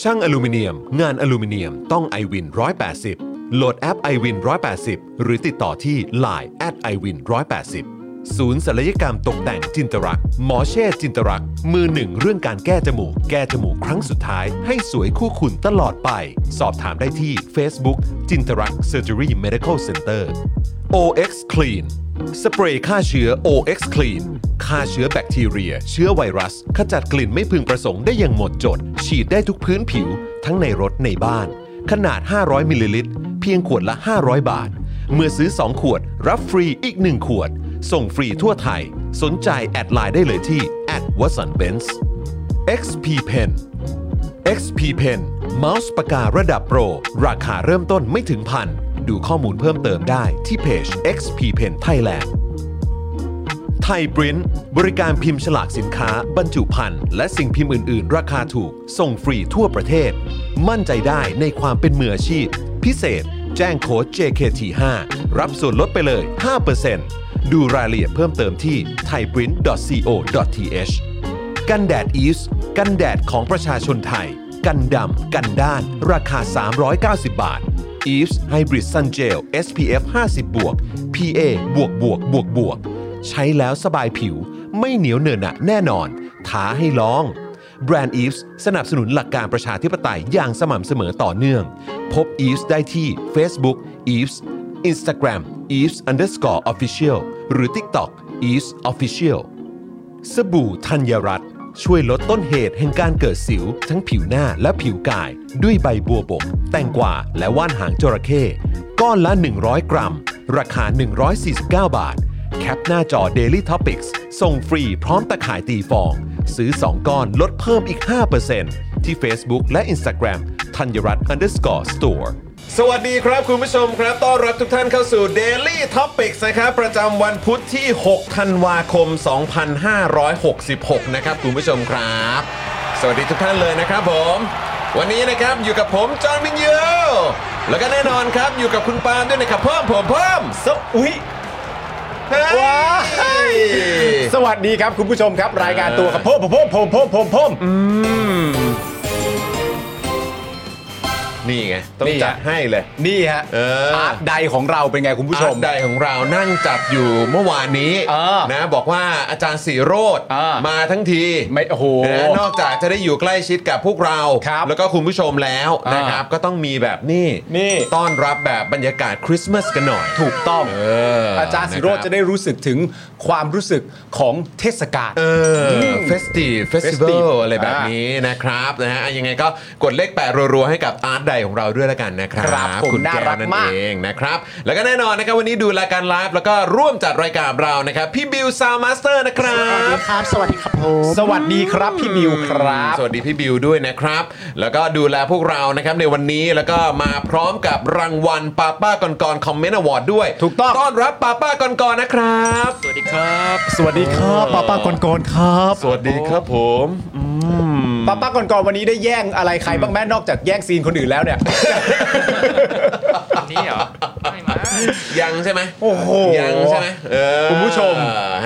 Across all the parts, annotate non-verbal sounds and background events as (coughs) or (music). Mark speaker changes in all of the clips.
Speaker 1: ช่างอลูมิเนียม งานอลูมิเนียมต้อง i w วิน180 โหลดแอป i w วิน180 หรือติดต่อที่ Line at i w วิน180 ศูนย์ศัลยกรรมตกแต่งจินตรัก หมอเช่จินตรัก มือหนึ่งเรื่องการแก้จมูก แก้จมูกครั้งสุดท้าย ให้สวยคู่คุณตลอดไป สอบถามได้ที่ Facebook จินตรัก Surgery Medical Center OX Clean สเปรย์ฆ่าเชื้อ OX Clean ฆ่าเชื้อแบคทีเรีย เชื้อไวรัส ขจัดกลิ่นไม่พึงประสงค์ได้อย่างหมดจด ฉีดได้ทุกพื้นผิว ทั้งในรถในบ้าน ขนาด 500 มิลลิลิตร เพียงขวดละ 500 บาท เมื่อซื้อ 2 ขวด รับฟรีอีก 1 ขวด ส่งฟรีทั่วไทย สนใจแอดไลน์ได้เลยที่ w a t s o n b e n z XP Pen XP Pen เมาส์ปากการะดับโปร ราคาเริ่มต้นไม่ถึงพัน ดูข้อมูลเพิ่มเติมได้ที่เพจ XP Pen Thailand ไทยปริ้นบริการพิมพ์ฉลากสินค้า บรรจุภัณฑ์และสิ่งพิมพ์อื่น ๆ ราคาถูก ส่งฟรีทั่วประเทศ มั่นใจได้ในความเป็นมืออาชีพ พิเศษ แจ้งโค้ด JKT5 รับส่วนลดไปเลย 5%ดูรายละเอียดเพิ่มเติมที่ thaiprint.co.th กันแดดอีสกันแดดของประชาชนไทย กันดำ กันด้าน ราคา 390 บาท e v e s Hybrid Sun Gel SPF 50บวก PA บวกบวกบวกบวก ใช้แล้วสบายผิว ไม่เหนียวเหนอะหนะแน่นอน ท้าให้ลอง แบรนด์ e v e s สนับสนุนหลักการประชาธิปไตยอย่างสม่ำเสมอต่อเนื่อง พบ e v e s ได้ที่ Facebook e v e s Instagram e v e s underscore official หรือ TikTok e v e s official สบู่ธัญรัตน์ช่วยลดต้นเหตุแห่งการเกิดสิว ทั้งผิวหน้าและผิวกาย ด้วยใบบัวบก แตงกวาและว่านหางจระเข้ก้อนละ 100 กรัม ราคา 149 บาท แคปหน้าจอ Daily Topics ส่งฟรีพร้อมตะข่ายตีฟอง ซื้อ 2 ก้อนลดเพิ่มอีก 5%ที่ Facebook และ Instagram ธัญรัตน์ underscore store
Speaker 2: สวัสดีครับคุณผู้ชมครับ ต้อนรับทุกท่านเข้าสู่ Daily Topics นะครับ ประจำวันพุธที่ 6 ธันวาคม 2566 นะครับ คุณผู้ชมครับ สวัสดีทุกท่านเลยนะครับผม วันนี้นะครับอยู่กับผมจอห์นวินยูแล้วก็แน่นอนครับอยู่กับคุณปาล์มด้วยนะครับเพิ่มผมเพิ่มสวิว้า
Speaker 3: สวัสดีครับ คุณผู้ชมครับ รายการตัวกับพ่มพ่มพ่มพ่มพ่มพ่ม
Speaker 2: นี่ไง ต้อง
Speaker 3: นี่ไง
Speaker 2: จัดให้เลย
Speaker 3: นี่ฮะ
Speaker 2: เอออ
Speaker 3: อาร์ตใดของเราเป็นไงคุณผู้ชม
Speaker 2: อาร์ตใดของเรานั่งจับอยู่เมื่อวานนี้
Speaker 3: เออ
Speaker 2: นะบอกว่าอาจารย์สีโรด
Speaker 3: เออ
Speaker 2: มาทั้งที
Speaker 3: ไม่โอ้โห
Speaker 2: นะนอกจากจะได้อยู่ใกล้ชิดกับพวกเรา
Speaker 3: ครับ
Speaker 2: แล้วก็คุณผู้ชมแล้ว
Speaker 3: เออ
Speaker 2: นะครับ ก็ต้องมีแบบนี่
Speaker 3: นี่
Speaker 2: ต้อนรับแบบบรรยากาศคริสต์มาสกันหน่อย
Speaker 3: ถูกต้อง
Speaker 2: เออ
Speaker 3: อา
Speaker 2: อา
Speaker 3: จารย์สิโรจน์จะได้รู้สึกถึงความรู้สึกของเทศกาล
Speaker 2: เออเฟสติเฟสติวัล
Speaker 3: Festive
Speaker 2: อะไรแบบนี้นะครับนะฮะยังไงก็กดเลขแปดรัวๆให้กับอาร์ตใดของเราด้วยละกันนะครับ
Speaker 3: ครับผม
Speaker 2: คุณ
Speaker 3: น่า
Speaker 2: แก้ว
Speaker 3: รัก
Speaker 2: นั่น
Speaker 3: มาก
Speaker 2: เองนะครับ แล้วก็แน่นอนนะครับวันนี้ดูรายการไลฟ์แล้วก็ร่วมจัดรายการเรานะครับ พี่บิวซาวมาสเตอร์นะครับ
Speaker 3: สวัสดีครับพี่บิวครับ
Speaker 2: สวัสดีพี่บิวด้วยนะครับ แล้วก็ดูแลพวกเรานะครับในวันนี้แล้วก็มาพร้อมกับรางวัลป้าป้าก่อนก่อนคอมเมนต์อวอร์ดด้วย
Speaker 3: ถูกต้อง
Speaker 2: ต้อนรับป้าป้าก่อนก่อนนะครับ สวัสดีครับ
Speaker 3: สวัสดีครับป้าป้ากอนกอนครับ
Speaker 2: สวัสดีครับผมอืม
Speaker 4: ป้าป้าก่อนๆวันนี้ได้แย่งอะไรใครบ้างแม่นอกจากแย่งซีนคนอื่นแล้วเนี่ย (laughs)
Speaker 5: อันนี้เหรอ ไม่มา
Speaker 2: ยังใช่ไหม
Speaker 4: โอ้โห
Speaker 2: ยังใช่ไหมเออ
Speaker 4: คุณผู้ชม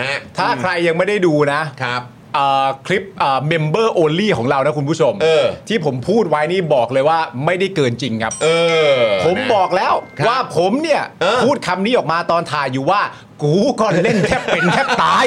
Speaker 2: ฮะ
Speaker 4: ถ้าใครยังไม่ได้ดูนะครับ เอ่อคลิปเมมเบอร์โอลี่ของเรานะคุณผู้ชม
Speaker 2: เออ
Speaker 4: ที่ผมพูดไว้นี่บอกเลยว่าไม่ได้เกินจริงครับ
Speaker 2: เออ
Speaker 4: ผม
Speaker 2: นะ
Speaker 4: บอกแล้ว
Speaker 2: ครับ
Speaker 4: ว่าผมเนี่ย
Speaker 2: เออ
Speaker 4: พูดคำนี้ออกมาตอนถ่ายอยู่ว่า กูก่อนเล่นแทบเป็นแทบต (laughs) าย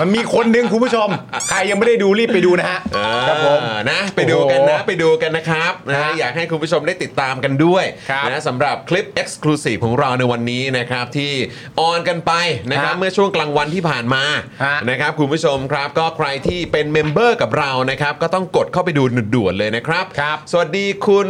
Speaker 4: มันมีคนหนึงคุณผู้ชม ใครยังไม่ได้ดูรีบไปดูนะฮะ
Speaker 2: อ่า
Speaker 4: ครับผม
Speaker 2: นะ ไปดูกันนะ
Speaker 4: โอ้โห
Speaker 2: ไปดูกันนะครับนะฮะ
Speaker 4: ฮะ
Speaker 2: อยากให้คุณผู้ชมได้ติดตามกันด้วย
Speaker 4: ครับ
Speaker 2: นะสำหรับคลิป Exclusive ของเราในวันนี้นะครับ ที่ออนกันไปนะครับ
Speaker 4: ฮะ
Speaker 2: เมื่อช่วงกลางวันที่ผ่านมา
Speaker 4: ฮะ
Speaker 2: นะครับคุณผู้ชมครับก็ใครที่เป็นเมมเบอร์กับเรานะครับ ก็ต้องกดเข้าไปดูด่วนๆเลยนะครับ
Speaker 4: ครับ
Speaker 2: สวัสดีคุณ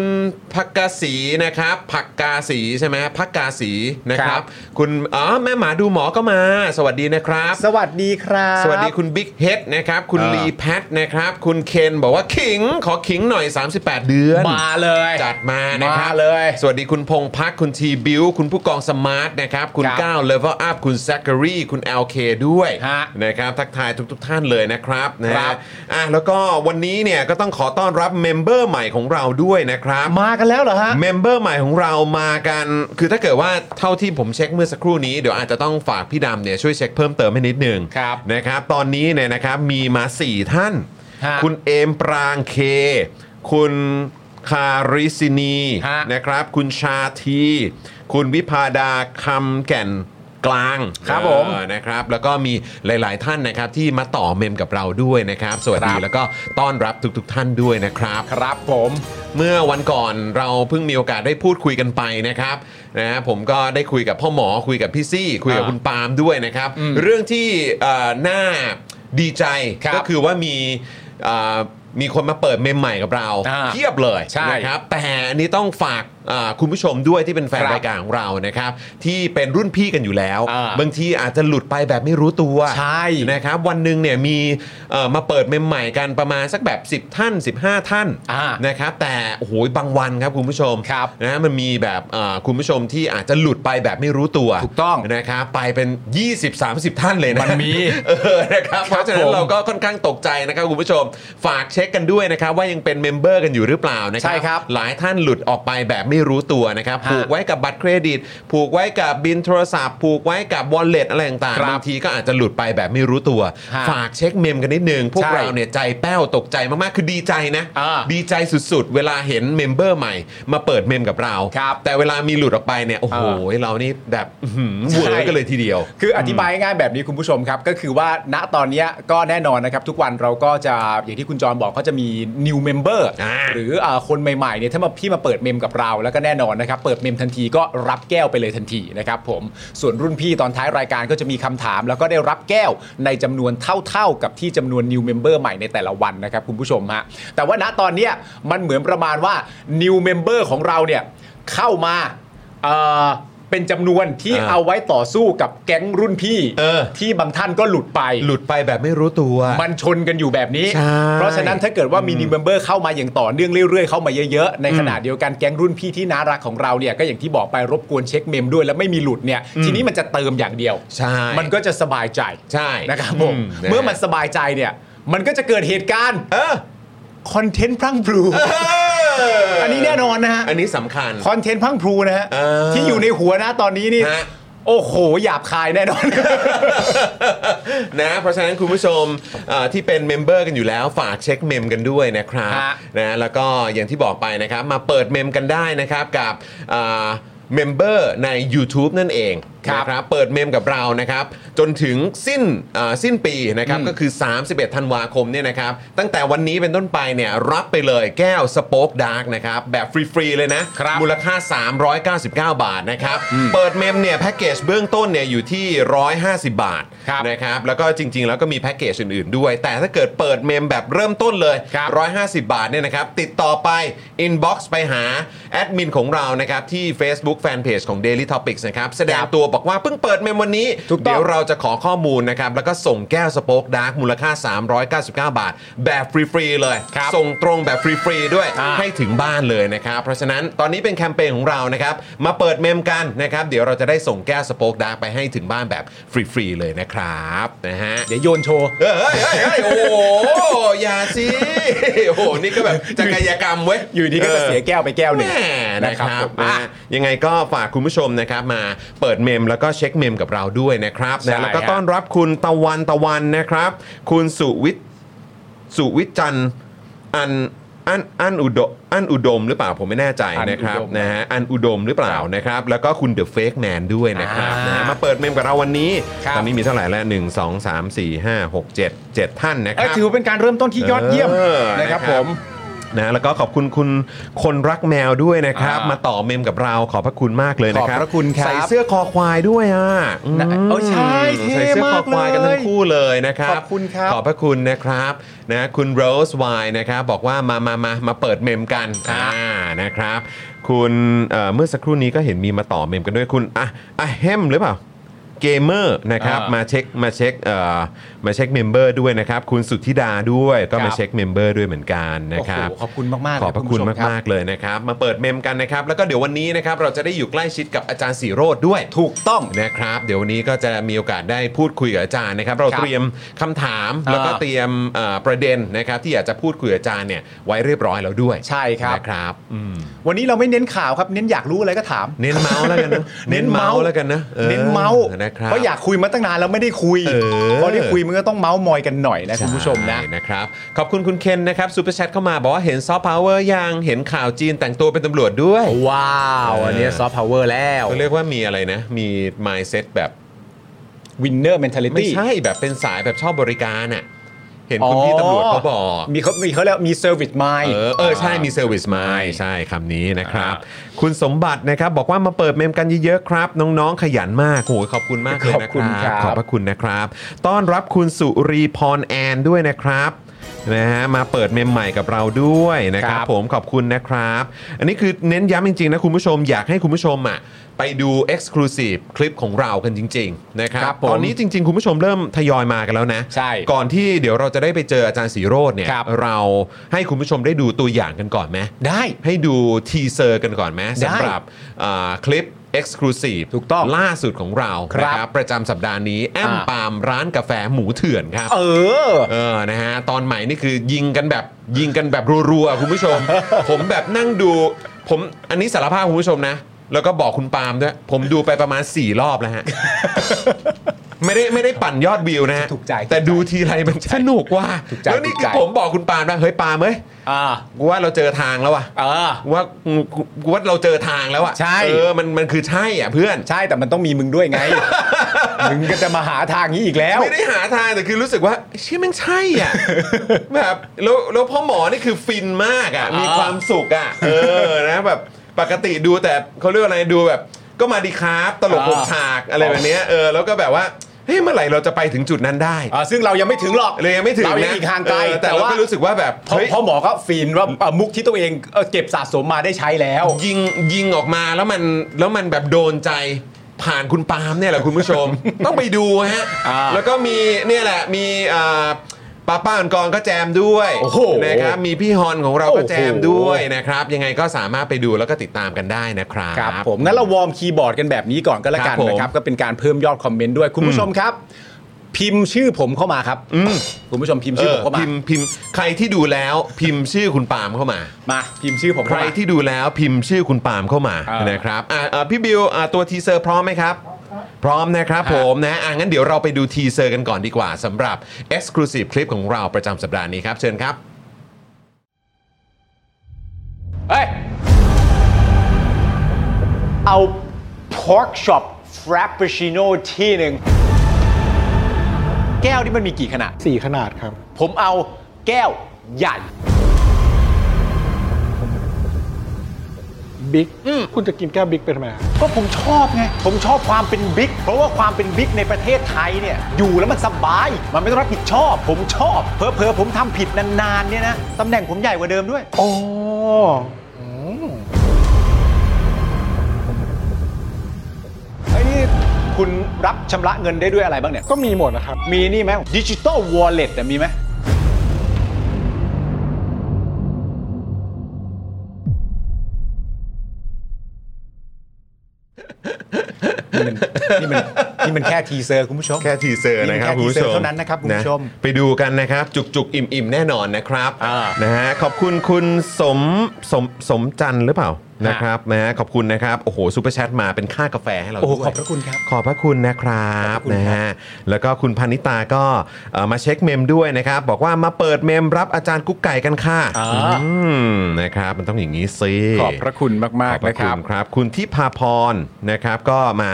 Speaker 2: พักกาสีนะครับผักกาสีใช่ไหมพักกาสีนะค
Speaker 4: ครั
Speaker 2: รับ
Speaker 4: บ
Speaker 2: คุณอ๋อแม่หมาดูหมอก็มา สวัสดีนะครับ
Speaker 4: สวัสดีครับ
Speaker 2: สวัสดีคุณบิ๊กเฮดนะครับ คุณ
Speaker 4: เออ
Speaker 2: ลีแพทนะครับ คุณเคนบอกว่าขิง ขอขิงหน่อย 38 เดือน
Speaker 4: มาเลย
Speaker 2: จัดมานะครับ
Speaker 4: มาเลย
Speaker 2: สวัสดีคุณพงพักคุณทีบิวคุณผู้กองสมาร์ทนะครับ คุณ
Speaker 4: ครับ
Speaker 2: ก้าวเลเวลอัพคุณแซคเกอรี่คุณ LK ด้วย
Speaker 4: ฮะ
Speaker 2: นะครับ ทักทายทุกทท่านเลยนะครับนะฮะ
Speaker 4: ครับ
Speaker 2: อ่ะแล้วก็วันนี้เนี่ยก็ต้องขอต้อนรับเมมเบอร์ใหม่ของเราด้วยนะครับ
Speaker 4: มากันแล้วเหรอฮะ
Speaker 2: เมมเบอร์ใหม่ของเรามากัน คือถ้าเกิดว่าเท่าที่ผมเช็คเมื่อสักครู่นี้ เดี๋ยวอาจจะต้องฝากพี่ดำเนี่ยช่วยเช็คเพิ่มเติมให้นิดนึง
Speaker 4: ครับ
Speaker 2: นะครับ ตอนนี้เนี่ยนะครับมีมา 4 ท่าน
Speaker 4: ฮะ
Speaker 2: คุณเอมปรางเค คุณคาริซินี
Speaker 4: ฮะ
Speaker 2: นะครับ คุณชาที คุณวิพาดาคำแก่นกลาง
Speaker 4: ครับผม
Speaker 2: เออนะครับ แล้วก็มีหลาย ๆ ท่านนะครับที่มาต่อเมมกับเราด้วยนะครับ สวัสดีแล้วก็ต้อนรับทุก ๆ ท่านด้วยนะครับ
Speaker 4: ครับผม
Speaker 2: เมื่อวันก่อนเราเพิ่งมีโอกาสได้พูดคุยกันไปนะครับนะฮะผมก็ได้คุยกับพ่อหมอคุยกับพี่ซี่ คุยกับ
Speaker 4: อ่า
Speaker 2: คุณปาล์มด้วยนะครับ เรื่องที่เอ่อน่าดีใจ
Speaker 4: ครับ
Speaker 2: ก็คือว่ามีเอ่อมีคนมาเปิดเมมใหม่กับเรา
Speaker 4: อ่า
Speaker 2: เทียบเลย
Speaker 4: ใช่
Speaker 2: นะครับแต่อันนี้ต้องฝากเอ่อคุณผู้ชมด้วยที่เป็นแฟน
Speaker 4: ครับ
Speaker 2: รายการของเรานะครับที่เป็นรุ่นพี่กันอยู่แล้ว
Speaker 4: อ่า
Speaker 2: บางทีอาจจะหลุดไปแบบไม่รู้ตัว
Speaker 4: ใช่
Speaker 2: นะครับวันหนึ่งเนี่ยมีเอ่อมาเปิดเมมใหม่กันประมาณสักแบบ 10 ท่าน 15 ท่าน
Speaker 4: อ่าน
Speaker 2: นะครับแต่โอ้โหบางวันครับคุณผู้ชม
Speaker 4: ครับ
Speaker 2: นะมันมีแบบเอ่อคุณผู้ชมที่อาจจะหลุดไปแบบไม่รู้ตัว
Speaker 4: ถูกต้อง
Speaker 2: นะครับไปเป็น 20-30 ท่านเลยนะ
Speaker 4: มันมี
Speaker 2: (laughs) เออนะครับเพราะฉะนั้
Speaker 4: ผ
Speaker 2: น
Speaker 4: ม
Speaker 2: เราก็ค่อนข้างตกใจนะครับคุณผู้ชม ฝากเช็คกันด้วยนะครับว่ายังเป็นเมมเบอร์กันอยู่หรือเปล่านะครั
Speaker 4: ใช่ครับ
Speaker 2: หลายท่านหลุดออกไปแบบไม่รู้ตัวนะครับ
Speaker 4: ฮะ
Speaker 2: ผูกไว้กับบัตรเครดิต ผูกไว้กับบินโทรศัพท์ ผูกไว้กับวอลเล็ตอะไรต่าง
Speaker 4: ครับบ
Speaker 2: ๆางทีก็อาจจะหลุดไปแบบไม่รู้ตัว
Speaker 4: ฮะ
Speaker 2: ฝากเช็คเมมกันนิดนึงพวก
Speaker 4: ใช่
Speaker 2: เราเนี่ยใจแป้วตกใจมากๆคือดีใจนะ
Speaker 4: อ่า
Speaker 2: ดีใจสุดๆ เวลาเห็นเมมเบอร์ใหม่ มาเปิดเมมกับเรา
Speaker 4: ครับ
Speaker 2: แต่เวลามีหลุดออกไปเนี่ย โอ้โห เรานี่แบบอื้อหือเห
Speaker 4: ใช่
Speaker 2: วอกันเลยทีเดียว
Speaker 4: คืออธิบายง่ายๆแบบนี้คุณผู้ชมครับ ก็คือว่าณตอนเนี้ยก็แน่นอนนะครับ ทุกวันเราก็จะอย่างที่คุณจรบอกก็จะมี new member
Speaker 2: อ่า
Speaker 4: หรือเอ่อคนใหม่ๆเนี่ยถ้ามาพี่มาเปิดเมมกับเราแล้วก็แน่นอนนะครับ เปิดเมมทันทีก็รับแก้วไปเลยทันทีนะครับผมส่วนรุ่นพี่ตอนท้ายรายการก็จะมีคำถาม แล้วก็ได้รับแก้วในจำนวนเท่าๆกับที่จำนวน new member ใหม่ในแต่ละวันนะครับคุณผู้ชมฮะแต่ว่าณตอนเนี้ยมันเหมือนประมาณว่า new member ของเราเนี่ยเข้ามาเอ่อเป็นจำนวนที่
Speaker 2: อ่า
Speaker 4: เอา เอาไว้ต่อสู้กับแก๊งรุ่นพี่
Speaker 2: เออ
Speaker 4: ที่บางท่านก็หลุดไป
Speaker 2: หลุดไปแบบไม่รู้ตัว
Speaker 4: มันชนกันอยู่แบบนี้
Speaker 2: ใช่
Speaker 4: เพราะฉะนั้นถ้าเกิดว่ามีนิวเมมเบอร์เข้ามาอย่างต่อเนื่องเรื่อย ๆ เข้ามาเยอะๆ ในขณะเดียวกันแก๊งรุ่นพี่ที่น่ารักของเราเนี่ยก็อย่างที่บอกไปรบกวนเช็คเมมด้วยแล้วไม่มีหลุดเนี่ยทีนี้มันจะเติมอย่างเดียว
Speaker 2: ใช่
Speaker 4: มันก็จะสบายใจ
Speaker 2: ใช่
Speaker 4: นะครับผ
Speaker 2: อื
Speaker 4: ม
Speaker 2: มนะ
Speaker 4: เมื่อมันสบายใจเนี่ยมันก็จะเกิดเหตุการณ์
Speaker 2: เออ
Speaker 4: คอนเทนต์พรั่งพรูอันนี้แน่นอนนะฮะ
Speaker 2: อันนี้สำคัญ
Speaker 4: คอนเทนต์พรังพรูนะฮะ
Speaker 2: เออ
Speaker 4: ที่อยู่ในหัวนะตอนนี้นี่
Speaker 2: ฮะ
Speaker 4: โอ้โห หยาบคายแน่นอน (laughs)
Speaker 2: (laughs) นะเพราะฉะนั้นคุณผู้ชมเอ่อที่เป็นเมมเบอร์กันอยู่แล้วฝากเช็คเมมกันด้วยนะครับ
Speaker 4: ฮะ
Speaker 2: นะแล้วก็อย่างที่บอกไปนะครับมาเปิดเมมกันได้นะครับกับเมมเบอร์ใน YouTube นั่นเอง
Speaker 4: ครับ
Speaker 2: นะครับเปิดเมมกับเรานะครับจนถึงสิ้นเอ่อสิ้นปีนะครับก็คือ 31 ธันวาคมเนี่ยนะครับตั้งแต่วันนี้เป็นต้นไปเนี่ยรับไปเลยแก้วสป็อกดาร์กนะครับแบบฟรี ๆ เลยนะครับ มูล มูลค่า 399 บาทนะครับ เปิดเมมเนี่ยแพ็กเกจเบื้องต้นเนี่ยอยู่ที่ 150 บาท
Speaker 4: ครับ
Speaker 2: นะครับ แล้วก็จริง ๆ แล้วก็มีแพ็กเกจอื่น ๆ ด้วย แต่ถ้าเกิดเปิดเมมแบบเริ่มต้นเลย
Speaker 4: ครับ
Speaker 2: 150 บาทเนี่ยนะครับ ติดต่อไป inbox ไปหาแอดมินของเรานะครับ ที่ Facebook Fanpage ของ Daily Topics นะครับ แสด
Speaker 4: ค
Speaker 2: ง
Speaker 4: รับ
Speaker 2: ตัว บอกว่าเพิ่งเปิดเมมวันนี้
Speaker 4: ถูกต้อง
Speaker 2: เดี๋ยวเราจะขอข้อมูลนะครับ แล้วก็ส่งแก้วสโป๊กดาร์กมูลค่า 399 บาท แบบฟรีๆเลย ส่งตรงแบบฟรีๆด้วยให้ถึงบ้านเลยนะครับ เพราะฉะนั้นตอนนี้เป็นแคมเปญของเรานะครับ มาเปิดเมมกันนะครับ เดี๋ยวเราจะได้ส่งแก้วสโป๊กดาร์กไปให้ถึงบ้านแบบฟรีๆเลยนะครับนะฮะ
Speaker 4: เดี๋ยวโยนโชว์
Speaker 2: เฮ้ยเฮ้ยเฮ้ยเฮ้ยโอ้โหอย่าสิโอ้โห นี่
Speaker 4: (laughs)
Speaker 2: ก็แบบจะกายกรรมเว้ย
Speaker 4: อยู่ดีก็จะเสียแก้วไปแก้วหนึ่ง
Speaker 2: แม่นะครับ
Speaker 4: นะครับผม
Speaker 2: อ่ะ
Speaker 4: อ่ะ
Speaker 2: ยังไงก็ฝากคุณผู้ชมนะครับมาเปิดเมมแล้วก็เช็คเมมกับเราด้วยนะครับ
Speaker 4: ใช่
Speaker 2: นะแล้วก็
Speaker 4: ฮะ
Speaker 2: ต้อนรับคุณตะวันตะวันนะครับ คุณสุวิทย์สุวิจันทร์อันอันอันอุดมอันอุดมหรือเปล่าผมไม่แน่ใจ
Speaker 4: อั้นอุดม
Speaker 2: นะครับนะฮะอันอุดมหรือเปล่านะครับ แล้วก็คุณเดอะเฟกแมนด้วยนะครับ
Speaker 4: อ่าน
Speaker 2: นะฮะมาเปิดเมมกับเราวันนี้
Speaker 4: ครับ
Speaker 2: ตอนนี้มีเท่าไหร่แล้ว 1 2 3 4 5 6 7 7 ท่านนะครั
Speaker 4: เอ้ย
Speaker 2: บ
Speaker 4: ถือว่าเป็นการเริ่มต้นที่ยอดเยี่ยม
Speaker 2: เออ
Speaker 4: นะค
Speaker 2: นะครั
Speaker 4: รับ
Speaker 2: บ
Speaker 4: ผม
Speaker 2: นะแล้วก็ขอบคุณคุณคนรักแมวด้วยนะครับ
Speaker 4: อ่าม
Speaker 2: มาต่อเมมกับเราขอบพระคุณมากเลยนะครับ
Speaker 4: ขอบพระคุณครับ
Speaker 2: ใส่เสื้อคอควายด้วยอ่ะม
Speaker 4: นะเอ้ยใช่เท่
Speaker 2: ใส่เสื้อคอควายกันทั้งคู่เลยนะครับ
Speaker 4: ขอบคุณครับ
Speaker 2: ขอบพระคุณนะครับนะคุณโรสวายนะครับบอกว่ามามามามาเปิดเมมกัน
Speaker 4: ครับ
Speaker 2: อ่านะครับ คุณเอ่อเมื่อสักครู่นี้ก็เห็นมีมาต่อเมมกันด้วยคุณอ่ะอ่ะเฮมหรือเปล่าเกมเมอร์นะครับ
Speaker 4: อ่าม
Speaker 2: มาเช็คมาเช็คเอ่อมาเช็คเมมเบอร์ด้วยนะครับคุณสุทธิดาด้วยก็มาเช็คเมมเบอร์ด้วยเหมือนกันนะครับ
Speaker 4: โอ้โหขอบคุณมากๆ
Speaker 2: ขอบพระคุณ
Speaker 4: เลยณผู้ช
Speaker 2: มาก ๆ เลยนะครับ มาเปิดเมมกันนะครับ แล้วก็เดี๋ยววันนี้นะครับ เราจะได้อยู่ใกล้ชิดกับอาจารย์สีโรดด้วย
Speaker 4: ถูกต้อง
Speaker 2: นะครับ เดี๋ยววันนี้ก็จะมีโอกาสได้พูดคุยกับอาจารย์นะครับ เรา
Speaker 4: ครับ
Speaker 2: เตรียมคำถาม
Speaker 4: อ่า
Speaker 2: แล้วก็เตรียมเอ่อประเด็นนะครับ ที่อยากจะพูดคุยกับอาจารย์เนี่ยไว้เรียบร้อยแล้วด้วย
Speaker 4: ใช่ครับ
Speaker 2: นะครับอืม
Speaker 4: วันนี้เราไม่เน้นข่าวครับ เน้นอยากรู้อะไรก็ถาม
Speaker 2: เน้นเมาส์แล้วกันนะ
Speaker 4: (laughs) เน้นเมาส์
Speaker 2: แล้วกันนะออ
Speaker 4: เน้นเมาส์
Speaker 2: นะครับ
Speaker 4: เพราะอยากคุยมาตั้งนานแล้วไม่ได้คุย
Speaker 2: เออ
Speaker 4: พอได้คุยมันก็ต้องเมาส์มอยกันหน่อยนะคุณผู้ชมนะ
Speaker 2: ใช่นะครับ ขอบคุณคุณเคนนะครับซูเปอร์แชทเข้ามาบอกว่าเห็นซอฟต์พาวเวอร์ยังเห็นข่าวจีนแต่งตัวเป็นตำรวจด้วย
Speaker 4: ว้าวอันเนี้ซอฟต์พาวเวอร์แล้ว
Speaker 2: เขาเรียกว่ามีอะไรนะ มี mindset แบบ
Speaker 4: วินเนอร์เมนเทลิ
Speaker 2: ไม่
Speaker 4: ตี้
Speaker 2: ใช่แบบเป็นสายแบบชอบบริการน่ะ เห็นคุณพี่ตำรวจเขาบอก
Speaker 4: มีเขามีเขาเรียกมีเซอร์วิสไม
Speaker 2: เออเออใช่มีเซอร์วิสมาใช่คำนี้นะครับ คุณสมบัตินะครับ บอกว่ามาเปิดเมมกันเยอะๆครับ น้องๆขยันมากโอ้ยขอบคุณมากเลยนะ
Speaker 4: ขอบ
Speaker 2: ค
Speaker 4: คุณครั
Speaker 2: รับบ ขอบพระคุณนะครับ ต้อนรับคุณสุรีพรแอนด้วยนะครับนะฮะมาเปิดเมมใหม่กับเราด้วยนะครับ
Speaker 4: ครับ
Speaker 2: ผมขอบคุณนะครับ อันนี้คือเน้นย้ำจริงๆนะคุณผู้ชมอยากให้คุณผู้ชมอ่ะไปดู Exclusive คลิปของเรากันจริงๆนะครับ
Speaker 4: ครับผม
Speaker 2: ตอนนี้จริง ๆ คุณผู้ชมเริ่มทยอยมากันแล้วนะ
Speaker 4: ใช่
Speaker 2: ก่อนที่เดี๋ยวเราจะได้ไปเจออาจารย์สีโรดเนี่ย
Speaker 4: ครับ
Speaker 2: เราให้คุณผู้ชมได้ดูตัวอย่างกันก่อนไหม
Speaker 4: ได้
Speaker 2: ให้ดูทีเซอร์กันก่อนไหม
Speaker 4: ได้
Speaker 2: สำหรับอ่าคลิป Exclusive
Speaker 4: ถูกต้อง
Speaker 2: ล่าสุดของเรา
Speaker 4: ครับ
Speaker 2: นะประจำสัปดาห์นี้ แอม
Speaker 4: อ่า
Speaker 2: ปาล์มร้านกาแฟหมูเถื่อนครับ
Speaker 4: เออ
Speaker 2: เออ นะฮะ ตอนใหม่นี่คือยิงกันแบบยิงกันแบบรัวๆ คุณผู้ชม ผมแบบนั่งดู ผมอันนี้สารภาพคุณผู้ชมนะ แล้วก็บอกคุณปาล์มด้วย ผมดูไปประมาณ 4 รอบแล้วฮะ ไม่ได้ไม่ได้ปั่นยอดวิวนะฮะ
Speaker 4: ถูกใจ
Speaker 2: แต่ดูทีไรมันสนุกว่า
Speaker 4: ถูกใจ
Speaker 2: แล้วนี่
Speaker 4: ถูก
Speaker 2: คื
Speaker 4: ใจ
Speaker 2: อผมบอกคุณปาล์มนะเฮ้ยปาล์มเอ้ย
Speaker 4: อ่า
Speaker 2: กูว่าเราเจอทางแล้วว่ะ
Speaker 4: เออ
Speaker 2: กูว่ากูกูว่าเราเจอทางแล้วอ่ะ
Speaker 4: ใช่
Speaker 2: เออมันมันคือใช่อ่ะเพื่อน
Speaker 4: ใช่แต่มันต้องมีมึงด้วยไง
Speaker 2: (laughs)
Speaker 4: มึงก็จะมาหาทางนี้อีกแล้ว
Speaker 2: ไม่ได้หาทางแต่คือรู้สึกว่าเชื่อแม่งใช่
Speaker 4: (laughs)
Speaker 2: อ่ะ แบบแล้วแล้วพ่อหมอนี่คือฟินมากอ่ะ มีความสุขอ่ะ เออนะแบบปกติดูแต่เขาเรียกว่าอะไรดูแบบ ก็มาดีครับตลก
Speaker 4: อ่า
Speaker 2: ผมฉากอะไรแบบเนี้ยเออแล้วก็แบบว่าเฮ้ยเมื่อไหร่เราจะไปถึงจุดนั้นได้
Speaker 4: อ่าซึ่งเรายังไม่ถึงหรอก
Speaker 2: เลยยังไม่ถึง
Speaker 4: เรายั
Speaker 2: นะ
Speaker 4: งอีกห่างไกล
Speaker 2: เออแต่เราก็รู้สึกว่าแบบ
Speaker 4: เพราะ
Speaker 2: เฮ้ย
Speaker 4: เพราะหมอก็ฟีนว่าเอ่อมุกที่ตัวเองเอ่อเก็บสะสมมาได้ใช้แล้ว
Speaker 2: ยิงยิงออกมาแล้วมันแล้วมันแบบโดนใจผ่านคุณปาล์มเนี่ยแหละคุณผู้ช
Speaker 4: (laughs)
Speaker 2: ม ต้องไปดูฮะ
Speaker 4: อ่า
Speaker 2: แล้วก็มีเนี่ยแหละมีอ่าป้าป้าอันกรก็แจมด้วย
Speaker 4: โอ้โห
Speaker 2: นะครับมีพี่ฮอนของเราก็
Speaker 4: โอ้โห
Speaker 2: แจมด้วยนะครับ ยังไงก็สามารถไปดูแล้วก็ติดตามกันได้นะครับ
Speaker 4: ครับผมงั้นเราวอร์มคีย์บอร์ดกันแบบนี้ก่อนก็แล้ว
Speaker 2: ค
Speaker 4: กัน
Speaker 2: รับผม
Speaker 4: นะครับ ก็เป็นการเพิ่มยอดคอมเมนต์ด้วยคุณผู้ชมครับ พิมพ์ชื่อผมเข้ามาครับคุณผู้ชมพิมพ์
Speaker 2: เอ
Speaker 4: ชื่
Speaker 2: อ
Speaker 4: อผมเข้ามา
Speaker 2: พิมพ์พิมพ์ใครที่ดูแล้วพิมพ์ชื่อคุณปาล์มเข้ามา
Speaker 4: มาพิมพ์ชื่อผม
Speaker 2: ใคร
Speaker 4: เข้ามา
Speaker 2: ที่ดูแล้วพิมพ์ชื่อคุณปาล์มเข้ามา
Speaker 4: เออ
Speaker 2: นะครับอ่ะอ่ะพี่บิวอ่ะตัวทีเซอร์พร้อมไหมครับ พร้อมนะครับผมนะอ่ะงั้นเดี๋ยวเราไปดูทีเซอร์กันก่อนดีกว่าสำหรับ Exclusive คลิปของเราประจำสัปดาห์นี้ครับ เชิญครับ
Speaker 4: เฮ้ย เอา pork chop frappuccino ที่หนึ่ง แก้วที่มันมีกี่ขนาด
Speaker 6: สี่ขนาดครับ
Speaker 4: ผมเอาแก้วใหญ่
Speaker 6: บิ๊กคุณจะกินแก้วบิ๊กเป็นไหมครับ
Speaker 4: ก็ผมชอบไง ผมชอบความเป็นบิ๊ก เพราะว่าความเป็นบิ๊กในประเทศไทยเนี่ย อยู่แล้วมันสบาย มันไม่ต้องรับผิดชอบ ผมชอบ เพอเพอๆผมทำผิดนานๆเนี่ยนะ ตำแหน่งผมใหญ่กว่าเดิมด้วย
Speaker 6: อ๋ออืมไอ้นี่
Speaker 4: คุณรับชำระเงินได้ด้วยอะไรบ้างเนี่ย
Speaker 6: ก็มีหมดนะครับ
Speaker 4: มีนี่ไหมดิจิตอลวอลเล็ตมีไหม นี่มันนี่มันนี่มันแค่ทีเซอร์คุณผู้ชม
Speaker 2: แค่ทีเซอร์นะครับคุณ
Speaker 4: นี่มันแค่
Speaker 2: ผู้ช
Speaker 4: ทีเซอร์
Speaker 2: ม
Speaker 4: เท่านั้นนะครับคุณผู้ชม
Speaker 2: ไปดูกันนะครับ จุกๆ อิ่มๆ แน่นอนนะครับ
Speaker 4: อ่า
Speaker 2: นะฮะขอบคุณคุณสมสมสมจันทร์หรือเปล่า
Speaker 4: ฮะ
Speaker 2: นะครับนะฮะขอบคุณนะครับโอ้โหซูเปอร์แชทมาเป็นค่ากาแฟให้เรา
Speaker 4: โอ้โห
Speaker 2: ด้วย
Speaker 4: ขอบพระคุณครับ
Speaker 2: ขอบพระคุณนะครับ
Speaker 4: ขอบพระคุณ
Speaker 2: นะฮะแล้วก็คุณพานิตาก็เอ่อมาเช็คเมมด้วยนะครับ บอกว่ามาเปิดเมมรับอาจารย์กุ๊กไก่กันค่ะ
Speaker 4: อ่า
Speaker 2: อืมนะครับมันต้องอย่างนี้สิ
Speaker 4: ขอบพระคุณมาก
Speaker 2: ขอบพระคุณครับ คุณทิพาพรนะครับก็มา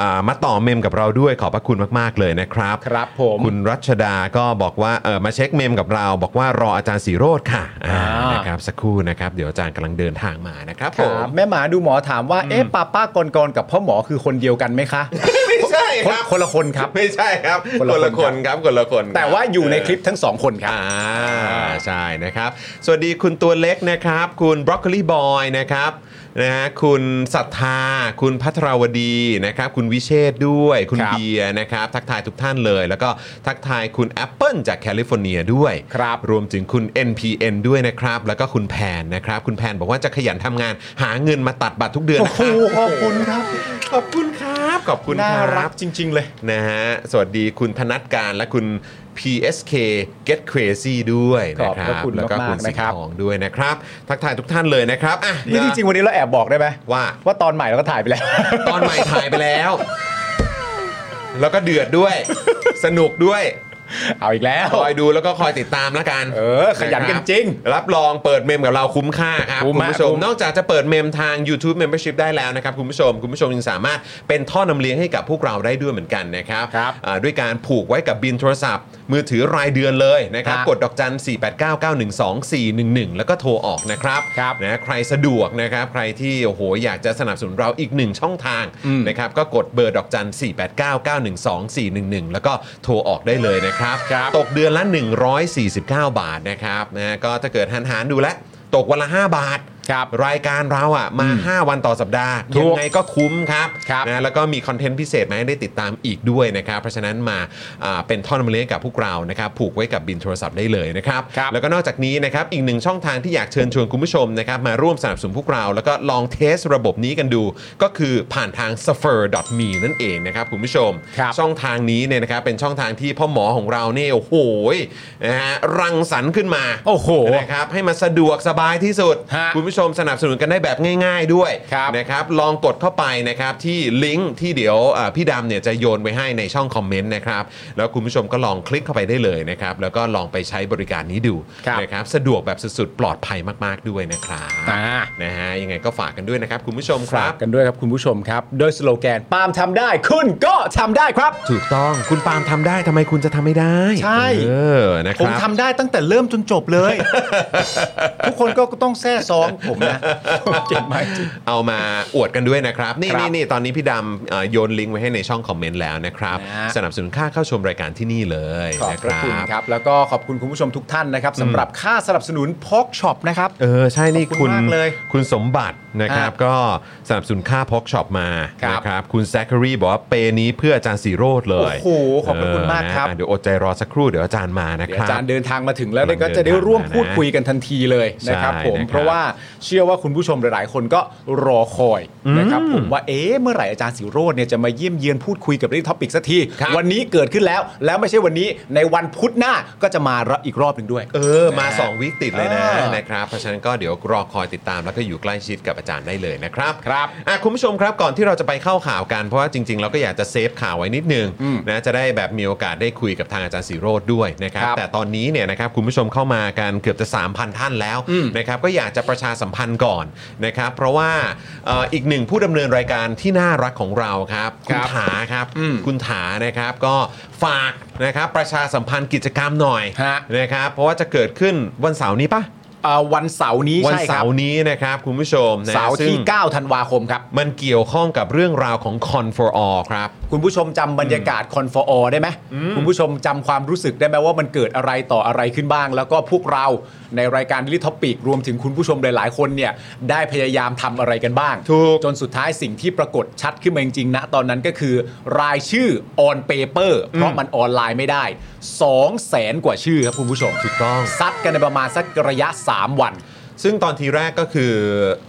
Speaker 2: อ่ามาต่อเมมกับเราด้วยขอบพระคุณมาก ๆ เลยนะครับ
Speaker 4: ครับผม
Speaker 2: คุณรัชดาก็บอกว่าเออมาเช็คเมมกับเรา บอกว่ารออาจารย์สีโรดค่ะอ่า
Speaker 4: อ่าน
Speaker 2: นะครับสักครู่นะครับ เดี๋ยวอาจารย์กำลังเดินทางมานะครับ
Speaker 4: ค
Speaker 2: ผ
Speaker 4: รับ
Speaker 2: ม
Speaker 4: แม่หมาดูหมอถามว่า เอ๊ะป้าป้ากรกรกับพ่อหมอคือคนเดียวกันไหมคะ
Speaker 2: ไม่ใช่
Speaker 4: คนคนละคนครับ
Speaker 2: ไม่ใช่ครับ
Speaker 4: คนละคน
Speaker 2: ครับคนละคนครับ
Speaker 4: แต่ว่าอยู่ในคลิปทั้งสองคนครับ
Speaker 2: อ่าใช่นะครับ สวัสดีคุณตัวเล็กนะครับ คุณบรอกโคลีบอยนะครับนะฮะคุณศรัทธา คุณพัทรวดีนะครับ คุณวิเชษฐ์ด้วย คุณ
Speaker 4: ครับ
Speaker 2: เบียร์นะครับ ทักทายทุกท่านเลย แล้วก็ทักทายคุณแอปเปิลจากแคลิฟอร์เนียด้วย
Speaker 4: ครับ
Speaker 2: รวมถึงคุณ NPN ด้วยนะครับ แล้วก็คุณแพนนะครับ คุณแพนบอกว่าจะขยันทำงานหาเงินมาตัดบัตรทุกเดือน
Speaker 4: โอ้
Speaker 2: นะค
Speaker 4: โห
Speaker 2: รับ
Speaker 4: ขอบคุณครับ
Speaker 2: ขอบคุณครับขอบคุณ
Speaker 4: น่า
Speaker 2: ค
Speaker 4: รั
Speaker 2: รั
Speaker 4: ก
Speaker 2: บ
Speaker 4: จริง ๆ เลย
Speaker 2: นะฮะ สวัสดีคุณธนัทการและคุณ PSK Get Crazy ด้วยนะค
Speaker 4: ขอบ
Speaker 2: รับ
Speaker 4: พระคุณ
Speaker 2: แล้วก็
Speaker 4: มากๆ
Speaker 2: คุณสิง
Speaker 4: นะครับ
Speaker 2: ห์ทองด้วยนะครับ ทักทายทุกท่านเลยนะครับอ่ะ
Speaker 4: นี่จริง ๆ วันนี้เราแอบบอกได้ไหม
Speaker 2: ๆว่า
Speaker 4: ว่าตอนใหม่เราก็ถ่ายไปแล้ว
Speaker 2: ตอนใหม่ถ่ายไปแล้ว แล้วก็เดือดด้วย สนุกด้วย
Speaker 4: เอาอีกแล้ว
Speaker 2: คอยดูแล้วก็คอยติดตามแล้วกัน
Speaker 4: เออขยันกันะ
Speaker 2: คบ
Speaker 4: จริง
Speaker 2: รับรองเปิดเมมกับเราคุ้มค่าครับ
Speaker 4: คุ้ม
Speaker 2: คุณ
Speaker 4: มาก
Speaker 2: ผู้ชม
Speaker 4: คุ้ม
Speaker 2: นอกจากจะเปิดเมมทาง YouTube Membership ได้แล้วนะครับ คุณผู้ชม คุณผู้ชมยังสามารถเป็นท่อนำเลี้ยงให้กับพวกเราได้ด้วยเหมือนกันนะครับ
Speaker 4: ครับ
Speaker 2: อ่าด้วยการผูกไว้กับบินโทรศัพท์ มือถือรายเดือนเลยนะครับ
Speaker 4: ครับ
Speaker 2: กดดอกจัน 489912411 แล้วก็โทรออกนะครับ
Speaker 4: ครับ
Speaker 2: นะใครสะดวกนะครับ ใครที่โอ้โหอยากจะสนับสนุนเราอีกหนึ่งช่องทางนะครับก็กดเบอร์ดอกจัน 489912411 แล้วก็โทรออกได้เลยนะครับ
Speaker 4: ครับ
Speaker 2: ตกเดือนละ 149 บาทนะครับนะก็ถ้าเกิดหันหารดูแล้ว ตกวันละ 5 บาท
Speaker 4: ครับ
Speaker 2: รายการเราอ่ะมา 5 วันต่อสัปดาห์
Speaker 4: ถู
Speaker 2: ยั
Speaker 4: ก
Speaker 2: ไงก็คุ้มครับ
Speaker 4: ครับ
Speaker 2: นะแล้วก็มีคอนเทนต์พิเศษมาให้ได้ติดตามอีกด้วยนะครับ เพราะฉะนั้นมาอ่าเป็นท่อนำเลี้ยงกับพวกเรานะครับ ผูกไว้กับบินโทรศัพท์ได้เลยนะครับ
Speaker 4: ครับ
Speaker 2: แล้วก็นอกจากนี้นะครับ อีกหนึ่งช่องทางที่อยากเชิญชวนคุณผู้ชมนะครับ มาร่วมสนับสนุนพวกเรา แล้วก็ลองเทสระบบนี้กันดู ก็คือผ่านทาง s u f f e r m e นั่นเองนะครับคุณผู้ชม
Speaker 4: ครับ
Speaker 2: ช่องทางนี้เนี่ยนะครับเป็นช่องทางที่พ่อหมอของเราเนี่ยโอ้โหนะฮะรังสรรค์ขึ้นมา
Speaker 4: โอ้โห
Speaker 2: นะครับให้มันสะดวกสบายที่สุด
Speaker 4: ฮะ
Speaker 2: คุณผู้ชมสนับสนุนกันได้แบบง่าย ๆด้วย
Speaker 4: ครับ
Speaker 2: นะครับลองกดเข้าไปนะครับที่ลิงก์ที่เดี๋ยวเอ่อพี่ดำเนี่ยจะโยนไว้ให้ในช่องคอมเมนต์นะครับแล้วคุณผู้ชมก็ลองคลิกเข้าไปได้เลยนะครับแล้วก็ลองไปใช้บริการนี้ดู
Speaker 4: ครับ
Speaker 2: นะครับสะดวกแบบสุดๆ ปลอดภัยมากๆด้วยนะครับ
Speaker 4: อ่า
Speaker 2: นะฮะยังไงก็ฝากกันด้วยนะครับคุณผู้ชมค
Speaker 4: ฝา
Speaker 2: รั
Speaker 4: ก
Speaker 2: บ
Speaker 4: กันด้วยครับคุณผู้ชมครับ โดยสโลแกนปาล์มทำได้ คุณก็ทำได้ครับ
Speaker 2: ถูกต้องคุณปาล์มทำได้ทำไมคุณจะทำไม่ได้
Speaker 4: ใช่
Speaker 2: เออนะค
Speaker 4: ผม
Speaker 2: รับ
Speaker 4: ทำได้ตั้งแต่เริ่มจนจบเลย (laughs) ทุกคนก็ต้องแซ่ซ้องผมนะ (laughs) เก่งมากจริง
Speaker 2: เอามาอวดกันด้วยนะครับ นี่
Speaker 4: ครับ
Speaker 2: นี่นี่ตอนนี้พี่ดำเอ่อโยนลิงก์ไว้ให้ในช่องคอมเมนต์แล้วนะครับ
Speaker 4: นะ
Speaker 2: สนับสนุนค่าเข้าชมรายการที่นี่เลย
Speaker 4: ขอบ
Speaker 2: นะ
Speaker 4: พ
Speaker 2: ค
Speaker 4: ระ
Speaker 2: รั
Speaker 4: คุณ
Speaker 2: บ
Speaker 4: ครับ แล้วก็ขอบคุณคุณผู้ชมทุกท่านนะครับสำหรับค่าสนับสนุนพอกช็อปนะครับ
Speaker 2: เออ ใช่นี่
Speaker 4: ขอบคุ
Speaker 2: คุณ
Speaker 4: ณมากเลย
Speaker 2: คุณสมบัตินะครับ
Speaker 4: อ่ะ
Speaker 2: ก็สนับสนุนค่าพกช็อปมา
Speaker 4: ครับ
Speaker 2: นะครับคุณแซคคารีบอกว่าเปนี้เพื่ออาจารย์สีโรดเลย
Speaker 4: โอ้โหขอบพระคุณ
Speaker 2: เ
Speaker 4: มากครับ
Speaker 2: นะอ่ะเดี๋ยวอดใจรอสักครู่เดี๋ยวอาจารย์มานะ
Speaker 4: เดี๋ย
Speaker 2: คว รับ
Speaker 4: อาจารย์เดินทางมาถึงแล้ว
Speaker 2: กำลัง
Speaker 4: ก็จะได้
Speaker 2: เดินทาง
Speaker 4: ร่วม
Speaker 2: มา
Speaker 4: พูดคุยกันทันทีเลยนะครับ
Speaker 2: ใช่
Speaker 4: ผม
Speaker 2: นะครับ
Speaker 4: เพราะว่าเชื่อว่าคุณผู้ชมหลาย ๆ คนก็รอคอยนะครับผมว่าเอ๊ะเมื่อไหร่อาจารย์สิโรจน์เนี่ยจะมาเยี่ยมเยียนพูดคุยกับเรื่องท็อปิกสักที วันนี้เกิดขึ้นแล้วแล้วไม่ใช่วันนี้ในวันพุธหน้าก็จะมาอีกรอบหนึ่งด้วย
Speaker 2: เออ มา 2 วิกติดเลยนะ
Speaker 4: เออ
Speaker 2: นะครับ เพราะฉะนั้นก็เดี๋ยวรอคอยติดตามแล้วก็อยู่ใกล้ชิดกับอาจารย์ได้เลยนะครับ
Speaker 4: ครับ
Speaker 2: อ่ะคุณผู้ชมครับก่อนที่เราจะไปเข้าข่าวกันเพราะว่าจริง ๆ เราก็อยากจะเซฟข่าวไว้นิดนึง
Speaker 4: อืม
Speaker 2: นะจะได้แบบมีโอกาสได้คุยกับทางอาจารย์สีโรดด้วยนะครับ
Speaker 4: ครับ
Speaker 2: แต่ตอนนี้เนี่ยนะครับคุณผู้ชมเข้ามากันเกือบจะ 3,000 ท่านแล้ว
Speaker 4: อืม
Speaker 2: นะครับก็อยากจะประชาสัมพันธ์ก่อนนะครับ เพราะว่าเอ่ออีกหนึ่งผู้ดำเนินรายการที่น่ารักของเราครับ
Speaker 4: ค
Speaker 2: คุ
Speaker 4: รั
Speaker 2: ณ
Speaker 4: บ
Speaker 2: ถาครับ
Speaker 4: อืม
Speaker 2: คุณถานะครับก็ฝากนะครับประชาสัมพันธ์กิจกรรมหน่อย
Speaker 4: ฮะ
Speaker 2: นะครับเพราะว่าจะเกิดขึ้นวันเสาร์นี้ปะ
Speaker 4: เอ่อวันเสาร์นี้
Speaker 2: วัน
Speaker 4: ใช่ค
Speaker 2: เสา
Speaker 4: รับ
Speaker 2: ร์นี้นะครับคุณผู้ชมนะ
Speaker 4: เสาร์ที่
Speaker 2: ซึ่ง
Speaker 4: 9 ธันวาคมครับ
Speaker 2: มันเกี่ยวข้องกับเรื่องราวของ Con for All ครับ
Speaker 4: คุณผู้ชมจำบรรยากาศคอนฟอร์ได้ไหมคุณผู้ชมจำความรู้สึกได้ไหมว่ามันเกิดอะไรต่ออะไรขึ้นบ้าง แล้วก็พวกเราในรายการดิลิทอปิกรวมถึงคุณผู้ชมหลาย ๆ คนเนี่ยได้พยายามทำอะไรกันบ้าง
Speaker 2: ถูก
Speaker 4: จนสุดท้ายสิ่งที่ปรากฏชัดขึ้นมาจริงๆนะตอนนั้นก็คือ รายชื่อออนเปเปอร์เพราะมันออนไลน์ไม่ได้2 0 0แสนกว่าชื่อครับคุณผู้ชม
Speaker 2: ถูกต้อง
Speaker 4: ซัดกันในประมาณสักระยะ 3 วัน
Speaker 2: ซึ่งตอนทีแรกก็คือ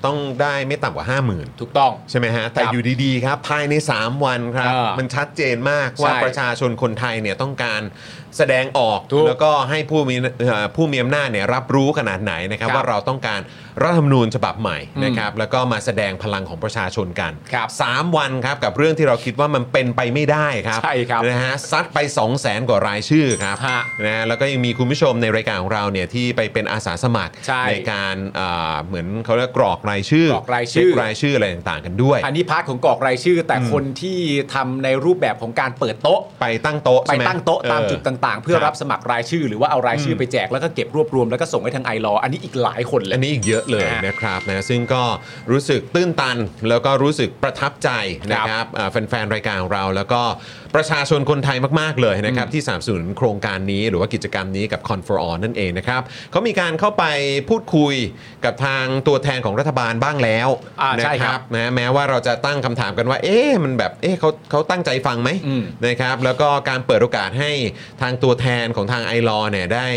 Speaker 2: ต้องได้ไม่ต่ำกว่า 5 0,000
Speaker 4: ถูกต้อง
Speaker 2: ใช่ไหมฮะ แต่
Speaker 4: ครับ
Speaker 2: อยู่ดีๆครับ ภายใน 3 วันครับ
Speaker 4: อ่ามั
Speaker 2: มันชัดเจนมากว่า
Speaker 4: ใช่
Speaker 2: ประชาชนคนไทยเนี่ยต้องการแสดงออก
Speaker 4: ถูก
Speaker 2: แล้วก็ให้ผู้มีเอ่อผู้มีอำนาจเนี่ยรับรู้ขนาดไหนนะครับ
Speaker 4: ครับ
Speaker 2: ว่าเราต้องการรัฐธรรมนูญฉบับใหม่
Speaker 4: อืม
Speaker 2: นะครับ แล้วก็มาแสดงพลังของประชาชนกัน
Speaker 4: ครับ
Speaker 2: 3 วันครับ กับเรื่องที่เราคิดว่ามันเป็นไปไม่ได้ครับ
Speaker 4: ใช่ครับ
Speaker 2: นะฮะซัดไป 2 0 0แสนกว่ารายชื่อครับ
Speaker 4: ฮะ
Speaker 2: นะฮะแล้วก็ยังมีคุณผู้ชมในรายการของเราเนี่ยที่ไปเป็นอาสาสมัคร
Speaker 4: ใช่
Speaker 2: การเอ่อเหมือนเขาเรียกกรอกรายชื่อก
Speaker 4: รอกรายชื่
Speaker 2: เช็ค
Speaker 4: อ
Speaker 2: รายชื่ออะไรต่างๆกันด้วย
Speaker 4: อันนี้พาร์ทของกรอกรายชื่อ แต่คนที่ทำในรูปแบบของการเปิดโต๊ะ
Speaker 2: ไปตั้งโต๊ะ
Speaker 4: ไป
Speaker 2: ใช่หม
Speaker 4: ตั้งโต๊ะตาม
Speaker 2: เออ
Speaker 4: จุดต่างๆ เพื่อ
Speaker 2: ครับ
Speaker 4: รับสมัครรายชื่อ หรือว่าเอารายชื่อไปแจกแล้วก็เก็บรวบรวมแล้วก็ส่งให้ทางไอรออันนี้อีกหลายคนเล
Speaker 2: อั
Speaker 4: ย
Speaker 2: นนี้อีกเยอะเลย
Speaker 4: อ่ะ
Speaker 2: นะครับนะซึ่งก็รู้สึกตื้นตัน แล้วก็รู้สึกประทับใจนะค
Speaker 4: ครั
Speaker 2: รับบ เอ่อแฟนๆ รายการของเรา แล้วก็ประชาชนคนไทยมากๆเลยนะครับ ที่สนับสนุนโครงการนี้หรือว่ากิจกรรมนี้กับ c o n f o r All นั่นเองนะครับเขามีการเข้าไปพูดคุยกับทางตัวแทนของรัฐบาลบ้างแล้ว
Speaker 4: อ่า
Speaker 2: นะ
Speaker 4: ใช่ครับ
Speaker 2: นะแม้ว่าเราจะตั้งคำถามกันว่า เอ๊ะมันแบบเอ๊ะเขาเขาตั้งใจฟังไหม
Speaker 4: อืม
Speaker 2: นะครับแล้วก็การเปิดโอกาสให้ทางตัวแทนของทางไอรอเนี่ยได้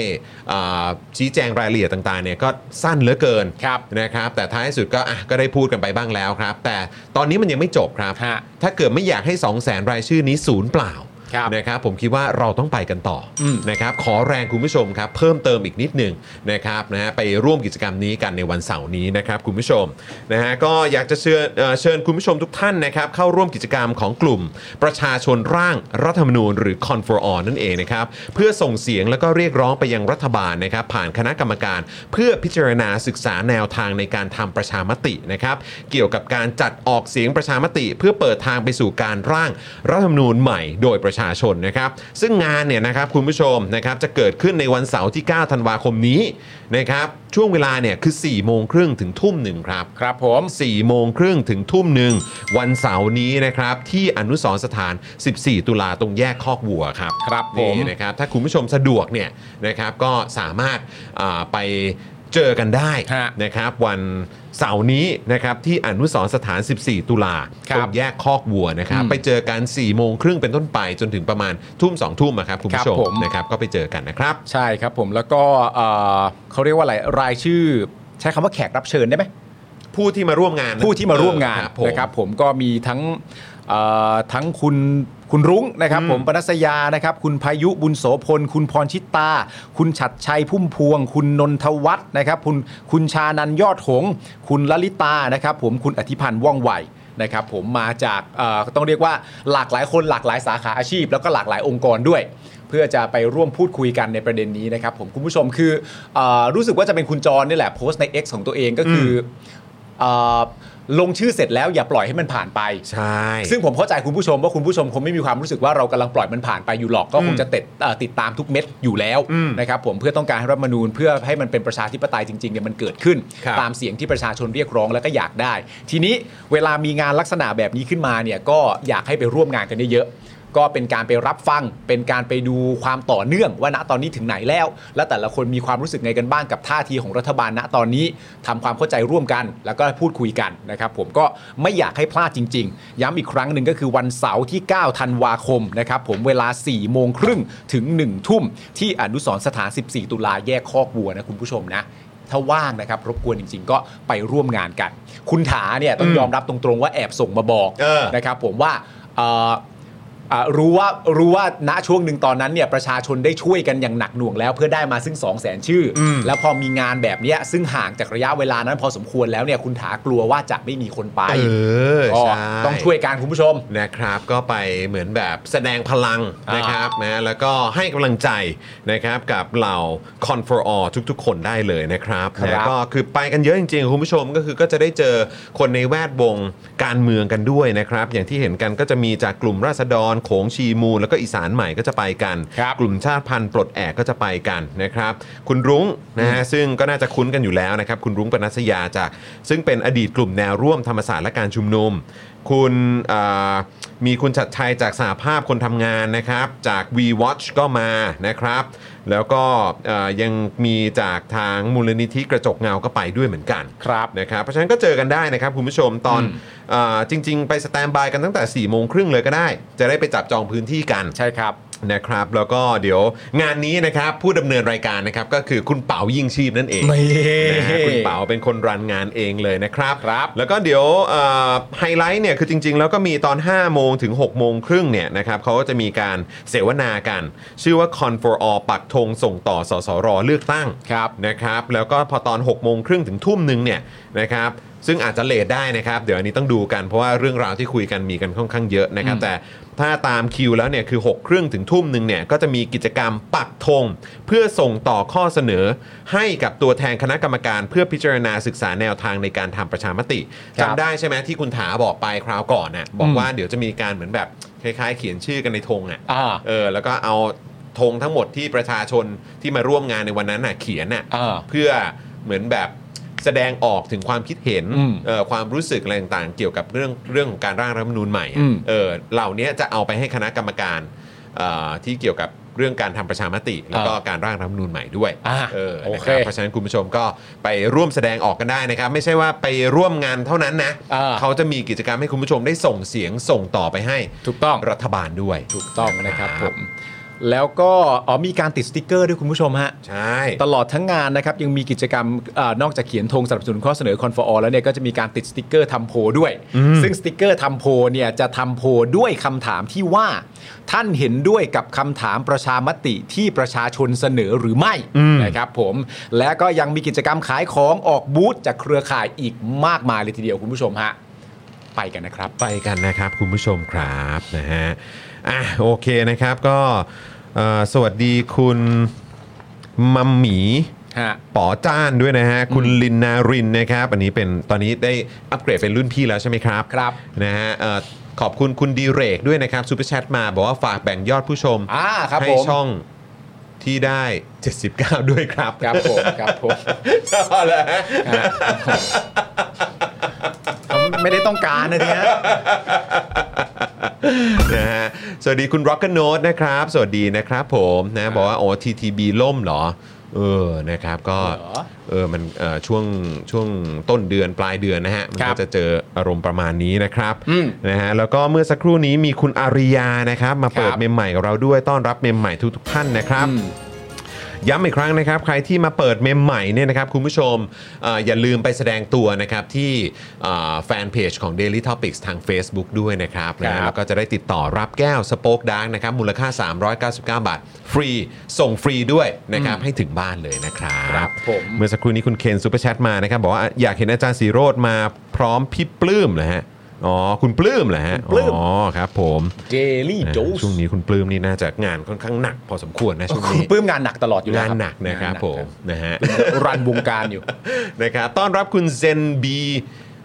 Speaker 2: อ่าชี้แจงรายละเอียดต่างๆเนี่ยก็สั้นเหลือเกิน
Speaker 4: ครับ
Speaker 2: นะครับแต่ท้ายสุดก็อ่ะก็ได้พูดกันไปบ้างแล้วครับ แต่ตอนนี้มันยังไม่จบครับ
Speaker 4: ฮะ
Speaker 2: ถ้าเกิดไม่อยากให้ 2 0 0แสนรายชื่อนี้ศูนย์เปล่า
Speaker 4: ครับ
Speaker 2: นะครับผมคิดว่าเราต้องไปกันต่ออ
Speaker 4: ม
Speaker 2: นะครับขอแรงคุณผู้ชมครับ เพิ่มเติมอีกนิดหนึ่งนะครับนะฮะไปร่วมกิจกรรมนี้กันในวันเสาร์นี้นะครับคุณผู้ชมนะฮะก็อยากจะเชิญเอ่อเชิญคุณผู้ชมทุกท่านนะครับเข้าร่วมกิจกรรมของกลุ่ม ประชาชนร่างรัฐธรรมนูญหรือ Con for All นั่นเองนะครับ เพื่อส่งเสียงแล้วก็เรียกร้องไปยังรัฐบาลนะครับ ผ่านคณะกรรมการ เพื่อพิจารณาศึกษาแนวทางในการทำประชามตินะครับ เกี่ยวกับการจัดออกเสียงประชามติ เพื่อเปิดทางไปสู่การร่างรัฐธรรมนูญใหม่โดยประชาชนนะครับ ซึ่งงานเนี่ยนะครับคุณผู้ชมนะครับจะเกิดขึ้นในวันเสาร์ที่ 9 ธันวาคมนี้นะครับช่วงเวลาเนี่ยคือ 4 โมงครึ่งถึงทุ่มหนึ่งครับ
Speaker 4: ครับผม
Speaker 2: 4โมงครึ่งถึงทุ่มหนึ่งวันเสาร์นี้นะครับ ที่อนุสรณ์สถาน 14 ตุลาตรงแยกคอกวัวครับ
Speaker 4: ครับผม
Speaker 2: นี่นะครับ ถ้าคุณผู้ชมสะดวกเนี่ยนะครับ ก็สามารถอ่าไปเจอกันได้
Speaker 4: ฮะ
Speaker 2: นะครับ วันเสาร์นี้นะครับที่อนุสรณ์สถาน 14 ตุลา
Speaker 4: ครั
Speaker 2: ต
Speaker 4: บ
Speaker 2: รงแยกคอกวัวนะครับ
Speaker 4: อืม
Speaker 2: ไปเจอกัน4โมงครึ่งเป็นต้นไปจนถึงประมาณทุ่ม2ทุ่มอะครับคุณ
Speaker 4: ครั
Speaker 2: ผู้
Speaker 4: บ
Speaker 2: ชม
Speaker 4: ผม
Speaker 2: นะครับก็ไปเจอกันนะครับ
Speaker 4: ใช่ครับผมแล้วก็เอ่อเขาเรียกว่าอะไรรายชื่อ ใช้คำว่าแขกรับเชิญได้ไหม
Speaker 2: ผู้ที่มาร่วมงานนะ
Speaker 4: ผู้ที่มาร่วมงาน
Speaker 2: เออผม
Speaker 4: นะครับผมก็มีทั้งเอ่อทั้งคุณคุณรุ้งนะครับ ผมปนัสยานะครับ คุณพายุบุญโสพล คุณพรชิตา คุณฉัดชัยพุ่มพวง คุณนนทวัฒน์นะครับคุณคุณชานันยอดหงษ์คุณลลิตานะครับ ผมคุณอธิพันธ์ว่องไว นะครับผมมาจากเอ่อต้องเรียกว่าหลากหลายคนหลากหลายสาขาอาชีพ แล้วก็หลากหลายองค์กรด้วย เพื่อจะไปร่วมพูดคุยกันในประเด็นนี้นะครับผมคุณผู้ชมคือเออรู้สึกว่าจะเป็นคุณจรนี่แหละโพสต์ใน X ของตัวเองก็คือเออลงชื่อเสร็จแล้วอย่าปล่อยให้มันผ่านไป
Speaker 2: ใช่
Speaker 4: ซึ่งผมเข้าใจคุณผู้ชมว่าคุณผู้ชมคงไม่มีความรู้สึกว่าเรากำลังปล่อยมันผ่านไปอยู่หรอกก็คงจะติดเอ่อติดตามทุกเม็ดอยู่แล้วนะครับผมเพื่อต้องการให้รัฐธรรมนูญเพื่อให้มันเป็นประชาธิปไตยจริงๆเนี่ยมันเกิดขึ้น ตามเสียงที่ประชาชนเรียกร้องแล้วก็อยากได้ ทีนี้เวลามีงานลักษณะแบบนี้ขึ้นมาเนี่ยก็อยากให้ไปร่วมงานกันเยอะๆ ก็เป็นการไปรับฟัง เป็นการไปดูความต่อเนื่องว่าณตอนนี้ถึงไหนแล้ว และแต่ละคนมีความรู้สึกไงกันบ้างกับท่าทีของรัฐบาลณตอนนี้ทำความเข้าใจร่วมกัน แล้วก็พูดคุยกันนะครับ ผมก็ไม่อยากให้พลาดจริง ๆ ย้ำอีกครั้งหนึ่งก็คือวันเสาร์ที่ 9 ธันวาคมนะครับ ผมเวลา 4 โมงครึ่งถึง 1 ทุ่ม ที่อนุสรณ์สถาน 14 ตุลาแยกคอกวัวนะคุณผู้ชมนะ ถ้าว่างนะครับรบกวนจริง ๆ ก็ไปร่วมงานกัน คุณถาเนี่ยต้องยอมรับตรงๆว่าแอบส่งมาบอก
Speaker 1: เออ
Speaker 4: นะครับผมว่าเอ่อ อ่ะรู้ว่ารู้ว่าณช่วงหนึ่งตอนนั้นเนี่ยประชาชนได้ช่วยกันอย่างหนักหน่วงแล้วเพื่อได้มาซึ่ง 2 0 0 0 0 0 ชื่ออแล้วพอมีงานแบบเนี้ยซึ่งห่างจากระยะเวลานั้นพอสมควรแล้วเนี่ยคุณถากลัวว่าจะไม่มีคนไป
Speaker 2: เออ
Speaker 4: ก็
Speaker 2: ใช่
Speaker 4: ต้องช่วยการคุณผู้ชม
Speaker 2: นะครับก็ไปเหมือนแบบแสดงพลัง
Speaker 4: อ่าน
Speaker 2: นะครับนะแล้วก็ให้กำลังใจนะครับกับเหล่า c o n for all ทุกๆ คนได้เลยนะครับ
Speaker 4: ครับ
Speaker 2: นะก็คือไปกันเยอะจริงๆ คุณผู้ชมก็คือก็จะได้เจอคนในแวดวงการเมืองกันด้วยนะครับ อย่างที่เห็นกันก็จะมีจากกลุ่มราษฎร รโขงชีมูลแล้วก็อีสานใหม่ก็จะไปกัน
Speaker 4: ครับ
Speaker 2: กลุ่มชาติพันธุ์ปลดแอกก็จะไปกันนะครับ คุณรุ้งนะฮะซึ่งก็น่าจะคุ้นกันอยู่แล้วนะครับ คุณรุ้งปนัสยาจาก ซึ่งเป็นอดีตกลุ่มแนวร่วมธรรมศาสตร์และการชุมนุม คุณเอ่อมีคุณชัดชัยจากสาภาพคนทำงานนะครับ จาก V Watch ก็มานะครับ แล้วก็เอ่อยังมีจากทางมูลนิธิกระจกเงาก็ไปด้วยเหมือนกัน
Speaker 4: ครับ
Speaker 2: นะครับเพราะฉะนั้นก็เจอกันได้นะครับคุณผู้ชมตอนเออจริง ๆ ไปสแตนบายกันตั้งแต่4ี่โมงครึ่งเลยก็ได้ จะได้ไปจับจองพื้นที่กัน
Speaker 4: ใช่ครับ
Speaker 2: นะครับ แล้วก็เดี๋ยวงานนี้นะครับผู้ดำเนินรายการนะครับก็คือคุณเป๋ายิ่งชีพนั่นเอง นะฮะคุณเป๋าเป็นคนรันงานเองเลยนะครับ
Speaker 4: ครับ
Speaker 2: แล้วก็เดี๋ยวเอ่อไฮไลท์เนี่ยคือจริง ๆ แล้วก็มีตอน 5 โมงถึง 6 โมงครึ่งเนี่ยนะครับเขาก็จะมีการเสวนากัน ชื่อว่า Con for All ปักธงส่งต่อสสรเลือกตั้ง
Speaker 4: ครับ
Speaker 2: นะครับ แล้วก็พอตอน 6 โมงครึ่งถึงทุ่มหนึงเนี่ยนะครับ ซึ่งอาจจะเลทได้นะครับ เดี๋ยวอันนี้ต้องดูกันเพราะว่าเรื่องราวที่คุยกันมีกันค่อนข้างเยอะนะครับ แต่ถ้าตามคิวแล้วเนี่ยคือ6ครึ่งถึงทุ่มหนึ่งเนี่ยก็จะมีกิจกรรมปักธงเพื่อส่งต่อข้อเสนอ ให้กับตัวแทนคณะกรรมการเพื่อพิจารณาศึกษาแนวทางในการทำประชามติ
Speaker 4: ครั
Speaker 2: จำ
Speaker 4: บ
Speaker 2: ได้ใช่ไหมที่คุณถาบอกไปคราวก่อนน่ะบอกว่าเดี๋ยวจะมีการเหมือนแบบคล้ายๆ เขียนชื่อกันในธงอ่ะ
Speaker 4: อ่า
Speaker 2: เออแล้วก็เอาธงทั้งหมดที่ประชาชนที่มาร่วมงานในวันนั้นน่ะเขียนน่ะ
Speaker 4: อ่า
Speaker 2: เพื่อเหมือนแบบแสดงออกถึงความคิดเห็น
Speaker 4: อืม
Speaker 2: เอ่อความรู้สึกอะไรต่างๆ เกี่ยวกับเรื่องเรื่องของการร่างรัฐธรรมนูญใหม่อะ
Speaker 4: อืม
Speaker 2: เออเหล่านี้จะเอาไปให้คณะกรรมการเอ่อที่เกี่ยวกับเรื่องการทำประชามติ แล้วก็การร่างรัฐธรรมนูญใหม่ด้วย
Speaker 4: อ่า
Speaker 2: เออ
Speaker 4: โอ
Speaker 2: นะ
Speaker 4: เค
Speaker 2: ครับเพราะฉะนั้นคุณผู้ชมก็ไปร่วมแสดงออกกันได้นะครับ ไม่ใช่ว่าไปร่วมงานเท่านั้นนะ
Speaker 4: อ่า
Speaker 2: เขาจะมีกิจกรรมให้คุณผู้ชมได้ส่งเสียงส่งต่อไปให้
Speaker 4: ถูกต้อง
Speaker 2: รัฐบาลด้วย
Speaker 4: ถูกต้องนะครับ
Speaker 2: ค
Speaker 4: ผ
Speaker 2: รับ
Speaker 4: ม แล้วก็อ๋อมีการติดสติกเกอร์ด้วยคุณผู้ชมฮะ
Speaker 2: ใช่
Speaker 4: ตลอดทั้งงานนะครับ ยังมีกิจกรรมเออนอกจากเขียนธงสนับสนุนข้อเสนอคอนฟอร์แล้วเนี่ยก็จะมีการติดสติกเกอร์ทำโพลด้วย ซึ่งสติกเกอร์ทำโพลเนี่ยจะทำโพลด้วยคำถามที่ว่า ท่านเห็นด้วยกับคำถามประชามติที่ประชาชนเสนอหรือไม่นะครับผมและก็ยังมีกิจกรรมขายของออกบูธจากเครือข่ายอีกมากมายเลยทีเดียวคุณผู้ชมฮะไปกันนะครับ
Speaker 2: ไปกันนะครับคุณผู้ชมครับนะฮะอ่ะโอเคนะครับก็เอ่อสวัสดีคุณมัมหมี
Speaker 4: ฮะ
Speaker 2: ป๋อจ้านด้วยนะฮะ คุณลินนารินนะครับอันนี้เป็นตอนนี้ได้อัปเกรดเป็นรุ่นพี่แล้วใช่ไหมครับ
Speaker 4: ครับ
Speaker 2: นะฮะเอ่อขอบคุณคุณดีเรกด้วยนะครับซูเปอร์แชทมาบอกว่าฝากแบ่งยอดผู้ชม
Speaker 4: อ่าครับ
Speaker 2: ให้
Speaker 4: ผม
Speaker 2: ช่องที่ได้ 79 ด้วยครับ (laughs)
Speaker 4: ครับผมครับผม
Speaker 2: ชอบแล้ว
Speaker 4: ไม่ได้ต้องการนะทีนี้
Speaker 2: นะฮะสวัสดีคุณ Rock n o t e นะครับ สวัสดีนะครับผมนะบอกว่าโอ้ TTB ล่มเหรอ เออนะครับก็
Speaker 4: เหรอ
Speaker 2: เออมันเอ่อช่วงช่วงต้นเดือนปลายเดือนนะฮะ มัน
Speaker 4: ครั
Speaker 2: ก็
Speaker 4: บ
Speaker 2: จะเจออารมณ์ประมาณนี้นะครับ
Speaker 4: อืม
Speaker 2: นะฮะแล้วก็เมื่อสักครู่นี้มีคุณอาริยานะครับ มาเปิด
Speaker 4: ครับ
Speaker 2: เมมใหม่กับเราด้วยต้อนรับเมมใหม่ทุกๆท่านนะครับ ย้ำอีกครั้งนะครับ ใครที่มาเปิดเมมใหม่เนี่ยนะครับ คุณผู้ชมเอออย่าลืมไปแสดงตัวนะครับ ที่แฟนเพจของ Daily Topics ทาง Facebook ด้วยนะครับ
Speaker 4: ครับ
Speaker 2: นะฮะแล้วก็จะได้ติดต่อรับแก้วสโป๊กดาร์กนะครับ มูลค่า 399 บาท ฟรี ส่งฟรีด้วยนะครับ ให้ถึงบ้านเลยนะครับ
Speaker 4: ครับผม
Speaker 2: เมื่อสักครู่นี้คุณเคนซูเปอร์แชทมานะครับ บอกว่าอยากเห็นอาจารย์สีโรดมาพร้อมพี่ปลื้มเหรอฮะอ๋อคุณปลื้มเหรอฮะ
Speaker 4: คุณปลื้ม
Speaker 2: อ๋อครับผม
Speaker 4: เดลี่
Speaker 2: นะ
Speaker 4: โจ๊ส
Speaker 2: ช่วงนี้คุณปลื้มนี่น่าจะงานค่อนข้างหนัก พอสมควรนะช่วงนี้
Speaker 4: ปลื้มงานหนักตลอดอยู่แล้ว
Speaker 2: งาน
Speaker 4: ครับ
Speaker 2: หนักนะครับ
Speaker 4: งาห
Speaker 2: ผมนะฮะ
Speaker 4: รันวงการอยู่
Speaker 2: (laughs) นะครับต้อนรับคุณเซนบี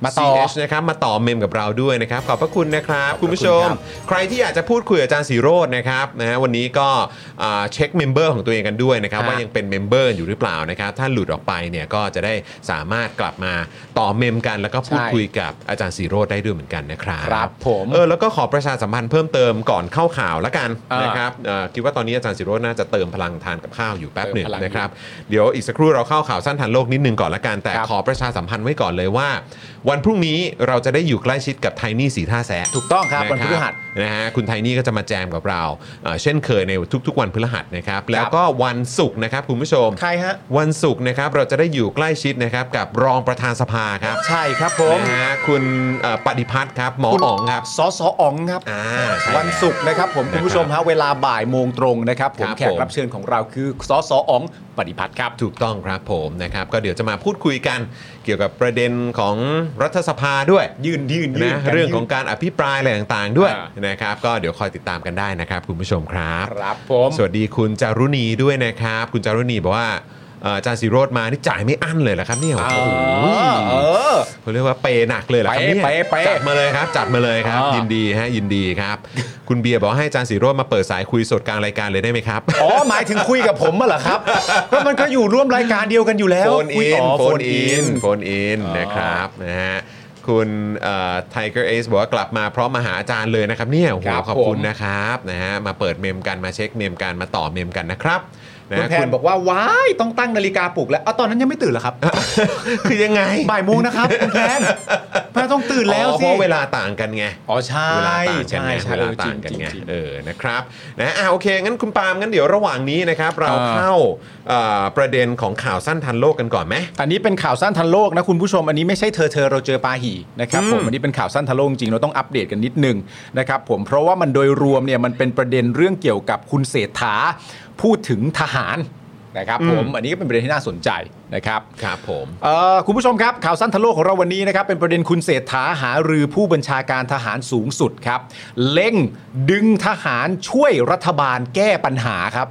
Speaker 4: มาต่อ
Speaker 2: CH นะครับมาต่อเมมกับเราด้วยนะครับ ขอบพระคุณนะครับ คุณผู้ชม ใครที่อยากจะพูดคุยกับอาจารย์สีโรจน์นะครับนะฮะวันนี้ก็อ่าเช็คเมมเบอร์ของตัวเองกันด้วยนะครับ
Speaker 4: ฮะ
Speaker 2: ว่ายังเป็นเมมเบอร์อยู่หรือเปล่านะครับ ถ้าหลุดออกไปเนี่ยก็จะได้สามารถกลับมาต่อเมมกัน แล้วก็พูด
Speaker 4: ใช่
Speaker 2: คุยกับอาจารย์สีโรจน์ได้ด้วยเหมือนกันนะครับ
Speaker 4: ครับผม
Speaker 2: เออแล้วก็ขอประชาสัมพันธ์เพิ่มเติมก่อนเข้าข่าวละกัน
Speaker 4: อ่าน
Speaker 2: นะครับเอ่อคิดว่าตอนนี้อาจารย์สีโรจน์น่าจะเติมพลังทานกับข้าวอยู่แป๊บหนึ่ง
Speaker 4: เติมพลัง
Speaker 2: นะครับ เดี๋ยวอีกสักครู่เราเข้าข่าวสั้นทันโลกนิดนึงก่อนละกัน แต่
Speaker 4: ครับ
Speaker 2: ขอประชาสัมพันธ์ไว้ก่อนเลยว่า วันพรุ่งนี้เราจะได้อยู่ใกล้ชิดกับไทนี่สีท่าแซะ
Speaker 4: ถูกต้องครับ
Speaker 2: ะ
Speaker 4: วันพฤหัส
Speaker 2: นะฮะคุณไทนี่ก็จะมาแจมกับเราเอ่อเช่นเคยในทุก ๆ วันพฤหัสนะครับ แล้วก็วันศุกร์นะครับคุณผู้ชม
Speaker 4: ใครฮะ
Speaker 2: วันศุกร์นะครับเราจะได้อยู่ใกล้ชิดนะครับกับรองประธานสภาครับ
Speaker 4: ใช่ครับผม
Speaker 2: นะฮะคุณเอ่อปฏิพัฒน์ครับหมอ
Speaker 4: คุณ
Speaker 2: อ๋องครับ
Speaker 4: สอสออ๋องครับ
Speaker 2: อ่าใช่
Speaker 4: วันศุกร์นะครับผม
Speaker 2: ะ
Speaker 4: คุณผู้ชม
Speaker 2: ครับ
Speaker 4: ฮะเวลาบ่ายโมงตรงนะครับผม
Speaker 2: ครับ
Speaker 4: แขก
Speaker 2: ผม
Speaker 4: รับเชิญของเราคือสอสออ๋องปฏิพัฒน์ครับ
Speaker 2: ถูกต้องครับผมนะครับ ก็เดี๋ยวจะมาพูดคุยกันเกี่ยวกับประเด็นของรัฐสภาด้วย
Speaker 4: ยืนยืนยืน
Speaker 2: นะ
Speaker 4: กัน
Speaker 2: เรื่อง
Speaker 4: ยืน
Speaker 2: ของการอภิปรายอะไรต่างๆด้วย
Speaker 4: อ่
Speaker 2: นะครับ ก็เดี๋ยวคอยติดตามกันได้นะครับ คุณผู้ชมครับ
Speaker 4: ครับผม
Speaker 2: สวัสดีคุณจารุณีด้วยนะครับ คุณจารุณีบอกว่า เอ่ออาจารย์สีโรดมานี่จ่ายไม่อั้นเลยเหรอครับเนี่ยโอ้โห
Speaker 4: เออ
Speaker 2: เขาเรียกว่าเปย์หนักเลยเหรอครับเนี่ย
Speaker 4: เปย์เปย์เปย์
Speaker 2: จัดมาเลยครับ จัดมาเลยครับ
Speaker 4: อ่า
Speaker 2: ยินดีฮะยินดีครับ คุณเบียร์บอกให้อาจารย์สีโรดมาเปิดสายคุยสดกลางรายการเลยได้ไหมครับ
Speaker 4: อ๋อหมายถึงคุยกับผมมาเหรอครับก็มันก็อยู่ร่วมรายการเดียวกันอยู่แล้ว
Speaker 2: โฟน
Speaker 4: คุ
Speaker 2: อิ
Speaker 4: ย
Speaker 2: น
Speaker 4: ต่
Speaker 2: โฟนอิน
Speaker 4: โฟ
Speaker 2: โฟ
Speaker 4: น
Speaker 2: นอินนะครับนะฮะคุณไทเกอร์เอซบอกว่ากลับมาพร้อมมาหาอาจารย์เลยนะครับเนี่ยโอ้โห
Speaker 4: ครับ
Speaker 2: ขอบคุณ
Speaker 4: ผม
Speaker 2: นะครับนะฮะมาเปิดเมมกันมาเช็คเมมกันมาต่อเมมกันนะครับนะ
Speaker 4: คุณ
Speaker 2: ฮะ
Speaker 4: แพนบอกว่าว้ายต้องตั้งนาฬิกาปลุกแล้วเอาตอนนั้นยังไม่ตื่นเหรอครับ
Speaker 2: คือยังไง
Speaker 4: บ่ายโมงนะครับคุณแพ (laughs) นแพนต้องตื่นแล้ว
Speaker 2: อ๋อเพ
Speaker 4: สิ
Speaker 2: ราะเวลาต่างกันไง
Speaker 4: อ๋อใช่
Speaker 2: เวลาต่างกัน
Speaker 4: ใช่
Speaker 2: ไง
Speaker 4: ใช่
Speaker 2: เวลา
Speaker 4: เออจริ
Speaker 2: ต่างกันไง
Speaker 4: จริจริ
Speaker 2: เออนะครับนะอ่ะโอเค งั้นคุณปาล์มงั้นเดี๋ยวระหว่างนี้นะครับเรา
Speaker 4: เออ
Speaker 2: เข้าเอ่อประเด็นของข่าวสั้นทันโลกกันก่อนไหม
Speaker 4: อันนี้เป็นข่าวสั้นทันโลกนะคุณผู้ชมอันนี้ไม่ใช่เธอเธอเราเจอปาหีนะครับผมอันนี้เป็นข่าวสั้นทันโลกจริงเราต้องอัปเดตกันนิดนึงนะครับผมเพราะว่ามันโดยรวมเนี่ยมันเป็นประเด็นเรื่องเกี่ยวกับคุณเศรษฐาพูดถึงทหารนะครับผมอันนี้ก็เป็นประเด็นที่น่าสนใจนะครับ
Speaker 2: ครับผม
Speaker 4: เอ่อคุณผู้ชมครับ ข่าวสั้นทะโลกของเราวันนี้นะครับ เป็นประเด็นคุณเศรษฐาหารือผู้บัญชาการทหารสูงสุดครับ เล่งดึงทหารช่วยรัฐบาลแก้ปัญหาครับ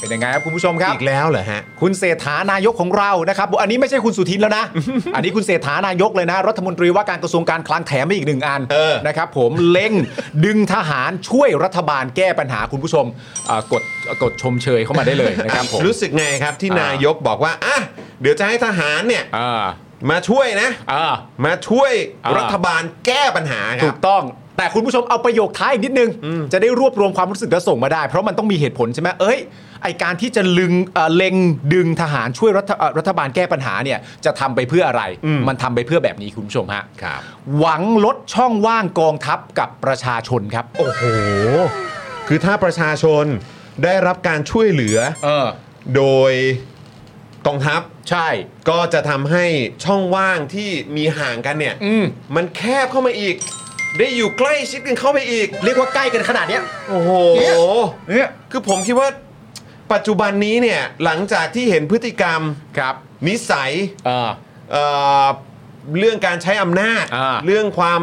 Speaker 4: เป็นยังไงครับคุณผู้ชมครับ
Speaker 2: อีกแล้วเหรอฮะ
Speaker 4: คุณเศรษฐานายกของเรานะครับอันนี้ไม่ใช่คุณสุทินแล้ว
Speaker 2: (laughs)
Speaker 4: นะ อันนี้คุณเศรษฐานายกเลยนะ รัฐมนตรีว่าการกระทรวงการคลังแถมมาอีกหนึ่งอัน
Speaker 2: เออ
Speaker 4: นะครับผมเล็งดึงทหารช่วยรัฐบาลแก้ปัญหาคุณผู้ชมเอ่อกดกดชมเชยเข้ามาได้เลยนะครับผม
Speaker 2: รู้สึกไงครับที่
Speaker 4: อ่าน
Speaker 2: นายกบอกว่าอ่ะเดี๋ยวจะให้ทหารเนี่ย
Speaker 4: อ่า
Speaker 2: มาช่วยนะ
Speaker 4: อ่า
Speaker 2: มาช่วย
Speaker 4: อ่ารั
Speaker 2: รัฐบาลแก้ปัญหาค
Speaker 4: ถู
Speaker 2: รับ
Speaker 4: กต้องแต่คุณผู้ชมเอาประโยคท้ายอีกนิดนึง จะได้รวบรวมความรู้สึกและส่งมาได้ เพราะมันต้องมีเหตุผลใช่ไหมเอ้ยไอการที่จะลึงเอ่อเล็งดึงทหารช่วยรัฐเอ่อรัฐบาลแก้ปัญหาเนี่ยจะทำไปเพื่ออะไร มันทำไปเพื่อแบบนี้คุณผู้ชมฮะ
Speaker 2: ครับ
Speaker 4: หวังลดช่องว่างกองทัพกับประชาชนครับ
Speaker 2: โอ้โห คือถ้าประชาชนได้รับการช่วยเหลือ
Speaker 4: เออ
Speaker 2: โดยกองทัพ
Speaker 4: ใช่
Speaker 2: ก็จะทำให้ช่องว่างที่มีห่างกันเนี่ย
Speaker 4: อืม
Speaker 2: มันแคบเข้ามาอีก ได้อยู่ใกล้ชิดกันเข้าไปอีก
Speaker 4: เรียกว่าใกล้กันขนาดเนี้ย
Speaker 2: โอ้โห
Speaker 4: เนี่ย
Speaker 2: คือผมคิดว่าปัจจุบันนี้เนี่ยหลังจากที่เห็นพฤติกรรม
Speaker 4: ครับ
Speaker 2: นิสัย
Speaker 4: เออ
Speaker 2: เอ่อเรื่องการใช้อำนาจ
Speaker 4: อ่า
Speaker 2: เรื่องความ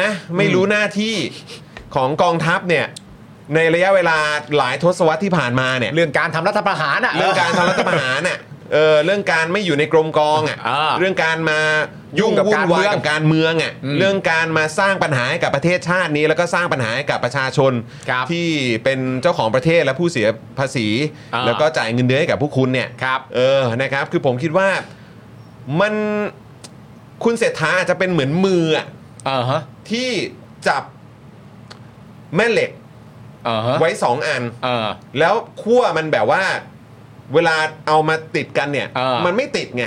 Speaker 2: นะไม่รู้หน้าที่ของกองทัพเนี่ยในระยะเวลาหลายทศวรรษที่ผ่านมาเนี่ย
Speaker 4: เรื่องการทำรัฐประหารอ่ะ
Speaker 2: เรื่องการทำรัฐประหารน่ะเออเรื่องการไม่อยู่ในกรมกองอ่ะ
Speaker 4: อ่า
Speaker 2: เรื่องการมา
Speaker 4: ยุ่
Speaker 2: ยุ่
Speaker 4: ง
Speaker 2: ง
Speaker 4: กั
Speaker 2: กั
Speaker 4: บบ กา
Speaker 2: การร
Speaker 4: เมื
Speaker 2: เมื
Speaker 4: อ
Speaker 2: อง งกับการเมืองอ่ะ
Speaker 4: อืม
Speaker 2: เรื่องการมาสร้างปัญหาให้กับประเทศชาตินี้ แล้วก็สร้างปัญหาให้กับประชาชน
Speaker 4: ครับ
Speaker 2: ที่เป็นเจ้าของประเทศและผู้เสียภาษี
Speaker 4: อ่า
Speaker 2: แล้วก็จ่ายเงินเดือนให้กับพวกคุณเนี่ย
Speaker 4: ครับ
Speaker 2: เออ นะครับ คือผมคิดว่ามันคุณเศรษฐาอาจจะเป็นเหมือนมืออะ
Speaker 4: เออฮะ
Speaker 2: ที่จับแม่เหล็ก
Speaker 4: เออฮะ
Speaker 2: ไว้สองอัน
Speaker 4: เออ
Speaker 2: แล้วขั้วมันแบบว่า เวลาเอามาติดกันเนี่ย
Speaker 4: อ่ามั
Speaker 2: มันไม่ติดไง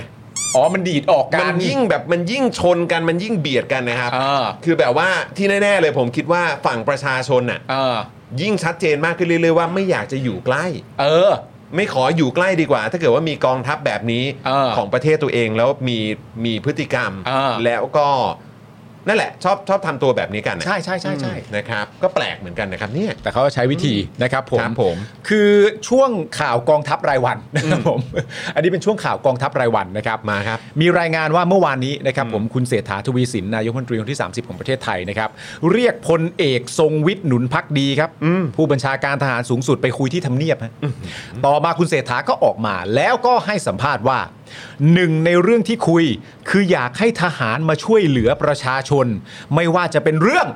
Speaker 4: อ๋อมันดีดออกกั
Speaker 2: มัน
Speaker 4: น
Speaker 2: ยิ่งแบบมันยิ่งชนกันมันยิ่งเบียดกันนะครับ
Speaker 4: เออ
Speaker 2: คือแบบว่าที่แน่ๆเลยผมคิดว่าฝั่งประชาชนน่ะ
Speaker 4: เออ
Speaker 2: ยิ่งชัดเจนมากขึ้นเรื่อยๆว่าไม่อยากจะอยู่ใกล้
Speaker 4: เออ
Speaker 2: ไม่ขออยู่ใกล้ดีกว่า ถ้าเกิดว่ามีกองทัพแบบนี้
Speaker 4: เออ
Speaker 2: ของประเทศตัวเองแล้วมีมีพฤติกรรม
Speaker 4: เออ
Speaker 2: แล้วก็นั่นแหละ ชอบชอบทำตัวแบบนี้กันน่ะ
Speaker 4: ใช่ใช่ใช่ใช่
Speaker 2: นะครับ ก็แปลกเหมือนกันนะครับเนี่ย
Speaker 4: แต่เขาก็ใช้วิธีนะครับผม
Speaker 2: ครับผม
Speaker 4: คือช่วงข่าวกองทัพรายวันนะครับผม อันนี้เป็นช่วงข่าวกองทัพรายวันนะครับ
Speaker 2: มาครับ
Speaker 4: มีรายงานว่าเมื่อวานนี้นะครับผมคุณเศรษฐาทวีสินนายกรัฐมนตรีคนที่ 30 ของประเทศไทยนะครับ เรียกพลเอกทรงวิทย์หนุนพักดีครับ ผู้บัญชาการทหารสูงสุดไปคุยที่ทำเนียบฮะต่อมาคุณเศรษฐาก็ออกมา แล้วก็ให้สัมภาษณ์ว่าหนึ่งในเรื่องที่คุย คืออยากให้ทหารมาช่วยเหลือประชาชน ไม่ว่าจะเป็นเรื่อง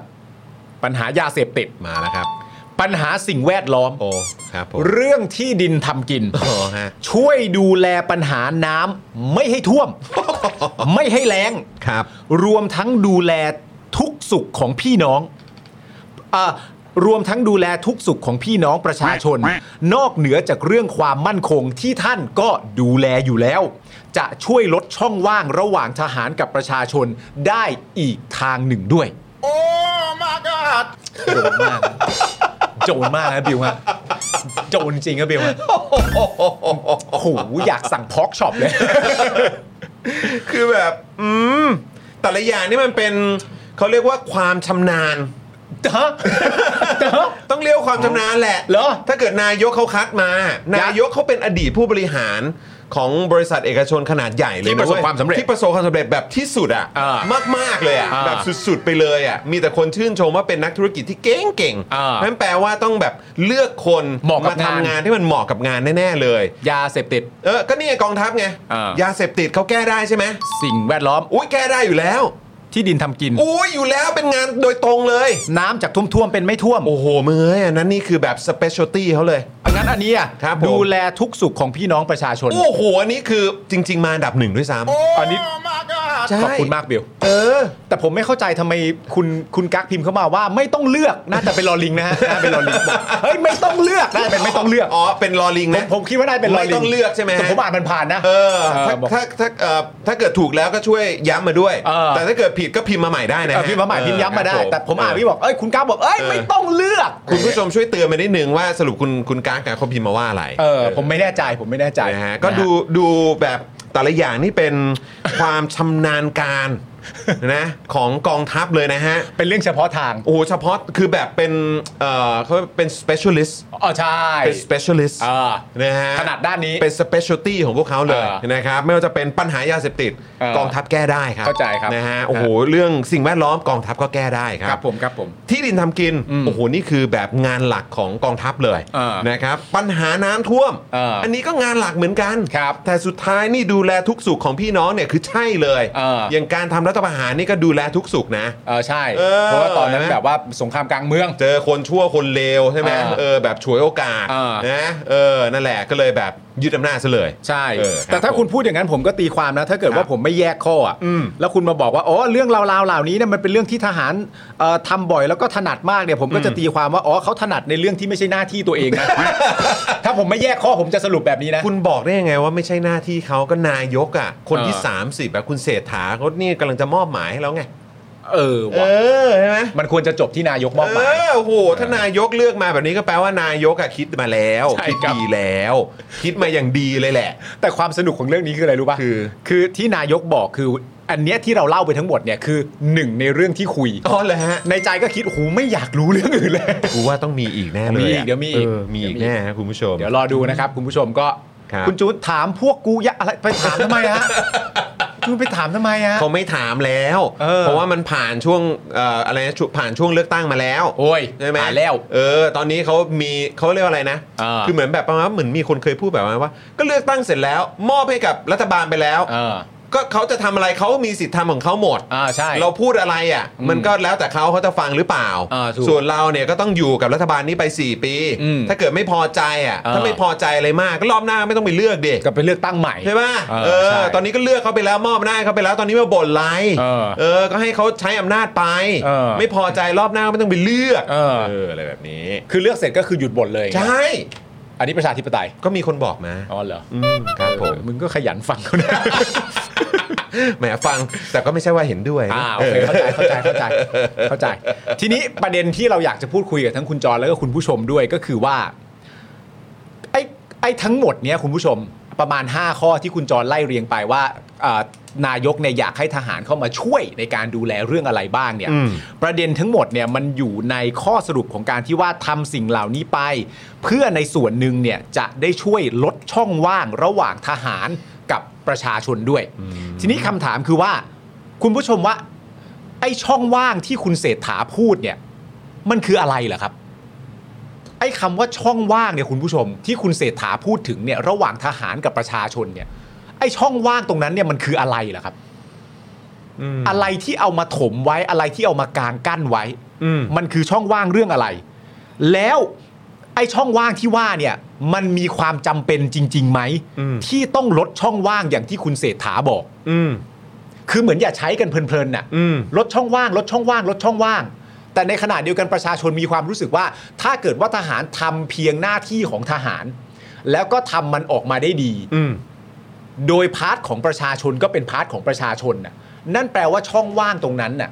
Speaker 4: ปัญหายาเสพติด
Speaker 2: มาแล้วครับ
Speaker 4: ปัญหาสิ่งแวดล้อม
Speaker 2: โอ้ครับผม
Speaker 4: เรื่องที่ดินทำกิน
Speaker 2: โอ้ฮะ
Speaker 4: ช่วยดูแลปัญหาน้ำไม่ให้ท่วม ไม่ให้แล้ง
Speaker 2: ครับ
Speaker 4: รวมทั้งดูแลทุกสุขของพี่น้องเออรวมทั้งดูแลทุกสุขของพี่น้องประชาชน นอกเหนือจากเรื่องความมั่นคงที่ท่านก็ดูแลอยู่แล้ว จะช่วยลดช่องว่างระหว่างทหารกับประชาชนได้อีกทางหนึ่งด้วย
Speaker 2: โอ้ มากัด
Speaker 4: โจรมากนะโจรมากนะบิวฮะโจรจริงครับบิวฮะโอ้โหอยากสั่งพอกช็อปเลย
Speaker 2: คือแบบ อืม แต่ละอย่างนี่มันเป็นเขาเรียกว่าความชำนา
Speaker 4: (laughs)
Speaker 2: ญ
Speaker 4: ฮะฮะ
Speaker 2: ต้องเรียกว่าความชำนาญแหละ
Speaker 4: เหรอ
Speaker 2: ถ้าเกิดนายกเขาคัดมา นายกเขาเป็นอดีตผู้บริหาร ของบริษัทเอกชนขนาดใหญ่เลย
Speaker 4: ที่ประสบ
Speaker 2: นเย
Speaker 4: ความสำเร็จ
Speaker 2: ที่ประสบความสำเร็จแบบที่สุดอ่ะ
Speaker 4: อ่
Speaker 2: มากๆเลยอ่ะ
Speaker 4: อ่า
Speaker 2: แบบสุดๆไปเลยอ่ะมีแต่คนชื่นชมว่าเป็นนักธุรกิจที่เก่งเก่งๆ
Speaker 4: อ่า
Speaker 2: นั่นแปลว่าต้องแบบเลือกคน
Speaker 4: เหมาะกับ
Speaker 2: ทำ
Speaker 4: งาน
Speaker 2: งานที่มันเหมาะกับงานแน่ๆเลย
Speaker 4: ยาเสพติด
Speaker 2: เออ ก็นี่ไงกองทัพไง
Speaker 4: อ่าย
Speaker 2: ยาเสพติดเขาแก้ได้ใช่ไหม
Speaker 4: สิ่งแวดล้อม
Speaker 2: อุ้ยแก้ได้อยู่แล้ว
Speaker 4: ที่ดินทำกิน
Speaker 2: อุ้ยอยู่แล้วเป็นงานโดยตรงเลย
Speaker 4: น้ำจากท่วมๆเป็นไม่ท่วม
Speaker 2: โอ้โหมึงเอ้ยอันนั้นนี่คือแบบสเปเชียลตี้เขาเลย
Speaker 4: งั้นอันนี้อะ
Speaker 2: ครับผม
Speaker 4: ดูแลทุกสุขของพี่น้องประชาชน
Speaker 2: โอ้โห อันนี้คือจริง ๆ มาอันดับหนึ่งด้วยซ้ำ
Speaker 4: อันนี้
Speaker 2: ใช่
Speaker 4: ขอบคุณมากเบล
Speaker 2: เออ
Speaker 4: แต่ผมไม่เข้าใจทำไมคุณคุณกั๊กพิมพ์เข้ามาว่าไม่ต้องเลือกน่าจะเป็นลอลิงนะฮะน่าเป็นลอลิ
Speaker 2: (laughs)
Speaker 4: งบอกเฮ้ยไม่ต้องเลือกน่าจะเป็นไม่ต้องเลือก
Speaker 2: อ๋อ เป็นลอลิง
Speaker 4: ผม
Speaker 2: นะ
Speaker 4: ผมคิดว่าน่าจะเป็นลอลิง
Speaker 2: ไม่ต้องเลือกใช่ไหม
Speaker 4: แต่ผมอ่านมันผ่านนะ
Speaker 2: เออ
Speaker 4: เอ
Speaker 2: ถ้า
Speaker 4: อบอก
Speaker 2: ถ้าถ้าเอ่อถ้าเกิดถูกแล้วก็ช่วยย้ำมาด้วย
Speaker 4: เออ
Speaker 2: แต่ถ้าเกิดผิดก็พิมพ์มาใหม่ได้นะ
Speaker 4: เอ
Speaker 2: ฮะ
Speaker 4: อพิมพ์มาใหม่พิมพ์ย้ำมาได้
Speaker 2: ครับ
Speaker 4: แต่ผมอ่านพี่บอกเอ้ยคุณกั๊กบอกเอ้ย
Speaker 2: เออ
Speaker 4: ไม่ต้องเลือก
Speaker 2: คุณผู้ชมช่วยเตือนมานิดนึงว่าสรุปคุณคุณการ์ดกับเขาพิมพ์มาว่าอะไร
Speaker 4: เออผมไม่แน่ใจผมไม่แน่ใจ
Speaker 2: นะฮะก็ดูดูแบบแต่ละอย่างนี่เป็น ความชำนาญการนะของกองทัพเลยนะฮะ
Speaker 4: เป็นเรื่องเฉพาะทาง
Speaker 2: โอ้โหเฉพาะคือแบบเป็นเอ่อเขาเป็น specialist
Speaker 4: อ๋อใช่
Speaker 2: เป็น specialist
Speaker 4: เออ
Speaker 2: นะฮะ
Speaker 4: ถนัดด้านนี้
Speaker 2: เป็น specialty ของพวกเขาเลย
Speaker 4: เออ
Speaker 2: นะครับ ไม่ว่าจะเป็นปัญหายาเสพติด
Speaker 4: เออก
Speaker 2: องทัพแก้ได้ครับ
Speaker 4: เข้าใจครับ
Speaker 2: นะฮะ
Speaker 4: ครับ
Speaker 2: โอ้โหเรื่องสิ่งแวดล้อมกองทัพก็แก้ได้ครับ
Speaker 4: ครับผมครับผม
Speaker 2: ที่ดินทำกิน
Speaker 4: อืม
Speaker 2: โอ้โห นี่คือแบบงานหลักของกองทัพเลย
Speaker 4: เออ
Speaker 2: นะครับปัญหาน้ำท่วม
Speaker 4: เอออั
Speaker 2: นนี้ก็งานหลักเหมือนกัน
Speaker 4: ครับ
Speaker 2: แต่สุดท้ายนี่ดูแลทุกสุขของพี่น้องเนี่ยคือใช่เลย
Speaker 4: เอออ
Speaker 2: ย่างการทำรัฐประหารนี่ก็ดูแลทุกสุขนะ
Speaker 4: เออใช่
Speaker 2: เออ
Speaker 4: เพราะว่าตอนนั้นแบบว่าสงครามกลางเมือง
Speaker 2: เจอคนชั่วคนเลวใช่ไหม
Speaker 4: อ่า
Speaker 2: เออแบบฉวยโอกาส
Speaker 4: อ่าน
Speaker 2: นะเออนั่นแหละก็เลยแบบยึดอำนาจซะเลย
Speaker 4: ใช่
Speaker 2: เออครับ
Speaker 4: แต่ถ้าคุณพูดอย่างนั้นผมก็ตีความนะ ถ้าเกิดว่าผมไม่แยกข้ออ่ะแล้วคุณมาบอกว่า อ๋อ เรื่องราวๆเหล่านี้เนี่ยมันเป็นเรื่องที่ทหารเอ่อทำบ่อยแล้วก็ถนัดมากเนี่ย ผมก็จะตีความว่า อ๋อเขาถนัดในเรื่องที่ไม่ใช่หน้าที่ตัวเอง (laughs) นะ ถ้าผมไม่แยกข้อผมจะสรุปแบบนี้นะ
Speaker 2: คุณบอกได้ยังไงว่าไม่ใช่หน้าที่เขาก็นายกอ่ะคนที่
Speaker 4: เออ
Speaker 2: 30แบบคุณเศรษฐาเขาเนี่ยกำลังจะมอบหมายให้แล้วไง
Speaker 4: เออ
Speaker 2: เอ
Speaker 4: ว่ะ
Speaker 2: อใช่ไหม
Speaker 4: มันควรจะจบที่นายกมอบห
Speaker 2: เอ
Speaker 4: มาย
Speaker 2: อโอ้โหถ้านายกเลือกมาแบบนี้ก็แปลว่านายกอ่ะคิดมาแล้ว
Speaker 4: ใช่
Speaker 2: คิด
Speaker 4: ครับ
Speaker 2: ดีแล้ว คิดมาอย่างดีเลยแหละ
Speaker 4: แต่ความสนุกของเรื่องนี้คืออะไรรู้ป่ะ
Speaker 2: คือ
Speaker 4: คือที่นายกบอกคือ อันเนี้ยที่เราเล่าไปทั้งหมดเนี่ยคือหนึ่งในเรื่องที่คุย
Speaker 2: อ๋อเหรอฮะ
Speaker 4: ในใจก็คิดโอ้โหไม่อยากรู้เรื่องอื่นเลย
Speaker 2: กูว่าต้องมีอีกแน่เลย
Speaker 4: มีอีก
Speaker 2: ะ
Speaker 4: เดี๋ยวมีอีก
Speaker 2: เมีอีกแน่ฮะคุณผู้ชม
Speaker 4: เดี๋ยวรอดูนะครับ คุณผู้ชมก็
Speaker 2: ครับ
Speaker 4: คุณจูนถามพวกกูยะอะไรไปถามทำไม (laughs) ฮะ จูนไปถามทำไมฮะ
Speaker 2: เขาไม่ถามแล้ว
Speaker 4: เออ
Speaker 2: เพราะว่ามันผ่านช่วงเอ่ออะไรนะช่วงผ่านช่วงเลือกตั้งมาแล้ว
Speaker 4: โอ้ย
Speaker 2: ใช่ไหม
Speaker 4: หาแล้ว
Speaker 2: เออ ตอนนี้เขามีเขาเรียกว่าอะไรนะ
Speaker 4: อ่า
Speaker 2: คือเหมือนแบบประมาณว่าเหมือนมีคนเคยพูดแบบว่า ก็เลือกตั้งเสร็จแล้ว มอบให้กับรัฐบาลไปแล้ว
Speaker 4: เออ
Speaker 2: ก็เขาจะทำอะไรเขามีสิทธิ์ทำของเขาหมด
Speaker 4: อ่าใช่
Speaker 2: เราพูดอะไรอ่ะ
Speaker 4: อืม
Speaker 2: มันก็แล้วแต่เขาเขาจะฟังหรือเปล่า
Speaker 4: อ่าถูก
Speaker 2: ส่วนเราเนี่ยก็ต้องอยู่กับรัฐบาลนี้ไป 4 ปี
Speaker 4: อืม
Speaker 2: ถ้าเกิดไม่พอใจอ่ะ
Speaker 4: อ่า
Speaker 2: ถ้าไม่พอใจอะไรมากก็รอบหน้าไม่ต้องไปเลือกดิ
Speaker 4: ก็ไปเลือกตั้งใหม่
Speaker 2: ใช่ป่ะ
Speaker 4: เอ
Speaker 2: เอ
Speaker 4: อ
Speaker 2: อ
Speaker 4: ใช่
Speaker 2: ตอนนี้ก็เลือกเขาไปแล้วมอบหน้าให้เขาไปแล้ว ตอนนี้มาบ่นไร
Speaker 4: เออ
Speaker 2: ก็ให้เขาใช้อำนาจไป
Speaker 4: เออ
Speaker 2: ไม่พอใจรอบหน้าก็ไม่ต้องไปเลือก
Speaker 4: เออ
Speaker 2: อะไรแบบนี้
Speaker 4: คือเลือกเสร็จก็คือหยุดบ่นเลย
Speaker 2: ใช่
Speaker 4: อันนี้ประชาธิปไตย
Speaker 2: ก็มีคนบอกมา
Speaker 4: อ๋อเหรอ
Speaker 2: อืมครับผม
Speaker 4: เออมึงก็ขยันฟังเขานะ
Speaker 2: (laughs) แหมฟัง แต่ก็ไม่ใช่ว่าเห็นด้วยนะ
Speaker 4: อ่าโอเคเข้าใจเข้าใจเข้าใจเข้ (laughs) าใจ ทีนี้ประเด็นที่เราอยากจะพูดคุยกับทั้งคุณจรแล้วก็คุณผู้ชมด้วยก็คือว่าไอ้ไอ้ทั้งหมดเนี้ยคุณผู้ชมประมาณ 5 ข้อที่คุณจรไล่เรียงไปว่าอ่านายกเนี่ยอยากให้ทหารเข้ามาช่วยในการดูแลเรื่องอะไรบ้างเนี่ยประเด็นทั้งหมดเนี่ยมันอยู่ในข้อสรุปของการที่ว่าทำสิ่งเหล่านี้ไป เพื่อในส่วนหนึ่งเนี่ยจะได้ช่วยลดช่องว่างระหว่างทหารกับประชาชนด้วย ทีนี้คำถามคือว่า คุณผู้ชมว่า ไอ้ช่องว่างที่คุณเศรษฐาพูดเนี่ย มันคืออะไรเหรอครับ ไอ้คำว่าช่องว่างเนี่ยคุณผู้ชม ที่คุณเศรษฐาพูดถึงเนี่ย ระหว่างทหารกับประชาชนเนี่ย ไอ้ช่องว่างตรงนั้นเนี่ยมันคืออะไรเหรอครับ อะไรที่เอามาถมไว้อะไรที่เอามากางกั้นไว้
Speaker 2: อืม
Speaker 4: มันคือช่องว่างเรื่องอะไร แล้วไอ้ช่องว่างที่ว่าเนี่ย มันมีความจำเป็นจริงๆไหมที่ต้องลดช่องว่างอย่างที่คุณเศรษฐาบอก
Speaker 2: อืม
Speaker 4: คือเหมือนอย่าใช้กันเพลินๆน่ะ
Speaker 2: อืม
Speaker 4: ลดช่องว่างลดช่องว่างลดช่องว่าง แต่ในขณะเดียวกันประชาชนมีความรู้สึกว่า ถ้าเกิดว่าทหารทำเพียงหน้าที่ของทหาร แล้วก็ทำมันออกมาได้ดี
Speaker 2: อืม
Speaker 4: โดยพาร์ทของประชาชนก็เป็นพาร์ทของประชาชนน่ะนั่นแปลว่าช่องว่างตรงนั้นน่ะ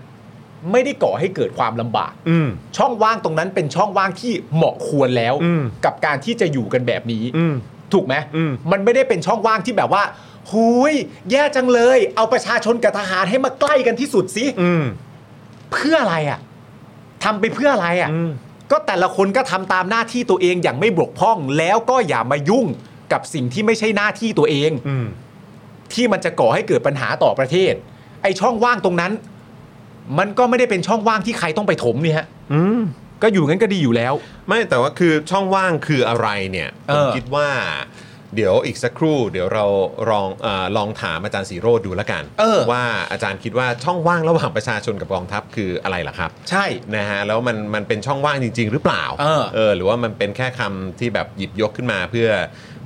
Speaker 4: ไม่ได้ก่อให้เกิดความลำบาก
Speaker 2: อืม
Speaker 4: ช่องว่างตรงนั้นเป็นช่องว่างที่เหมาะควรแล้ว
Speaker 2: อืม
Speaker 4: กับการที่จะอยู่กันแบบนี้
Speaker 2: อืม
Speaker 4: ถูกไหม
Speaker 2: อืม
Speaker 4: มันไม่ได้เป็นช่องว่างที่แบบว่าหุยแย่จังเลย เอาประชาชนกับทหารให้มาใกล้กันที่สุดสิ
Speaker 2: อืม
Speaker 4: เพื่ออะไรอะ่ะทำไปเพื่ออะไรอะ่ะ ก็แต่ละคนก็ทำตามหน้าที่ตัวเองอย่างไม่บกพร่อง แล้วก็อย่ามายุ่ง กับสิ่งที่ไม่ใช่หน้าที่ตัวเอง
Speaker 2: อืม
Speaker 4: ที่มันจะก่อให้เกิดปัญหาต่อประเทศ ไอ้ช่องว่างตรงนั้น มันก็ไม่ได้เป็นช่องว่างที่ใครต้องไปถมนี่ฮะก็อยู่งั้นก็ดีอยู่แล้ว
Speaker 2: ไม่แต่ว่าคือช่องว่างคืออะไรเนี่ยผ
Speaker 4: เอ
Speaker 2: ม
Speaker 4: อ
Speaker 2: คิดว่า เดี๋ยวอีกสักครู่ เดี๋ยวเราลองเออลองถามอาจารย์สีโรดดูแล้วกัน
Speaker 4: เออ
Speaker 2: ว่าอาจารย์คิดว่าช่องว่างระหว่างประชาชนกับกองทัพคืออะไรล่ะครับ
Speaker 4: ใช่
Speaker 2: นะฮะแล้วมันมันเป็นช่องว่างจริง ๆ หรือเปล่า
Speaker 4: เออ
Speaker 2: หรือว่ามันเป็นแค่คำที่แบบหยิบยกขึ้นมา เพื่อ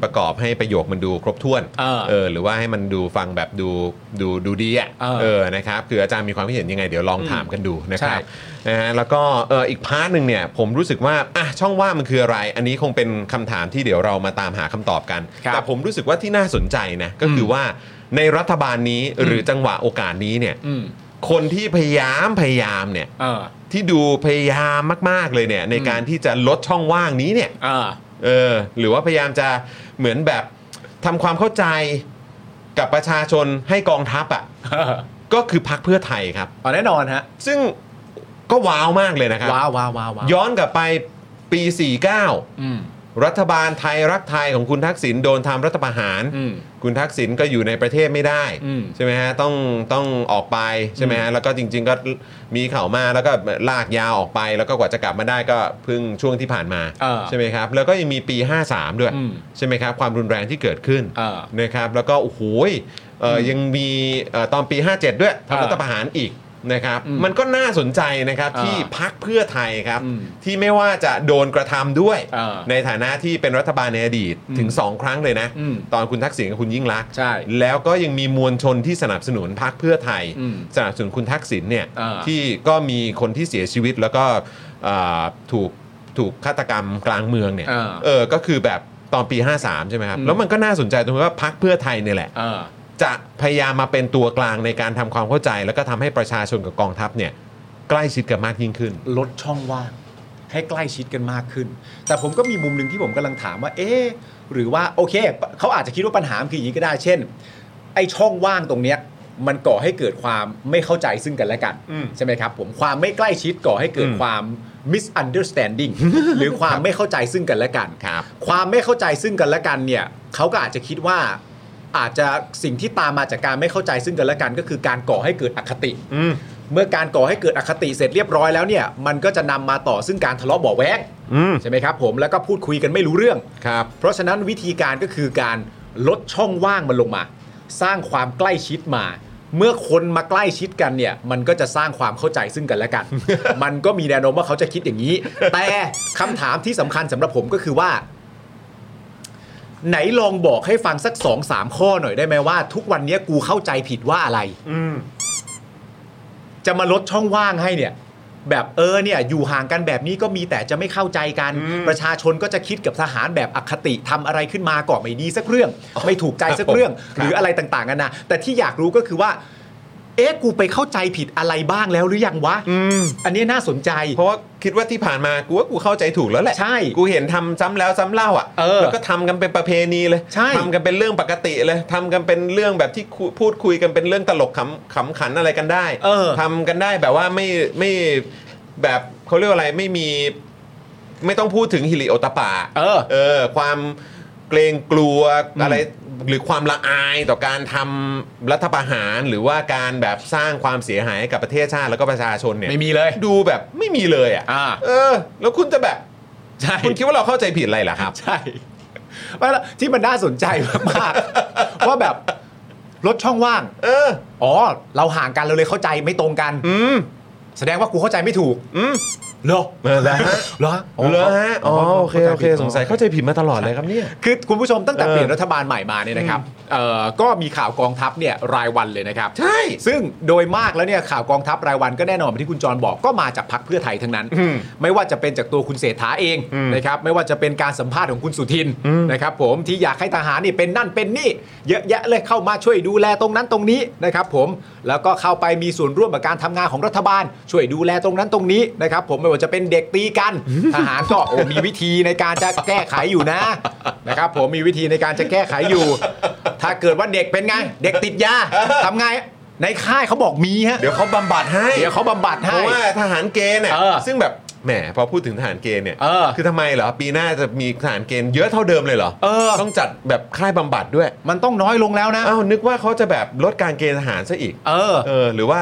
Speaker 2: ประกอบให้ประโยคมันดูครบถ้วน
Speaker 4: เออ
Speaker 2: หรือว่าให้มันดูฟังแบบดูดูดูดีอ่ะ
Speaker 4: เออ
Speaker 2: นะครับคืออาจารย์มีความคิดเห็นยังไงเดี๋ยวลองถามกันดูนะ นะครับ
Speaker 4: ใช่
Speaker 2: นะฮะแล้วก็เอออีกพาร์ทหนึ่งเนี่ยผมรู้สึกว่าอ่ะช่องว่างมันคืออะไร อันนี้คงเป็นคำถามที่เดี๋ยวเรามาตามหาคำตอบกัน
Speaker 4: ครับ
Speaker 2: แต่ผมรู้สึกว่าที่น่าสนใจนะก็คือว่าในรัฐบาลนี้หรือจังหวะโอกาสนี้เนี่ย
Speaker 4: อืม
Speaker 2: คนที่พยายามพยายามเนี่ย
Speaker 4: เออ
Speaker 2: ที่ดูพยายามมาก ๆ เลยเนี่ยใน
Speaker 4: อืม
Speaker 2: การที่จะลดช่องว่างนี้เนี่ย
Speaker 4: เอ (laughs) อ
Speaker 2: เออหรือว่าพยายามจะเหมือนแบบทำความเข้าใจกับประชาชนให้กองทัพอ่ะ ก็คือพักเพื่อไทยครับ
Speaker 4: เอาแน่นอนฮะ
Speaker 2: ซึ่งก็ว้าวมากเลยนะครับ
Speaker 4: ว้าวว้าวว้าวว้าว
Speaker 2: ย้อนกลับไปปี 49
Speaker 4: อืม
Speaker 2: รัฐบาลไทยรักไทยของคุณทักษิณโดนทำรัฐประหาร
Speaker 4: อืม
Speaker 2: คุณทักษิณก็อยู่ในประเทศไม่ได้
Speaker 4: อืม
Speaker 2: ใช่ไหมฮะต้องต้องออกไปใช่ไหมฮะแล้วก็จริง ๆ ก็มีเข่ามาแล้วก็ลากยาวออกไป แล้วก็กว่าจะกลับมาได้ก็เพิ่งช่วงที่ผ่านมา
Speaker 4: เออ
Speaker 2: ใช่ไหมครับแล้วก็ยังมีปี 53 ด้วย
Speaker 4: อืม
Speaker 2: ใช่ไหมครับความรุนแรงที่เกิดขึ้น
Speaker 4: เออ
Speaker 2: นะครับแล้วก็โอ้โหยเอ่ออยังมีเอ่อตอนปี 57 ด้วย
Speaker 4: เออ
Speaker 2: ทำรัฐประหารอีกนะครับ
Speaker 4: อืม
Speaker 2: มันก็น่าสนใจนะครับ
Speaker 4: เออ
Speaker 2: ที่พักเพื่อไทยครับ
Speaker 4: อืม
Speaker 2: ที่ไม่ว่าจะโดนกระทำด้วย
Speaker 4: เออ
Speaker 2: ในฐานะที่เป็นรัฐบาลในอดีตถึง 2 ครั้งเลยนะ
Speaker 4: อืม
Speaker 2: ตอนคุณทักษิณกับคุณยิ่งรักษณ์
Speaker 4: ใช่
Speaker 2: แล้วก็ยังมีมวลชนที่สนับสนุนพรรคเพื่อไทย
Speaker 4: อืม
Speaker 2: สนับสนุนคุณทักษิณเนี่ย
Speaker 4: อ่า
Speaker 2: ที่ก็มีคนที่เสียชีวิตแล้วก็อ่าถูกถูกฆาตกรรมกลางเมืองเนี่ย
Speaker 4: อ่า
Speaker 2: เออก็คือแบบตอนปี 53 ใช่ไหมครับ
Speaker 4: อืม
Speaker 2: แล้วมันก็น่าสนใจตรงที่ว่าพรรคเพื่อไทยเนี่ยแหละ
Speaker 4: เออ
Speaker 2: จะพยายามมาเป็นตัวกลางในการทำความเข้าใจ แล้วก็ทำให้ประชาชนกับกองทัพเนี่ยใกล้ชิดกันมากยิ่งขึ้น
Speaker 4: ลดช่องว่างให้ใกล้ชิดกันมากขึ้น แต่ผมก็มีมุมหนึ่งที่ผมกำลังถามว่า เอ๊ะหรือว่าโอเคเขาอาจจะคิดว่าปัญหามันคืออย่างนี้ก็ได้ เช่น ไอ้ช่องว่างตรงเนี้ยมันก่อให้เกิดความไม่เข้าใจซึ่งกันและกัน
Speaker 2: อืม
Speaker 4: ใช่ไหมครับผมความไม่ใกล้ชิดก่อให้เกิด
Speaker 2: อืม
Speaker 4: ความ
Speaker 2: (laughs)
Speaker 4: misunderstanding หรือความไม่เข้าใจซึ่งกันและกัน
Speaker 2: ครับ
Speaker 4: ความไม่เข้าใจซึ่งกันและกันเนี่ยเขาก็อาจจะคิดว่า อาจจะสิ่งที่ตามมาจากการไม่เข้าใจซึ่งกันและกัน ก็คือการก่อให้เกิดอคติ
Speaker 2: อืม
Speaker 4: เมื่อการก่อให้เกิดอคติเสร็จเรียบร้อยแล้วเนี่ย มันก็จะนำมาต่อซึ่งการทะเลาะเบาะแวง
Speaker 2: อืม
Speaker 4: ใช่ไหมครับผมแล้วก็พูดคุยกันไม่รู้เรื่อง
Speaker 2: ครับ
Speaker 4: เพราะฉะนั้นวิธีการก็คือการลดช่องว่างมันลงมา สร้างความใกล้ชิดมา เมื่อคนมาใกล้ชิดกันเนี่ย มันก็จะสร้างความเข้าใจซึ่งกั
Speaker 2: (laughs)
Speaker 4: นและกัน มันก็มีแนวโน้มว่าเขาจะคิดอย่างนี้ แต่คำถามที่สำคัญสำหรับผมก็คือว่า ไหนลองบอกให้ฟังสักสองสามข้อหน่อยได้ไหมว่า ทุกวันเนี้ยกูเข้าใจผิดว่าอะไร
Speaker 2: อืม
Speaker 4: จะมาลดช่องว่างให้เนี่ย แบบเออเนี่ยอยู่ห่างกันแบบนี้ก็มีแต่จะไม่เข้าใจกัน
Speaker 2: อืม
Speaker 4: ประชาชนก็จะคิดกับทหารแบบอคติทำอะไรขึ้นมาก่อไม่ดีสักเรื่อง ไม่ถูกใจสักเรื่อง
Speaker 2: ครับ
Speaker 4: หรืออะไรต่างๆกันานะแต่ที่อยากรู้ก็คือว่า เอ๊ะกูไปเข้าใจผิดอะไรบ้างแล้วหรือยังวะ
Speaker 2: อืม
Speaker 4: อันเนี้ยน่าสนใจ
Speaker 2: เพราะว่าคิดว่าที่ผ่านมากูว่ากูเข้าใจถูกแล้วแหละ
Speaker 4: ใช่
Speaker 2: กูเห็นทำซ้ำแล้วซ้ำเล่าอ่ะ
Speaker 4: เออ
Speaker 2: แล้วก็ทำกันเป็นประเพณีเลย
Speaker 4: ใช่
Speaker 2: ทำกันเป็นเรื่องปกติเลยทำกันเป็นเรื่องแบบที่คุพูดคุยกันเป็นเรื่องตลกขำขำขันอะไรกันได้
Speaker 4: เออ
Speaker 2: ทำกันได้แบบว่าไม่ไม่แบบเขาเรียกว่าอะไรไม่มีไม่ต้องพูดถึงฮิริโอตปา
Speaker 4: เออ
Speaker 2: เออ ความเกรงกลัว
Speaker 4: อืม
Speaker 2: อะไรหรือความละอายต่อการทำรัฐประหารหรือว่าการแบบสร้างความเสียหายให้กับประเทศชาติแล้วก็ประชาชนเนี่ย
Speaker 4: ไม่มีเลย
Speaker 2: ดูแบบไม่มีเลยอ่ะ
Speaker 4: อ่า
Speaker 2: เออ แล้วคุณจะแบบ
Speaker 4: ใช่
Speaker 2: คุณคิดว่าเราเข้าใจผิดอะไรเหรอครับ
Speaker 4: ใช่ไม่ละที่มันน่าสนใจมากๆว่าแบบลดช่องว่าง
Speaker 2: เออ
Speaker 4: อ๋อ เราห่างกันเราเลยเข้าใจไม่ตรงกัน
Speaker 2: อืม
Speaker 4: แสดงว่ากูเข้าใจไม่ถูก
Speaker 2: อืม
Speaker 4: เหรอ
Speaker 2: เออแล้วฮะ
Speaker 4: เหรอ
Speaker 2: เหรอฮะอ๋อโอเคโอเคสงสัยเข้าใจ
Speaker 4: ผิด
Speaker 2: ผิดมาตลอดเลยครับเนี่ย
Speaker 4: คือคุณผู้ชมตั้งแต่
Speaker 2: เออ
Speaker 4: เปลี่ยนรัฐบาลใหม่มาเนี่ยนะครับเอ่อก็มีข่าวกองทัพเนี่ยรายวันเลยนะครับ
Speaker 2: ใช่
Speaker 4: ซึ่งโดยมากแล้วเนี่ยข่าวกองทัพรายวันก็แน่นอนเหมือนที่คุณจรบอกก็มาจากพักเพื่อไทยทั้งนั้น
Speaker 2: อืม
Speaker 4: ไม่ว่าจะเป็นจากตัวคุณเศรษฐาเอง
Speaker 2: อืม
Speaker 4: นะครับไม่ว่าจะเป็นการสัมภาษณ์ของคุณสุทิน
Speaker 2: อืม
Speaker 4: นะครับผมที่อยากให้ทหารนี่เป็นนั่นเป็นนี่ เยอะแยะเลยเข้ามาช่วยดูแลตรงนั้นตรงนี้นะครับผมแล้วก็เข้าไปมีส่วนร่วมกับการทำงานของรัฐบาล ช่วยดูแลตรงนั้นตรงนี้นะครับผมไม่ว่าจะเป็นเด็กตีกัน ทหารก็โอ้มีวิธีในการจะแก้ไขอยู่นะนะครับผมมีวิธีในการจะแก้ไขอยู่ ถ้าเกิดว่าเด็กเป็นไง เด็กติดยา ทำไงในค่ายเขาบอกมีฮะ
Speaker 2: เดี๋ยวเขาบำบัดให้
Speaker 4: เดี๋ยวเขาบำบัด
Speaker 2: เพ
Speaker 4: ให้
Speaker 2: ราะว่าทหารเกณฑ์เนี่ย
Speaker 4: เออ
Speaker 2: ซึ่งแบบ แหมพอพูดถึงทหารเกณฑ์เนี่ย
Speaker 4: เออ
Speaker 2: คือทำไมเหรอปีหน้าจะมีทหารเกณฑ์เยอะเท่าเดิมเลยเหรอ
Speaker 4: เออ
Speaker 2: ต้องจัดแบบค่ายบำบัดด้วย
Speaker 4: มันต้องน้อยลงแล้วนะ
Speaker 2: อ้าวนึกว่าเขาจะแบบลดการเกณฑ์ทหารซะอีก
Speaker 4: เออ
Speaker 2: เออหรือว่า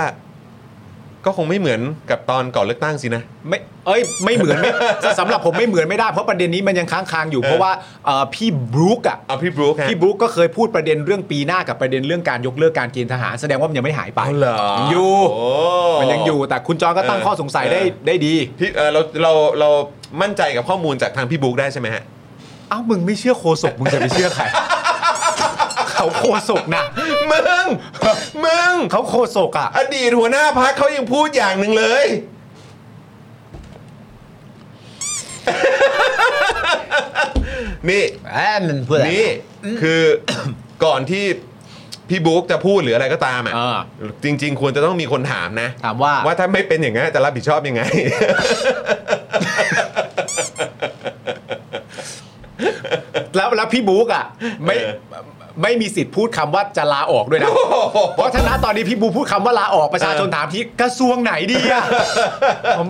Speaker 2: ก็คงไม่เหมือนกับตอนก่อนเลือกตั้งสินะ
Speaker 4: ไม่เอ้ย ไม่เหมือนไม่ สำหรับผมไม่เหมือนไม่ได้เพราะประเด็นนี้มันยังค้างคางอยู่ เพราะว่าเอ่อพี่บรู๊คอะ
Speaker 2: เอาพี่บรู๊คฮะ
Speaker 4: พี่บรู๊คก็เคยพูดประเด็นเรื่องปีหน้ากับประเด็นเรื่องการยกเลิกการเกณฑ์ทหารแสดงว่ามันยังไม่หายไป
Speaker 2: เอาเหรอ
Speaker 4: ยังอยู่
Speaker 2: โอ้
Speaker 4: มันยังอยู่แต่คุณจอนก็ตั้ง
Speaker 2: เออ
Speaker 4: ข้อสงสัย
Speaker 2: เออ
Speaker 4: ได้ได้ดี
Speaker 2: พี่เออเราเราเรามั่นใจกับข้อมูลจากทางพี่บุ๊กได้ใช่ไหมฮะ
Speaker 4: เอ้ามึงไม่เชื่อโคศกมึงจะไปเชื่อใคร เขาโคศกนะ
Speaker 2: มึง มึง
Speaker 4: เขาโคศกอ่ะ
Speaker 2: อดีตหัวหน้าพักเขายังพูดอย่างหนึ่งเลย (laughs) นี่
Speaker 4: แอนมันเพื่ออะไร
Speaker 2: นี่คือ ก่อนที่พี่บุ๊กจะพูดหรืออะไรก็ตามอ่ะ
Speaker 4: อ่า
Speaker 2: จริง ๆ ควรจะต้องมีคนถามนะ
Speaker 4: ถามว่า
Speaker 2: ว่าถ้าไม่เป็นอย่างนั้นจะรับผิดชอบ
Speaker 4: (laughs)
Speaker 2: ยังไง
Speaker 4: แล้วแล้วพี่บุ๊กอ่ะไม่ไม่มีสิทธิ์พูดคำว่าจะลาออกด้วยนะ เพราะฉะนั้นตอนนี้พี่บูพูดคำว่าลาออกประชาชนถามที่กระทรวงไหนดีอะ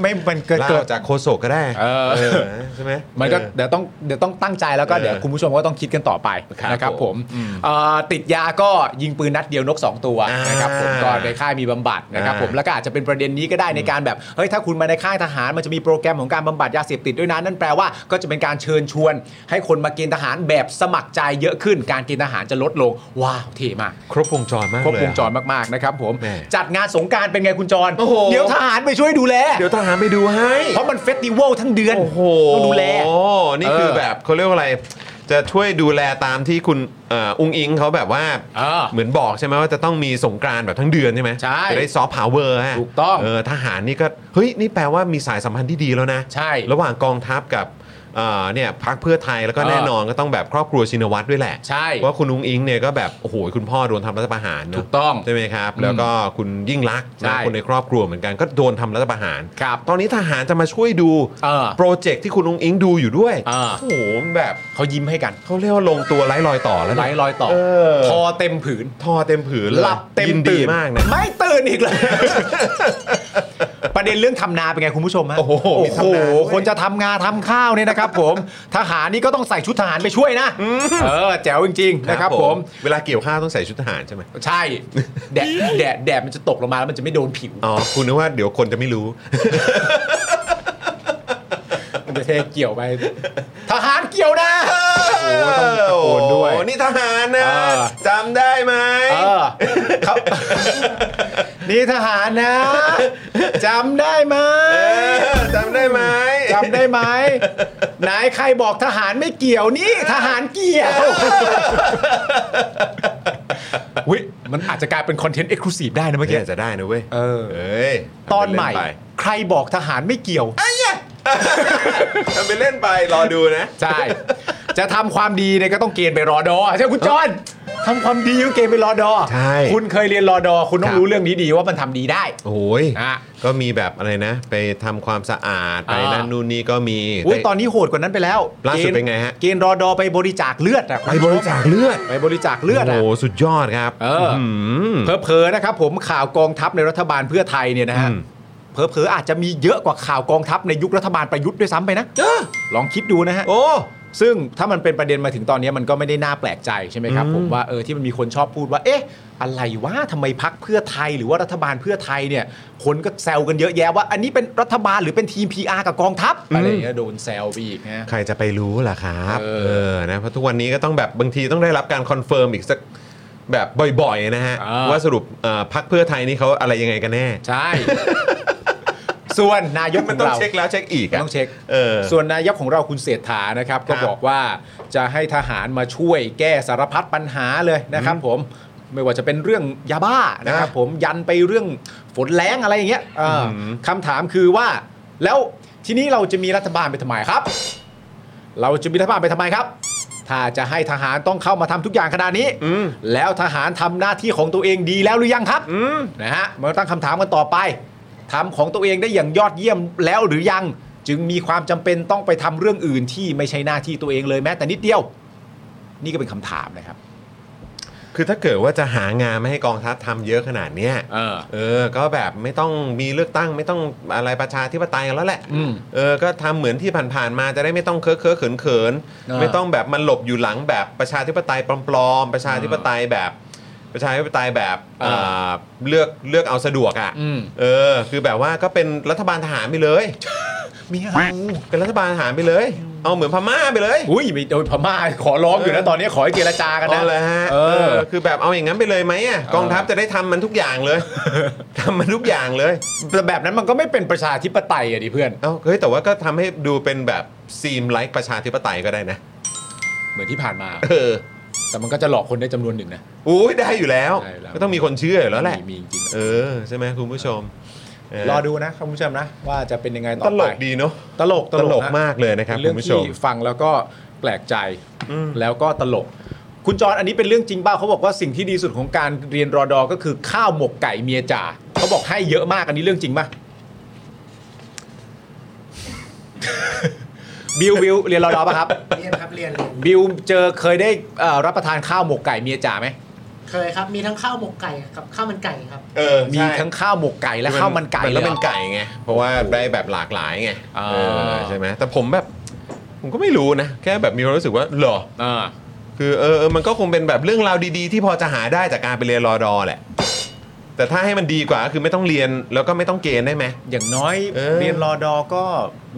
Speaker 4: ไม่มันเกิด
Speaker 2: ลา
Speaker 4: เกิ
Speaker 2: อ
Speaker 4: ด
Speaker 2: อกจากโคศกก็ได้
Speaker 4: เออ
Speaker 2: เออใช่ไหม
Speaker 4: มันก็เดี๋ยวต้องเดี๋ยวต้องตั้งใจแล้วก็
Speaker 2: เออ
Speaker 4: เดี๋ยวคุณผู้ชมก็ต้องคิดกันต่อไป
Speaker 2: ครับ
Speaker 4: นะครับ
Speaker 2: ผ
Speaker 4: ผม ม
Speaker 2: อืม
Speaker 4: เอ่อติดยาก็ยิงปืนนัดเดียวนก 2 ตัว
Speaker 2: อ่าน
Speaker 4: นะครับผมก็ในค่ายมีบำบัดนะครับ
Speaker 2: อ่า
Speaker 4: ผมแล้วก็อาจจะเป็นประเด็นนี้ก็ได้ในการแบบเฮ้ยถ้าคุณมาในค่ายทหารมันจะมีโปรแกรมของการบำบัดยาเสพติดด้วยนะนั่นแปลว่าก็จะเป็นการเชิญชวน ให้คนมาเกณฑ์ทหารแบบสมัครใจเยอะขึ้น การเกณฑ์ทหารจะลดลงว้าวเท่มาก
Speaker 2: ครบวงจรมากเลย
Speaker 4: ครบวงจร
Speaker 2: อะ
Speaker 4: มาก ๆ นะครับผม
Speaker 2: แหม่
Speaker 4: จัดงานสงกรารเป็นไงคุณจร
Speaker 2: โอ้โห
Speaker 4: เดี๋ยวทหารไปช่วยดูแล
Speaker 2: เดี๋ยวทหารไปดูให้
Speaker 4: เพราะมันเฟสติวัลทั้งเดือน
Speaker 2: โอ้โห
Speaker 4: ต้องดูแล
Speaker 2: นี่คือแบบเขาเรียกว่าอะไร จะช่วยดูแลตามที่คุณเอ่ออุ้งอิงเขาแบบว่า
Speaker 4: เออ
Speaker 2: เหมือนบอกใช่ไหมว่าจะต้องมีสงกรานต์แบบทั้งเดือนใช่ไหม
Speaker 4: ใช่
Speaker 2: จะได้ซอฟต์พาวเวอร์ฮะ
Speaker 4: ถูกต้อง
Speaker 2: เออทหารนี่ก็ เฮ้ย นี่แปลว่ามีสายสัมพันธ์ที่ดีแล้วนะ
Speaker 4: ใช่
Speaker 2: ระหว่างกองทัพกับเอ่อเนี่ยพักเพื่อไทยแล้วก็
Speaker 4: เออ
Speaker 2: แน่นอนก็ต้องแบบครอบครัวชินวัตรด้วยแหละ
Speaker 4: ใช่
Speaker 2: ว่าคุณอุ้งอิงเนี่ยก็แบบโอ้โหคุณพ่อโดนทำรัฐประหารเนะ
Speaker 4: ถูกต้อง
Speaker 2: ใช่ไหมครับ แล้วก็คุณยิ่งรักษณ์
Speaker 4: ใช่
Speaker 2: นะคนในครอบครัวเหมือนกันก็โดนทำรัฐประหาร
Speaker 4: ครับ
Speaker 2: ตอนนี้ทหารจะมาช่วยดู
Speaker 4: เออ
Speaker 2: โปรเจกต์ที่คุณอุ้งอิงดูอยู่ด้วย
Speaker 4: อ่า
Speaker 2: โอ้โหมันแบบ
Speaker 4: เขายิ้มให้กัน
Speaker 2: เขาเรียกว่าลงตัวไร้รอยต่อแล้ว
Speaker 4: ไร้
Speaker 2: นะ
Speaker 4: รอยต่อ
Speaker 2: เออ
Speaker 4: ทอเต็มผืน
Speaker 2: ทอเต็มผืนย
Speaker 4: หลับเต็ม
Speaker 2: ยินดี
Speaker 4: ตื่น
Speaker 2: มากนะ
Speaker 4: ไม่ตื่นอีกเลย (laughs) ประเด็นเรื่องทำนาเป็นไงคุณผู้ชมฮะ
Speaker 2: โอ้โหมีทำนาด้วย
Speaker 4: คนจะทำงานทำข้าวเนี่ยนะครับ ผมทหารนี่ก็ต้องใส่ชุดทหารไปช่วย (laughs) นะเออแจ๋วจริงๆนะครับผม
Speaker 2: เวลาเกี่ยวข้าวต้องใส่ชุดทหารใช่ไหม
Speaker 4: ใช่แดดแดดแดดมันจะตกลงมาแล้วมันจะไม่โดนผิว
Speaker 2: อ๋อ คุณนึกว่าเดี๋ยวคนจะไม่รู้
Speaker 4: มันจะเทเกี่ยวไป (laughs) ทหารเกี่ยวนะ โอ้โหต้องตะโกนด้วย
Speaker 2: โอ้นี่ทหารนะ
Speaker 4: เออ
Speaker 2: จำได้ไหม
Speaker 4: เออครับนี่ทหารนะจำได้ไหม
Speaker 2: เออจำได้ไหม
Speaker 4: จำได้ไหมไหนใครบอกทหารไม่เกี่ยวนี่ทหารเกี่ยววิมันอาจจะกลายเป็นคอนเทนต์เอ็กซ์คลูซีฟได้นะเมื่อกี้
Speaker 2: เนี่ยจะได้นะเว้ย
Speaker 4: เออ
Speaker 2: เอ้ย
Speaker 4: ตอนใหม่
Speaker 2: ทำเป็เล่ไป
Speaker 4: ใครบอกทหารไม่เกี่ยว
Speaker 2: ทำเป็นเล่นไปรอดูนะ
Speaker 4: ใช่ จะทำความดีเนี่ยก็ต้องเกณฑ์ไปรอดอใช่ไหมคุณจอนทำความดีก็เกณฑ์ไปรอดอ
Speaker 2: ใช่
Speaker 4: คุณเคยเรียนรอดอคุณต้อ
Speaker 2: ครั
Speaker 4: ง
Speaker 2: บ
Speaker 4: รู้เรื่องนี้ดีว่ามันทำดีได้
Speaker 2: โอ้ย
Speaker 4: อ่ะ
Speaker 2: ก็มีแบบอะไรนะ ไปทำความสะอาด ไป
Speaker 4: อ่า
Speaker 2: นั่นนู่นนี่ก็มี
Speaker 4: อุยตอนนี้โหดกว่านั้นไปแล้ว
Speaker 2: ล่าสุด
Speaker 4: กณฑ์
Speaker 2: เป็นไงฮะ
Speaker 4: เกณฑ์รอดอไปบริจาคเลือดอะ
Speaker 2: ไปบริจาคเลือด
Speaker 4: ไปบริจาคเลือด
Speaker 2: โอ้
Speaker 4: อะ
Speaker 2: โหสุดยอดครับ
Speaker 4: เอออื
Speaker 2: ม
Speaker 4: เพอเพอๆนะครับผมข่าวกองทัพในรัฐบาลเพื่อไทยเนี่ยนะฮะ
Speaker 2: อืม
Speaker 4: เพอเพอๆอาจจะมีเยอะกว่าข่าวกองทัพในยุครัฐบาลประยุทธ์ด้วยซ้ำไปนะลองคิดดูนะฮะ
Speaker 2: โอ้
Speaker 4: ซึ่งถ้ามันเป็นประเด็นมาถึงตอนนี้มันก็ไม่ได้น่าแปลกใจใช่ไหมครับ
Speaker 2: อืม
Speaker 4: ผมว่าเออที่มันมีคนชอบพูดว่า เอ๊ะ อะไรวะทำไมพักเพื่อไทยหรือว่ารัฐบาลเพื่อไทยเนี่ย คนก็แซวกันเยอะแยะว่า อันนี้เป็นรัฐบาลหรือเป็นทีม PR กับกองทัพ
Speaker 2: อืม
Speaker 4: อะไรอย่างเงี้ยโดนแซวไปอีกนะ
Speaker 2: ใครจะไปรู้ล่ะครับ
Speaker 4: เออ
Speaker 2: นะเพราะทุกวันนี้ก็ต้องแบบบางทีต้องได้รับการคอนเฟิร์มอีกสักแบบบ่อยๆนะฮะ
Speaker 4: อ่า
Speaker 2: ว่าสรุปเอ่อพักเพื่อไทยนี่เขาอะไรยังไงกันแน่
Speaker 4: ใช่ (laughs) ส่วนนายกข
Speaker 2: มัน
Speaker 4: อง
Speaker 2: ต้อง
Speaker 4: เรา
Speaker 2: เช็คแล้วเช็คอีกอะ
Speaker 4: ต้องเช็ค
Speaker 2: เออ
Speaker 4: ส่วนนายกของเราคุณเศรษฐานะครับ ก็บอกว่าจะให้ทหารมาช่วยแก้สารพัดปัญหาเลยนะครับผมไม่ว่าจะเป็นเรื่องยาบ้านะครับผมยันไปเรื่องฝนแรงอะไรอย่างเงี้ยเอออ
Speaker 2: ม
Speaker 4: คำถามคือว่า แล้วทีนี้เราจะมีรัฐบาลไปทำไมครับ เราจะมีรัฐบาลไปทำไมครับ ถ้าจะให้ทหารต้องเข้ามาทำทุกอย่างขนาดนี้
Speaker 2: อืม
Speaker 4: แล้วทหารทำหน้าที่ของตัวเองดีแล้วหรือยังครับ
Speaker 2: อืม
Speaker 4: นะฮะมาตั้งคำถามกันต่อไปทำของตัวเองได้อย่างยอดเยี่ยมแล้วหรือยัง จึงมีความจำเป็นต้องไปทำเรื่องอื่นที่ไม่ใช่หน้าที่ตัวเองเลยแม้แต่นิดเดียว นี่ก็เป็นคำถามนะครับ
Speaker 2: คือถ้าเกิดว่าจะหางานมาให้กองทัพทำเยอะขนาดเนี้ย
Speaker 4: เออ
Speaker 2: เออ ก็แบบไม่ต้องมีเลือกตั้งไม่ต้องอะไรประชาธิปไตยกันแล้วแหละ
Speaker 4: อืม
Speaker 2: เออก็ทำเหมือนที่ผ่านๆมาจะได้ไม่ต้องเคอะเคอะเขินเขินๆ
Speaker 4: อ่า
Speaker 2: ไม่ต้องแบบมันหลบอยู่หลังแบบประชาธิปไตยปลอมๆประชาธิปไตยแบบประชาธิปไตยแบบอ่าเลือกเลือกเอาสะดวกอ่ะ
Speaker 4: อืม
Speaker 2: เออ คือแบบว่าก็เป็นรัฐบาลทหารไปเลย
Speaker 4: (laughs) มีเอา
Speaker 2: เป็นรัฐบาลทหารไปเลย เอาเหมือนพม่าไปเลย
Speaker 4: อุ้ยมีโดยพม่าขอร้องอยู่นะตอนนี้ขอให้เจรจากัน
Speaker 2: อ๋
Speaker 4: นะ
Speaker 2: อเลยฮะ
Speaker 4: เออ
Speaker 2: คือแบบเอาอย่างนั้นไปเลยไหมอ่ะกองทัพจะได้ทำมันทุกอย่างเลย ทำมันทุกอย่างเลย
Speaker 4: แต่แบบนั้นมันก็ไม่เป็นประชาธิปไตยอ่ะดิเพื่อน
Speaker 2: เอ้าเฮ้ยแต่ว่าก็ทำให้ดูเป็นแบบซีมไลค์ประชาธิปไตยก็ได้นะ
Speaker 4: เหมือนที่ผ่านมา
Speaker 2: เออ
Speaker 4: แต่มันก็จะหลอกคนได้จำนวนหนึ่งนะ
Speaker 2: อู้ยได้อยู่แล้ว
Speaker 4: ได้แล้ว
Speaker 2: ก็ต้องมีคนเชื่ออยู่แล้วแหละ
Speaker 4: มีมีจริง
Speaker 2: เออ ใช่ไหมคุณผู้ชมเ
Speaker 4: ๆรอดูนะคุณผู้ชมนะ ว่าจะเป็นยังไงต่อ
Speaker 2: ต
Speaker 4: ไป
Speaker 2: ลกดีเนาะ
Speaker 4: ตลก
Speaker 2: ตลก
Speaker 4: นะ
Speaker 2: มากเลยนะครับคุ
Speaker 4: เป็นเรื่อง
Speaker 2: ณผู้ช
Speaker 4: ที่
Speaker 2: ม
Speaker 4: ฟังแล้วก็แปลกใจแล้วก็ตลก คุณจรอันนี้เป็นเรื่องจริงเปล่าเขาบอกว่าสิ่งที่ดีสุดของการเรียนรอดอก็คือข้าวหมกไก่เมียจ่าเขาบอกให้เยอะมากอันนี้เรื่องจริง
Speaker 2: (laughs)
Speaker 4: ป่ะ บิวบิวเรียนรอดอป่ะครับ
Speaker 7: เรียนครับเรียนเรียน
Speaker 4: บิวเจอเคยได้เอ่อรับประทานข้าวหมกไก่เมียจ่าไหม
Speaker 7: เคยครับ มีทั้งข้าวหมกไก่กับข้าวมันไก่ครับ
Speaker 2: เออ
Speaker 4: มี
Speaker 2: ใช่
Speaker 4: ทั้งข้าวหมกไก่และ
Speaker 2: คือ
Speaker 4: ข้าวมันไก่
Speaker 2: แล้ว
Speaker 4: เลย
Speaker 2: เป็น
Speaker 4: เหรอ
Speaker 2: ไก่ไง เพราะว่าได้แบบหลากหลายไง
Speaker 4: อ่า
Speaker 2: เออใช่ไหมแต่ผมแบบ ผมก็ไม่รู้นะ แค่แบบมีความรู้สึกว่าเหรอ
Speaker 4: อ่า
Speaker 2: คือเออเออมันก็คงเป็นแบบเรื่องราวดีๆ ที่พอจะหาได้จากการไปเรียนรอดอแหละ แต่ถ้าให้มันดีกว่าก็คือไม่ต้องเรียนแล้วก็ไม่ต้องเกณฑ์ได้ไหม
Speaker 4: อย่างน้อย
Speaker 2: เออ
Speaker 4: เรียนรอดอก็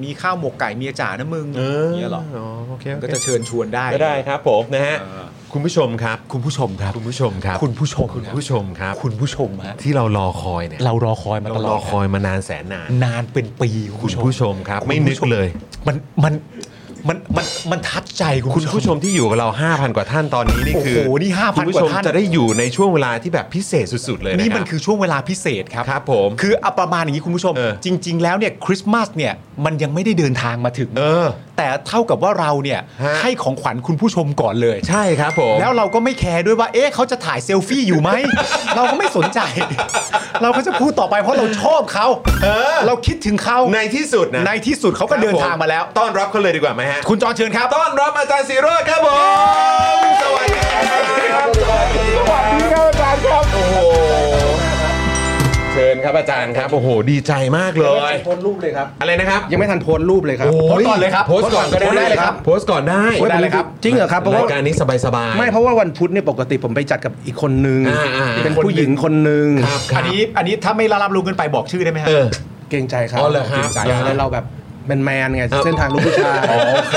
Speaker 4: มีข้าวหมกไก่เมียจ๋านะมึงย่างเงี้ยเหรอ
Speaker 2: อ๋อโอเคโอ
Speaker 4: ก็
Speaker 2: เค
Speaker 4: จะเชิญชวนได้
Speaker 2: ก็ได้ครับผมนะฮะ
Speaker 4: เออ
Speaker 2: คุณผู้ชมครับ
Speaker 4: คุณผู้ชมครับ
Speaker 2: คุณผู้ชมครับ
Speaker 4: คุณผู้ชม
Speaker 2: คุณ
Speaker 4: ครับ
Speaker 2: ผู้ชมครับ
Speaker 4: คุณผู้ชมฮะ
Speaker 2: ที่เรารอคอยเนี่ย
Speaker 4: เรารอคอยมา
Speaker 2: เรา
Speaker 4: ตล
Speaker 2: ร
Speaker 4: อ
Speaker 2: อ
Speaker 4: ด
Speaker 2: คอยมานานแสนนาน
Speaker 4: นานเป็นปี
Speaker 2: คุณผู้ชมครับ ไม่นึกเลย
Speaker 4: มันมันมันมันมันทัดใจคุณ
Speaker 2: คุณผู้
Speaker 4: ผู้
Speaker 2: ช
Speaker 4: ช
Speaker 2: ม
Speaker 4: ม
Speaker 2: ที่อยู่กับเรา 5,000 กว่าท่านตอนนี้นี่คือ
Speaker 4: โอ้โหนี่5,000
Speaker 2: คุณผู้ชม
Speaker 4: กว่าท่าน
Speaker 2: จะได้อยู่ในช่วงเวลาที่แบบพิเศษสุด ๆ เลยะรับ
Speaker 4: นี่มันคือช่วงเวลาพิเศษครับ
Speaker 2: ครับผม
Speaker 4: คือเอาประมาณอย่างนี้คุณผู้ชม
Speaker 2: เออ
Speaker 4: จริง ๆ แล้วเนี่ยคริสต์มาสเนี่ยมันยังไม่ได้เดินทางมาถึง
Speaker 2: เออ
Speaker 4: แต่เท่ากับว่าเราเนี่ย
Speaker 2: ฮะ
Speaker 4: ให้ของขวัญคุณผู้ชมก่อนเลย
Speaker 2: ใช่ครับผม
Speaker 4: แล้วเราก็ไม่แคร์ด้วยว่า เอ๊ะเขาจะถ่ายเซลฟี่
Speaker 8: (laughs)
Speaker 4: อยู่ไหม เราก็ไม่สนใจ เราก็จะพูดต่อไปเพราะเราชอบเขา เราคิดถึงเขา
Speaker 2: ในที่สุดนะ
Speaker 4: ในที่สุดเขาก็เดินทางมาแล้ว
Speaker 2: ต้อนรับเขาเลยดีกว่าไหมฮะ
Speaker 4: คุณจอนเชิญครับ
Speaker 2: ต้อนรับอาจารย์สีโรจน์ครับผม สวัสดีครับ สวัสดีครับอาจารย์ครับ โอ้โห เชิญครับอาจารย์ครับ โอ้โห ดีใจมากเลย
Speaker 8: โพสต์รูปเลยครับ
Speaker 2: อะไรนะครับ
Speaker 8: ยังไม่ทันโพสต์รูปเลยครับ
Speaker 2: โย
Speaker 4: โพสต์ก่อนเลยครับ
Speaker 2: โพสต์ก่อนก็
Speaker 4: โพสต์ก่อนก็
Speaker 2: ได้
Speaker 4: ได้เลยครับ
Speaker 2: โพสต์ก่อนได้
Speaker 8: โพสต์ก่อนได้ครับจริงเหรอครับเพราะว่า
Speaker 2: รายการนี้สบายๆ
Speaker 8: ไม่เพราะว่าวันพุธเนี่ยปกติผมไปจัดกับอีกคนนึง
Speaker 2: อ่าอ่าอ่า
Speaker 8: เป็นผู้หญิงคนนึง
Speaker 2: ครับครับ
Speaker 4: อันนี้อันนี้ถ้าไม่ละลับรู้เกินไปบอกชื่อได้ไหมฮะ
Speaker 2: เออ
Speaker 8: เกรงใจครับ
Speaker 2: อ๋อเหรอครับ
Speaker 8: กงใจครั
Speaker 2: เหรอบ ครับ
Speaker 8: แล้วเราแบบเป็นแมนไง
Speaker 2: เออ
Speaker 8: เส้นทางลูกผู้ชายโอเค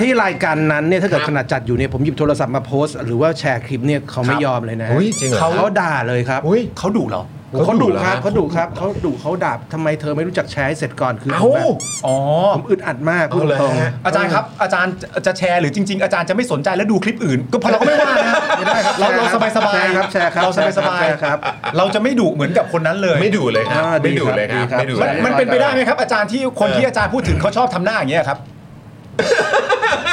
Speaker 8: ที่รายการนั้นเนี่ยถ้าเกิดขนาดจัดอยู่เนี่ยผมหยิบโทรศัพท์มาโพสต์หรือว่าแชร์คลิปเนี่ยเขาไม่ยอมเลยนะ
Speaker 2: อุ้ยจริงเหรอ
Speaker 8: เขาเขาด่าเลยครับ
Speaker 4: อุ้ยเขาดุเหรอ
Speaker 8: เขาดุ
Speaker 2: หรอ
Speaker 8: ครับ
Speaker 2: ฮะ
Speaker 8: เขาดุครับเขาดุเขาด่าทำไมเธอไม่รู้จักแชร์ให้เสร็จก่อนคือผม
Speaker 4: เอ้า
Speaker 8: แบบ
Speaker 4: อ๋อ
Speaker 8: ผมอึดอัดมากพูดตรงๆ
Speaker 4: อาจารย์ครับ อาจารย์จะแชร์หรือจริง ๆ อาจารย์จะไม่สนใจและดูคลิปอื่น ก็เพราะเราก็ไม่ว่านะ
Speaker 8: ไม่ได้ครับ
Speaker 4: เราเราสบายสบาย
Speaker 8: แชร์ครับแชร์ครับ
Speaker 4: เราสบายสบาย
Speaker 8: แชร์ครับ
Speaker 4: เราจะไม่ดุเหมือนกับคนนั้นเลย
Speaker 2: ไม่ดูเลยครับ
Speaker 8: อ่าดี
Speaker 2: ไม่ดูเลยครับ
Speaker 8: ครับ
Speaker 2: ไม่ดู
Speaker 8: ดี
Speaker 4: มัน
Speaker 2: เลย
Speaker 8: ครับ
Speaker 4: มันเป็นไปได้ไหมครับ อาจารย์ที่คนที่อาจารย์พูดถึงเขาชอบทำหน้าอย่างเงี้ย (laughs) ครับ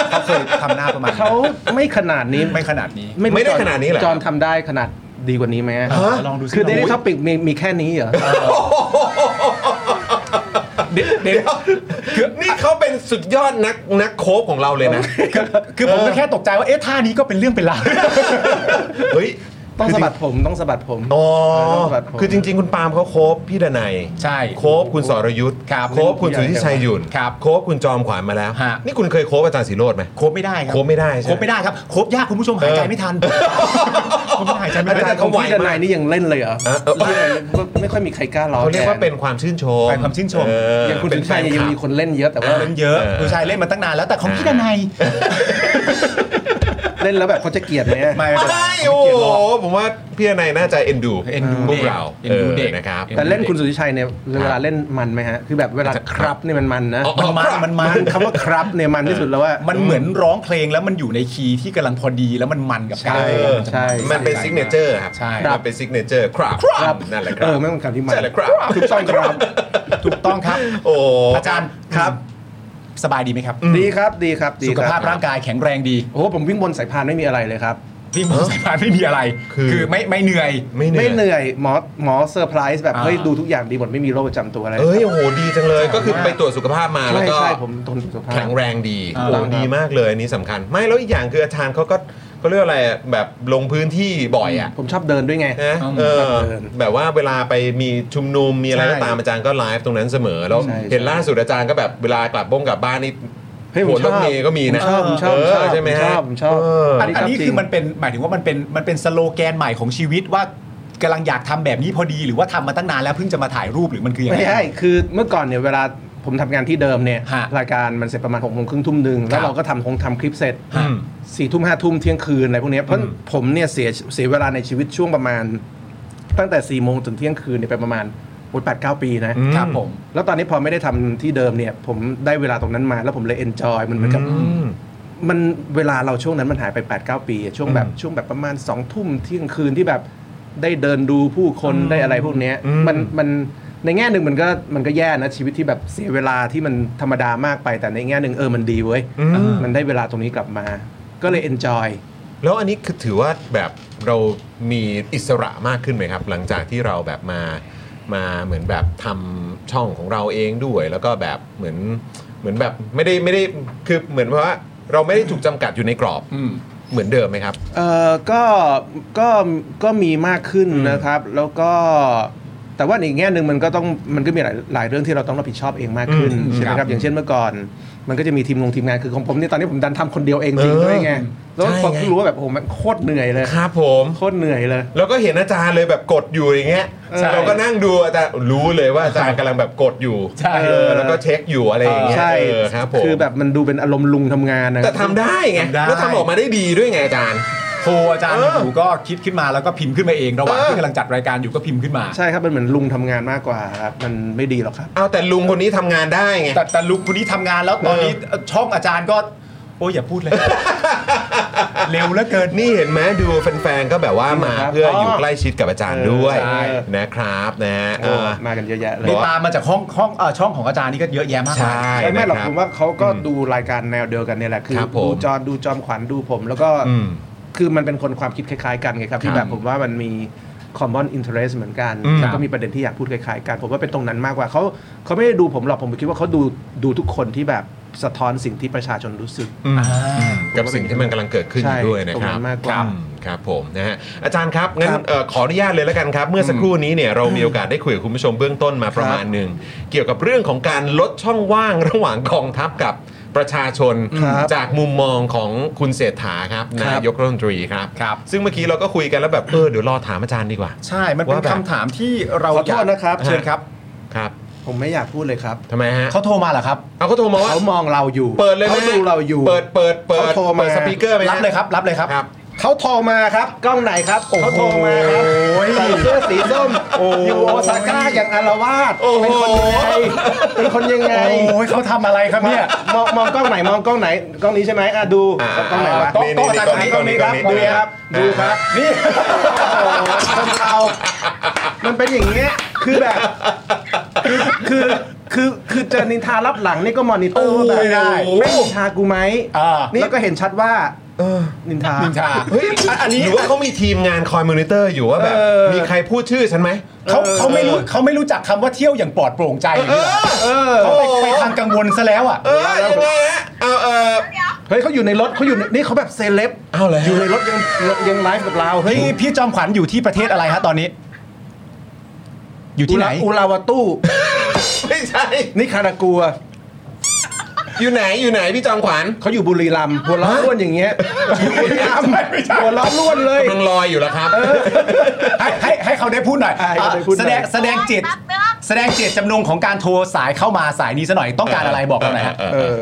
Speaker 4: เขาเคยทำหน้าประมาณ
Speaker 8: เขาไม่ขนาดนี้
Speaker 4: ไม่ขนาดนี้
Speaker 8: รู้
Speaker 2: ไม่ได้
Speaker 8: จอ
Speaker 2: ขนาดนี้เหรอ
Speaker 8: จอนทำได้ขนาดดีกว่านี้ไหมฮะ
Speaker 4: ลองดูสิ
Speaker 8: คือ
Speaker 4: ลองดู
Speaker 8: Daily Topic มีมีแค่นี้เหรอ
Speaker 4: เด็ดเด็ด
Speaker 2: คือนี่เขาเป็นสุดยอดนักนักโคฟของเราเลยนะ
Speaker 4: คือผมก็แค่ตกใจว่าเอ๊ะท่านี้ก็เป็นเรื่องเป็น (laughs) ราว
Speaker 2: เฮ้ย
Speaker 8: ต้องสะบัดผมต้องสะบัดผม
Speaker 2: อ๋อ
Speaker 8: เออครับผม
Speaker 2: คือจริง ๆ คุณปาล์มเขาโคบพี่ดนัย
Speaker 4: ใช่
Speaker 2: โคบคุณสรยุทธ์
Speaker 4: ครับ
Speaker 2: โคบคุณสุทธิชัยหยุ่น
Speaker 4: ครับ
Speaker 2: โคบคุณจอมขวัญมาแล้ว
Speaker 4: ฮะ
Speaker 2: นี่คุณเคยโคบอาจารย์สีโรดไหม
Speaker 4: โคบไม่ได้ครับ
Speaker 2: โคบไม่ได้ใช่ไหม
Speaker 4: โคบไม่ได้ครับโคบยากคุณผู้ชมหายใจไม่ทันโคบหายใจไม่
Speaker 2: อาจา
Speaker 4: ทั
Speaker 2: รย์
Speaker 4: น
Speaker 2: เขา
Speaker 8: าพี่ดนายนี่ยังเล่นเลยเหรอ
Speaker 2: เออเออ
Speaker 8: เล่นเลยก็ไม่ค่อยมีใครกล้าร้อง
Speaker 2: เขาเรียกว่าเป็นความชื่นชม
Speaker 4: เป็นความชื่นชม
Speaker 2: เออ
Speaker 8: อย่างคุณสุชัยเนี่ยยังมีคนเล่นเยอะแต่ว่า
Speaker 4: เล่นเยอะผู้ชายเล่นมาตั้งนานแล้วแต่ของพี่ด (laughs) นัย
Speaker 8: เล่นแล้วแบบเขาจะเกลียดไหม
Speaker 4: ไม่
Speaker 2: ไม่
Speaker 4: เป็นไร
Speaker 2: ได้
Speaker 4: ผ
Speaker 2: โอ้
Speaker 4: มเกลียดห
Speaker 2: โห
Speaker 4: รอก
Speaker 2: ผมว่าพี่ดนัยน่าจะเอ็นดู
Speaker 4: เอ็นดู
Speaker 2: พวกเรา
Speaker 4: เด็กเอ็นดูเด็ก
Speaker 2: นะครับ
Speaker 8: แต่เล่นคุณสุทธิชัยเนี่ยเวลาเล่นมันไหมฮะคือแบบเวลาครับเนี่ยมันมันนะ
Speaker 2: อ๋ออ๋อ
Speaker 4: มันมันมัน
Speaker 8: คำว่าครับเนี่ยมันที่สุดแล้วว่า
Speaker 4: มันเหมือนร้องเพลงแล้วมันอยู่ในคีย์ที่กำลังพอดีแล้วมันมันกับการ
Speaker 8: ใช่
Speaker 2: เออ
Speaker 8: ใช่
Speaker 2: มันเป็นซิกเนเจอร์ครับ
Speaker 4: ใช่
Speaker 2: มันเป็นซิกเนเจอร์ครับ
Speaker 8: ครับ
Speaker 2: นั่นแหละครั
Speaker 8: เออไม่ต้องคำที่มัน
Speaker 2: ใช่แหละครับ
Speaker 8: ถูกต้องครับ
Speaker 4: ถูกต้องครับ
Speaker 2: โอ้
Speaker 4: อาจารย์
Speaker 8: ครับ
Speaker 4: สบายดีไหมครับ
Speaker 8: ดีครับดีครับดี
Speaker 4: สุ
Speaker 8: ค
Speaker 4: ข
Speaker 8: บ
Speaker 4: ภาพร่างกายแข็งแรงดี
Speaker 8: โอ้โหผมวิ่งบนสายพานไม่มีอะไรเลยครับ
Speaker 4: พี่หมอสายพานไม่มีอะไร
Speaker 2: คือ
Speaker 4: คือไม่ไม่เหนื่อย
Speaker 2: ไม่เหนื่
Speaker 8: ไม่
Speaker 2: อย
Speaker 8: เหนื่อยหมอหมอเซอร์ไพรส์แบบ
Speaker 4: อ่า
Speaker 8: เฮ้ย ดูทุกอย่างดีหมด ไม่มีโรคประจำตัวอะไร
Speaker 2: เอ้ยโอ้โหดีจังเลยก็คือไปตรวจสุขภาพมาแล้ว
Speaker 8: ใช่
Speaker 2: ก็
Speaker 8: ใช่ผมทนสุขภาพ
Speaker 2: แข็งแรงดี
Speaker 4: อ่า
Speaker 2: โอ้ดีมากเลยอันนี้สำคัญ ไม่แล้วอีกอย่างคืออาจารย์เขาก็ เขาเรียกอะไรอะแบบลงพื้นที่บ่อยอ่ะ
Speaker 8: ผมชอบเดินด้วยไง
Speaker 2: นะเออแบบว่าเวลาไปมีชุมนุมมีอะไรก็ตามอาจารย์ก็ไลฟ์ตรงนั้นเสมอแล้ว
Speaker 8: ใช่
Speaker 2: เห็นล่าสุดอาจารย์ก็แบบเวลากลับบ้งกลับบ้านนี่
Speaker 8: เฮ้ยผม
Speaker 2: หัวรถ
Speaker 8: ชอบ
Speaker 2: เมย์ก็มีนะ
Speaker 8: ผมชอบผมชอบ
Speaker 2: เ
Speaker 8: ผมชอบ
Speaker 2: ใช่ไหม
Speaker 8: ผมช
Speaker 2: ฮะ
Speaker 8: อบผมชอบ
Speaker 2: เ
Speaker 4: อันอันนี้
Speaker 8: จริง
Speaker 4: คือมันเป็นหมายถึงว่ามันเป็นมันเป็นสโลแกนใหม่ของชีวิตว่ากำลังอยากทำแบบนี้พอดีหรือว่าทำมาตั้งนานแล้วเพิ่งจะมาถ่ายรูปหรือมันคือยังไง
Speaker 8: ไม่ใช่ คือเมื่อก่อนเนี่ยเวลาผมทำงานที่เดิมเนี่ย
Speaker 4: ฮะ
Speaker 8: รายการมันเสร็จประมาณหกโมงครึ่งทุ่มหนึ่งแล้วเราก็ทำคงทำคลิปเสร็จ
Speaker 4: อืม
Speaker 8: สี่ทุ่มห้าทุ่มเที่ยงคืนอะไรพวกเนี้ยเพราะผมเนี่ยเสียเสียเวลาในชีวิตช่วงประมาณ ตั้งแต่สี่โมงจนเที่ยงคืนเนี่ยไปประมาณโอ้ยแปดเก้าปีนะ
Speaker 4: ครับผม
Speaker 8: แล้วตอนนี้พอไม่ได้ทำที่เดิมเนี่ย ผมได้เวลาตรงนั้นมาแล้วผมเลยเอนจอยมันเหมือนกับมันเวลาเราช่วงนั้นมันหายไป8ปดเปีอะช่วงแบบช่วงแบบประมาณ2องทุ่มเที่ยงคืนที่แบบได้เดินดูผู้คนได้อะไรพวกเนี้ยมันมันในแง่หนึ่งมันก็มันก็แย่นะชีวิตที่แบบเสียเวลาที่มันธรรมดามากไปแต่ในแง่หนึ่งเออมันดีเว้ยมันได้เวลาตรงนี้กลับมา ก็เลยเอนจอย
Speaker 2: แล้วอันนี้คือถือว่าแบบเรามีอิสระมากขึ้นไหมครับ หลังจากที่เราแบบมามาเหมือนแบบทำช่องของเราเองด้วย แล้วก็แบบเหมือนเหมือนแบบไม่ได้ไม่ได้คือเหมือนว่าเราไม่ได้ถูกจำกัดอยู่ในกรอบ
Speaker 4: อืม
Speaker 2: เหมือนเดิมไหมครับ
Speaker 8: เออก็ ก็ ก็มีมากขึ้นนะครับ แล้วก็ แต่ว่าในอีกแง่หนึ่งมันก็ต้อง มันก็มีหลายหลายเรื่องที่เราต้องรับผิดชอบเองมากขึ้นใช่ไหม
Speaker 4: ค
Speaker 8: ค
Speaker 4: รั
Speaker 8: รับ บ อย่างเช่นเมื่อก่อน มันก็จะมีทีมงงทีมงาน คือของผมเนี่ยตอนนี้ผมดันทำคนเดียวเองจริงด้วยไง แล้วพอ
Speaker 2: ใช่ไง
Speaker 8: รู้ว่าแบบโอ้โหมันโคตรเหนื่อยเลย
Speaker 2: ครับผม
Speaker 8: โคตรเหนื่อยเลย
Speaker 2: แล้วก็เห็นอาจารย์เลยแบบกดอยู่อย่างเงี้ย
Speaker 8: ใช่
Speaker 2: เราก็นั่งดูอาจารย์รู้เลยว่าอาจารย์กำลังแบบกดอยู่
Speaker 4: ใช่
Speaker 2: เออแล้วก็เช็คอยู่อะไรอย่างเงี้ย
Speaker 8: ใช่
Speaker 2: เออครับผม
Speaker 8: คือแบบมันดูเป็นอารมณ์ลุงทำงานนะ
Speaker 2: แต่ทำได้ไง
Speaker 4: ทำได้
Speaker 2: แล้วทำออกมาได้ดีด้วยไงอาจารย์
Speaker 4: โทรอาจารย์
Speaker 2: เออ
Speaker 4: อยู่ก็คิดขึ้นมาแล้วก็พิมพ์ขึ้นมาเองระหว่าง
Speaker 2: เออ
Speaker 4: ที่กำลังจัดรายการอยู่ก็พิมพ์ขึ้นมา
Speaker 8: ใช่ครับ มันเหมือนลุงทำงานมากกว่าครับ มันไม่ดีหรอกครับ
Speaker 2: เอาแต่ลุงคนนี้ทำงานได้ไง
Speaker 4: แต่แต่ลุงคนนี้ทำงานแล้วตอนนี้ช่องอาจารย์ก็ โอ้ยอย่าพูดเลย เร็วเหลือเกิน
Speaker 2: นี่เห็นไหมดูแฟนๆก็แบบว่ามา
Speaker 8: ครับ
Speaker 2: เพื่อ
Speaker 8: อ๋อ
Speaker 2: อ
Speaker 8: อยู่
Speaker 2: ใกล้ชิดกับอาจารย์ด้วย
Speaker 8: ใช่
Speaker 2: นะครับนะฮะเอ
Speaker 8: โอ้
Speaker 2: อ
Speaker 8: มากันเยอะแยะเลย
Speaker 4: นี่ตามมาจากห้องห้องเอ่อช่องของอาจารย์นี่ก็เยอะแยะมากมาย
Speaker 2: ใช่
Speaker 8: ไม่ไม่หรอก
Speaker 2: นะครับ
Speaker 8: ผมว่าเขาก็ดูรายการแนวเดียวกันเนี่ยแหละคือ
Speaker 2: ครับผม
Speaker 8: ดูจอนดูจอมขวัญดูผม แล้วก็
Speaker 2: อืม
Speaker 8: คือมันเป็นคนความคิดคล้ายๆกันไงครับ
Speaker 2: ครั
Speaker 8: ที่
Speaker 2: บ
Speaker 8: แบบผมว่ามันมี common interest เหมือนกัน
Speaker 2: อืม
Speaker 8: แล้วก็มีประเด็นที่อยากพูดคล้ายๆกัน ผมว่าเป็นตรงนั้นมากกว่าเขาเขาไม่ได้ดูผมหรอกผมคิดว่าเขาดูดูทุกคนที่แบบสะท้อนสิ่งที่ประชาชนรู้สึก
Speaker 2: กับสิ่งที่มันกำลังเกิดขึ้นอยู่ด้วยนะครั
Speaker 8: ใช่ตรงนั้
Speaker 2: บ
Speaker 8: นมากก
Speaker 2: ค
Speaker 8: ว่า
Speaker 2: รับครับผมนะฮะอาจารย์ครับงั้น
Speaker 8: ครับ
Speaker 2: เอ่อขออนุญาตเลยแล้วกันครับ เมื่อสักครู่นี้เนี่ยเรามีโอกาสได้คุยกับคุณผู้ชมเบื้องต้นมาประมาณหนึ่งเกี่ยวกับเรื่องของการลดช่องว่างระหว่างกองทัพกับประชาชน
Speaker 8: ครับ
Speaker 2: จากมุมมองของคุณเศรษฐาครับ
Speaker 8: ครั
Speaker 2: นา
Speaker 8: บ
Speaker 2: ยกรัฐมนตรีครับ
Speaker 4: ครับ
Speaker 2: ซึ่งเมื่อกี้เราก็คุยกันแล้วแบบเออเดี๋ยวรอถามอาจารย์ดีกว่า
Speaker 4: ใช่ มันเป็น
Speaker 2: ว่าแบบ
Speaker 4: คำถามที่เรา
Speaker 8: ขอโทษนะครับ
Speaker 4: เชิญครับ
Speaker 2: ครับ
Speaker 8: ผมไม่อยากพูดเลยครับ
Speaker 2: ทำไมฮะ
Speaker 4: เขาโทรมาเหรอครับ
Speaker 2: เอาเขาโทรมาว่า
Speaker 8: เขามองเราอยู่
Speaker 2: เปิดเลยไหม
Speaker 8: เขาดูเราอยู่
Speaker 2: เปิดเปิดเปิด
Speaker 8: เขาโทรมา
Speaker 2: เปิดสปีกเกอร์ไหมฮะ
Speaker 4: รับเลยครับ รับเลยครับ
Speaker 2: ครับ
Speaker 8: เขาโทรมาครับกล้องไหนครับเขาโทรมาครับใส่เสื้อสีส้มอยู่โอซาก้าอย่างอารวาส
Speaker 2: โอ้โห
Speaker 8: เป็นคนยังไงเป็นคนยังไง
Speaker 4: โอ้ยเขาทำอะไรครับเนี่ย
Speaker 8: มองมองกล้องไหนมองกล้องไหนกล้องนี้ใช่ไหมอ่ะดู
Speaker 2: อ่าก
Speaker 8: ล้องไหนวะ
Speaker 2: กล้องนี้
Speaker 8: อาจารย์
Speaker 2: ก
Speaker 8: ก
Speaker 2: ล้
Speaker 8: ล้
Speaker 2: อ
Speaker 8: อง ง
Speaker 2: นี้
Speaker 8: นี้ครับ
Speaker 2: กล้อง
Speaker 8: ดู
Speaker 2: นี้
Speaker 8: ครับ
Speaker 2: กล้องนี้
Speaker 8: ดูครับนี่โอ้โหคนเรามันเป็นอย่างเงี้ยคือแบบคือคือคือคือเจอนินทารับหลังนี่ก็มอนิเตอร์ว่าแบบ
Speaker 4: โอ้ยได้
Speaker 8: แม่งนินทากูไหม
Speaker 4: อ่า
Speaker 8: นี่ก็เห็นชัดว่านินทา
Speaker 4: นินทา
Speaker 2: เฮ้ยอันนี้หรือว่าเขามีทีมงานคอยมอนิเตอร์อยู่ว่าแบบ
Speaker 8: เออ
Speaker 2: มีใครพูดชื่อฉันไหม
Speaker 4: เขาเขาไม่รู้เขาไม่รู้จักคำว่าเที่ยวอย่างปลอดโปร่งใจอย่างนี้เหรอ
Speaker 8: เออ
Speaker 4: เขาไปไปทางกังวลซะแล้วอ่ะ
Speaker 2: เออยังไงฮะเอาเออ
Speaker 8: เฮ้ยเขาอยู่ในรถเขาอยู่ในนี่เขาแบบเซเลบ
Speaker 2: เอาเหรอฮะ
Speaker 8: อยู่ในรถยังยังไลฟ์กับเราเฮ้ย
Speaker 4: พี่พี่จอมขวัญอยู่ที่ประเทศอะไรฮะตอนนี้ อยู่ที่ไหน
Speaker 8: อุลาวาตู้
Speaker 2: ไม่ใช่
Speaker 8: นี่คารากัว
Speaker 2: อยู่ไหนอยู่ไหนพี่จอมขวัญ
Speaker 8: เขาอยู่บุรีรัมย์หัวล้อล้วนอย่างเงี้ยอยู่บุรีรัมย์หัวล้อล้วนเลย
Speaker 2: กำลังลอยอยู่แล้วครับ
Speaker 4: ให้ให้ให้เขาได้พูดหน่อย
Speaker 8: อ่ะให้เขาได้พูดห
Speaker 4: แส
Speaker 8: น่อย
Speaker 4: ดงแสดงเจตแสดงเจตจำนงของการโทรสายเข้ามาสายนี้ซะหน่อยต้องการอะไรบอกกันหน่อยฮะ
Speaker 8: เออ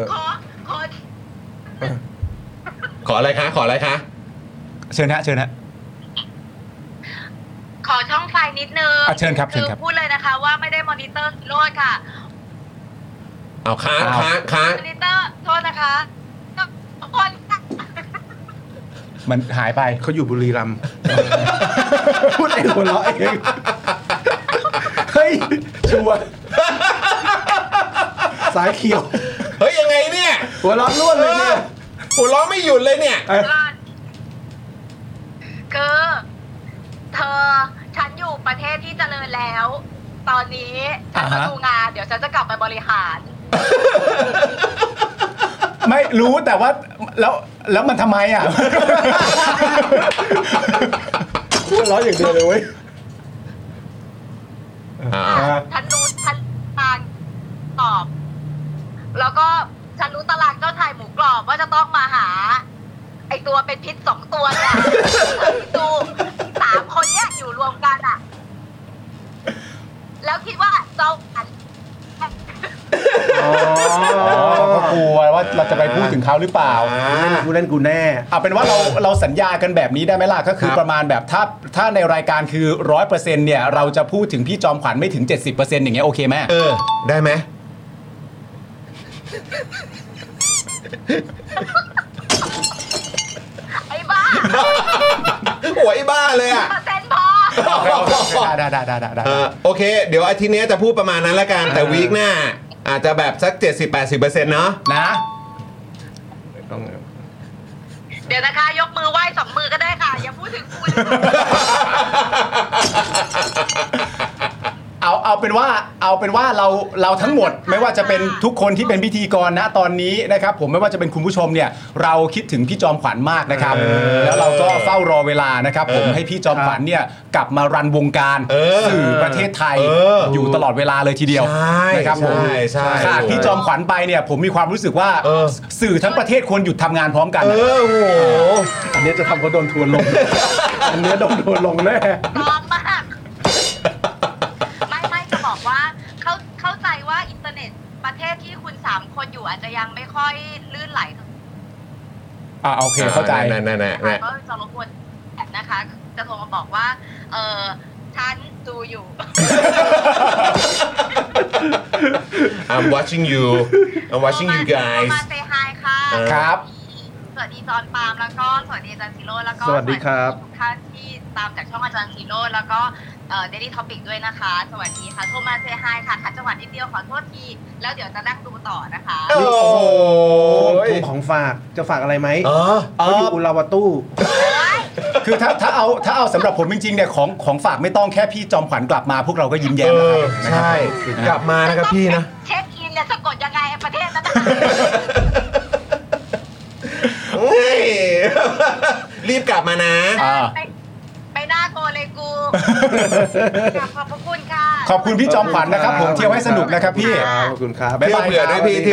Speaker 2: ขออะไรคะขออะไรคะ
Speaker 4: เชิญฮะเชิญฮะ
Speaker 9: ขอช่องไฟนิดนึง
Speaker 4: อ่ะเชิญครับเชิญครับ
Speaker 9: อพูดเลยนะคะว่าไม่ได้มอนิเตอร์โลดค่ะ
Speaker 2: เอาค้างค้างค้าง
Speaker 9: มอนิเตอร์โทษนะคะทุกคนค่ะ
Speaker 4: มันหายไป
Speaker 8: เขาอยู่บุรี
Speaker 4: (laughs)
Speaker 8: รัมย์พูดเองหัวล้อเอง (laughs) เฮ้ยชัวร์สายเขียว
Speaker 2: เฮ้ยยังไง
Speaker 8: (laughs)
Speaker 2: เนี่ย
Speaker 8: หัวล้อล้วน
Speaker 2: เอ
Speaker 8: เลยเนี่
Speaker 2: อย หัวเร้อไม่หยุดเลยเนี่ย
Speaker 8: เอ้ย
Speaker 9: คือ เธอฉันอยู่ประเทศที่เจริญแล้ว ตอนนี้ ฉันมา
Speaker 4: อ่าฮะ
Speaker 9: ดูงาน เดี๋ยวฉันจะกลับไปบริหาร
Speaker 4: ไม่รู้แต่ว่าแล้วแล้วมันทำไมอ่ะ
Speaker 6: หัวเราะอย่างเดียวเลยเว้ย
Speaker 2: อ่า
Speaker 9: ฉันรู้ฉันตารางตอบ แล้วก็ฉันรู้ตารางเจ้าชายหมูกรอบว่าจะต้องมาหา ไอตัวเป็นพิษสองตัวเนี่ย (laughs) ดูสามคนเนี้ยอยู่รวมกันอะแล้วคิดว่าเจ้าอัน
Speaker 4: อ๋อก็กลัวว่าเราจะไปพูดถึงเขาหรือเปล่า
Speaker 8: กูเล่นกูแน่
Speaker 4: เอาเป็นว่าเราเราสัญญากันแบบนี้ได้ไหมล่ะก็คือประมาณแบบถ้าถ้าในรายการคือ 100%เนี่ยเราจะพูดถึงพี่จอมขวัญไม่ถึง 70%อย่างเงี้ยโอเคไหม
Speaker 2: เออ ได้ไหม
Speaker 9: ไอ้บ้า
Speaker 2: โอ้ยบ้าเลยอ่ะ
Speaker 9: เปอร์เซ็นต์พ
Speaker 2: (laughs)
Speaker 9: อ
Speaker 4: ได้ได้ได้ได้ได้
Speaker 2: เออโอเค เดี๋ยวอาทิตย์นี้จะพูดประมาณนั้นละกัน แต่วีคหน้า อาจจะแบบสัก 70-80%เนาะ
Speaker 4: นะ
Speaker 9: เดี๋ยวนะคะ ยกมือไหว้สองมือก็ได้ค่ะ อย่าพูดถึงกูเลยค่ะ
Speaker 4: เอาเอาเป็นว่าเอาเป็นว่าเราเราทั้งหมดไม่ว่าจะเป็นทุกคนที่เป็นพิธีกรนะตอนนี้นะครับ ผมไม่ว่าจะเป็นคุณผู้ชมเนี่ย เราคิดถึงพี่จอมขวัญมากนะครับ
Speaker 2: เออ
Speaker 4: แล้วเราก็เฝ้ารอเวลานะครับ ผมให้พี่จอมขวัญเนี่ยกลับมารันวงการ
Speaker 2: เออ
Speaker 4: สื่อประเทศไทย
Speaker 2: เออ
Speaker 4: อยู่ตลอดเวลาเลยทีเดียว
Speaker 2: ใช่
Speaker 4: นะครับผม
Speaker 2: ใช่ใช่
Speaker 4: ขาดพี่จอมขวัญไปเนี่ย ผมมีความรู้สึกว่า
Speaker 2: เออ
Speaker 4: สื่อทั้งประเทศควรหยุดทำงานพร้อมกัน
Speaker 2: เอ
Speaker 4: นะ
Speaker 2: อโอ้โห
Speaker 8: อันเนี้ยจะทำเขาโดนทัวร์ลง อันเนี้ยโดนทัวร์ลงแน่
Speaker 9: พร้อมมาก ไม่ไม่จะบอกว่าเข้าเข้าใจว่าอินเทอร์เน็ตประเทศที่คุณสามคนอยู่อาจจะยังไม่ค่อยลื่นไหลเท่าไหร่
Speaker 4: อ่าโอเคเข้าใจ
Speaker 2: นั่นนั่นนั่น
Speaker 9: ค่ะก็จะรบกวนแอบนะคะ จะโทรมาบอกว่า เออฉันดูอยู่
Speaker 2: ๆ (laughs) I'm watching you I'm watching you
Speaker 9: โทร
Speaker 2: guys
Speaker 9: มาเซฮายค่ะ
Speaker 2: เออ
Speaker 4: ครับ
Speaker 9: สวัสดีจอนปาล์มแล้วก็สวัสดีอาจารย์ซิโร่แล้วก็
Speaker 8: สวัสดีครับ
Speaker 9: ทุกท่านที่ตามจากช่องอาจารย์ซิโร่แล้วก็เดลี่ท็อปิกด้วยนะคะ สวัสดีค่ะ โทรมาเซฮายค่ะขัดจังหวะนิดเดียวขอโทษที แล้วเดี๋ยวจะนั่งดูต่อนะคะ
Speaker 2: โอ้โห
Speaker 8: ผมของฝากจะฝากอะไรไหม
Speaker 2: เออ
Speaker 8: เขาอยู่อุลาวาตู้
Speaker 4: คือถ้าถ้าเอาถ้าเอาสำหรับผมจริงๆเนี่ยของของฝากไม่ต้องแค่พี่จอมขวัญกลับมาพวกเราก็ยิ้มแย้มแล้วครับ
Speaker 2: ใช่ กลับมานะครับพี่นะ
Speaker 9: เช็คอินเนี่ยสะกดยังไงประเทศนั้นน่ะ
Speaker 2: เฮ้ย รีบกลับมานะ
Speaker 4: อ่า
Speaker 9: ไปไปหน้าโกเลยกูกราบขอบพระคุณค่ะ
Speaker 4: ขอบคุณพี่จอมขวัญนะครับ ผมเที่ยวให้สนุกนะครับพี่
Speaker 8: ขอบคุณครับ
Speaker 4: บ๊าย
Speaker 2: เที่ยว
Speaker 4: บา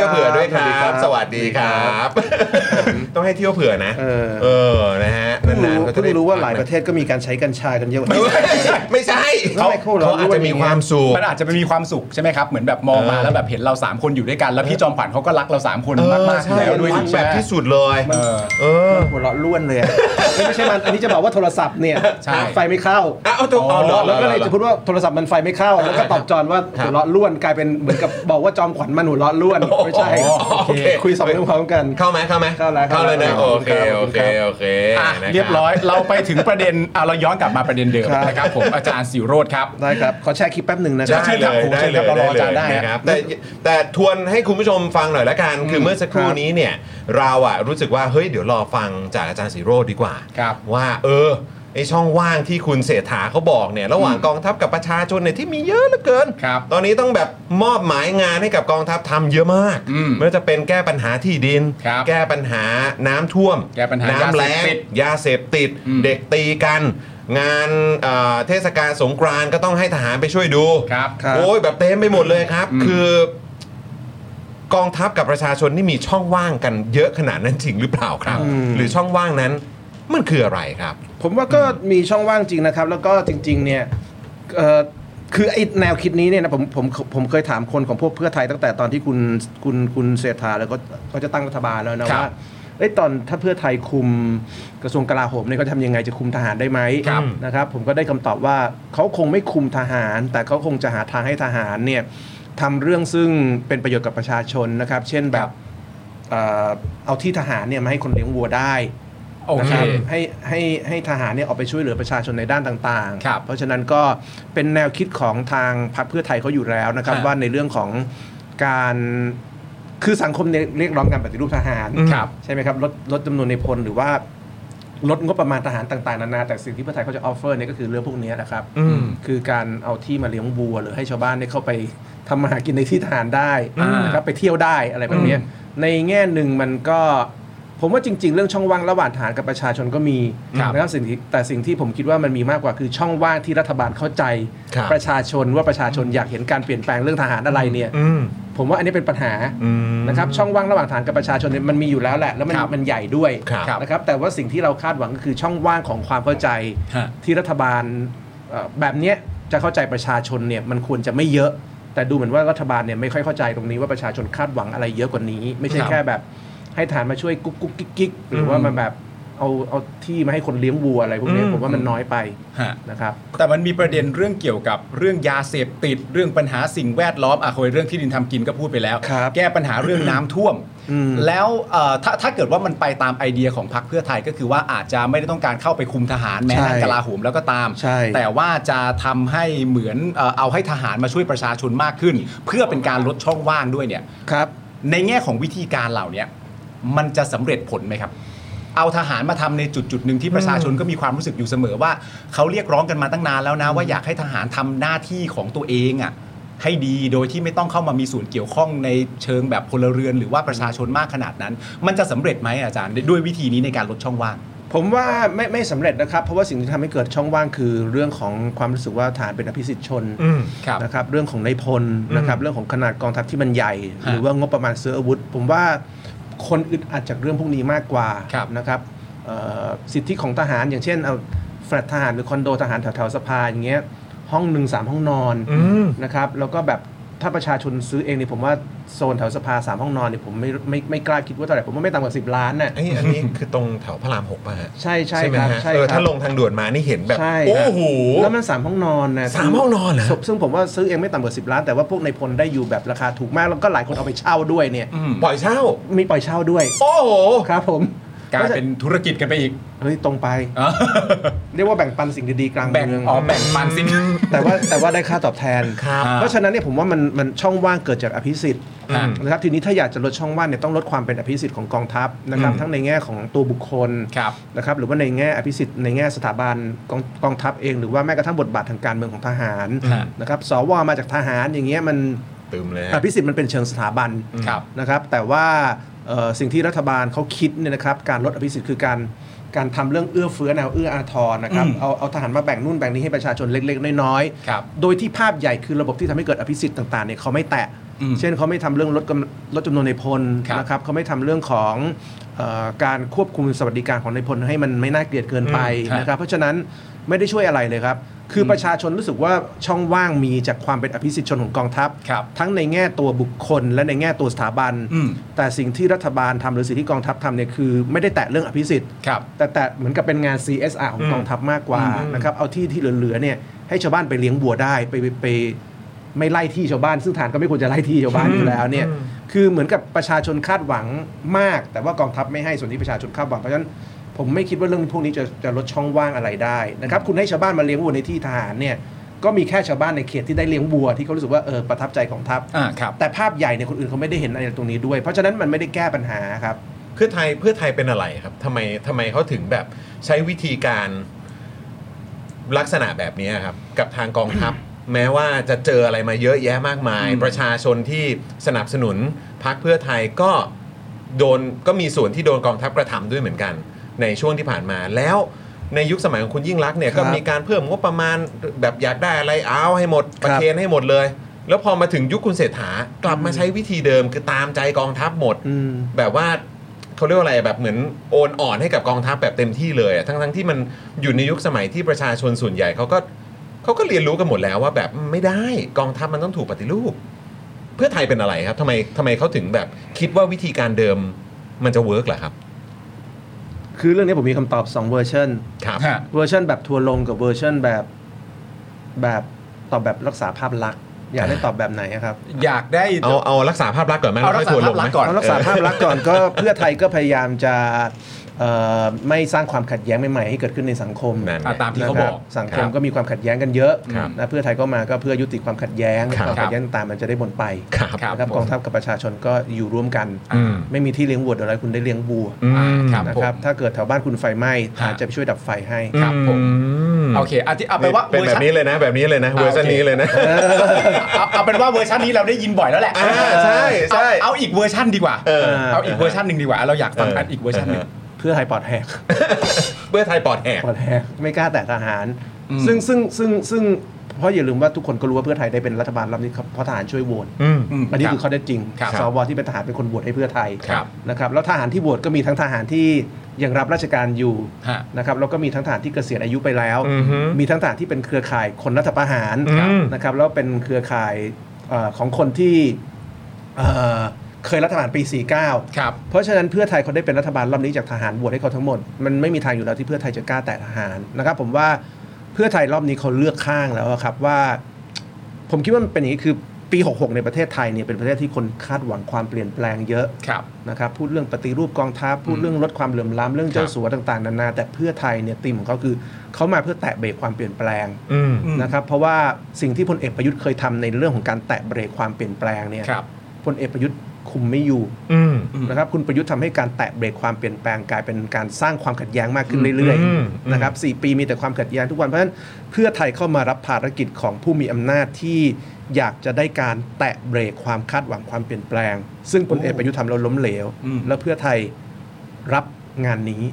Speaker 4: ย
Speaker 2: เผื่อด้วยพี่
Speaker 8: ครับ
Speaker 2: เที่ยวเผื่อด้วยค
Speaker 8: สวัสดี
Speaker 2: รั
Speaker 8: ครับ บ
Speaker 2: สวัสดีครับ ต้องให้เที่ยวเผื่อนะ
Speaker 8: เออ
Speaker 2: เออ นะฮะ
Speaker 8: เพิ่ง
Speaker 2: นานๆ
Speaker 8: รู้
Speaker 2: เขาจะ
Speaker 8: เพิ่
Speaker 2: ได้
Speaker 8: งรู้ว่าหลายประเทศก็มีการใช้กัญชากันเยอะ
Speaker 2: ไม่ใช่ไม่ใช่ เขา
Speaker 8: ไม่เข้าหรอก
Speaker 2: เขาอาจจะมีความสุข
Speaker 4: มันอาจจะไม่มีความสุขใช่ไหมครับเหมือนแบบมองมา
Speaker 2: เออ
Speaker 4: แล้วแบบเห็นเราสามคนอยู่ด้วยกันแล้วพี่จอมขวัญเขาก็รักเราสามคนมากๆอยู่
Speaker 2: แล้
Speaker 4: แล้ว ว
Speaker 2: ด้
Speaker 4: ด้
Speaker 2: ว
Speaker 4: วย ย
Speaker 2: รักแบบที่สุดเลย
Speaker 4: เออ
Speaker 2: เออ
Speaker 8: หัวเราะล้วนเลยอะไม่ใช่มัน อันนี้จะบอกว่าโทรศัพท์เนี่ย
Speaker 4: ใช่
Speaker 8: ไฟไม่เข้า
Speaker 2: อ้าวถูกเอาเหรอ
Speaker 8: แล้วก็เลยจะพูดว่าโทรศัพท์มันไฟไม่เข้า แล้วก็ตอบจอนว่า
Speaker 2: ครับ
Speaker 8: หัวเราะล้วนกลายเป็นเหมือนกับบอกว่าจอมขวัญมันหัวเราะล้วนไม่ใช่
Speaker 2: อ๋อโอเค
Speaker 8: คุยสองเรื่องพร้อมกัน
Speaker 2: เข้าไหมเข้าไหม
Speaker 8: เข้าแล้ว
Speaker 2: เข้าเลยนะ
Speaker 8: เข้า
Speaker 2: โอ
Speaker 8: แล้
Speaker 2: เคโอ
Speaker 8: วขอบคุณ
Speaker 2: เค
Speaker 8: ครับ
Speaker 2: โอเค
Speaker 4: อ่ะ
Speaker 2: นะค
Speaker 4: เรียบร้อยเราไปถึงประเด็นอ่ะเราย้อนกลับมาประเด็นเดิม
Speaker 8: ครับ
Speaker 4: นะครับผมอาจารย์สิโรธครับ
Speaker 8: ได้ครับ ขอแชร์คลิปแป๊บหนึ่งนะครั
Speaker 2: ได้เลยได้
Speaker 8: บ
Speaker 4: เชิญ
Speaker 2: เล
Speaker 4: ค
Speaker 2: ย
Speaker 4: รับเรารออา
Speaker 2: ได้
Speaker 4: จา
Speaker 2: เล
Speaker 4: รย์
Speaker 2: ย
Speaker 4: ได้ฮะ
Speaker 2: นะครับแต่แต่ทวนให้คุณผู้ชมฟังหน่อยละกัน คือเมื่อสักครู่
Speaker 8: ครับ
Speaker 2: นี้เนี่ย เราอะรู้สึกว่าเฮ้ยเดี๋ยวรอฟังจากอาจารย์สีโรดดีกว่า
Speaker 4: ครับ
Speaker 2: ว่าเออไอช่องว่างที่คุณเศรษฐาเขาบอกเนี่ย ระหว่างกองทัพกับประชาชนเนี่ยที่มีเยอะเหลือเกิน
Speaker 4: ครับ
Speaker 2: ตอนนี้ต้องแบบมอบหมายงานให้กับกองทัพทำเยอะมาก
Speaker 4: อืม
Speaker 2: ไม่ว่าจะเป็นแก้ปัญหาที่ดิน
Speaker 4: ครับ
Speaker 2: แก้ปัญหาน้ำท่วม
Speaker 4: แก้ปัญหา
Speaker 2: น้ำแล้ง
Speaker 4: ยาเสพติด
Speaker 2: ยาเสพติด
Speaker 4: อืม
Speaker 2: เด็กตีกัน งานเอ่อเทศกาลสงกรานต์ก็ต้องให้ทหารไปช่วยดู
Speaker 4: ครับ
Speaker 8: ครับ
Speaker 2: โอ้ยแบบเต็มไปหมดเลยครับ
Speaker 4: อืม
Speaker 2: คือกองทัพกับประชาชนนี่มีช่องว่างกันเยอะขนาดนั้นจริงหรือเปล่าครับ
Speaker 8: อืม
Speaker 2: หรือช่องว่างนั้นมันคืออะไรครับ
Speaker 8: ผมว่าก็มีช่องว่างจริงนะครับ แล้วก็จริง ๆ เนี่ยเอ่อคือไอ้แนวคิดนี้เนี่ยนะผมผมผมเคยถามคนของพวกเพื่อไทยตั้งแต่ตอนที่คุณคุณคุณเศรษฐาแล้วก็ก็จะตั้งรัฐบาลแล้วนะครับ ว่าเอ้ยตอนถ้าเพื่อไทยคุมกระทรวงกลาโหมเนี่ยเขาทำยังไงจะคุมทหารได้ไหม
Speaker 4: ครับ
Speaker 8: นะครับผมก็ได้คำตอบว่าเขาคงไม่คุมทหาร แต่เขาคงจะหาทางให้ทหารเนี่ยทำเรื่องซึ่งเป็นประโยชน์กับประชาชนนะครับ เช่นแบ
Speaker 4: ครับ บ
Speaker 8: เอ่อเอาที่ทหารเนี่ยมาให้คนเลี้ยงวัวได้
Speaker 4: โอ
Speaker 8: นะ
Speaker 4: เค
Speaker 8: ครับให้ให้ให้ทหารเนี่ยออกไปช่วยเหลือประชาชนในด้านต่าง
Speaker 4: ครับ
Speaker 8: ๆ เพราะฉะนั้นก็เป็นแนวคิดของทางพรรคเพื่อไทยเขาอยู่แล้วนะครับ
Speaker 4: ครับ
Speaker 8: ว่าในเรื่องของการคือสังคมเนี่ยเรียกร้องการปฏิรูปทหาร
Speaker 4: ครับ
Speaker 8: ใช่ไหมครับลดลดจำนวนในพลหรือว่าลดงบประมาณทหารต่างๆนานาแต่สิ่งที่เพื่อไทยเขาจะออฟเฟอร์เนี่ยก็คือเรื่องพวกเนี้ยนะครับ
Speaker 4: อืม
Speaker 8: คือการเอาที่มาเลี้ยงวัว หรือให้ชาวบ้านได้เข้าไปทำมาหากินในที่ทหารได้
Speaker 4: อ่าน
Speaker 8: นะครับไปเที่ยวได้อะไรแบบเนี้ย ในแง่หนึ่งมันก็ ผมว่าจริง ๆ เรื่องช่องว่างระหว่างทหารกับประชาชนก็มี
Speaker 4: ครับ
Speaker 8: นะครับสิ่งที่แต่สิ่งที่ผมคิดว่ามันมีมากกว่าคือช่องว่างที่รัฐบาลเข้าใจ
Speaker 2: ครับ
Speaker 8: ประชาชนว่าประชาชนอยากเห็นการเปลี่ยนแปลงเรื่องทหารอะไรเนี่ย
Speaker 2: อืม
Speaker 8: ผมว่าอันนี้เป็นปัญหา
Speaker 2: อืม
Speaker 8: นะครับช่องว่างระหว่างฐานกับประชาชนเนี่ยมันมีอยู่แล้วแหละแล้วมัน
Speaker 4: ครับ
Speaker 8: มันใหญ่ด้วย
Speaker 2: ครับ
Speaker 8: นะครับแต่ว่าสิ่งที่เราคาดหวังก็คือช่องว่างของความเข้าใจ
Speaker 4: ฮะ
Speaker 8: ที่รัฐบาลเอ่อแบบเนี้ยจะเข้าใจประชาชนเนี่ยมันควรจะไม่เยอะ แต่ดูเหมือนว่ารัฐบาลเนี่ยไม่ค่อยเข้าใจตรงนี้ว่าประชาชนคาดหวังอะไรเยอะกว่านี้ ไม่ใช่แค่แบบให้ฐานมาช่วยกุ๊กกุ๊กกิ๊กกิ๊กหรือว่ามันแบบเอาเอาที่มาให้คนเลี้ยงวัวอะไรพวกเนี้ยผมว่ามันน้อยไป
Speaker 4: ฮะ
Speaker 8: นะครับ
Speaker 4: แต่มันมีประเด็นเรื่องเกี่ยวกับเรื่องยาเสพติดเรื่องปัญหาสิ่งแวดล้อมอ่ะคุยเรื่องที่ดินทำกินก็พูดไปแล้ว
Speaker 8: ครับ
Speaker 4: แก้ปัญหาเรื่อง
Speaker 8: (coughs)
Speaker 4: น้ำท่วม
Speaker 8: อืม
Speaker 4: แล้วเอ่อถ้าถ้าเกิดว่ามันไปตามไอเดียของพรรคเพื่อไทยก็คือว่าอาจจะไม่ได้ต้องการเข้าไปคุมทหารแม้นั่นกลาโหมแล้วก็ตาม
Speaker 8: ใช่
Speaker 4: แต่ว่าจะทำให้เหมือนเอ่อเอาให้ทหารมาช่วยประชาชนมากขึ้น เพื่อเป็นการลดช่องว่างด้วยเนี่ย
Speaker 8: ครับ
Speaker 4: ในแง่ของวิธีการเหล่าเนี้ยมันจะสำเร็จผลไหมครับ เอาทหารมาทำในจุดจุดๆหนึ่งที่ประชาชนก็มีความรู้สึกอยู่เสมอว่าเขาเรียกร้องกันมาตั้งนานแล้วนะ ว่าอยากให้ทหารทำหน้าที่ของตัวเองอะ่ะให้ดีโดยที่ไม่ต้องเข้ามามีส่วนเกี่ยวข้องในเชิงแบบพลเรือนหรือว่าประชาชนมากขนาดนั้น มันจะสำเร็จไหมอาจารย์ ด้วยวิธีนี้ในการลดช่องว่าง
Speaker 8: ผมว่าไม่ไม่สำเร็จนะครับ เพราะว่าสิ่งที่ทำให้เกิดช่องว่างคือเรื่องของความรู้สึกว่าฐานเป็นอภิสิทธิชน
Speaker 2: อืม
Speaker 4: ครับ
Speaker 8: นะครับเรื่องของนายพลนะครับเรื่องของขนาดกองทัพที่มันใหญ่ หรือว่างบประมาณซื้ออาวุธ ผมว่าคนอึดอัดจากเรื่องพวกนี้มากกว่า
Speaker 4: ครับ
Speaker 8: นะครับเอ่อสิทธิของทหารอย่างเช่นเอาแฟลตทหารหรือคอนโดทหารแถวแถวๆสภาอย่างเงี้ยห้องหนึ่งสามห้องนอน
Speaker 2: อืม
Speaker 8: นะครับแล้วก็แบบถ้าประชาชนซื้อเองเนี่ยผมว่าโซนแถวสภาสามห้องนอนเนี่ยผมไม่ไม่ไม่กล้าคิดว่าเท่าไหร่ผมว่าไม่ต่ำกว่าสิบล้านน่ะ
Speaker 2: ไอยอันนี้คือตรงแถวพระรามหกป่ะฮะ
Speaker 8: ใช่ใช่
Speaker 2: ใช่ไหม
Speaker 8: ครับ
Speaker 2: ฮะ
Speaker 8: ใช่
Speaker 2: เออ
Speaker 8: ครั
Speaker 2: ถ้า
Speaker 8: บ
Speaker 2: ลงทางด่วนมานี่เห็นแบบ
Speaker 8: ใช่
Speaker 2: โอ้
Speaker 8: ครับ
Speaker 2: โห
Speaker 8: แล้วมันสามห้องนอนนะ
Speaker 2: สามห้องนอนเหรอ
Speaker 8: ซึ่งซึ่งผมว่าซื้อเองไม่ต่ำกว่าสิบล้าน แต่ว่าพวกในพลได้อยู่แบบราคาถูกมาก แล้วก็หลายคนเอาไปเช่าด้วยเนี่ย
Speaker 2: ปล่อยเช่า
Speaker 8: มีปล่อยเช่าด้วย
Speaker 2: โอ้โห
Speaker 8: ครับผม
Speaker 4: กลายเป็นธุรกิจกันไป
Speaker 2: (laughs)
Speaker 4: อีก
Speaker 8: เฮ้ยตรงไป
Speaker 4: อ่ะ
Speaker 8: เรียกว่าแบ่งปันสิ่งดีๆกลาง
Speaker 4: แบ่ง
Speaker 8: เมือง
Speaker 4: อ๋อแบ่งปันสิ
Speaker 8: แต่ว่าแต่ว่าได้ค่าตอบแทน
Speaker 2: ครับ
Speaker 4: อ่า
Speaker 8: เพราะฉะนั้นเนี่ยผมว่ามันมันช่องว่างเกิดจากอภิสิทธิ์
Speaker 4: อ่ะ
Speaker 8: นะครับทีนี้ถ้าอยากจะลดช่องว่างเนี่ยต้องลดความเป็นอภิสิทธิ์ของกองทัพนะครับ
Speaker 4: อืม
Speaker 8: ทั้งในแง่ของตัวบุคคล
Speaker 4: ครับ
Speaker 8: นะครับหรือว่าในแง่อภิสิทธิ์ในแง่สถาบันกองกองทัพเองหรือว่าแม้กระทั่งบทบาททางการเมืองของทหาร
Speaker 4: ฮะ
Speaker 8: นะครับสวมาจากทหารอย่างเงี้ยมัน
Speaker 2: ตึมเลย
Speaker 8: อ
Speaker 2: ฮะ
Speaker 8: ภิสิทธิ์มันเป็นเชิงสถาบัน
Speaker 4: ครับ
Speaker 8: นะครับแต่ว่าเอ่อสิ่งที่รัฐบาลเขาคิดเนี่ยนะครับการลดอภิสิทธิ์คือการการทำเรื่องเอื้อเฟื้อแนวเอื้ออาทรนะครับ
Speaker 4: อืม
Speaker 8: เอาเอาทหารมาแบ่งนู่นแบ่งนี้ให้ประชาชนเล็กๆ น้อย
Speaker 4: ครับ
Speaker 8: ๆโดยที่ภาพใหญ่คือระบบที่ทำให้เกิดอภิสิทธิ์ต่างๆเนี่ยเขาไม่แตะ
Speaker 4: อืม
Speaker 8: เช่นเขาไม่ทำเรื่องลดกำลดจำนวนในพล
Speaker 4: ครับ
Speaker 8: นะครับเขาไม่ทำเรื่องของเออการควบคุมสวัสดิการของในพลให้มันไม่น่าเกลียดเกินไป
Speaker 4: อืมครับ
Speaker 8: นะครับเพราะฉะนั้นไม่ได้ช่วยอะไรเลยครับ คืออประชาชนรู้สึกว่าช่องว่างมีจากความเป็นอภิสิทธิชนของกองทัพ
Speaker 4: ครับ
Speaker 8: ทั้งในแง่ตัวบุคคลและในแง่ตัวสถาบัน
Speaker 4: อืม
Speaker 8: แต่สิ่งที่รัฐบาลทำหรือสิ่งที่กองทัพทำเนี่ยคือไม่ได้แตะเรื่องอภิสิทธิ์
Speaker 4: ครับ
Speaker 8: แต่แต่เหมือนกับเป็นงาน CSR ของกองทัพมากกว่านะครับ เอาที่ที่เหลือๆเนี่ยให้ชาวบ้านไปเลี้ยงวัวได้ไปไปไปไม่ไล่ที่ชาวบ้าน ซึ่งฐานก็ไม่ควรจะไล่ที่ชาวบ้านอยู่แล้วเนี่ยคือเหมือนกับประชาชนคาดหวังมาก แต่ว่ากองทัพไม่ให้ส่วนที่ประชาชนคาดหวังเพราะฉะนั้นผมไม่คิดว่าเรื่องพวกนี้จะจะลดช่องว่างอะไรได้นะครับคุณให้ชาวบ้านมาเลี้ยงวัวในที่ทหารเนี่ยก็มีแค่ชาวบ้านในเขตที่ได้เลี้ยงวัวที่เขารู้สึกว่าเออประทับใจของทัพ
Speaker 4: อ่าครับ
Speaker 8: แต่ภาพใหญ่เนี่ยคนอื่นเขาไม่ได้เห็นอะไรตรงนี้ด้วย เพราะฉะนั้นมันไม่ได้แก้ปัญหาครับ
Speaker 2: เพื่อไทยเพื่อไทยเป็นอะไรครับทำไมทำไมเขาถึงแบบใช้วิธีการลักษณะแบบนี้ครับ กับทางกองทัพ แม้ว่าจะเจออะไรมาเยอะแยะมากมาย
Speaker 4: อืม
Speaker 2: ประชาชนที่สนับสนุนพรรคเพื่อไทยก็โดนก็มีส่วนที่โดนกองทัพกระทำด้วยเหมือนกัน ในช่วงที่ผ่านมา แล้วในยุคสมัยของคุณยิ่งรักษณ์เนี่ย
Speaker 8: ครับ
Speaker 2: ก็มีการเพิ่มงบประมาณแบบอยากได้อะไรเอาให้หมด
Speaker 8: ค
Speaker 2: ป
Speaker 8: รับ
Speaker 2: ระเคนให้หมดเลย แล้วพอมาถึงยุคคุณเศรษฐากลับมาใช้วิธีเดิมคือตามใจกองทัพหมด
Speaker 8: อืม
Speaker 2: แบบว่าเขาเรียกว่าอะไรแบบเหมือนโอนอ่อนให้กับกองทัพแบบเต็มที่เลยอะทั้งทั้งที่มันอยู่ในยุคสมัยที่ประชาชนส่วนใหญ่เขาก็เขาก็เรียนรู้กันหมดแล้วว่าแบบไม่ได้กองทัพมันต้องถูกปฏิรูป เพื่อไทยเป็นอะไรครับทำไมทำไมเขาถึงแบบคิดว่าวิธีการเดิมมันจะเวิร์กเหรอครับ
Speaker 8: คือเรื่องนี้ผมมีคำตอบ 2 เวอร์ชัน
Speaker 2: ครับ
Speaker 4: ฮะ
Speaker 8: เวอร์ชันแบบทัวร์ลงกับเวอร์ชันแบบแบบตอบแบบรักษาภาพลักษณ์อยากได้ตอบแบบไหนอะครับ
Speaker 4: อยากได้
Speaker 2: เอาเอารักษาภาพลักษณ์ก่อนไหม
Speaker 4: เอารักษา
Speaker 2: แวค่ย
Speaker 4: ภาพลักษณ์ก่อน
Speaker 8: เอารักษาภาพลักษณ์ก่อนก็ เพื่อไทยก็พยายามจะเอ่อไม่สร้างความขัดแย้งใหม่ๆให้เกิดขึ้นในสังคม
Speaker 2: นั่นไง
Speaker 4: อ่ะตามที่เขาบอก
Speaker 8: นะครับสังค
Speaker 2: ค
Speaker 8: ม
Speaker 2: รับ
Speaker 8: ก็มีความขัดแย้งกันเยอะ
Speaker 2: ครับ
Speaker 8: นะเพื่อไทยก็มาก็เพื่อยุติความขัดแย้ง
Speaker 2: ครับ
Speaker 8: ความขัดแย้งต่างๆมันจะได้หมดไป
Speaker 2: ครับ
Speaker 4: ครับ
Speaker 8: นะครับกองทัพกับประชาชนก็อยู่ร่วมกัน
Speaker 2: อืม
Speaker 8: ไม่มีที่เลี้ยงวัวเดี๋ยวอะไรคุณได้เลี้ยงวัว
Speaker 2: อืม
Speaker 4: ครับ
Speaker 8: นะครับ
Speaker 4: ผม
Speaker 8: ถ้าเกิดแถวบ้านคุณไฟไหม้ฐานจะไปช่วยดับไฟให้
Speaker 4: ครับผม
Speaker 2: อืม
Speaker 4: โอเคอาทิเอาไปนว่า
Speaker 2: เป็น
Speaker 4: วอ
Speaker 2: แบ
Speaker 4: ร์ชั
Speaker 2: บนี้เลยนะ แบบนี้เลยนะเวอร์ชันนี้เลยนะ
Speaker 4: เอาเอาเป็นว่าเวอร์ชันนี้เราได้ยินบ่อยแล้วแหละ
Speaker 2: อ่าใช่ใช่
Speaker 4: เอาเอาอีกเวอร์ชันดีกว่า
Speaker 2: เออ
Speaker 4: เอาอีกเวอร์ชันหนึ่งดีกว่าเราอยากฟังอันอีกเวอร์ชันหนึ่ง
Speaker 8: เพื่อให้ปอดแหก
Speaker 2: (laughs) เพื่อไทยปอดแหก
Speaker 8: ปอดแหกไม่กล้าแตะทหาร
Speaker 4: อืม
Speaker 8: ซึ่งซึ่งซึ่งซึ่งเพราะอย่าลืมว่าทุกคนก็รู้ว่าเพื่อไทยได้เป็นรัฐบาลรอบนี้ครับเพราะทหารช่วยโหวต
Speaker 2: อืม
Speaker 4: ม
Speaker 8: อันนี้คือข้อได้จริง
Speaker 4: ครับ
Speaker 8: สวที่เป็นทหารเป็นคนโหวตให้เพื่อไทย
Speaker 4: ครับ
Speaker 8: นะครับแล้วทหารที่โหวตก็มีทั้งทหารที่ยังรับราชการอยู่
Speaker 4: ฮะ
Speaker 8: นะครับแล้วก็มีทั้งทหารที่เกษียณอายุไปแล้ว
Speaker 2: อือฮึ
Speaker 8: มีทั้งทหารที่เป็นเครือข่ายคนรัฐประหาร
Speaker 2: ครับ
Speaker 8: นะครับแล้วเป็นเครือข่ายเอ่อของคนที่เอ่อเคยรัฐบาลปี 49
Speaker 4: ครับ
Speaker 8: เพราะฉะนั้นเพื่อไทยเขาได้เป็นรัฐบาลรอบนี้จากทหารบวชให้เขาทั้งหมด มันไม่มีทางอยู่แล้วที่เพื่อไทยจะกล้าแตะทหารนะครับผมว่าเพื่อไทยรอบนี้เขาเลือกข้างแล้วอะครับว่า ผมคิดว่ามันเป็นอย่างนี้คือปี 66 ในประเทศไทยเนี่ยเป็นประเทศที่คนคาดหวังความเปลี่ยนแปลงเยอะ
Speaker 4: ครับ
Speaker 8: นะครับพูดเรื่องปฏิรูปกองทัพพูดเรื่องลดความเหลื่อมล้ำเรื่องเจ้าสัวต่างๆนานาแต่เพื่อไทยเนี่ยตีมของเขาคือเขามาเพื่อแตะเบรกความเปลี่ยนแปลง
Speaker 2: อืม
Speaker 8: นะครับเพราะว่าสิ่งที่พลเอกประยุทธ์เคยทำในเรื่องของการแตะเบรกความเปลี่ยนแปลงเนี่ย
Speaker 4: ครับ
Speaker 8: พลเอกประยุทธ์คุมไม่อยู่
Speaker 2: อืม
Speaker 8: นะครับคุณประยุทธ์ทำให้การแตะเบรกความเปลี่ยนแปลงกลายเป็นการสร้างความขัดแย้งมากขึ้นเรื่อย
Speaker 2: อืม
Speaker 8: ๆนะครับสปีมีแต่ความขัดแย้งทุกวันเพราะฉะนั้นเพื่อไทยเข้ามารับภารกิจของผู้มีอำนาจที่อยากจะได้การแตะเบรกความคาดหวังความเปลี่ยนแปลง ซึ่งพลเอกประยุทธ์ทำเราล้มเหลว
Speaker 4: อืม
Speaker 8: แล้วเพื่อไทยรับงานนี้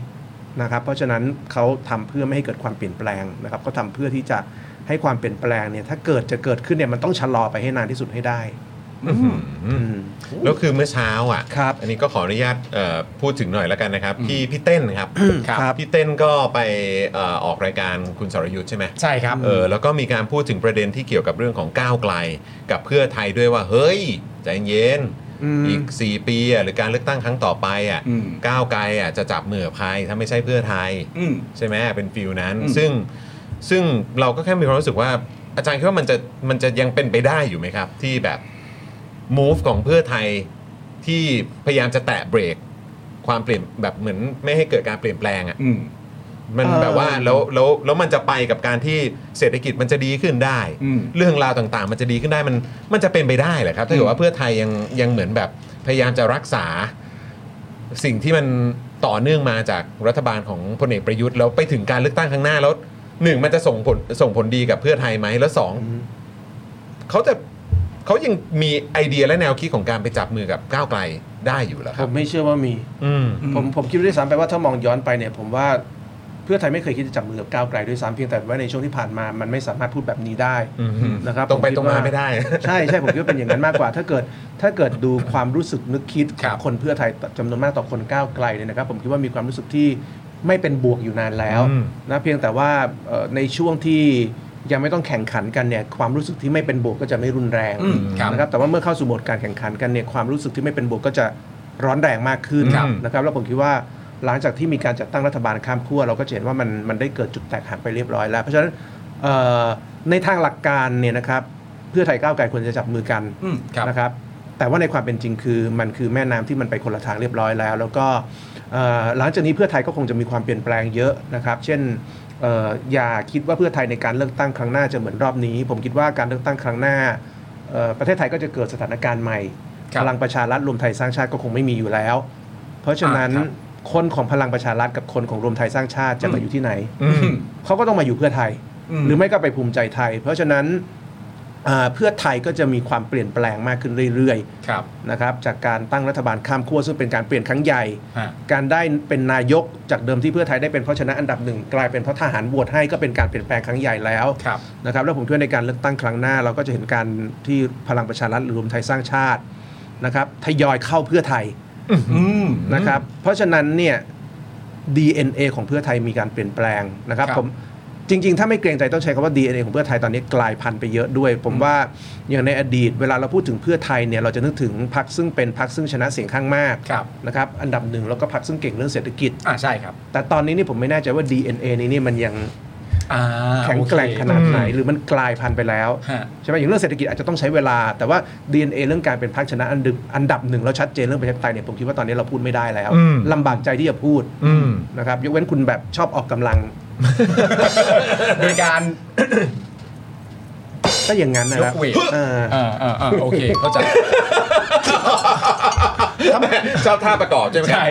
Speaker 8: นะครับเพราะฉะนั้นเขาทำเพื่อไม่ให้เกิดความเปลี่ยนแปลงนะครับเขาทำเพื่อที่จะให้ความเปลี่ยนแปลงเนี่ยถ้าเกิดจะเกิดขึ้นเนี่ยมันต้องชะลอไปให้นานที่สุดให้ได้อืม
Speaker 2: แล้วคือเมื่อเช้าอ่ะ
Speaker 8: ครับ
Speaker 2: อันนี้ก็ขออนุญาตเอ่อพูดถึงหน่อยแล้วกันนะครับ พี่พี่เต้นครับ
Speaker 4: ครับ
Speaker 2: พี่เต้นก็ไปเอ่อออกรายการคุณสรยุทธ์ใช่ไหม
Speaker 4: ใช่ครับ
Speaker 2: เออแล้วก็มีการพูดถึงประเด็นที่เกี่ยวกับเรื่องของก้าวไกล กับเพื่อไทยด้วยว่าเฮ้ยใจเย็น
Speaker 8: อืม
Speaker 2: ก4 ปีอ่ะหรือการเลือกตั้งครั้งต่อไปอ่ะ
Speaker 4: อืม
Speaker 2: ก้าวไกลอ่ะจะจับมือกับใครถ้าไม่ใช่เพื่อไทย
Speaker 4: อืม
Speaker 2: ใช่ไหมเป็นฟิลนั้น
Speaker 4: อืม
Speaker 2: ซึ่งซึ่งเราก็แค่มีความรู้สึกว่าอาจารย์คิดว่ามันจะมันจะยังเป็นไปได้อยู่ไหมครับ ที่แบบ move ของเพื่อไทยที่พยายามจะแตะเบรกความเปลี่ยนแบบเหมือนไม่ให้เกิดการเปลี่ยนแปลงอ่ะ
Speaker 4: อืม
Speaker 2: มัน
Speaker 8: เอ่อ
Speaker 2: แบบว่าแล้วแล้วแล้วมันจะไปกับการที่เศรษฐกิจมันจะดีขึ้นได้
Speaker 4: อืม
Speaker 2: เรื่องราวต่างๆ มันจะดีขึ้นได้มันมันจะเป็นไปได้เหรอครับถ้าเกิดว่าเพื่อไทยยังยังเหมือนแบบพยายามจะรักษา สิ่งที่มันต่อเนื่องมาจากรัฐบาลของพลเอกประยุทธ์แล้วไปถึงการเลือกตั้งครั้งหน้าแล้วหนึ่งมันจะส่งผลส่งผลดีกับเพื่อไทยไหมแล้วสองเขาจะเขายังมีไอเดียและแนวคิดของการไปจับมือกับก้าวไกลได้อยู่เหรอค
Speaker 8: ผ
Speaker 2: รับ
Speaker 8: มไม่เชื่อว่ามี
Speaker 2: อืม
Speaker 4: อืม
Speaker 8: ผมผมคิดด้วยซ้ำไปว่าถ้ามองย้อนไปเนี่ยผมว่าเพื่อไทยไม่เคยคิดจะจับมือกับก้าวไกลด้วยซ้ำเพียงแต่ว่าในช่วงที่ผ่านมามันไม่สามารถพูดแบบนี้ได้
Speaker 2: อืม
Speaker 8: นะครับ
Speaker 2: ตรงไป
Speaker 8: ผคิ
Speaker 2: ตรงมา
Speaker 8: ว่
Speaker 2: ไม่ได้
Speaker 8: ใช่ใช่ผมคิดว่าเป็นอย่างนั้นมากกว่า ถ้าเกิดถ้าเกิดดูความรู้สึกนึกคิดข
Speaker 4: ครั
Speaker 8: อง
Speaker 4: บ
Speaker 8: คนเพื่อไทยจำนวนมากต่อคนก้าวไกลเนี่ยนะครับ ผมคิดว่ามีความรู้สึกที่ไม่เป็นบวกอยู่นานแล้ว
Speaker 2: อืม
Speaker 8: นะเพียงแต่ว่าเอ่อในช่วงที่ยังไม่ต้องแข่งขันกันเนี่ยความรู้สึกที่ไม่เป็นบวกก็จะไม่รุนแรง
Speaker 4: อืมครับ
Speaker 8: นะครับแต่ว่าเมื่อเข้าสู่โหมดการแข่งขันกันเนี่ยความรู้สึกที่ไม่เป็นบวกก็จะร้อนแรงมากขึ้น
Speaker 2: ครับ
Speaker 8: นะครับแล้วผมคิดว่าหลังจากที่มีการจัดตั้งรัฐบาลข้ามขั้วเราก็จะเห็นว่ามันมันได้เกิดจุดแตกหักไปเรียบร้อยแล้ว เพราะฉะนั้นเอ่อในทางหลักการเนี่ยนะครับเพื่อไทยก้าวไกลควรจะจับมือกัน
Speaker 4: อืมครับ
Speaker 8: นะครับแต่ว่าในความเป็นจริงคือมันคือแม่น้ำที่มันไปคนละทางเรียบร้อยแล้ว แล้วก็เอ่อหลังจากนี้เพื่อไทยก็คงจะมีความเปลี่ยนแปลงเยอะนะครับเช่นเอ่ออย่าคิดว่าเพื่อไทยในการเลือกตั้งครั้งหน้าจะเหมือนรอบนี้ ผมคิดว่าการเลือกตั้งครั้งหน้า เอ่อประเทศไทยก็จะเกิดสถานการณ์ใหม่
Speaker 4: ครับ
Speaker 8: พลังประชารัฐรวมไทยสร้างชาติก็คงไม่มีอยู่แล้ว เพราะฉะนั้น
Speaker 4: อ่าครับ
Speaker 8: คนของพลังประชารัฐกับคนของรวมไทยสร้างชาติจะมาอยู่ที่ไหน
Speaker 4: อืม
Speaker 8: เขาก็ต้องมาอยู่เพื่อไทย
Speaker 4: อืม
Speaker 8: หรือไม่ก็ไปภูมิใจไทย เพราะฉะนั้นเอ่อเพื่อไทยก็จะมีความเปลี่ยนแปลงมากขึ้นเรื่อย
Speaker 4: ครับ
Speaker 8: ๆนะครับจากการตั้งรัฐบาลข้ามขั้วซึ่งเป็นการเปลี่ยนครั้งใหญ่
Speaker 4: ฮะ
Speaker 8: การได้เป็นนายกจากเดิมที่เพื่อไทยได้เป็นเพราะชนะอันดับหนึ่งกลายเป็นเพราะทหารโหวตให้ก็เป็นการเปลี่ยนแปลงครั้งใหญ่แล้ว
Speaker 4: ครับ
Speaker 8: นะครับแล้วผมคิดว่าในการเลือกตั้งครั้งหน้า เราก็จะเห็นการที่พลังประชารัฐหรือรวมไทยสร้างชาตินะครับทยอยเข้าเพื่อไทย
Speaker 4: อืม
Speaker 8: นะครับเพราะฉะนั้นเนี่ย DNA ของเพื่อไทยมีการเปลี่ยนแปลงนะครับ
Speaker 4: ครับ
Speaker 8: ผมจริง ๆ ถ้าไม่เกรงใจต้องใช้คำว่า DNA ของเพื่อไทยตอนนี้กลายพันธุ์ไปเยอะด้วย ผมว่าอย่างในอดีต เวลาเราพูดถึงเพื่อไทยเนี่ยเราจะนึกถึงพรรคซึ่งเป็นพรรคซึ่งชนะเสียงข้างมาก
Speaker 4: ครับ
Speaker 8: นะครับอันดับหนึ่งแล้วก็พรรคซึ่งเก่งเรื่องเศรษฐกิจ
Speaker 4: อ่าใช่ครับ
Speaker 8: แต่ตอนนี้นี่ผมไม่แน่ใจว่า DNA นี้นี่มันยัง
Speaker 4: อ่า
Speaker 8: แข็ง
Speaker 4: โอเค
Speaker 8: แกร่งขนาดไหน หรือมันกลายพันธุ์ไปแล้ว
Speaker 4: ฮะ
Speaker 8: ใช่ไหมอย่างเรื่องเศรษฐกิจอาจจะต้องใช้เวลา แต่ว่า DNA เรื่องการเป็นพรรคชนะอันดับอันดับหนึ่งแล้วชัดเจนเรื่องประชาธิปไตยเนี่ยผมคิดว่าตอนนี้เราพูดไม่ได้แล้ว
Speaker 2: อืม
Speaker 8: ลำบากใจที่จะพูด
Speaker 2: อืม
Speaker 8: นะครับยกเว้นคุณแบบชอบออกกำลัง
Speaker 4: โดยการ
Speaker 8: ถ้าอย่างนั้นนะ
Speaker 4: ย
Speaker 8: ครั
Speaker 4: ก
Speaker 8: บ
Speaker 4: เวท
Speaker 8: เออ
Speaker 4: เออเออเออโอเค เข้าใจ
Speaker 2: (laughs) ชอบท่าประกอบใช่ไหมครับ
Speaker 4: ใช่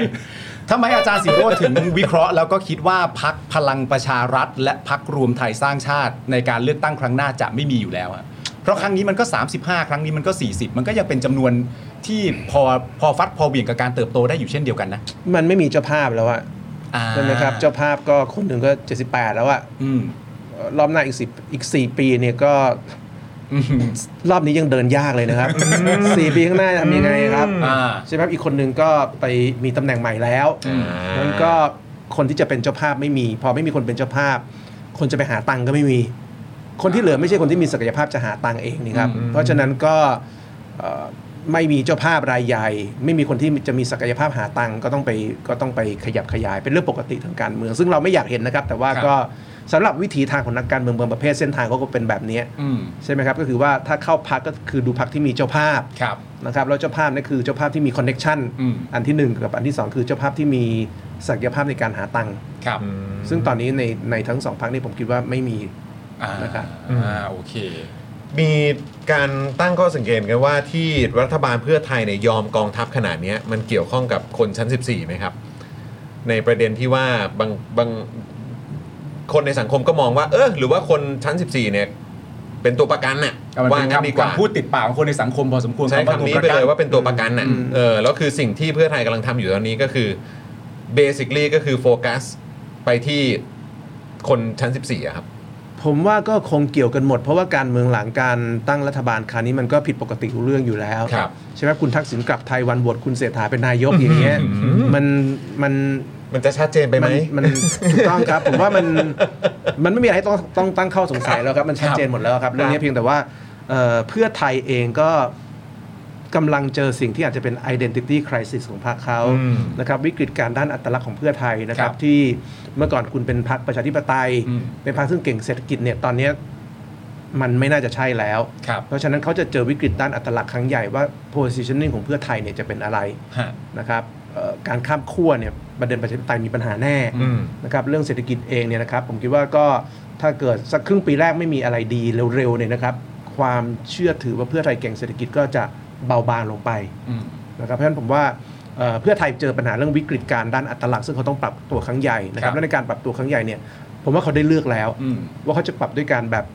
Speaker 4: ทำไมอาจารย์สิโรจน์ถึงวิเคราะห์แล้วก็คิดว่าพักพลังประชารัฐ และพักรวมไทยสร้างชาติในการเลือกตั้งครั้งหน้าจะไม่มีอยู่แล้วอะ เพราะครั้งนี้มันก็ 35 ครั้งนี้มันก็ 40 มันก็ยังเป็นจำนวนที่พอพอฟัดพอเหวี่ยงกับการเติบโตได้อยู่เช่นเดียวกันนะ
Speaker 8: มันไม่มีเจ้าภาพแล้วอะ
Speaker 4: อ่า
Speaker 8: ใช่ไหมครับเจ้าภาพก็คนหนึ่งก็ 78 แล้วอะ
Speaker 4: อืม
Speaker 8: เอ่อรอบหน้าอีกสิบอีก 4 ปีเนี่ยก็
Speaker 4: อืม
Speaker 8: รอบนี้ยังเดินยากเลยนะครับ 4 ปีข้างหน้าทำยังไงครับ
Speaker 4: อ่า
Speaker 8: ใช่ไหมครับอีกคนหนึ่งก็ไปมีตำแหน่งใหม่แล้ว
Speaker 4: อืม
Speaker 8: นั้นก็คนที่จะเป็นเจ้าภาพไม่มี พอไม่มีคนเป็นเจ้าภาพ คนจะไปหาตังค์ก็ไม่มี คนที่เหลือไม่ใช่คนที่มีศักยภาพจะหาตังค์เองนี่ครับ เพราะฉะนั้นก็เอ่อไม่มีเจ้าภาพรายใหญ่ ไม่มีคนที่จะมีศักยภาพหาตังค์ก็ต้องไปก็ต้องไปขยับขยายเป็นเรื่องปกติทางการเมือง ซึ่งเราไม่อยากเห็นนะครับ แต่ว่าก็สำหรับวิถีทางของนักการเมืองบางประเภทเส้นทางก็คงเป็นแบบนี้
Speaker 4: อืม
Speaker 8: ใช่ไหมครับก็คือว่าถ้าเข้าพักก็คือดูพักที่มีเจ้าภาพ
Speaker 4: ครับ
Speaker 8: นะครับแล้วเจ้าภาพนี่คือเจ้าภาพที่มีคอนเน็กชัน
Speaker 4: อืม
Speaker 8: อันที่หนึ่งกับอันที่สองคือเจ้าภาพที่มีศักยภาพในการหาตังค์
Speaker 4: ครับ
Speaker 8: ซึ่งตอนนี้ในในทั้งสองพักนี่ผมคิดว่าไม่มี
Speaker 4: อ่า
Speaker 8: นะครับ
Speaker 4: อ่าโอเค
Speaker 2: มีการตั้งข้อสังเกตกันว่าที่รัฐบาลเพื่อไทยเนี่ยยอมกองทัพขนาดเนี้ยมันเกี่ยวข้องกับคนชั้น 14ไหมครับ ในประเด็นที่ว่าบางบางคนในสังคมก็มองว่า เออหรือว่าคนชั้น 14เนี่ยเป็นตัวประกันน่ะ
Speaker 4: มัน
Speaker 2: ว่า
Speaker 4: เป็น
Speaker 2: งั้นดี
Speaker 4: คำ
Speaker 2: กว่า
Speaker 4: คำพูดติดปากของคนในสังคมพอสมควร
Speaker 2: ใช้
Speaker 4: ว่า
Speaker 2: คำนี้ไปเล
Speaker 4: ตัวประกั
Speaker 2: ยว่าเป็นตัวประกันน่ะเออแล้วคือสิ่งที่เพื่อไทยกำลังทำอยู่ตอนนี้ก็คือเบสิคลีก็คือโฟกัสไปที่คนชั้น 14อะครับ
Speaker 8: ผมว่าก็คงเกี่ยวกันหมด เพราะว่าการเมืองหลังการตั้งรัฐบาลคราวนี้มันก็ผิดปกติทุกเรื่องอยู่แล้ว
Speaker 2: ครับ
Speaker 8: ใช่ไหมคุณทักษิณกลับไทยวันบวชคุณเศรษฐาเป็นนายกอย่างเงี้ยมันมัน
Speaker 2: มันจะชัดเจนไปไหม
Speaker 8: มันถูกต้องครับ ผมว่ามันมันไม่มีอะไรต้องต้องตั้งข้อสงสัยแล้วครับ มันชัดเจนหมดแล้วครับเรื่องนี้เพียงแต่ว่าเอ่อเพื่อไทยเองก็กำลังเจอสิ่งที่อาจจะเป็น identity crisis ของพรรคเขานะครับวิกฤตการด้านอัตลักษณ์ของเพื่อไทยนะครั
Speaker 4: ครับ บ
Speaker 8: ที่เมื่อก่อนคุณเป็นพรรคประชาธิปไตย
Speaker 4: อืม
Speaker 8: เป็นพรรคซึ่งเก่งเศรษฐกิจเนี่ยตอนเนี้ยมันไม่น่าจะใช่แล้ว
Speaker 4: ครับ
Speaker 8: เพราะฉะนั้นเขาจะเจอวิกฤตด้านอัตลักษณ์ครั้งใหญ่ว่า positioning ของเพื่อไทยเนี่ยจะเป็นอะไร
Speaker 4: ฮะ
Speaker 8: นะครับเอ่อการข้ามขั้วเนี่ยประเด็นประชาธิปไตยมีปัญหาแน่
Speaker 4: อืม
Speaker 8: นะครับเรื่องเศรษฐกิจเองเนี่ยนะครับผมคิดว่าก็ถ้าเกิดสักครึ่งปีแรกไม่มีอะไรดีเร็วๆเนี่ยนะครับความเชื่อถือว่าเพื่อไทยเก่งเศรษฐกิจก็จะเบาบางลงไป
Speaker 4: อืม
Speaker 8: นะครับเพราะฉะนั้นผมว่าเอ่อเพื่อไทยเจอปัญหาเรื่องวิกฤตการด้านอัตลักษณ์ซึ่งเขาต้องปรับตัวครั้งใหญ่นะครั
Speaker 4: ครับ บ
Speaker 8: และในการปรับตัวครั้งใหญ่เนี่ยผมว่าเขาได้เลือกแล้ว
Speaker 4: อืม
Speaker 8: ว่าเขาจะปรับด้วยการแบบ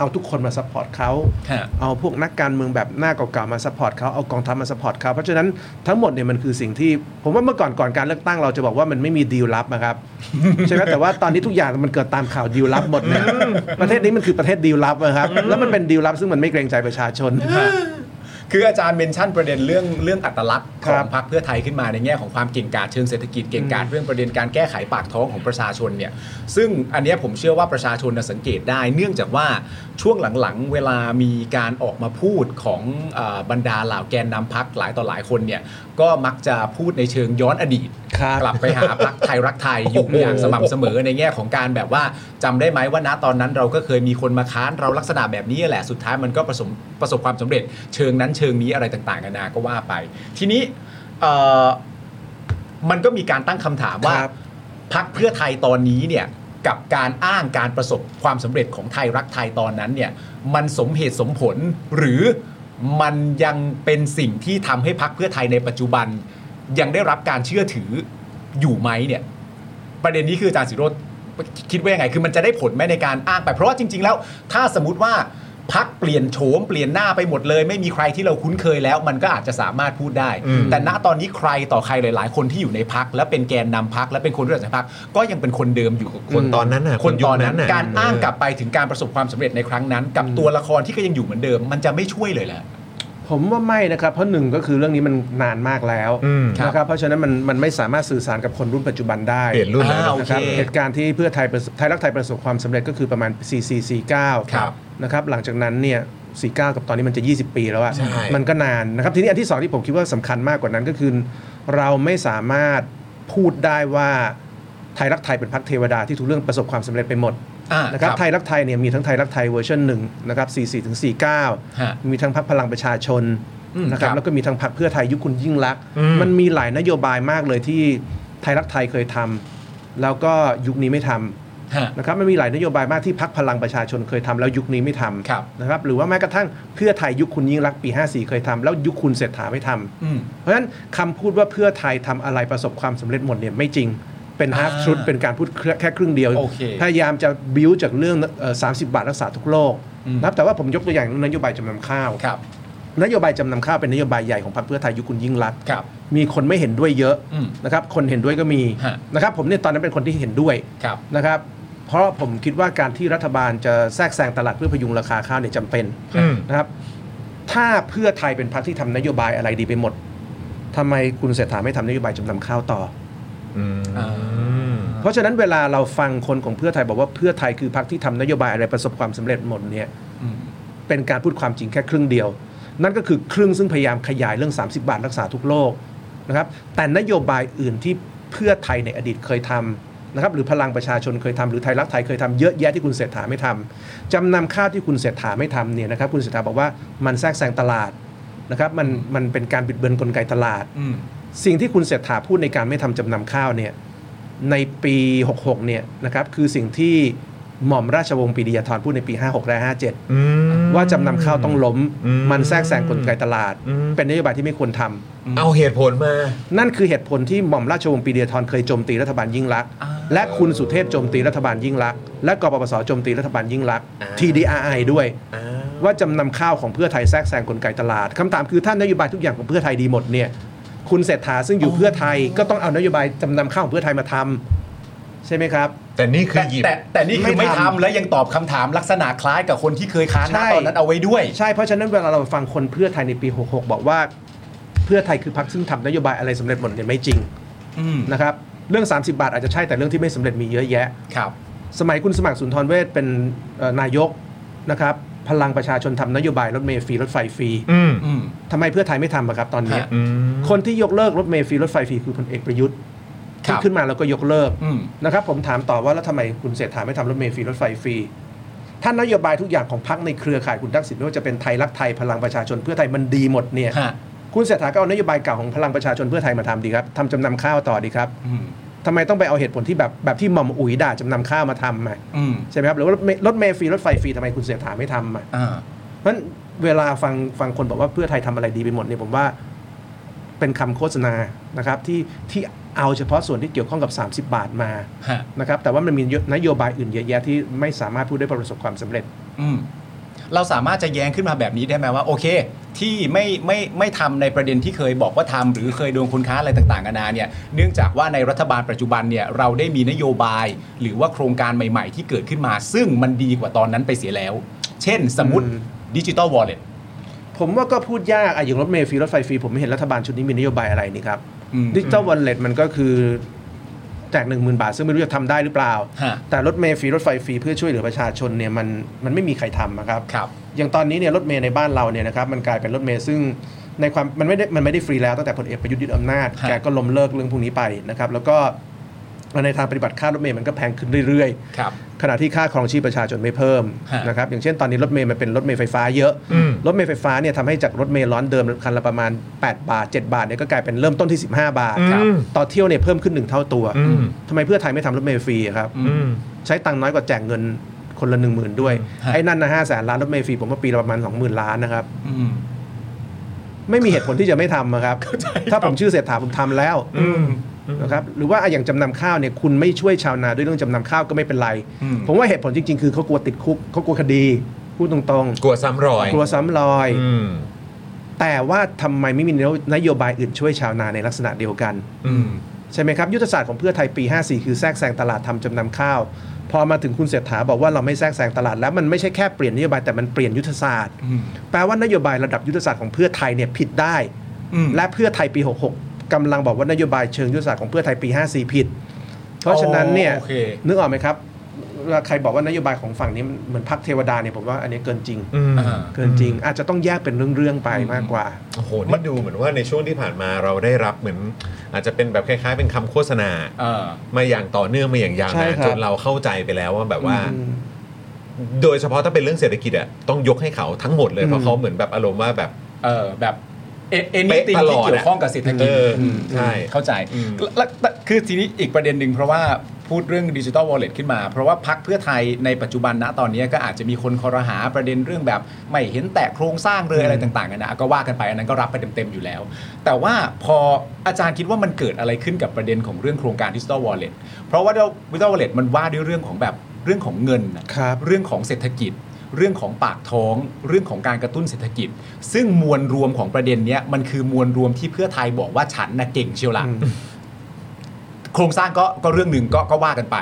Speaker 8: เอาทุกคนมาซัพพอร์ตเขา
Speaker 4: ฮะ
Speaker 8: เอาพวกนักการเมืองแบบหน้าเก่าๆมาซัพพอร์ตเขาเอากองทัพมาซัพพอร์ตเขาเพราะฉะนั้นทั้งหมดเนี่ยมันคือสิ่งที่ผมว่าเมื่อก่อนก่อนการเลือกตั้งเราจะบอกว่ามันไม่มีดีลลับนะครับ (laughs) ใช่ไหมแต่ว่าตอนนี้ทุกอย่างมันเกิดตามข่าวดีลลับหมดนะประเทศนี้มันคือประเทศดีลลับนะครับแล้วมันเป็นดีลลับซึ่งมันไม่เกรงใจประชาชน
Speaker 4: คืออาจารย์เมนชั่นประเด็นเรื่องเรื่องอัตลักษณ์ข
Speaker 8: ครั
Speaker 4: อง
Speaker 8: บ
Speaker 4: พรรคเพื่อไทยขึ้นมาในแง่ของความเก่งกาจเชิงเศรษฐกิจเก่งกาจเรื่องประเด็นการแก้ไขปากท้องของประชาชนเนี่ยซึ่งอันเนี้ยผมเชื่อว่าประชาชนน่ะสังเกตได้ เนื่องจากว่าช่วงหลังๆ เวลามีการออกมาพูดของเออบรรดาเหล่าแกนนำพักหลายต่อหลายคนเนี่ยก็มักจะพูดในเชิงย้อนอดีต
Speaker 8: ครับ
Speaker 4: กลับไปหาพักไทยรักไทยอยู่อย่างสม่ำเสมอในแง่ของการแบบว่าจำได้ไหมว่าณตอนนั้นเราก็เคยมีคนมาค้านเราลักษณะแบบนี้แหละสุดท้ายมันก็ประสบประสบความสำเร็จ เชิงนั้นเชิงนี้อะไรต่างๆกันานาก็ว่าไป ทีนี้เอ่อมันก็มีการตั้งคำถามว่า
Speaker 8: ครับ
Speaker 4: พักเพื่อไทยตอนนี้เนี่ยกับการอ้างการประสบความสำเร็จของไทยรักไทยตอนนั้นเนี่ยมันสมเหตุสมผลหรือมันยังเป็นสิ่งที่ทำให้พักเพื่อไทยในปัจจุบัน ยังได้รับการเชื่อถืออยู่ไหมเนี่ยประเด็นนี้คืออาจารย์สิโรธคิดว่ายังไงคือมันจะได้ผลไหมในการอ้างไป เพราะว่าจริง ๆ แล้ว ถ้าสมมติว่าพักเปลี่ยนโฉมเปลี่ยนหน้าไปหมดเลย ไม่มีใครที่เราคุ้นเคยแล้ว มันก็อาจจะสามารถพูดได้ แต่ณตอนนี้ใครต่อใครหลาย ๆ คนที่อยู่ในพัก และเป็นแกนนำพักและเป็นคนรู้จักในพักก็ยังเป็นคนเดิมอยู่
Speaker 2: คนตอนนั้นน่ะ
Speaker 4: คนตอนนั้น
Speaker 2: ยุค
Speaker 4: การอ้างกลับไปถึงการประสบความสำเร็จในครั้งนั้น กับตัวละครที่ก็ยังอยู่เหมือนเดิม มันจะไม่ช่วยเลยแหละ
Speaker 8: ผมว่าไม่นะครับ เพราะหนึ่งก็คือเรื่องนี้มันนานมากแล้ว
Speaker 4: ครับ
Speaker 8: นะครับเพราะฉะนั้นมันมันไม่สามารถสื่อสารกับคนรุ่นปัจจุบันได้
Speaker 2: เปลี่ยนรุ่นแล้ว
Speaker 4: าโอ
Speaker 8: นะ
Speaker 4: เค
Speaker 8: ครับเหตุการณ์ที่เพื่อไทยประสบไทยรักไทยประสบความสำเร็จก็คือประมาณ 4449
Speaker 4: ครับ
Speaker 8: นะครับหลังจากนั้นเนี่ย49 กับตอนนี้มันจะ 20 ปีแล้วอะ
Speaker 2: ใช่
Speaker 8: มันก็นานนะครับทีนี้อันที่สองที่ผมคิดว่าสำคัญมากกว่านั้นก็คือ เราไม่สามารถพูดได้ว่าไทยรักไทยเป็นพรรคเทวดาที่ทุกเรื่องประสบความสำเร็จไปหมด
Speaker 4: อ่า
Speaker 8: นะครับ
Speaker 4: ครับ
Speaker 8: ไทยรักไทยเนี่ยมีทั้งไทยรักไทยเวอร์ชันหนึ่งนะครับ44ถึง
Speaker 4: ฮะ
Speaker 8: 49 มีทั้งพักพลังประชาชน
Speaker 4: อืม
Speaker 8: นะค
Speaker 4: ค
Speaker 8: รั
Speaker 4: รั
Speaker 8: บบ แล้วก็มีทั้งพักเพื่อไทยยุคคุณยิ่งรักษณ์มันมีหลายนโยบายมากเลยที่ไทยรักไทยเคยทำแล้วก็ยุคนี้ไม่ทำ
Speaker 4: ฮะ
Speaker 8: นะครับมันมีหลายนโยบายมากที่พักพลังประชาชนเคยทำแล้วยุคนี้ไม่ท
Speaker 4: ครับ
Speaker 8: ำนะครับหรือว่าแม้กระทั่งเพื่อไทยยุคคุณยิ่งรักษณ์ปี 54 เคยทำแล้วยุคคุณเศรษฐาไม่ทำ
Speaker 4: อืม
Speaker 8: เพราะฉะนั้นคำพูดว่าเพื่อไทยทำอะไรประสบความสำเร็จหมดเนี่ยไม่จริง เป็น half
Speaker 4: อ่า
Speaker 8: truth เป็นการพูดแค่ครึ่งเดียว
Speaker 4: โอเค
Speaker 8: พยายามจะบิ้วจากเรื่องเอ่อ30 บาทรักษาทุกโรค นะครับแต่ว่าผมยกตัวอย่างนโยบายจำนำข้าว
Speaker 4: ครับ
Speaker 8: นโยบายจำนำข้าวเป็นนโยบายใหญ่ของพรรคเพื่อไทยยุคคุณยิ่งรักษณ์
Speaker 4: ครับ
Speaker 8: มีคนไม่เห็นด้วยเยอะ
Speaker 4: อืม
Speaker 8: นะครับ คนเห็นด้วยก็มี
Speaker 4: ฮะ
Speaker 8: นะครับ ผมเนี่ยตอนนั้นเป็นคนที่เห็นด้วย
Speaker 4: ครับ
Speaker 8: นะครับ เพราะผมคิดว่าการที่รัฐบาลจะแทรกแซงตลาดเพื่อพยุงราคาข้าวเนี่ยจำเป็น
Speaker 4: อืม
Speaker 8: นะครับ ถ้าเพื่อไทยเป็นพรรคที่ทำนโยบายอะไรดีไปหมดทำไมคุณเศรษฐาไม่ทำนโยบายจำนำข้าวต่อ
Speaker 2: อืม
Speaker 4: อ่า
Speaker 8: เพราะฉะนั้นเวลาเราฟังคนของเพื่อไทยบอกว่าเพื่อไทยคือพรรคที่ทำนโยบายอะไรประสบความสำเร็จหมดเนี่ย
Speaker 4: อืม
Speaker 8: เป็นการพูดความจริงแค่ครึ่งเดียว นั่นก็คือครึ่งซึ่งพยายามขยายเรื่อง 30 บาทรักษาทุกโรคนะครับแต่นโยบายอื่นที่เพื่อไทยในอดีตเคยทำนะครับหรือพลังประชาชนเคยทำหรือไทยรักไทยเคยทำเยอะแยะที่คุณเศรษฐาไม่ทำจำนำข้าวที่คุณเศรษฐาไม่ทำเนี่ยนะครับคุณเศรษฐาบอกว่ามันแทรกแซงตลาดนะครับมันมันเป็นการบิดเบือนกลไกตลาด
Speaker 4: อืม
Speaker 8: สิ่งที่คุณเศรษฐาพูดในการไม่ทำจำนำข้าวเนี่ยในปี 66 เนี่ยนะครับคือสิ่งที่หม่อมราชวงศ์ปรีดียาธรพูดในปี 56 และ
Speaker 2: อืม
Speaker 8: 57 ว่าจำนำข้าวต้องล้ม
Speaker 2: อืม
Speaker 8: มันแทรกแซงกลไกตลาด
Speaker 2: อืม
Speaker 8: เป็นนโยบายที่ไม่ควรทำ
Speaker 2: เอาเหตุผลมา
Speaker 8: นั่นคือเหตุผลที่หม่อมราชวงศ์ปรีดียาธรเคยโจมตีรัฐบาลยิ่งลักษณ์
Speaker 4: อ่า
Speaker 8: และคุณสุเทพโจมตีรัฐบาลยิ่งลักษณ์และกปปสโจมตีรัฐบาลยิ่งลักษณ์ TDRI ด้วย
Speaker 2: อ่า
Speaker 8: ว่าจำนำข้าวของเพื่อไทยแทรกแซงกลไกตลาดคำถามคือถ้านโยบายทุกอย่างของเพื่อไทยดีหมดเนี่ยคุณเศรษฐาซึ่งอยู่เพื่อไทยก็ต้องเอานโยบายจำนำข้าวของเพื่อไทยมาทำใช่ไหมครับ
Speaker 2: แต่นี่คือ
Speaker 4: แต่
Speaker 2: หยิบ
Speaker 4: แต่แต่นี่คือ
Speaker 8: ไม่
Speaker 4: ไม่
Speaker 8: ทำ
Speaker 4: ทำและยังตอบคำถามลักษณะคล้ายกับคนที่เคยค้าน
Speaker 8: ใช่
Speaker 4: ณตอนนั้นเอาไว้ด้วย
Speaker 8: ใช่เพราะฉะนั้นเวลาเราฟังคนเพื่อไทยในปี 66 บอกว่า เพื่อไทยคือพรรคซึ่งทำนโยบายอะไรสำเร็จหมดเนี่ยไม่จริง
Speaker 4: อืม
Speaker 8: นะครับเรื่อง 30 บาทอาจจะใช่แต่เรื่องที่ไม่สำเร็จมีเยอะแยะ
Speaker 4: ครับ
Speaker 8: สมัยคุณสมัครสุนทรเวชเป็นเอ่อนายกนะครับพลังประชาชนทำนโยบายรถเมล์ฟรีรถไฟฟรี
Speaker 2: อืม
Speaker 4: อืม
Speaker 8: ทำไมเพื่อไทยไม่ทำอะครับตอนเนี้ย
Speaker 2: อืม
Speaker 8: คนที่ยกเลิกรถเมล์ฟรีรถไฟฟรีคือพลเอกประยุทธ์
Speaker 4: ครั
Speaker 8: ที่
Speaker 4: บ
Speaker 8: ขึ้นมาแล้วก็ยกเลิก
Speaker 4: อืม
Speaker 8: นะครับผมถามต่อว่าแล้วทำไมคุณเศรษฐาไม่ทำรถเมล์ฟรีรถไฟฟรีท่านนโยบายทุกอย่างของพรรคในเครือข่ายคุณทักษิณไม่ว่าจะเป็นไทยรักไทยพลังประชาชนเพื่อไทยมันดีหมดเนี่ย
Speaker 4: ฮะ
Speaker 8: คุณเศรษฐาก็เอานโยบายเก่าของพลังประชาชนเพื่อไทยมาทำดีครับทำจำนำข้าวต่อดีครับ
Speaker 4: อืม
Speaker 8: ทำไมต้องไปเอาเหตุผลที่แบบแบบที่หม่อมอุ๋ยด่าจำนำข้าวมาทำอะ
Speaker 4: อืม
Speaker 8: ใช่ไหมครับหรือว่ารถเมล์รถเมล์ฟรีรถไฟฟรีทำไมคุณเศรษฐาไม่ทำอะ
Speaker 4: อ่า
Speaker 8: เพราะฉะนั้นเวลาฟังฟังคนบอกว่าเพื่อไทยทำอะไรดีไปหมดเนี่ยผมว่าเป็นคำโฆษณานะครับที่ที่เอาเฉพาะส่วนที่เกี่ยวข้องกับ 30 บาทมา
Speaker 4: ฮะ
Speaker 8: นะครับแต่ว่ามันมีนโยบายอื่นเยอะแยะที่ไม่สามารถพูดได้ประสบความสำเร็จ
Speaker 4: อืม เราสามารถจะแย้งขึ้นมาแบบนี้ได้ไหมว่า โอเค ที่ไม่ไม่ไม่ทำในประเด็นที่เคยบอกว่าทำหรือเคยโดนคุณค้าอะไรต่างๆนานาเนี่ยเนื่องจากว่าในรัฐบาลปัจจุบันเนี่ยเราได้มีนโยบาย หรือว่าโครงการใหม่ ๆ ที่เกิดขึ้นมา ซึ่งมันดีกว่าตอนนั้นไปเสียแล้ว เช่น สมมติ
Speaker 8: อืม
Speaker 4: ดิจิตอลวอลเล็ต
Speaker 8: ผมว่าก็พูดยากอะอย่างรถเมล์ฟรีรถไฟฟรีผมไม่เห็นรัฐบาลชุดนี้มีนโยบายอะไรนี่ครับดิจิตอลวอลเล็ตมันก็คือแจกหนึ่งหมื่นบาท ซึ่งไม่รู้จะทำได้หรือเปล่า
Speaker 4: ฮะ
Speaker 8: แต่รถเมล์ฟรีรถไฟฟรีเพื่อช่วยเหลือประชาชนเนี่ยมันมันไม่มีใครทำนะครับ
Speaker 4: ครับ
Speaker 8: อย่างตอนนี้เนี่ยรถเมย์ในบ้านเราเนี่ยนะครับมันกลายเป็นรถเมย์ซึ่งในความมันไม่ได้มันไม่ได้ฟรีแล้วตั้งแต่พลเอกประยุทธ์ยึดอำนาจ
Speaker 4: ฮะ
Speaker 8: แกก็ล้มเลิกเรื่องพวกนี้ไปนะครับแล้วก็ในทางปฏิบัติค่ารถเมย์มันก็แพงขึ้นเรื่อย
Speaker 4: ครับ
Speaker 8: ๆ ขณะที่ค่าครองชีพประชาชนไม่เพิ่ม
Speaker 4: ฮะ
Speaker 8: นะครับอย่างเช่นตอนนี้รถเมย์มันเป็นรถเมย์ไฟฟ้าเยอะ รถเมย์ไฟฟ้าเนี่ยทำให้จากรถเมย์ร้อนเดิมคันละประมาณ 8 บาท 7 บาทเนี่ยก็กลายเป็นเริ่มต้นที่ 15 บาทครับต่อเที่ยวเนี่ยเพิ่มขึ้นหนึ่งเท่าตัวทำไมเพื่อไทยไม่ทำรถเมย์ฟรีอะครับ
Speaker 4: อืม
Speaker 8: ใช้ตังค์น้อยกว่าแจกเงินคนละหนึ่งหมื่นด้วย
Speaker 4: ฮะ
Speaker 8: ไอ้นั่นนะห้าแสนล้านรถเมล์ฟรีผมว่าปีละประมาณสองหมื่นล้านนะครับ
Speaker 4: อืม
Speaker 8: ไม่มีเหตุผลที่จะไม่ทำอะครับ ถ้าผมชื่อเศรษฐาผมทำแล้วนะครับหรือว่าอ่ะอย่างจำนำข้าวเนี่ยคุณไม่ช่วยชาวนาด้วยเรื่องจำนำข้าวก็ไม่เป็นไร
Speaker 4: อืม
Speaker 8: ผมว่าเหตุผลจริง ๆ คือเขากลัวติดคุกเขากลัวคดีพูดตรง
Speaker 2: กลัวซ้ำรอย
Speaker 8: ๆกลัวซ้ำรอย
Speaker 2: อืม
Speaker 8: แต่ว่าทำไมไม่มีนโยบายอื่นช่วยชาวนาในลักษณะเดียวกัน
Speaker 4: อืม
Speaker 8: ใช่ไหมครับยุทธศาสตร์ของเพื่อไทยปี 54 คือแทรกแซงตลาดทำจำนำข้าว พอมาถึงคุณเศรษฐาบอกว่าเราไม่แทรกแซงตลาดแล้วมันไม่ใช่แค่เปลี่ยนนโยบายแต่มันเปลี่ยนยุทธศาสตร์
Speaker 4: อืม
Speaker 8: แปลว่านโยบายระดับยุทธศาสตร์ของเพื่อไทยเนี่ยผิดได้
Speaker 4: อืม
Speaker 8: และเพื่อไทยปี 66กำลังบอกว่านโยบายเชิงยุทธศาสตร์ของเพื่อไทยปี 54 ผิด เพราะฉะนั้นเนี่ย
Speaker 4: โอเค
Speaker 8: นึกออกไหมครับเวลาใครบอกว่านโยบายของฝั่งนี้มันเหมือนพรรคเทวดาเนี่ยผมว่าอันนี้เกินจริง
Speaker 2: อืม
Speaker 4: อ่า
Speaker 8: เกินจริง อาจจะต้องแยกเป็นเรื่องๆไปมากกว่า
Speaker 2: โอ้โหนี่ดูเหมือนว่าในช่วงที่ผ่านมาเราได้รับเหมือน อาจจะเป็นแบบคล้าย ๆ เป็นคำโฆษณา
Speaker 4: เออ
Speaker 2: มาอย่างต่อเนื่องมาอย่างยาว
Speaker 8: ใช่
Speaker 2: นาน
Speaker 8: ครับ
Speaker 2: จนเราเข้าใจไปแล้วว่าแบบว่า
Speaker 8: อืม
Speaker 2: โดยเฉพาะถ้าเป็นเรื่องเศรษฐกิจอ่ะต้องยกให้เขาทั้งหมดเลย
Speaker 8: อืม
Speaker 2: เพราะเขาเหมือนแบบอารมณ์ว่าแบบ
Speaker 4: เออแบบเอเอ็น
Speaker 2: เป๊ะ
Speaker 4: ติง
Speaker 2: ตล
Speaker 4: ที่
Speaker 2: อดอะ
Speaker 4: เกี่ยวข้องกับเศรษฐกิจ
Speaker 2: เอออืมใช่
Speaker 4: เข้าใจ
Speaker 2: อืม
Speaker 4: แล้วแต่คือทีนี้อีกประเด็นหนึ่งเพราะว่าพูดเรื่องดิจิ t a ลวอลเล็ตขึ้นมา เพราะว่าพักเพื่อไทยในปัจจุบันนะตอนนี้ก็อาจจะมีคนคอรหาประเด็นเรื่องแบบไม่เห็นแตะโครงสร้างเลยอะไรต่างๆกันะก็ว่ากันไปอันนั้นก็รับไปเต็มๆอยู่แล้ว แต่ว่าพออาจารย์คิดว่ามันเกิดอะไรขึ้นกับประเด็นของเรื่องโครงการดิจิ t a ลวอลเล็ตเพราะว่าดิจิ t a ลวอลเล็ตมันว่าด้วยเรื่องของแบบเรื่องของเงินน่ะ
Speaker 8: ครับ
Speaker 4: เรื่องของเศรษฐกิจ เรื่องของปากท้องเรื่องของการกระตุ้นเศรษฐกิจ ซึ่งมวลรวมของประเด็นเนี้ยมันคือมวลรวมที่เพื่อไทยบอกว่าฉันนะเก่งเชียวละ โครงสร้างก็ก็เรื่องหนึ่งก็ก็ว่ากันไป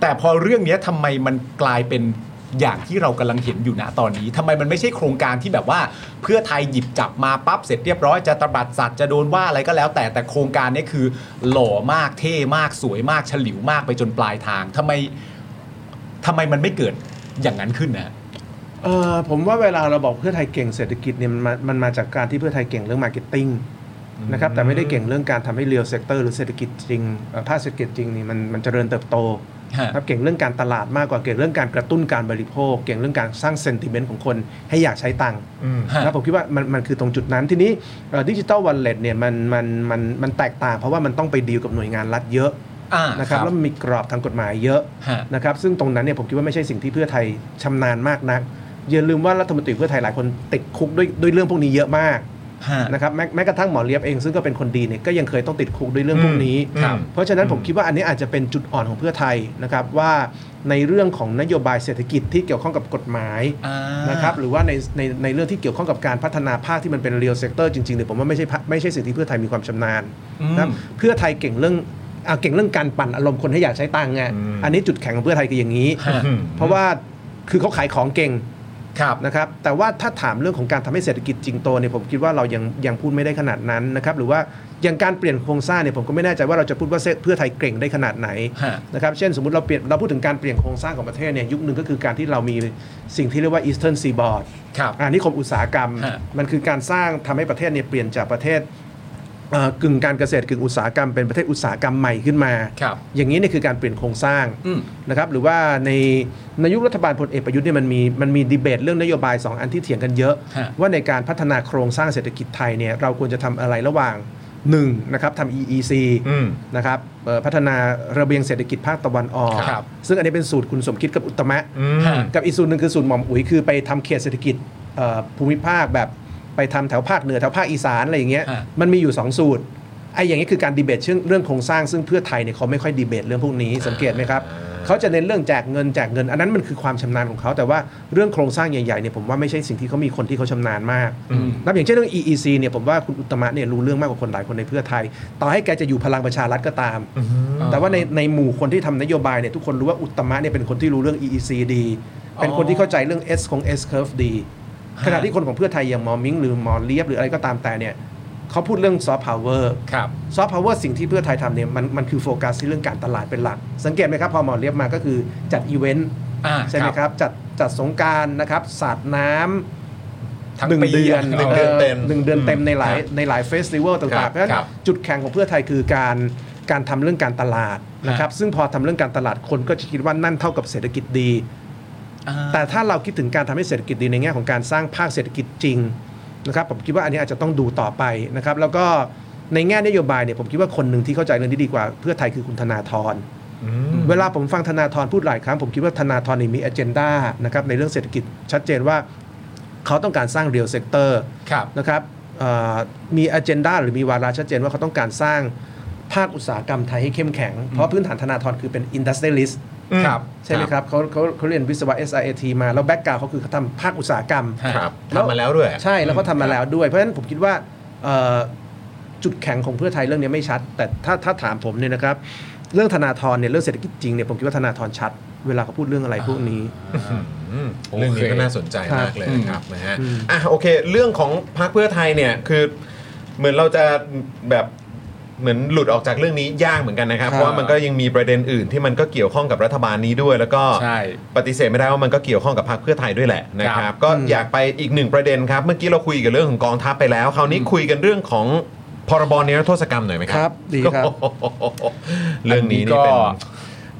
Speaker 4: แต่พอเรื่องเนี้ยทำไมมันกลายเป็นอย่างที่เรากำลังเห็นอยู่นะตอนนี้ทำไมมันไม่ใช่โครงการที่แบบว่า เพื่อไทยหยิบจับมาปั๊บเสร็จเรียบร้อยจะตบัดสัตว์จะโดนว่าอะไรก็แล้ว แต่แต่โครงการเนี้ยคือหล่อมากเท่มากสวยมากฉลิวมากไปจนปลายทางทำไมทำไมมันไม่เกิดอย่างนั้นขึ้นนะ
Speaker 8: เออผมว่าเวลาเราบอกเพื่อไทยเก่งเศรษฐกิจเนี่ยมันมามันมาจากการที่เพื่อไทยเก่งเรื่องมาร์เก็ตติ้งนะครับแต่ไม่ได้เก่งเรื่องการทำให้เรียลเซกเตอร์หรือเศรษฐกิจจริงเอ่อภาคเศรษฐกิจจริงนี่มันมันเจริญเติบโต
Speaker 4: ฮะ
Speaker 8: ครับเก่งเรื่องการตลาดมากกว่าเก่งเรื่องการกระตุ้นการบริโภค เก่งเรื่องการสร้างเซนติเมนต์ของคนให้อยากใช้ตังค์
Speaker 4: ฮะ
Speaker 8: นะผมคิดว่ามันมันคือตรงจุดนั้นทีนี้ดิจิ t a ลว a ลเล็ตเนี่ยมันมันมันมันแตกต่างเพราะว่ามันต้องไปดีลกับหน่วยงานรัฐเยอะ
Speaker 4: อ่า
Speaker 8: นะครับแล้วมันมีกรอบทางกฎหมายเยอะ
Speaker 4: ฮะ
Speaker 8: นะครับซึ่งตรงนั้นเนี่ยผมคิดว่าไม่ใช่สิ่งที่เพื่อไทยชำนาญมากนักอย่าลืมว่ารัฐมนตรีเพื่อไทยหลายคนติดคุกด้วยด้วยเรื่องพวกนี้เยอะมาก
Speaker 4: ฮะ
Speaker 8: นะครับแม้แม้กระทั่งหมอเลียบเองซึ่งก็เป็นคนดีเนี่ยก็ยังเคยต้องติดคุกด้วยเรื่องพวกนี้
Speaker 4: ครับ
Speaker 8: เพราะฉะนั้นผมคิดว่าอันนี้อาจจะเป็นจุดอ่อนของเพื่อไทยนะครับว่าในเรื่องของนโยบายเศรษฐกิจที่เกี่ยวข้องกับกฎหมาย
Speaker 4: อ่า
Speaker 8: นะครับหรือว่าในในในเรื่องที่เกี่ยวข้องกับการพัฒนาภาคที่มันเป็นเรียลเซกเตอร์จริงๆเนี่ยผมว่าไม่ใช่ภาไม่ใช่สิ่งที่เพื่อไทยมีความชำนาญนะครับเพื่อไทยเก่งเรื่องอ่ะเก่งเรื่องการปั่นอารมณ์คนให้อยากใช้ตังค์ไง
Speaker 2: อืม
Speaker 8: อันนี้จุดแข็งของเพื่อไทยคืออย่างนี้
Speaker 4: ฮะ
Speaker 8: เพราะว่าคือเขาขายของเก่ง
Speaker 4: ครับ
Speaker 8: นะครับแต่ว่าถ้าถามเรื่องของการทำให้เศรษฐกิจจริงโตเนี่ยผมคิดว่าเรายังยังพูดไม่ได้ขนาดนั้นนะครับหรือว่าอย่างการเปลี่ยนโครงสร้างเนี่ยผมก็ไม่แน่ใจว่าเราจะพูดว่าเพื่อไทยเก่งได้ขนาดไหน
Speaker 4: ฮะ
Speaker 8: นะครับเช่นสมมติเราเปลี่ยนเราพูดถึงการเปลี่ยนโครงสร้างของประเทศเนี่ยยุคหนึ่งก็คือการที่เรามีสิ่งที่เรียกว่า Eastern Seaboard
Speaker 4: ครับ
Speaker 8: อ่านิคมอุตสาหกรรม
Speaker 4: ฮะ
Speaker 8: มันคือการสร้างทำให้ประเทศเนี่ยเปลี่ยนจากประเทศเอ่อกึ่งการเกษตรกึ่งอุตสาหกรรมเป็นประเทศอุตสาหกรรมใหม่ขึ้นมา
Speaker 4: ครับ
Speaker 8: อย่างนี้เนี่ยคือการเปลี่ยนโครงสร้าง
Speaker 4: อืม
Speaker 8: นะครับหรือว่าในในยุครัฐบาลพลเอกประยุทธ์เนี่ยมันมีมันมีดีเบตเรื่องนโยบาย 2 อันที่เถียงกันเยอะ
Speaker 4: ฮะ
Speaker 8: ว่าในการพัฒนาโครงสร้างเศรษฐกิจไทยเนี่ยเราควรจะทำอะไรระหว่างหนึ่งนะครับทำ EEC
Speaker 2: อืม
Speaker 8: นะครับเอ่อพัฒนาระเบียงเศรษฐกิจภาคตะวันออก
Speaker 4: ครับ
Speaker 8: ซึ่งอันนี้เป็นสูตรคุณสมคิดกับอุตตมะ
Speaker 2: อืม
Speaker 4: ฮะ
Speaker 8: กับอีกสูตรหนึ่งคือสูตรหม่อมอุ๋ยคือไปทำเขตเศรษฐกิจเอ่อภูมิภาคแบบไปทำแถวภาคเหนือแถวภาคอีสานอะไรอย่างเงี้ย
Speaker 4: ฮะ
Speaker 8: มันมีอยู่ 2 สูตรไอ้อย่างนี้คือการดีเบตเรื่องเรื่องโครงสร้างซึ่งเพื่อไทยเนี่ยเขาไม่ค่อยดีเบตเรื่องพวกนี้สังเกตไหมครับเขาจะเน้นเรื่องแจกเงินแจกเงิน อันนั้นมันคือความชำนาญของเขาแต่ว่าเรื่องโครงสร้างใหญ่ๆเนี่ยผมว่าไม่ใช่สิ่งที่เขามีคนที่เขาชำนาญมากนับอย่างเช่นเรื่อง EEC เนี่ยผมว่าคุณอุตตมะเนี่ยรู้เรื่องมากกว่าคนหลายคนในเพื่อไทย ต่อให้แกจะอยู่พลังประชารัฐก็ตาม แต่ว่าในในหมู่คนที่ทำนโยบายเนี่ยทุกคนรู้ว่าอุตตมะเนี่ยเป็นคนที่รู้เรื่อง EEC ดี เป็นคนที่เข้าใจเรื่อง S ของ S curve ดี ขณะที่คนของเพื่อไทยอย่างหมอมิงหรือหมอเลียบหรืออะไรก็ตามแต่เนี่ยเขาพูดเรื่องซอฟต์พาวเวอร์
Speaker 4: ครับ
Speaker 8: ซอฟต์พาวเวอร์สิ่งที่เพื่อไทยทำเนี่ยมันมันคือโฟกัสที่เรื่องการตลาดเป็นหลัก สังเกตไหมครับ พอหมอเลียบมาก็คือจัดอีเวนต์
Speaker 4: อ่า
Speaker 8: ใช่ไหมครับ จัดจัดสงกรารนะครับสาดน้ำ
Speaker 4: ทั้ง
Speaker 8: หนึ่ง
Speaker 4: ปี
Speaker 8: เดือนะ
Speaker 2: หนึ่งเดือนเต็ม
Speaker 8: หนึ่งเดือนเต็มในหลาย
Speaker 4: ครับ
Speaker 8: ในหลายเฟสติวัล
Speaker 4: ครั
Speaker 8: ต่าง
Speaker 4: บ
Speaker 8: ๆเพราะฉะนั้น
Speaker 4: ครับ
Speaker 8: จุดแข็งของเพื่อไทยคือการการทำเรื่องการตลาดนะครับซึ่งพอทำเรื่องการตลาดคนก็จะคิดว่านั่นเท่ากับเศรษฐกิจดี
Speaker 4: อ่า
Speaker 8: แต่ถ้าเราคิดถึงการทำให้เศรษฐกิจดีในแง่ของการสร้างภาคเศรษฐกิจจริงนะครับผมคิดว่าอันนี้อาจจะต้องดูต่อไปนะครับแล้วก็ในแง่นโยบายเนี่ยผมคิดว่าคนหนึ่งที่เข้าใจเรื่องนี้ดีกว่าเพื่อไทยคือคุณธนาธร เวลาผมฟังธนาธรพูดหลายครั้ง ผมคิดว่าธนาธรนี่มี a เจนดานะครับในเรื่องเศรษฐกิจชัดเจนว่าเขาต้องการสร้างเรียลเซกเตอร์
Speaker 4: ครับ
Speaker 8: นะครับเอ่อมี a เจนดาหรือมีวาระชัดเจนว่าเขาต้องการสร้างภาคอุตสาหกรรมไทยให้เข้มแข็ง เพราะพื้นฐานธนาธรคือเป็นอินดัสเทรียลิสต์
Speaker 4: ครับ
Speaker 8: ใช่ไหมครับเขาเขาเขาเรียนวิศวะ SIAT มาแล้วแบ็กกราวเขาคือเขาทำภาคอุตสาหกรรม
Speaker 2: ครับทำมาแล้วด้วย
Speaker 8: ใช่แล้วก็ทำมาแล้วด้วย เพราะฉะนั้นผมคิดว่าเอ่อจุดแข็งของเพื่อไทยเรื่องนี้ไม่ชัด แต่ถ้าถ้าถามผมเนี่ยนะครับ เรื่องธนาธรเนี่ยเรื่องเศรษฐกิจจริงเนี่ยผมคิดว่าธนาธรชัด เวลาเขาพูดเรื่องอะไรพวกนี้
Speaker 2: อืมเรื่องนี้ก็น่าสนใจ
Speaker 8: ครับ
Speaker 2: มากเลยนะครับนะฮะ
Speaker 8: อืม
Speaker 2: อ่ะโอเค เรื่องของพรรคเพื่อไทยเนี่ยคือเหมือนเราจะแบบเหมือนหลุดออกจากเรื่องนี้ยากเหมือนกันนะครับ เพราะว่ามันก็ยังมีประเด็นอื่นที่มันก็เกี่ยวข้องกับรัฐบาลนี้ด้วย แล้วก็
Speaker 4: ใช่
Speaker 2: ปฏิเสธไม่ได้ว่ามันก็เกี่ยวข้องกับพรรคเพื่อไทยด้วยแหละนะค
Speaker 4: ครั
Speaker 2: รับ
Speaker 4: บ
Speaker 2: ก็อยากไปอีกหนึ่งประเด็นครับ เมื่อกี้เราคุยกันเรื่องของกองทัพไปแล้ว คราวนี้คุยกันเรื่องของพรบเนรโทษกรรมหน่อยไหมครั
Speaker 8: ดีครับ
Speaker 2: โอ้โหเรื่องนี้นี่เป็น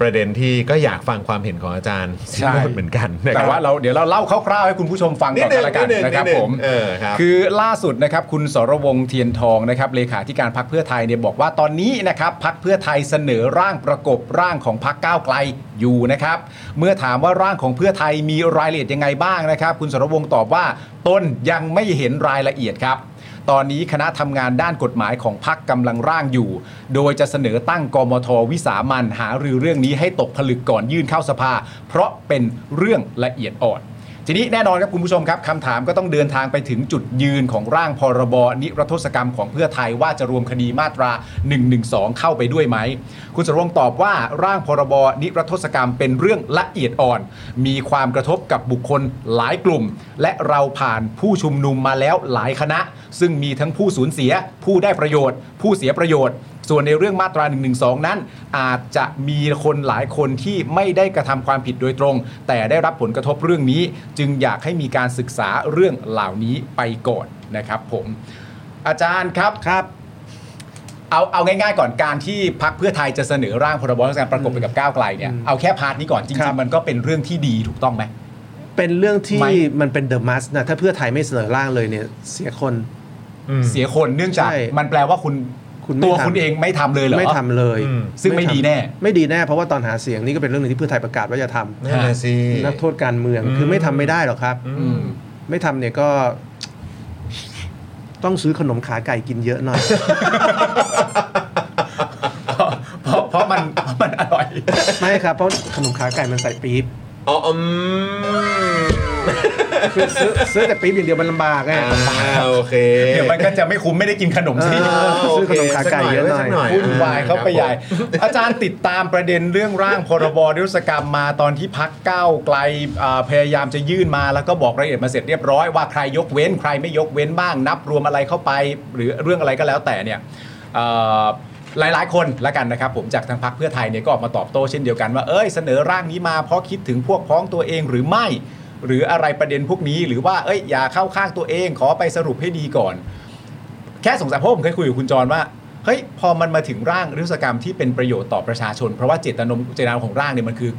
Speaker 2: ประเด็นที่ก็อยากฟังความเห็นของอาจารย์ซิโรจน์เหมือนกันนะค
Speaker 4: แต่
Speaker 2: รับ
Speaker 4: ว่าเราเดี๋ยวเราเล่าคร่าวๆให้คุณผู้ชมฟัง
Speaker 2: นิด
Speaker 4: ก่อน
Speaker 2: นึง
Speaker 4: กันละกั
Speaker 2: นิ
Speaker 4: น
Speaker 2: ดนึง
Speaker 4: นะครับ
Speaker 2: นิดนึง
Speaker 4: ผม
Speaker 2: เออครับ
Speaker 4: คือล่าสุดนะครับคุณสรวงศ์เทียนทองนะครับเลขาธิการพักเพื่อไทยเนี่ยบอกว่าตอนนี้นะครับพักเพื่อไทยเสนอร่างประกบร่างของพักก้าวไกลอยู่นะครับเมื่อถามว่าร่างของเพื่อไทยมีรายละเอียดยังไงบ้างนะครับ คุณสรวงศ์ตอบว่าตนยังไม่เห็นรายละเอียดครับ ตอนนี้คณะทำงานด้านกฎหมายของพักกำลังร่างอยู่ โดยจะเสนอตั้งกมทวิสามันหารือเรื่องนี้ให้ตกผลึกก่อนยื่นเข้าสภา เพราะเป็นเรื่องละเอียดอ่อน ทีนี้แน่นอนครับคุณผู้ชมครับคำถามก็ต้องเดินทางไปถึงจุดยืนของร่างพรบนิรโทษกรรมของเพื่อไทยว่าจะรวมคดีมาตรา 112 เข้าไปด้วยไหม คุณสรงค์ตอบว่าร่างพรบนิรโทษกรรมเป็นเรื่องละเอียดอ่อน มีความกระทบกับบุคคลหลายกลุ่ม และเราผ่านผู้ชุมนุมมาแล้วหลายคณะ ซึ่งมีทั้งผู้สูญเสีย ผู้ได้ประโยชน์ ผู้เสียประโยชน์ ส่วนในเรื่องมาตรา1นึนั้น อาจจะมีคนหลายคนที่ไม่ได้กระทำความผิดโดยตรง แต่ได้รับผลกระทบเรื่องนี้ จึงอยากให้มีการศึกษาเรื่องเหล่านี้ไปก่อนนะครับ ผม อาจารย์ครับครับ เอาเอาง่ายๆก่อนการที่พักเพื่อไทยจะเสนอร่างพรบการประกบไปกับก้าวไกลเนี่ยเอาแค่พาร์ทนี้ก่อนจ
Speaker 8: ครั
Speaker 4: ริง
Speaker 8: บ
Speaker 4: ๆมันก็เป็นเรื่องที่ดีถูกต้องไหม
Speaker 8: เป็นเรื่องที่
Speaker 4: ไม่
Speaker 8: มันเป็นเดอะมัสนะถ้าเพื่อไทยไม่เสนอร่างเลยเนี่ยเสียคน
Speaker 4: เสียคนเนื่องจาก
Speaker 8: ใช่
Speaker 4: มันแปลว่าคุณ
Speaker 8: คุณไม่
Speaker 4: ตัว
Speaker 8: ทำ
Speaker 4: คุณเองไม่ทำเลยเหรอ
Speaker 8: ไม่ทำเลย
Speaker 2: อืม
Speaker 4: ซึ่งไม่ดีแน่
Speaker 8: ไม่ดีแน่เพราะว่าตอนหาเสียงนี่ก็เป็นเรื่องหนึงที่เพื่อไทยประกาศว่าจะทำ
Speaker 2: นั่นแหละสิ
Speaker 8: นักโทษการเมือง
Speaker 2: อืม
Speaker 8: คือไม่ทำไม่ได้หรอกครับ
Speaker 4: อืม (laughs)
Speaker 8: ไม่ทำเนี่ยก็ ต้องซื้อขนมขาไก่กินเยอะหน่อย (laughs)
Speaker 4: เพราะเพราะมันเพราะมันอร่อย
Speaker 8: ไม่ครับเพราะขนมขาไก่มันใส่ปี๊บ
Speaker 2: อ๋ออืม
Speaker 8: คือซื้อซื้อแต่ปี๊บอย่างเดียวมันลำบากไง
Speaker 2: อ่าโอเค
Speaker 4: เดี๋ยวมันก็จะไม่คุ้มไม่ได้กินขนมสิ
Speaker 8: เออ
Speaker 2: โเค
Speaker 8: ซื้อขนมขาไก่เยอะหน่อย
Speaker 2: สัก
Speaker 4: วุ่นวายเข้าไปใหญ่
Speaker 2: ครับผ
Speaker 4: อาจารย์ติดตามประเด็นเรื่องร่างพรบนิรศกรรมมาตอนที่พักก้าวไกลอ่าพยายามจะยื่นมาแล้วก็บอกรายละเอียดมาเสร็จเรียบร้อยว่าใครยกเว้นใครไม่ยกเว้นบ้าง นับรวมอะไรเข้าไป หรือเรื่องอะไรก็แล้วแต่เนี่ยเอ่อหลายๆ คนละกันนะครับ ผมจากทางพักเพื่อไทยเนี่ยก็ออกมาตอบโต้เช่นเดียวกันว่าเอ้ยเสนอร่างนี้มาเพราะคิดถึงพวกพ้องตัวเองหรือไม่ หรืออะไรประเด็นพวกนี้หรือว่าเอ้ยอย่าเข้าข้างตัวเองขอไปสรุปให้ดีก่อน แค่สงสัยเพราะผมเคยคุยกับคุณจรว่าเฮ้ยพอมันมาถึงร่างรัฐกรรมที่เป็นประโยชน์ต่อประชาชน เพราะว่าเจตนามเจตนามของร่างเนี่ยมันคือ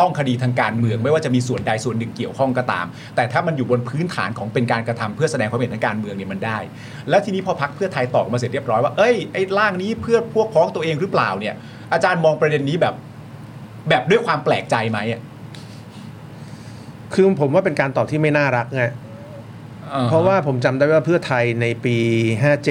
Speaker 4: ต้องคดีทางการเมือง ไม่ว่าจะมีส่วนใดส่วนหนึ่งเกี่ยวข้องก็ตาม แต่ถ้ามันอยู่บนพื้นฐานของเป็นการกระทำเพื่อแสดงความเห็นทางการเมืองเนี่ยมันได้ แล้วทีนี้พอพักเพื่อไทยตอบมาเสร็จเรียบร้อยว่าเอ้ยไอ้ร่างนี้เพื่อพวกพ้องตัวเองหรือเปล่าเนี่ย อาจารย์มองประเด็นนี้แบบ แบบด้วยความแปลกใจไหมอ่ะ
Speaker 8: คือผมว่าเป็นการตอบที่ไม่น่ารักไง
Speaker 4: อ่ฮ
Speaker 8: เพราะว่าผมจำได้ว่าเพื่อไทยในปี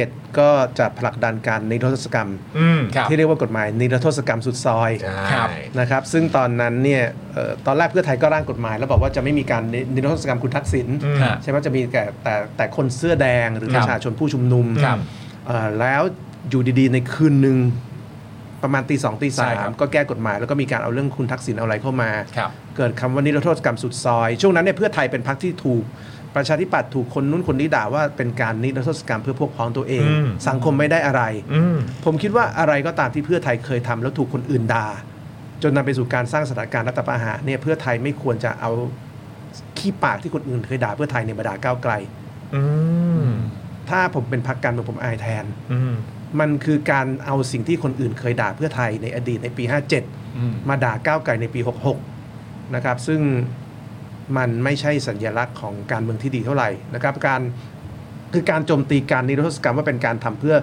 Speaker 8: 57 ก็จะผลักดันการนิรโทษกรรม
Speaker 2: อืม
Speaker 4: ครับ
Speaker 8: ที่เรียกว่ากฎหมายนิรโทษกรรมสุดซอย
Speaker 2: ใช
Speaker 4: ครั่ บ
Speaker 8: นะครับซึ่งตอนนั้นเนี่ยเอ่อตอนแรกเพื่อไทยก็ร่างกฎหมาย แล้วบอกว่าจะไม่มีการนิรโทษกรรมคุณทักษิณ
Speaker 2: อืม
Speaker 4: ครับ
Speaker 8: ใช่ไหมจะมีแต่แต่แต่คนเสื้อแดงหรือ
Speaker 4: ค
Speaker 8: ป
Speaker 4: รับ
Speaker 8: ระชาชนผู้ชุมนุม
Speaker 4: ครับ
Speaker 8: เอ่อแล้วอยู่ดีๆในคืนหนึ่งประมาณตีสองตี
Speaker 4: ใช่
Speaker 8: สา
Speaker 4: ครั
Speaker 8: ม
Speaker 4: บ
Speaker 8: ก็แก้กฎหมายแล้วก็มีการเอาเรื่องคุณทักษิณเอาอะไรเข้ามา
Speaker 4: ครับ
Speaker 8: เกิดคำว่านิรโทษกรรมสุดซอย ช่วงนั้นเนี่ยเพื่อไทยเป็นพรรคที่ถูก ประชาธิปัตย์ถูกคนนู้นคนนี้ด่าว่าเป็นการนิรโทษกรรมเพื่อพวกพ้องตัวเอง
Speaker 2: อืม
Speaker 8: สังคมไม่ได้อะไร
Speaker 2: อืม
Speaker 8: ผมคิดว่าอะไรก็ตามที่เพื่อไทยเคยทำแล้วถูกคนอื่นด่าจนนำไปสู่การสร้างสถานการณ์รัฐประหารเนี่ยเพื่อไทยไม่ควรจะเอาขี้ปากที่คนอื่นเคยด่าเพื่อไทยเนี่ยมาด่าก้าวไกล
Speaker 2: อืม
Speaker 8: ถ้าผมเป็นพรรคการเมืองผมอายแทน
Speaker 2: อืม
Speaker 8: มันคือการเอาสิ่งที่คนอื่นเคยด่าเพื่อไทยในอดีตในปี
Speaker 4: อืม
Speaker 8: 57 มาด่าก้าวไกลในปี 66 นะครับ ซึ่งมันไม่ใช่สัญญลักษณ์ของการเมืองที่ดีเท่าไหร่นะครับการคือการโจมตีการนิรโทษกรรมว่าเป็นการทำเพื่อ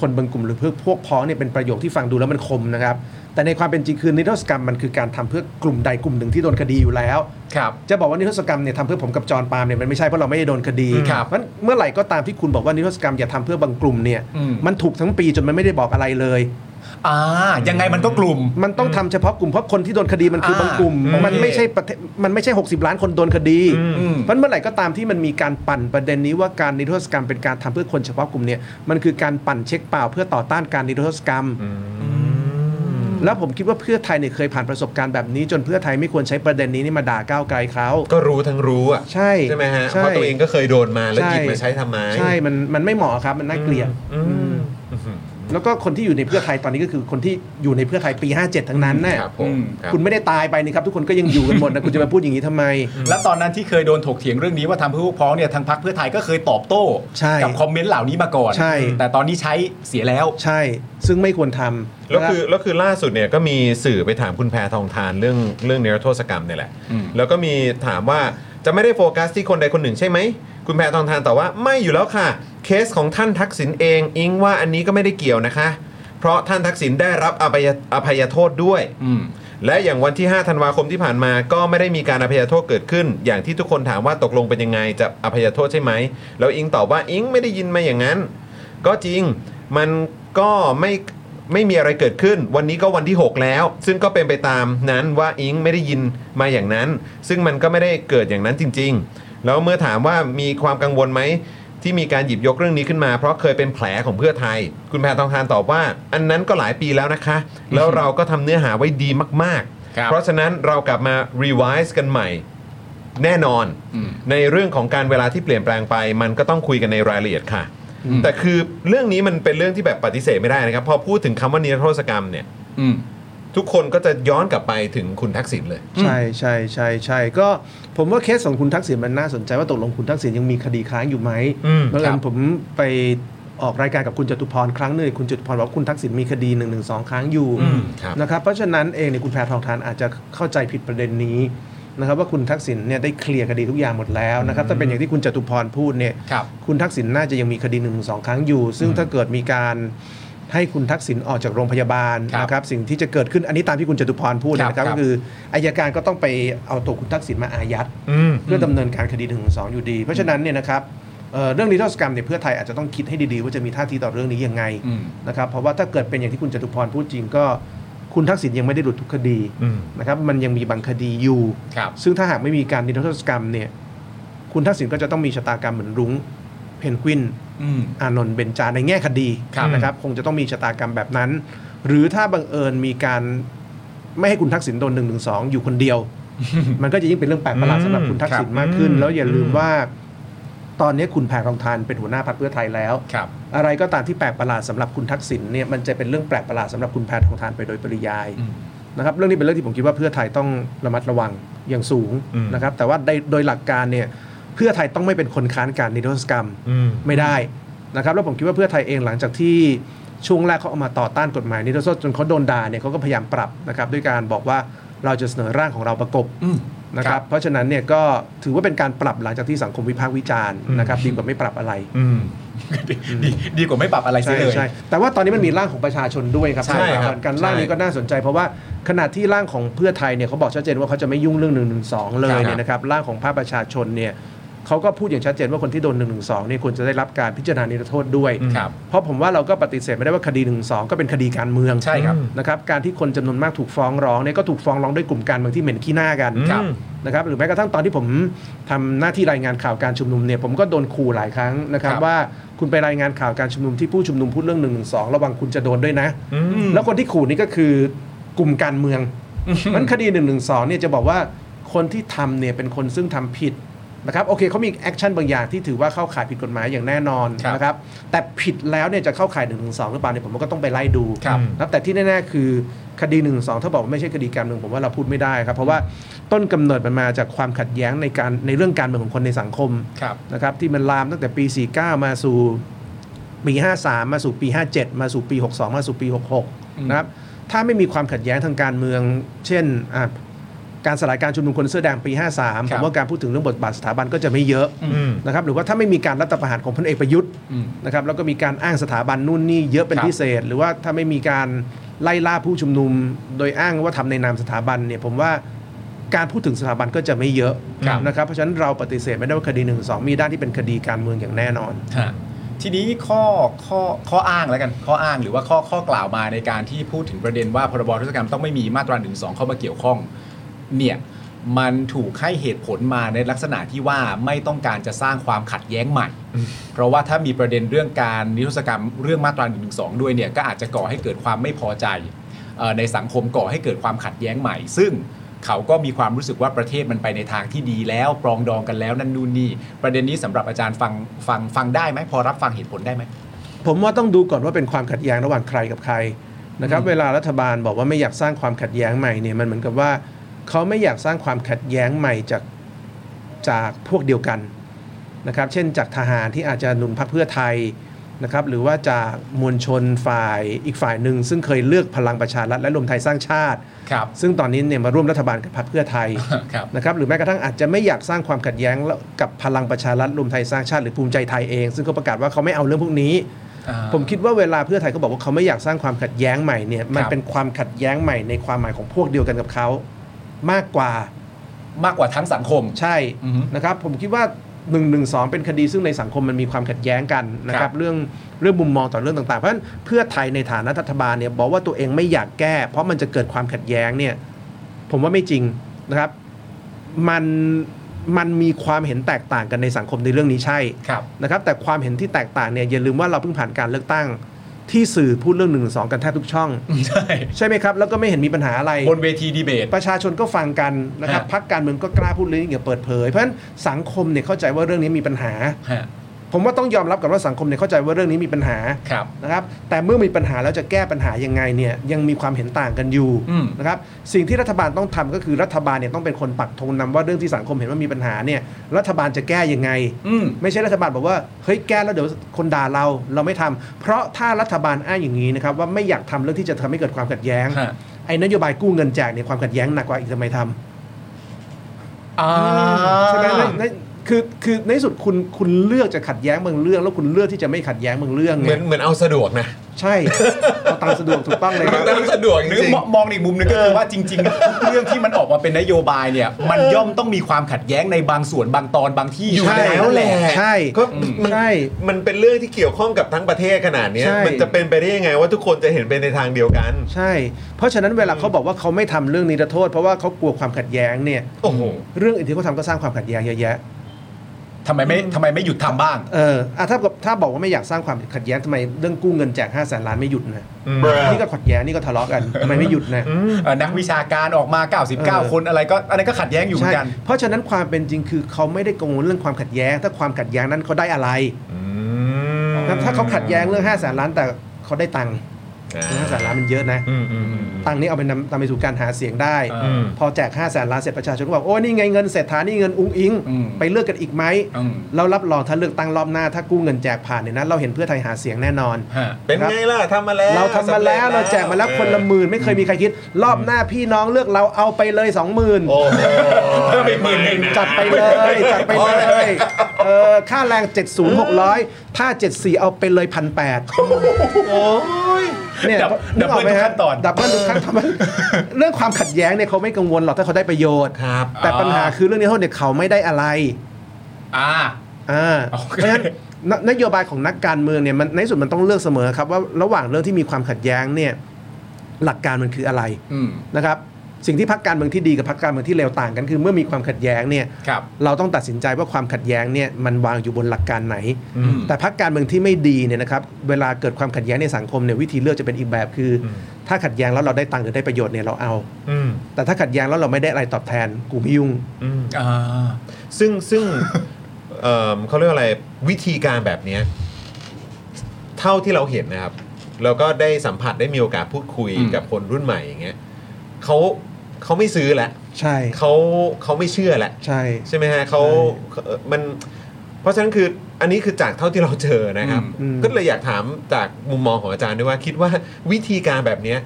Speaker 8: คนบางกลุ่มหรือเพื่อพวกพ้องเนี่ยเป็นประโยคที่ฟังดูแล้วมันคมนะครับ แต่ในความเป็นจริงคือนิรโทษกรรมมันคือการทำเพื่อกลุ่มใดกลุ่มหนึ่งที่โดนคดีอยู่แล้ว
Speaker 4: ครับ
Speaker 8: จะบอกว่านิรโทษกรรมเนี่ยทำเพื่อผมกับจอร์นปาล์มเนี่ยมันไม่ใช่เพราะเราไม่ได้โดนคดี
Speaker 4: ครับ
Speaker 8: เพราะฉะนั้นเมื่อไหร่ก็ตามที่คุณบอกว่านิรโทษกรรมอย่าทำเพื่อบางกลุ่มเนี่ย
Speaker 4: อืม
Speaker 8: มันถูกทั้งปีจนมันไม่ได้บอกอะไรเลย
Speaker 4: อ่ายังไงมันก็กลุ่ม
Speaker 8: มันต้องทำเฉพาะกลุ่มเพราะคนที่โดนคดีมันคือ
Speaker 4: อ่า
Speaker 8: บางกลุ่ม
Speaker 2: อืม
Speaker 8: มันไม่ใช่ประเทศมันไม่ใช่ 60 ล้านคนโดนคดี
Speaker 2: อืม
Speaker 4: อืม
Speaker 8: เพราะเมื่อไหร่ก็ตามที่มันมีการปั่นประเด็นนี้ว่าการนิรโทษกรรมเป็นการทำเพื่อคนเฉพาะกลุ่มเนี่ยมันคือการปั่นเช็คเปล่าเพื่อต่อต้านการนิรโทษกรรม แล้วผมคิดว่าเพื่อไทยเนี่ยเคยผ่านประสบการณ์แบบนี้ จนเพื่อไทยไม่ควรใช้ประเด็นนี้นี่มาด่าก้าวไกลเขา
Speaker 2: ก็รู้ทั้งรู้อ่ะ
Speaker 8: ใช่
Speaker 2: ใช่ไหมฮะ
Speaker 8: ใช่
Speaker 2: เพราะตัวเองก็เคยโดนมาแล้วหยิบมาใช้ทำไม
Speaker 8: ใช่ มันมันไม่เหมาะครับ มันน่าเกลียด
Speaker 2: อื
Speaker 8: อื
Speaker 2: ม
Speaker 8: มแล้วก็คนที่อยู่ในเพื่อไทยตอนนี้ก็คือคนที่อยู่ในเพื่อไทยปี 57 ทั้งนั้นน่ะ
Speaker 2: ครับผมรับ
Speaker 8: คุณไม่ได้ตายไปนี่ครับ ทุกคนก็ยังอยู่กันหมดนะคุณ (laughs) จะมาพูดอย่างนี้ทำไม
Speaker 4: และตอนนั้นที่เคยโดนถกเถียงเรื่องนี้ว่าทำเพื่อพวกพ้องเนี่ยทางพรรคเพื่อไทยก็เคยตอบโต้
Speaker 8: ใช่
Speaker 4: กับคอมเมนต์เหล่านี้มาก่อน
Speaker 8: ใช่
Speaker 4: แต่ตอนนี้ใช้เสียแล้ว
Speaker 8: ใช่ ซึ่งไม่ควรทำ
Speaker 2: แล้วคือแล้วคือล่าสุดเนี่ยก็มีสื่อไปถามคุณแพทองทานเรื่องเรื่องเนรโทษกรรมเนี่ยแหละ
Speaker 4: อืม
Speaker 2: แล้วก็มีถามว่าจะไม่ได้โฟกัสที่คนใดคนหนึ่งใช่ไหม คุณแพทองทานตอบว่าไม่อยู่แล้วค่ะ เคสของท่านทักษิณเอง อิงว่าอันนี้ก็ไม่ได้เกี่ยวนะคะ เพราะท่านทักษิณได้รับอภัยอภัยโทษด้วย
Speaker 4: อืม
Speaker 2: และอย่างวันที่ 5 ธันวาคมที่ผ่านมา ก็ไม่ได้มีการอภัยโทษเกิดขึ้น อย่างที่ทุกคนถามว่าตกลงเป็นยังไง จะอภัยโทษใช่ไหม แล้วอิงตอบว่าอิงไม่ได้ยินมาอย่างนั้น ก็จริง มันก็ไม่ ไม่มีอะไรเกิดขึ้น วันนี้ก็วันที่ 6 แล้ว ซึ่งก็เป็นไปตามนั้นว่าอิงไม่ได้ยินมาอย่างนั้น ซึ่งมันก็ไม่ได้เกิดอย่างนั้นจริง ๆ แล้วเมื่อถามว่ามีความกังวลไหม ที่มีการหยิบยกเรื่องนี้ขึ้นมา เพราะเคยเป็นแผลของเพื่อไทย คุณแพทองทานตอบว่า อันนั้นก็หลายปีแล้วนะคะ แล้วเราก็ทำเนื้อหาไว้ดีมาก
Speaker 4: ครั
Speaker 2: ๆ
Speaker 4: บ
Speaker 2: เพราะฉะนั้นเรากลับมา revise กันใหม่ แน่นอน
Speaker 4: อืม
Speaker 2: ในเรื่องของการเวลาที่เปลี่ยนแปลงไป มันก็ต้องคุยกันในรายละเอียดค่ะ
Speaker 4: อืม
Speaker 2: แต่คือเรื่องนี้มันเป็นเรื่องที่แบบปฏิเสธไม่ได้นะครับ พอพูดถึงคำว่านิรโทษกรรมเนี่ย
Speaker 4: อืม
Speaker 2: ทุกคนก็จะย้อนกลับไปถึงคุณทักษิณเลย
Speaker 8: ใช่ใช่ใช่ใช่ก็ผมว่าเคสของคุณทักษิณมันน่าสนใจว่าตกลงคุณทักษิณยังมีคดีค้างอยู่ไหม
Speaker 2: อืม
Speaker 8: เมื่อ
Speaker 4: ครั
Speaker 8: วาน
Speaker 4: บ
Speaker 8: ผมไปออกรายการกับคุณจตุพรครั้งหนึ่งคุณจตุพรบอกว่าคุณทักษิณมีคดี1นึค้างอยู่
Speaker 2: ครับ
Speaker 8: นะครับเพราะฉะนั้นเองเนี่ยคุณแพทองทานอาจจะเข้าใจผิดประเด็นนี้นะครับว่าคุณทักษิณเนี่ยได้เคลียร์คดีทุกอย่างหมดแล้วนะครับถ้าเป็นอย่างที่คุณจตุพรพูดเนี่ย
Speaker 4: ครับ
Speaker 8: คุณทักษิณน่าจะยังมีคดีหนึ่งสองครั้งอยู่ ซึ่งถ้าเกิดมีการให้คุณทักษิณออกจากโรงพยาบาล
Speaker 4: ครับ
Speaker 8: นะครับสิ่งที่จะเกิดขึ้นอันนี้ตามที่คุณจตุพรพูดนะค
Speaker 4: ค
Speaker 8: รั
Speaker 4: รับบครับ
Speaker 8: ก็คืออายการก็ต้องไปเอาตัวคุณทักษิณมาอายัด
Speaker 2: อืม
Speaker 8: เพื่อดำเนินการคดีหนึ่งสองอยู่ดี เพราะฉะนั้นเนี่ยนะครับเอ่อเรื่องนิรโทษกรรมเนี่ยเพื่อไทยอาจจะต้องคิดให้ดีๆ ว่าจะมีท่าทีต่อเรื่องนี้ยังไง
Speaker 4: อืม
Speaker 8: นะครับเพราะว่าถ้าเกิดเป็นอย่างที่คุณจตุพรพูดจริงก็ คุณทักษิณยังไม่ได้หลุดทุกคดี
Speaker 2: อืม
Speaker 8: นะครับมันยังมีบางคดีอยู่
Speaker 4: ครับ
Speaker 8: ซึ่งถ้าหากไม่มีการนิรโทษกรรมเนี่ย คุณทักษิณก็จะต้องมีชะตากรรมเหมือนรุ้ง เพนกวิน
Speaker 4: อืม
Speaker 8: อานนท์เบญจาในแง่คดี
Speaker 4: ครับ
Speaker 8: นะครับ คงจะต้องมีชะตากรรมแบบนั้น หรือถ้าบังเอิญมีการไม่ให้คุณทักษิณโดนหนึ่งหนึ่งสองอยู่คนเดียว มันก็จะยิ่งเป็นเรื่องแปลกประหลาดสำหรับคุณทักษิณมากขึ้น แล้วอย่าลืมว่า ตอนนี้คุณแพรองทานเป็นหัวหน้าพรรคเพื่อไทยแล้ว
Speaker 4: ครับ
Speaker 8: อะไรก็ตามที่แปลกประหลาดสำหรับคุณทักษิณเนี่ยมันจะเป็นเรื่องแปลกประหลาดสำหรับคุณแพทองทานไปโดยปริยาย
Speaker 4: อืม
Speaker 8: นะครับเรื่องนี้เป็นเรื่องที่ผมคิดว่าเพื่อไทยต้องระมัดระวังอย่างสูง
Speaker 2: อืม
Speaker 8: นะครับแต่ว่าโดยโดยหลักการเนี่ยเพื่อไทยต้องไม่เป็นคนค้านการนิรโทษกรรม
Speaker 2: อืม
Speaker 8: ไม่ได้นะครับแล้วผมคิดว่าเพื่อไทยเองหลังจากที่ช่วงแรกเขาเอามาต่อต้านกฎหมายนิรโทษจนเขาโดนด่าเนี่ยเขาก็พยายามปรับนะครับด้วยการบอกว่าเราจะเสนอร่างของเราประกบ
Speaker 4: อืม
Speaker 8: นะครับเพราะฉะนั้นเนี่ยก็ถือว่าเป็นการปรับหลังจากที่สังคมวิพากษ์วิจารณ์นะครับดีกว่าไม่ปรับอะไร
Speaker 4: ดีดีกว่าไม่ปรับอะไรเสีย
Speaker 8: ใช่
Speaker 4: เลย
Speaker 8: ใช่แต่ว่าตอนนี้มันมีร่างของประชาชนด้วยครับ
Speaker 4: ใช่ครับ
Speaker 8: เหมือนกัน
Speaker 4: ใช่
Speaker 8: ร่างนี้ก็น่าสนใจ เพราะว่าขณะที่ร่างของเพื่อไทยเนี่ยเขาบอกชัดเจนว่าเขาจะไม่ยุ่งเรื่อง1นึเลย
Speaker 4: ครับ
Speaker 8: เนี่ยนะครับร่างของภาคประชาชนเนี่ยเขาก็พูดอย่างชัดเจนว่าคนที่โดน1นึเนี่ยควรจะได้รับการพิจารณานิรโทษด้วย
Speaker 4: ครับ
Speaker 8: เพราะผมว่าเราก็ปฏิเสธไม่ได้ว่าคดี1นึก็เป็นคดีการเมือง
Speaker 4: ใช่ครับ
Speaker 8: นะครับการที่คนจำนวนมากถูกฟ้องร้องเนี่ยก็ถูกฟ้องร้องด้วยกลุ่มการเมืองที่เหม็นขี้หน้ากัน
Speaker 4: ครับ
Speaker 8: นะครับหรือแม้กระทั่งตอนที่ผมทำหน้าที่รายงานข่าวการชุมนุมเนี่ยผมก็โดนขู่หลายครั้งนะครับ
Speaker 4: ครับ
Speaker 8: ว่าคุณไปรายงานข่าวการชุมนุมที่ผู้ชุมนุมพูดเรื่อง1นึระวังคุณจะโดนด้วยนะ แล้วคนที่ขู่นี่ก็คือกลุ่มการเมืองนั้นคดี1นึเนี่ยจะบอกว่าคนที่ทำเนี่ยเป็นคนซึ่งทำผิดนะครับโอเคเขามีแอคชั่นบางอย่างที่ถือว่าเข้าข่ายผิดกฎหมายอย่างแน่นอน
Speaker 4: ครับ
Speaker 8: นะครับแต่ผิดแล้วเนี่ยจะเข้าข่าย1นึหรือเปล่าเนี่ยผมว่าก็ต้องไปไล่ดู
Speaker 4: ครับ
Speaker 8: นะครับแต่ที่แน่ๆคือคดี1นึถ้าบอกว่าไม่ใช่คดีการเมืองผมว่าเราพูดไม่ได้ครับเพราะว่าต้นกำเนิดมันมาจากความขัดแย้งในการในเรื่องการเมืองของคนในสังคม
Speaker 4: ครับ
Speaker 8: นะครับที่มันลามตั้งแต่ปี 49 มาสู่ ปี 53 มาสู่ปี 57 มาสู่ปี 62 มาสู่ปี
Speaker 4: อืม
Speaker 8: 66 นะครับ ถ้าไม่มีความขัดแย้งทางการเมือง เช่นอ่ะการสลายการชุมนุมคนเสื้อแดงปี 53 ผมว่าการพูดถึงเรื่องบทบาทสถาบันก็จะไม่เยอะนะครับ หรือว่าถ้าไม่มีการรัฐประหารของพลเอกประยุทธ์
Speaker 4: อืม
Speaker 8: นะครับ แล้วก็มีการอ้างสถาบันนู่นนี่เยอะเป็น
Speaker 4: ครับ
Speaker 8: พิเศษ หรือว่าถ้าไม่มีการไล่ล่าผู้ชุมนุม โดยอ้างว่าทำในนามสถาบันเนี่ย ผมว่าการพูดถึงสถาบันก็จะไม่เยอะ
Speaker 4: ครับ
Speaker 8: นะครับ เพราะฉะนั้นเราปฏิเสธไม่ได้ว่าคดีหนึ่งสองมีด้านที่เป็นคดีการเมืองอย่างแน่นอน
Speaker 4: ฮะทีนี้ข้อข้อข้ออ้างแล้วกัน ข้ออ้างหรือว่าข้อข้อกล่าวมาในการที่พูดถึงประเด็นว่าพรบธุรกรรมต้องไม่มีมาตราหนึ่งสองเข้ามาเกี่ยวข้อง เนี่ยมันถูกให้เหตุผลมาในลักษณะที่ว่าไม่ต้องการจะสร้างความขัดแย้งใหม่ เพราะว่าถ้ามีประเด็นเรื่องการนิรโทษกรรมเรื่องมาตรา1นึด้วยเนี่ยก็อาจจะก่อให้เกิดความไม่พอใจเอ่อในสังคมก่อให้เกิดความขัดแย้งใหม่ ซึ่งเขาก็มีความรู้สึกว่าประเทศมันไปในทางที่ดีแล้วปรองดองกันแล้วนั่นนู่นนี่ประเด็นนี้สำหรับอาจารย์ฟังฟังฟังได้ไหมพอรับฟังเหตุผลได้ไหม
Speaker 8: ผมว่าต้องดูก่อนว่าเป็นความขัดแย้งระหว่างใครกับใครนะครับ
Speaker 4: อืม
Speaker 8: เวลารัฐบาลบอกว่าไม่อยากสร้างความขัดแย้งใหม่เนี่ยมันเหมือนกับว่าเขาไม่อยากสร้างความขัดแย้งใหม่จากจากพวกเดียวกันนะครับเช่นจากทหารที่อาจจะหนุนพรรคเพื่อไทยนะครับหรือว่าจากมวลชนฝ่ายอีกฝ่ายหนึ่งซึ่งเคยเลือกพลังประชารัฐและรวมไทยสร้างชาติ
Speaker 4: ครับ
Speaker 8: ซึ่งตอนนี้เนี่ยมาร่วมรัฐบาลกับพรรคเพื่อไทย
Speaker 4: (laughs) ครับ
Speaker 8: นะครับหรือแม้กระทั่งอาจจะไม่อยากสร้างความขัดแย้งแล้วกับพลังประชารัฐรวมไทยสร้างชาติหรือภูมิใจไทยเอง ซึ่งเขาประกาศว่าเขาไม่เอาเรื่องพวกนี้
Speaker 4: อ่า
Speaker 8: ผมคิดว่าเวลาเพื่อไทยเขาบอกว่าเขาไม่อยากสร้างความขัดแย้งใหม่เนี่ยมัน
Speaker 4: ครับ
Speaker 8: เป็นความขัดแย้งใหม่ในความหมายของพวกเดียวกันกับเขามากกว่าม
Speaker 4: ากกว่าทั้งสังคม
Speaker 8: ใช่
Speaker 4: อือฮึ
Speaker 8: นะครับผมคิดว่า 1นึเป็นคดีซึ่งในสังคมมันมีความขัดแย้งกันนะค
Speaker 4: ครั
Speaker 8: รับบ เรื่องเรื่องมุมมองต่อเรื่องต่างๆ เพราะฉะนั้นเพื่อไทยในฐานะรัฐบาลเนี่ยบอกว่าตัวเองไม่อยากแก้ เพราะมันจะเกิดความขัดแย้งเนี่ยผมว่าไม่จริงนะครับมันมันมีความเห็นแตกต่างกันในสังคมในเรื่องนี้ใช่
Speaker 4: ครับ (laughs)
Speaker 8: นะครับแต่ความเห็นที่แตกต่างเนี่ยอย่าลืมว่าเราเพิ่งผ่านการเลือกตั้ง ที่สื่อพูดเรื่องหนึ่งสองกันแทบทุกช่อง
Speaker 4: ใช่
Speaker 8: ใช่ไหมครับ แล้วก็ไม่เห็นมีปัญหาอะไร
Speaker 4: บนเวทีดีเบต
Speaker 8: ประชาชนก็ฟังกันนะครับ
Speaker 4: ฮะ
Speaker 8: พักการเมืองก็กล้าพูดเรื่องนี้อย่างเปิดเผย เพราะฉะนั้นสังคมเนี่ยเข้าใจว่าเรื่องนี้มีปัญหา
Speaker 4: ฮะ
Speaker 8: ผมว่าต้องยอมรับกันว่าสังคมเนี่ยเข้าใจว่าเรื่องนี้มีปัญหา
Speaker 4: ครับ
Speaker 8: นะครับแต่เมื่อมีปัญหาแล้วจะแก้ปัญหายังไงเนี่ยยังมีความเห็นต่างกันอยู่
Speaker 4: อืม
Speaker 8: นะครับสิ่งที่รัฐบาลต้องทำก็คือรัฐบาลเนี่ยต้องเป็นคนปักธงนำว่าเรื่องที่สังคมเห็นว่ามีปัญหาเนี่ยรัฐบาลจะแก้ยังไง
Speaker 4: อืม
Speaker 8: ไม่ใช่รัฐบาลบอกว่าเฮ้ยแก้แล้วเดี๋ยวคนด่าเราเราไม่ทำเพราะถ้ารัฐบาลอ้างอย่างนี้นะครับว่าไม่อยากทำเรื่องที่จะทำให้เกิดความขัดแย้ง
Speaker 4: ฮะ
Speaker 8: ไอ้นโยบายกู้เงินแจกเนี่ยความขัดแย้งหนักกว่าอีกทำไมท
Speaker 4: อ่า
Speaker 8: ำใช่ไหมในในคือคือในที่สุดคุณคุณเลือกจะขัดแย้งบางเรื่อง แล้วคุณเลือกที่จะไม่ขัดแย้งบางเรื่อง
Speaker 2: เห
Speaker 8: ไง
Speaker 2: มือนเหมือนเอาสะดวกนะ
Speaker 8: ใช่เอาตามสะดวกถูกต้องเลยครับ
Speaker 2: ตามสะดวกจ
Speaker 4: หรือ
Speaker 2: ริง
Speaker 4: มองมองอีกมุมหนึงก็คือว่าจริงๆทุกเรื่องที่มันออกมาเป็นนโยบายเนี่ย มันย่อมต้องมีความขัดแย้งในบางส่วนบางตอนบางที่
Speaker 2: ๆอยู่
Speaker 4: ใช่
Speaker 2: แล้วแหละ
Speaker 8: ใช่
Speaker 2: ก็มัน
Speaker 8: ใช่
Speaker 2: มันเป็นเรื่องที่เกี่ยวข้องกับทั้งประเทศขนาดเนี้ย
Speaker 8: ใช่
Speaker 2: มันจะเป็นไปได้ยังไงว่าทุกคนจะเห็นเป็นในทางเดียวกัน
Speaker 8: ใช่ เพราะฉะนั้นเวลาเขาบอกว่าเขาไม่ทำเรื่องนิรโทษ เพราะว่าเขากลัวความขัดแย้งเนี่ย
Speaker 2: โอ้โห
Speaker 8: เรื่องอื่นที่เขาทำก็สร้างความขัดแย้งเยอะแยะ
Speaker 4: ทำไมไม่ทำไมไม่หยุดทำบ้าง
Speaker 8: เอออ่ะถ้าบอกถ้าบอกว่าไม่อยากสร้างความขัดแย้งทำไมเรื่องกู้เงินแจก5้าแสนล้านไม่หยุดนะ นี่ก็ขัดแย้งนี่ก็ทะเลาะกันทำไมไม่หยุดนะ
Speaker 4: เอ่อนักวิชาการออกมา
Speaker 8: เออ
Speaker 4: 99 คนอะไรก็อันนั้นก็ขัดแย้งอยู่เหมือ
Speaker 8: ใช่
Speaker 4: นกัน
Speaker 8: เพราะฉะนั้นความเป็นจริงคือเขาไม่ได้กังวลเรื่องความขัดแย้ง ถ้าความขัดแย้งนั้นเขาได้อะไรนะถ้าเขาขัดแย้งเรื่อง5้าแสนล้านแต่เขาได้ตังค์ห้าแสนล้านมันเยอะนะ ตังค์นี้เอาไปนำนำไปสู่การหาเสียงได้
Speaker 4: อืม
Speaker 8: พอแจก5้าแสนล้านเสร็จประชาชนก็บอกโอ้นี่ไงเงินเศรษฐานี่เงินอุ้งอิง
Speaker 4: อืม
Speaker 8: ไปเลือกกันอีกไหม
Speaker 4: อืม
Speaker 8: เรารับรองถ้าเลือกตั้งรอบหน้าถ้ากู้เงินแจกผ่านเนี่ยนะเราเห็นเพื่อไทยหาเสียงแน่นอน
Speaker 4: ฮะ
Speaker 2: เป็นไงล่ะทำมาแล้ว
Speaker 8: เราทำมาแล้วเราแจกมาแล้วคนละหมื่นไม่เคยมีใครคิด รอบหน้าพี่น้องเลือกเราเอาไปเลยสองหมื่น
Speaker 2: โอ้โห
Speaker 4: เพิ่มอีกหมื่นหนึ่ง
Speaker 8: จัดไปเลย จัดไปเลยเออค่าแรง 70 600 ถ้า 74 เอาไปเลยพันแปด
Speaker 2: โอ้ย
Speaker 8: เนี่ย
Speaker 4: ดับ
Speaker 8: นึกออกไหมฮะ
Speaker 4: ดับเบิลทุกขั้นตอน
Speaker 8: ดับเบิลทุกขั้นต (laughs) อนเรื่องความขัดแย้งเนี่ยเขาไม่กังวลหรอกถ้าเขาได้ประโยชน์
Speaker 2: ครับ
Speaker 8: แต่ปัญหาคือเรื่องนี้เขาเนี่ยเขาไม่ได้อะไร
Speaker 4: อ่า
Speaker 8: อ่า
Speaker 4: โอ
Speaker 8: เพ
Speaker 4: เค
Speaker 8: ราะฉะนั้นนนโยบายของนักการเมืองเนี่ยมันในที่สุดมันต้องเลือกเสมอครับว่าระหว่างเรื่องที่มีความขัดแย้งเนี่ยหลักการมันคืออะไร
Speaker 4: อืม
Speaker 8: นะครับสิ่งที่พักการเมืองที่ดีกับพักการเมืองที่เลวต่างกันคือเมื่อมีความขัดแย้งเนี่ย
Speaker 4: ครับ
Speaker 8: เราต้องตัดสินใจว่าความขัดแย้งเนี่ยมันวางอยู่บนหลักการไหน
Speaker 4: อืม
Speaker 8: แต่พักการเมืองที่ไม่ดีเนี่ยนะครับเวลาเกิดความขัดแย้งในสังคมเนี่ยวิธีเลือกจะเป็นอีกแบบคืออถ้าขัดแย้งแล้วเราได้ตังค์หรือได้ประโยชน์เนี่ยเราเอา
Speaker 2: อืม
Speaker 8: แต่ถ้าขัดแย้งแล้วเราไม่ได้อะไรตอบแทนกูไม่ยุ่ง
Speaker 2: อืม
Speaker 4: อ่า
Speaker 2: ซึ่งซึ่งเอ่อเขาเรียกว่าอะไรวิธีการแบบเนี้ยเท่าที่เราเห็นนะครับ เราก็ได้สัมผัสได้มีโอกาสพูดคุยกับคนรุ่นใหม่อย่างเงี้ยเขาเขาไม่ซื้อแหละ
Speaker 8: ใช่
Speaker 2: เขาเขาไม่เชื่อแหละ
Speaker 8: ใช่
Speaker 2: ใช่ไหมฮะเขาเอ่อมันเพราะฉะนั้นคืออันนี้คือจากเท่าที่เราเจอนะครับ
Speaker 8: อืม
Speaker 2: ก็เลยอยากถามจากมุมมองของอาจารย์ด้วยว่าคิดว่าวิธีการแบบเนี้ย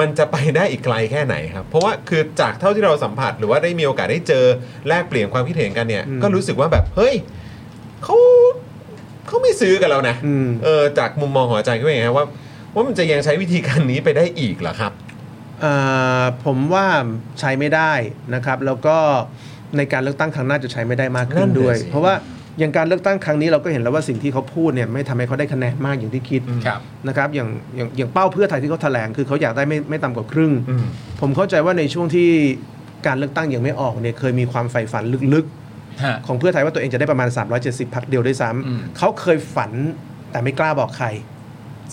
Speaker 2: มันจะไปได้อีกไกลแค่ไหนครับ เพราะว่าคือจากเท่าที่เราสัมผัสหรือว่าได้มีโอกาสได้เจอแลกเปลี่ยนความคิดเห็นกันเนี่ย ก็รู้สึกว่าแบบเฮ้ยเขาเขาไม่ซื้อกันแล้วนะ
Speaker 8: อืม
Speaker 2: เออจากมุมมองของอาจารย์ก็เป็นไงครับว่า ว่ามันจะยังใช้วิธีการนี้ไปได้อีกเหรอครับ
Speaker 8: เอ่อผมว่าใช้ไม่ได้นะครับ แล้วก็ในการเลือกตั้งครั้งหน้าจะใช้ไม่ได้มากขึ้
Speaker 2: นั่
Speaker 8: น
Speaker 2: นน่ะ
Speaker 8: ด้วย
Speaker 2: สิ
Speaker 8: เพราะว่าอย่างการเลือกตั้งครั้งนี้เราก็เห็นแล้วว่าสิ่งที่เขาพูดเนี่ยไม่ทำให้เขาได้คะแนนมากอย่างที่คิด
Speaker 4: ครับ
Speaker 8: นะครับอย่างอย่างอย่างเป้าเพื่อไทยที่เขาแถลงคือเขาอยากได้ไม่ไม่ต่ำกว่าครึ่ง ผมเข้าใจว่าในช่วงที่การเลือกตั้งยังไม่ออกเนี่ยเคยมีความใฝ่ฝันลึก
Speaker 4: ฮะ
Speaker 8: ๆ ของเพื่อไทยว่าตัวเองจะได้ประมาณ 370 พักเดียวด้วยซ้
Speaker 4: อืม
Speaker 8: ำเขาเคยฝันแต่ไม่กล้าบอกใคร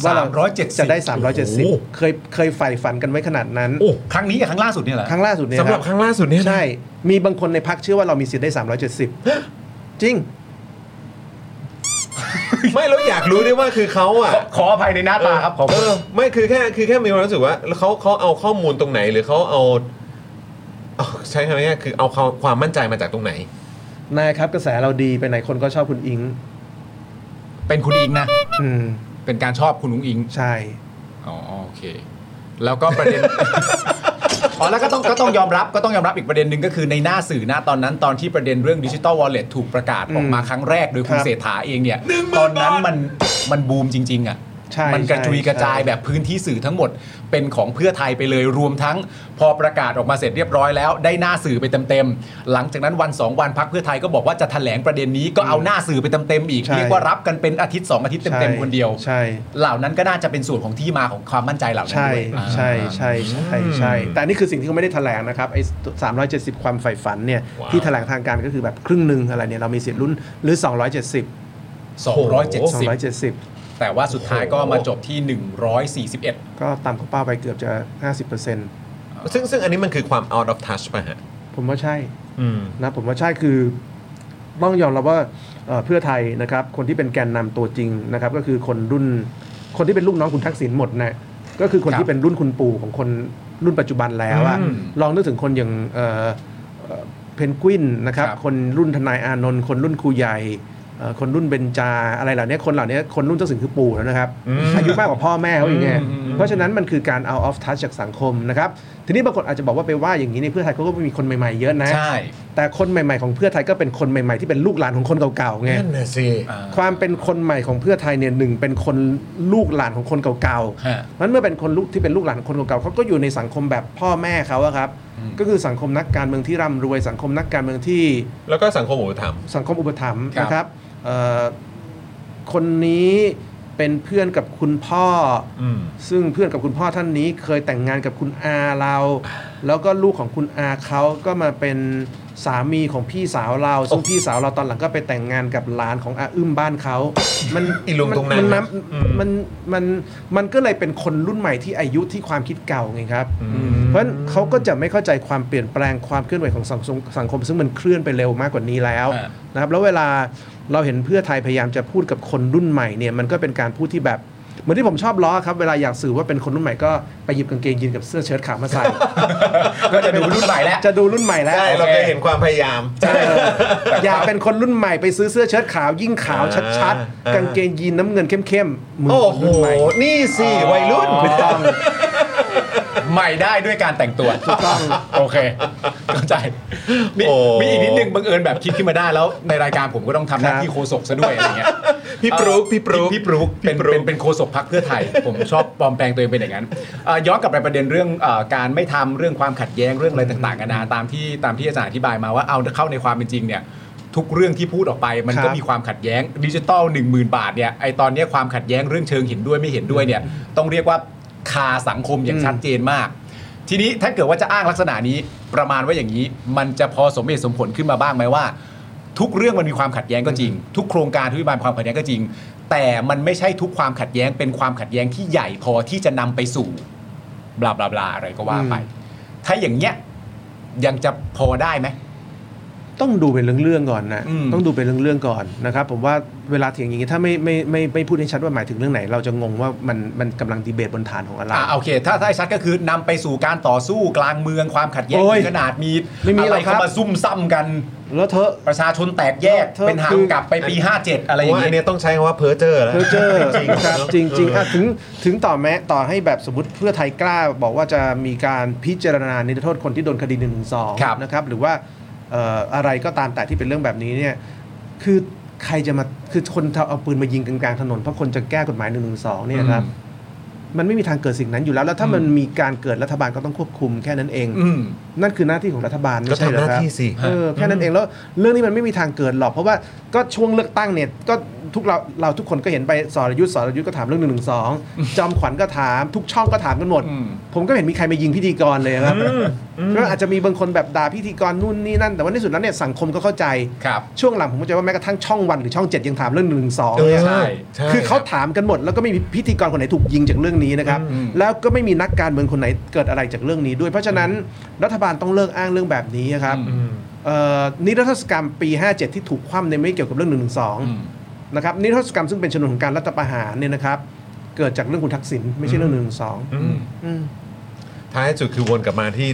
Speaker 8: ว่า
Speaker 4: สามร้
Speaker 8: เรา
Speaker 4: อยเจ็ดสิบ
Speaker 8: จะได้
Speaker 4: โอ้โห
Speaker 8: 370 เคยเคยใฝ่ฝันกันไว้ขนาดนั้น
Speaker 4: โอ้ครั้งนี้กับครั้งล่าสุดเนี่ยเหรอ
Speaker 8: ครั้งล่าสุดเนี่ย
Speaker 2: สำหรับครั้งล่าสุดเนี่ยนะ
Speaker 8: ใช่ มีบางคนในพักเชื่อว่าเรามีสิทธิ์ได้ 370 จริง
Speaker 2: ไม่แล้วอยากรู้ด้วยว่าคือเขาอ่ะ
Speaker 4: ขออภัยในหน้าตาครับขอ
Speaker 2: เออไม่คือแค่คือแค่มีความรู้สึกว่าแล้วเขาเขาเอาข้อมูลตรงไหนหรือเขาเอาเอาใช้คำนี้คือเอาความความมั่นใจมาจากตรงไหน
Speaker 8: นายครับกระแสเราดีไปไหนคนก็ชอบคุณอิง
Speaker 4: เป็นคุณอิงนะ
Speaker 8: อืม
Speaker 4: เป็นการชอบคุณอุ้งอิง
Speaker 8: ใช่
Speaker 4: อ๋อโอเค แล้วก็ประเด็น (laughs) อ๋อแล้วก็ต้องก็ต้องยอมรับก็ต้องยอมรับอีกประเด็นหนึ่งก็คือในหน้าสื่อหน้าตอนนั้นตอนที่ประเด็นเรื่องดิจิ t a ลวอลเล็ตถูกประกาศออกมาครั้งแรกโดยคุ
Speaker 8: ค
Speaker 4: ณ
Speaker 8: รับ
Speaker 4: เศรษฐาเองเนี่ย ตอนนั้นมันมันบูมจริง ๆ อ่ะ
Speaker 8: ใช่
Speaker 4: มันกระ
Speaker 8: ใช่
Speaker 4: จุยกระจาย
Speaker 8: ใช่
Speaker 4: แบบพื้นที่สื่อทั้งหมด เป็นของเพื่อไทยไปเลยรวมทั้งพอประกาศออกมาเสร็จเรียบร้อยแล้ว ได้หน้าสื่อไปเต็มๆ หลังจากนั้นวันสองวันพักเพื่อไทยก็บอกว่าจะแถลงประเด็นนี้ก็เอาหน้าสื่อไปเต็มๆอีก
Speaker 8: ใช่
Speaker 4: เรียกว่ารับกันเป็นอาทิตย์สองอาทิตย์เต็มๆคนเดียว
Speaker 8: ใช่
Speaker 4: เหล่านั้นก็น่าจะเป็นส่วนของที่มาของความมั่นใจเหล่านั้น
Speaker 8: ใช่
Speaker 4: ด้วย
Speaker 8: ใช่
Speaker 4: อ่า
Speaker 8: ใช่ใช่ใช่ แต่อันนี่คือสิ่งที่เขาไม่ได้แถลงนะครับไอ้สามความใฝ่ฝันเนี่ย
Speaker 4: ว้าว
Speaker 8: ที่แถลงทางการก็คือแบบครึ่งหนึ่งอะไรเนี่ยเรามีสิทธิ์ลุ้นหรือ 270
Speaker 4: 270
Speaker 8: 270
Speaker 4: แต่ว่าสุดท้ายก็มาจบที่ 141
Speaker 8: ก็ตามเขาเป้าไปเกือบจะ 50%
Speaker 2: ซึ่งซึ่งอันนี้มันคือความ out of touch ป่ะฮะ
Speaker 8: ผมว่าใช่
Speaker 2: อืม
Speaker 8: นะผมว่าใช่คือต้องยอมรับว่าเอ่อเพื่อไทยนะครับคนที่เป็นแกนนำตัวจริงนะครับก็คือคนรุ่นคนที่เป็นลูกน้องคุณทักษิณหมดนะก็คือคน
Speaker 4: ครับ
Speaker 8: ที่เป็นรุ่นคุณปู่ของคนรุ่นปัจจุบันแล้วอะ
Speaker 4: อืม
Speaker 8: ลองนึกถึงคนอย่างเอ่อเอ่อเพนกวินนะครับ
Speaker 4: ครับ
Speaker 8: คนรุ่นทนายอานนท์คนรุ่นครูใหญ่เอ่อคนรุ่นเบนจาอะไรเหล่านี้คนเหล่านี้คนรุ่นทักษิณคือปู่แล้วนะครับอายุมากกว่าพ่อแม่เขาอย่างเงี้ย เพราะฉะนั้นมันคือการเอาออฟทัชจากสังคมนะครับทีนี้บางคนอาจจะบอกว่าไปว่าอย่างนี้ในเพื่อไทยเขาก็มีคนใหม่ๆเยอะนะ
Speaker 4: ใช่
Speaker 8: แต่คนใหม่ๆของเพื่อไทยก็เป็นคนใหม่ๆที่เป็นลูกหลานของคนเก่าๆไง
Speaker 2: นั่นน่ะสิ
Speaker 4: อ่า
Speaker 8: ความเป็นคนใหม่ของเพื่อไทยเนี่ยหนึ่งเป็นคนลูกหลานของคนเก่า
Speaker 4: ฮะ
Speaker 8: ๆนั้นเมื่อเป็นคนลูกที่เป็นลูกหลานของคนเก่าๆเขาก็อยู่ในสังคมแบบพ่อแม่เขาอะครับ
Speaker 4: อืม
Speaker 8: ก็คือสังคมนักการเมืองที่ร่ำรวย สังคมนักการเมืองที่
Speaker 2: แล้วก็สังคมอุปถัมภ์
Speaker 8: สังคมอุปถัมภ์
Speaker 4: ครับ
Speaker 8: นะครับเอ่อคนนี้เป็นเพื่อนกับคุณพ่ออ
Speaker 2: ม
Speaker 8: ซึ่งเพื่อนกับคุณพ่อท่านนี้เคยแต่งงานกับคุณอาเรา แล้วก็ลูกของคุณอาเขาก็มาเป็นสามีของพี่สาวเรา ซึ่งพี่สาวเราตอนหลังก็ไปแต่งงานกับหลานของอาอึ้มบ้านเขา มัน
Speaker 2: อีลุงตุงนัง
Speaker 8: มั
Speaker 2: นะอืม
Speaker 8: มันมันมันก็เลยเป็นคนรุ่นใหม่ที่อายุที่ความคิดเก่าไงครับ เพราะฉะนั้นเขาก็จะไม่เข้าใจความเปลี่ยนแปลงความเคลื่อนไหวของสังคมสังคม ซึ่งมันเคลื่อนไปเร็วมากกว่านี้แล้ว
Speaker 4: อ่า
Speaker 8: นะครับแล้วเวลาเราเห็นเพื่อไทยพยายามจะพูดกับคนรุ่นใหม่เนี่ยมันก็เป็นการพูดที่แบบ เหมือนที่ผมชอบล้อครับเวลาอยากสื่อว่าเป็นคนรุ่นใหม่ก็ไปหยิบกางเกงยีนกับเสื้อเชิ้ตขาวมาใส่
Speaker 4: (laughs) ก็จะดูรุ่นใหม่แล้ว
Speaker 8: จะดูรุ่นใหม่แล้ว
Speaker 2: ใช่ เราเคยเห็นความพยายาม
Speaker 8: เอออยากเป็นคนรุ่นใหม่ไปซื้อเสื้อเชิ้ตขาวยิ่งขาวชัด
Speaker 2: อ่า
Speaker 8: ๆ กางเกงยีนน้ำเงินเข้มๆมือ
Speaker 2: โอ้
Speaker 8: คน
Speaker 2: โห
Speaker 8: รุ่นใหม่
Speaker 2: นี่สิวัยรุ่น
Speaker 8: ถูกต้อง
Speaker 4: ใหม่ได้ด้วยการแต่งตัว
Speaker 8: ถูกต้อง
Speaker 4: โอเคเข้าใจมี
Speaker 2: โอ้
Speaker 4: มีอีกนิดนึงบังเอิญแบบคิดขึ้นมาได้แล้ว ในรายการผมก็ต้องทำหน้าที่โฆษกซะด้วยอะไรเงี้ย
Speaker 2: พี่ปลุกพี่ปลุก
Speaker 4: พี่ปลุกเป็นเป็นเป็นโฆษกพักเพื่อไทย ผมชอบปลอมแปลงตัวเองเป็นอย่างนั้นเอ่อย้อนกลับไปประเด็นเรื่องเอ่อการไม่ทำเรื่องความขัดแย้งเรื่องอะไรต่างๆกันานาตามที่ตามที่อาจารย์อธิบายมาว่าเอาเข้าในความเป็นจริงเนี่ย ทุกเรื่องที่พูดออกไปมันก็
Speaker 8: ครับ
Speaker 4: มีความขัดแย้งดิจิตอล1 0,000 บาทเนี่ยไอตอนเนี้ยความขัดแย้งเรื่องเชิงเห็นด้วยไม่เห็นด้วยเนี่ยต้องเรียกว่าคาสังคมอย่างชัดเจนมาก ทีนี้ถ้าเกิดว่าจะอ้างลักษณะนี้ประมาณว่าอย่างนี้ มันจะพอสมเหตุสมผลขึ้นมาบ้างไหมว่า ทุกเรื่องมันมีความขัดแย้งก็จริง ทุกโครงการทุกวิบานความขัดแย้งก็จริง แต่มันไม่ใช่ทุกความขัดแย้งเป็นความขัดแย้งที่ใหญ่พอที่จะนำไปสู่บลาบลาบลาอะไรก็ว่าไป ถ้าอย่างเนี้ยยังจะพอได้ไหม
Speaker 8: ต้องดูเป็นเรื่องๆก่อนนะ
Speaker 4: อืม
Speaker 8: ต้องดูเป็นเรื่องๆก่อนนะครับผมว่าเวลาเถียงอย่างนี้ถ้าไม่ไม่ไม่ไม่พูดให้ชัดว่าหมายถึงเรื่องไหน เราจะงงว่ามันมันกำลังดีเบตบนฐานของอะไร
Speaker 4: อ่าโอเค ถ้าถ้าให้ชัดก็คือนำไปสู่การต่อสู้กลางเมืองความขัดแย้ง
Speaker 8: โอ้ย
Speaker 4: ถึงขนาดมี
Speaker 8: ไม่มี
Speaker 4: อะไร
Speaker 8: หรอกครับ
Speaker 4: เข้ามาซุ่มซ่ำกัน
Speaker 8: แล้วเธอะ
Speaker 4: ประชาชนแตกแยก
Speaker 8: เธอ
Speaker 4: เป็นหา
Speaker 8: คื
Speaker 4: ง
Speaker 8: อ
Speaker 4: กลับไปปี 57 อะไรอ
Speaker 2: เพราะ
Speaker 4: ย่าง
Speaker 2: ว่าอัน
Speaker 4: เงี้
Speaker 2: เนี้
Speaker 4: ย
Speaker 2: ยต้องใช้คำว่าเพอเจอร์แล้ว
Speaker 8: เพอเจอร์
Speaker 2: จริงๆ
Speaker 8: ครับ
Speaker 2: เนอะ
Speaker 8: จริงจริง
Speaker 2: เออ
Speaker 8: อ่ะถึงถึงต่อแม้ต่อให้แบบสมมติเพื่อไทยกล้า บอกว่าจะมีการพิจารณานิรโทษคนที่โดนคดีหนึ่งสอง
Speaker 4: ครับ
Speaker 8: นะครับหรือว่าเอ่ออะไรก็ตามแต่ที่เป็นเรื่องแบบนี้เนี่ยคือใครจะมาคือคนเอาปืนมายิงกลางๆถนนเพราะคนจะแก้กฎหมายหนึ่งหนึ่งสองเนี่ยครับ มันไม่มีทางเกิดสิ่งนั้นอยู่แล้ว แล้วถ้ามันมีการเกิดรัฐบาลก็ต้องควบคุมแค่นั้นเอง
Speaker 4: อืม
Speaker 8: นั่นคือหน้าที่ของรัฐบาล
Speaker 2: ก็
Speaker 8: ไม่ใช่
Speaker 2: ทำ
Speaker 8: เห
Speaker 2: ห
Speaker 8: รอ
Speaker 2: น้า
Speaker 8: ครับ
Speaker 2: ที่สิ
Speaker 8: เออแค่นั้นเองแล้วเรื่องนี้มันไม่มีทางเกิดหรอก เพราะว่าก็ช่วงเลือกตั้งเนี่ยก็ทุกเราเราทุกคนก็เห็นไปสรยุทธ์สรยุทธ์ก็ถามเรื่องหนึ่งหนึ่งสองจอมขวัญก็ถามทุกช่องก็ถามกันหมด
Speaker 4: อืม
Speaker 8: ผมก็ไม่เห็นมีใครมายิงพิธีกรเลยนะครับก็อาจจะมีบางคนแบบด่าพิธีกรนู่นนี่นั่นแต่ว่าในสุดแล้วเนี่ยสังคมก็เข้าใจ
Speaker 4: ครับ
Speaker 8: ช่วงหลังผมก็จะว่าแม้กระทั่งช่องวันหรือช่องเจ็ดยังถามเรื่องหนึ่งหนึ่งสอง
Speaker 2: เออ
Speaker 4: ใช่
Speaker 2: ใช่
Speaker 8: คือเขาถามกันหมดแล้วก็ไม่มีพิธีกรคนไหนถูกยิงจากเรื่องนี้นะครับ
Speaker 4: อืม
Speaker 8: แล้วก็ไม่มีนักการเมืองคนไหนเกิดอะไรจากเรื่องนี้ด้วย เพราะฉะนั้นรัฐบาลต้องเลิกอ้างเรื่องแบบนี้ครับ
Speaker 2: อืม
Speaker 8: เอ่อนิรโทษกรรมปี 57 ที่ถูกคว่ำในยไม่เกี่ยวกับเรื่อง1นึ
Speaker 4: อืม
Speaker 8: นะครับนิรโทษกรรมซึ่งเป็นชนวนของการรัฐประหารเนี่ยนะครับ เกิดจากเรื่องคุณทักษิณไม่ใช่เรื่อง1นึ
Speaker 2: อืม ท้ายสุดคือวนกลับมาที่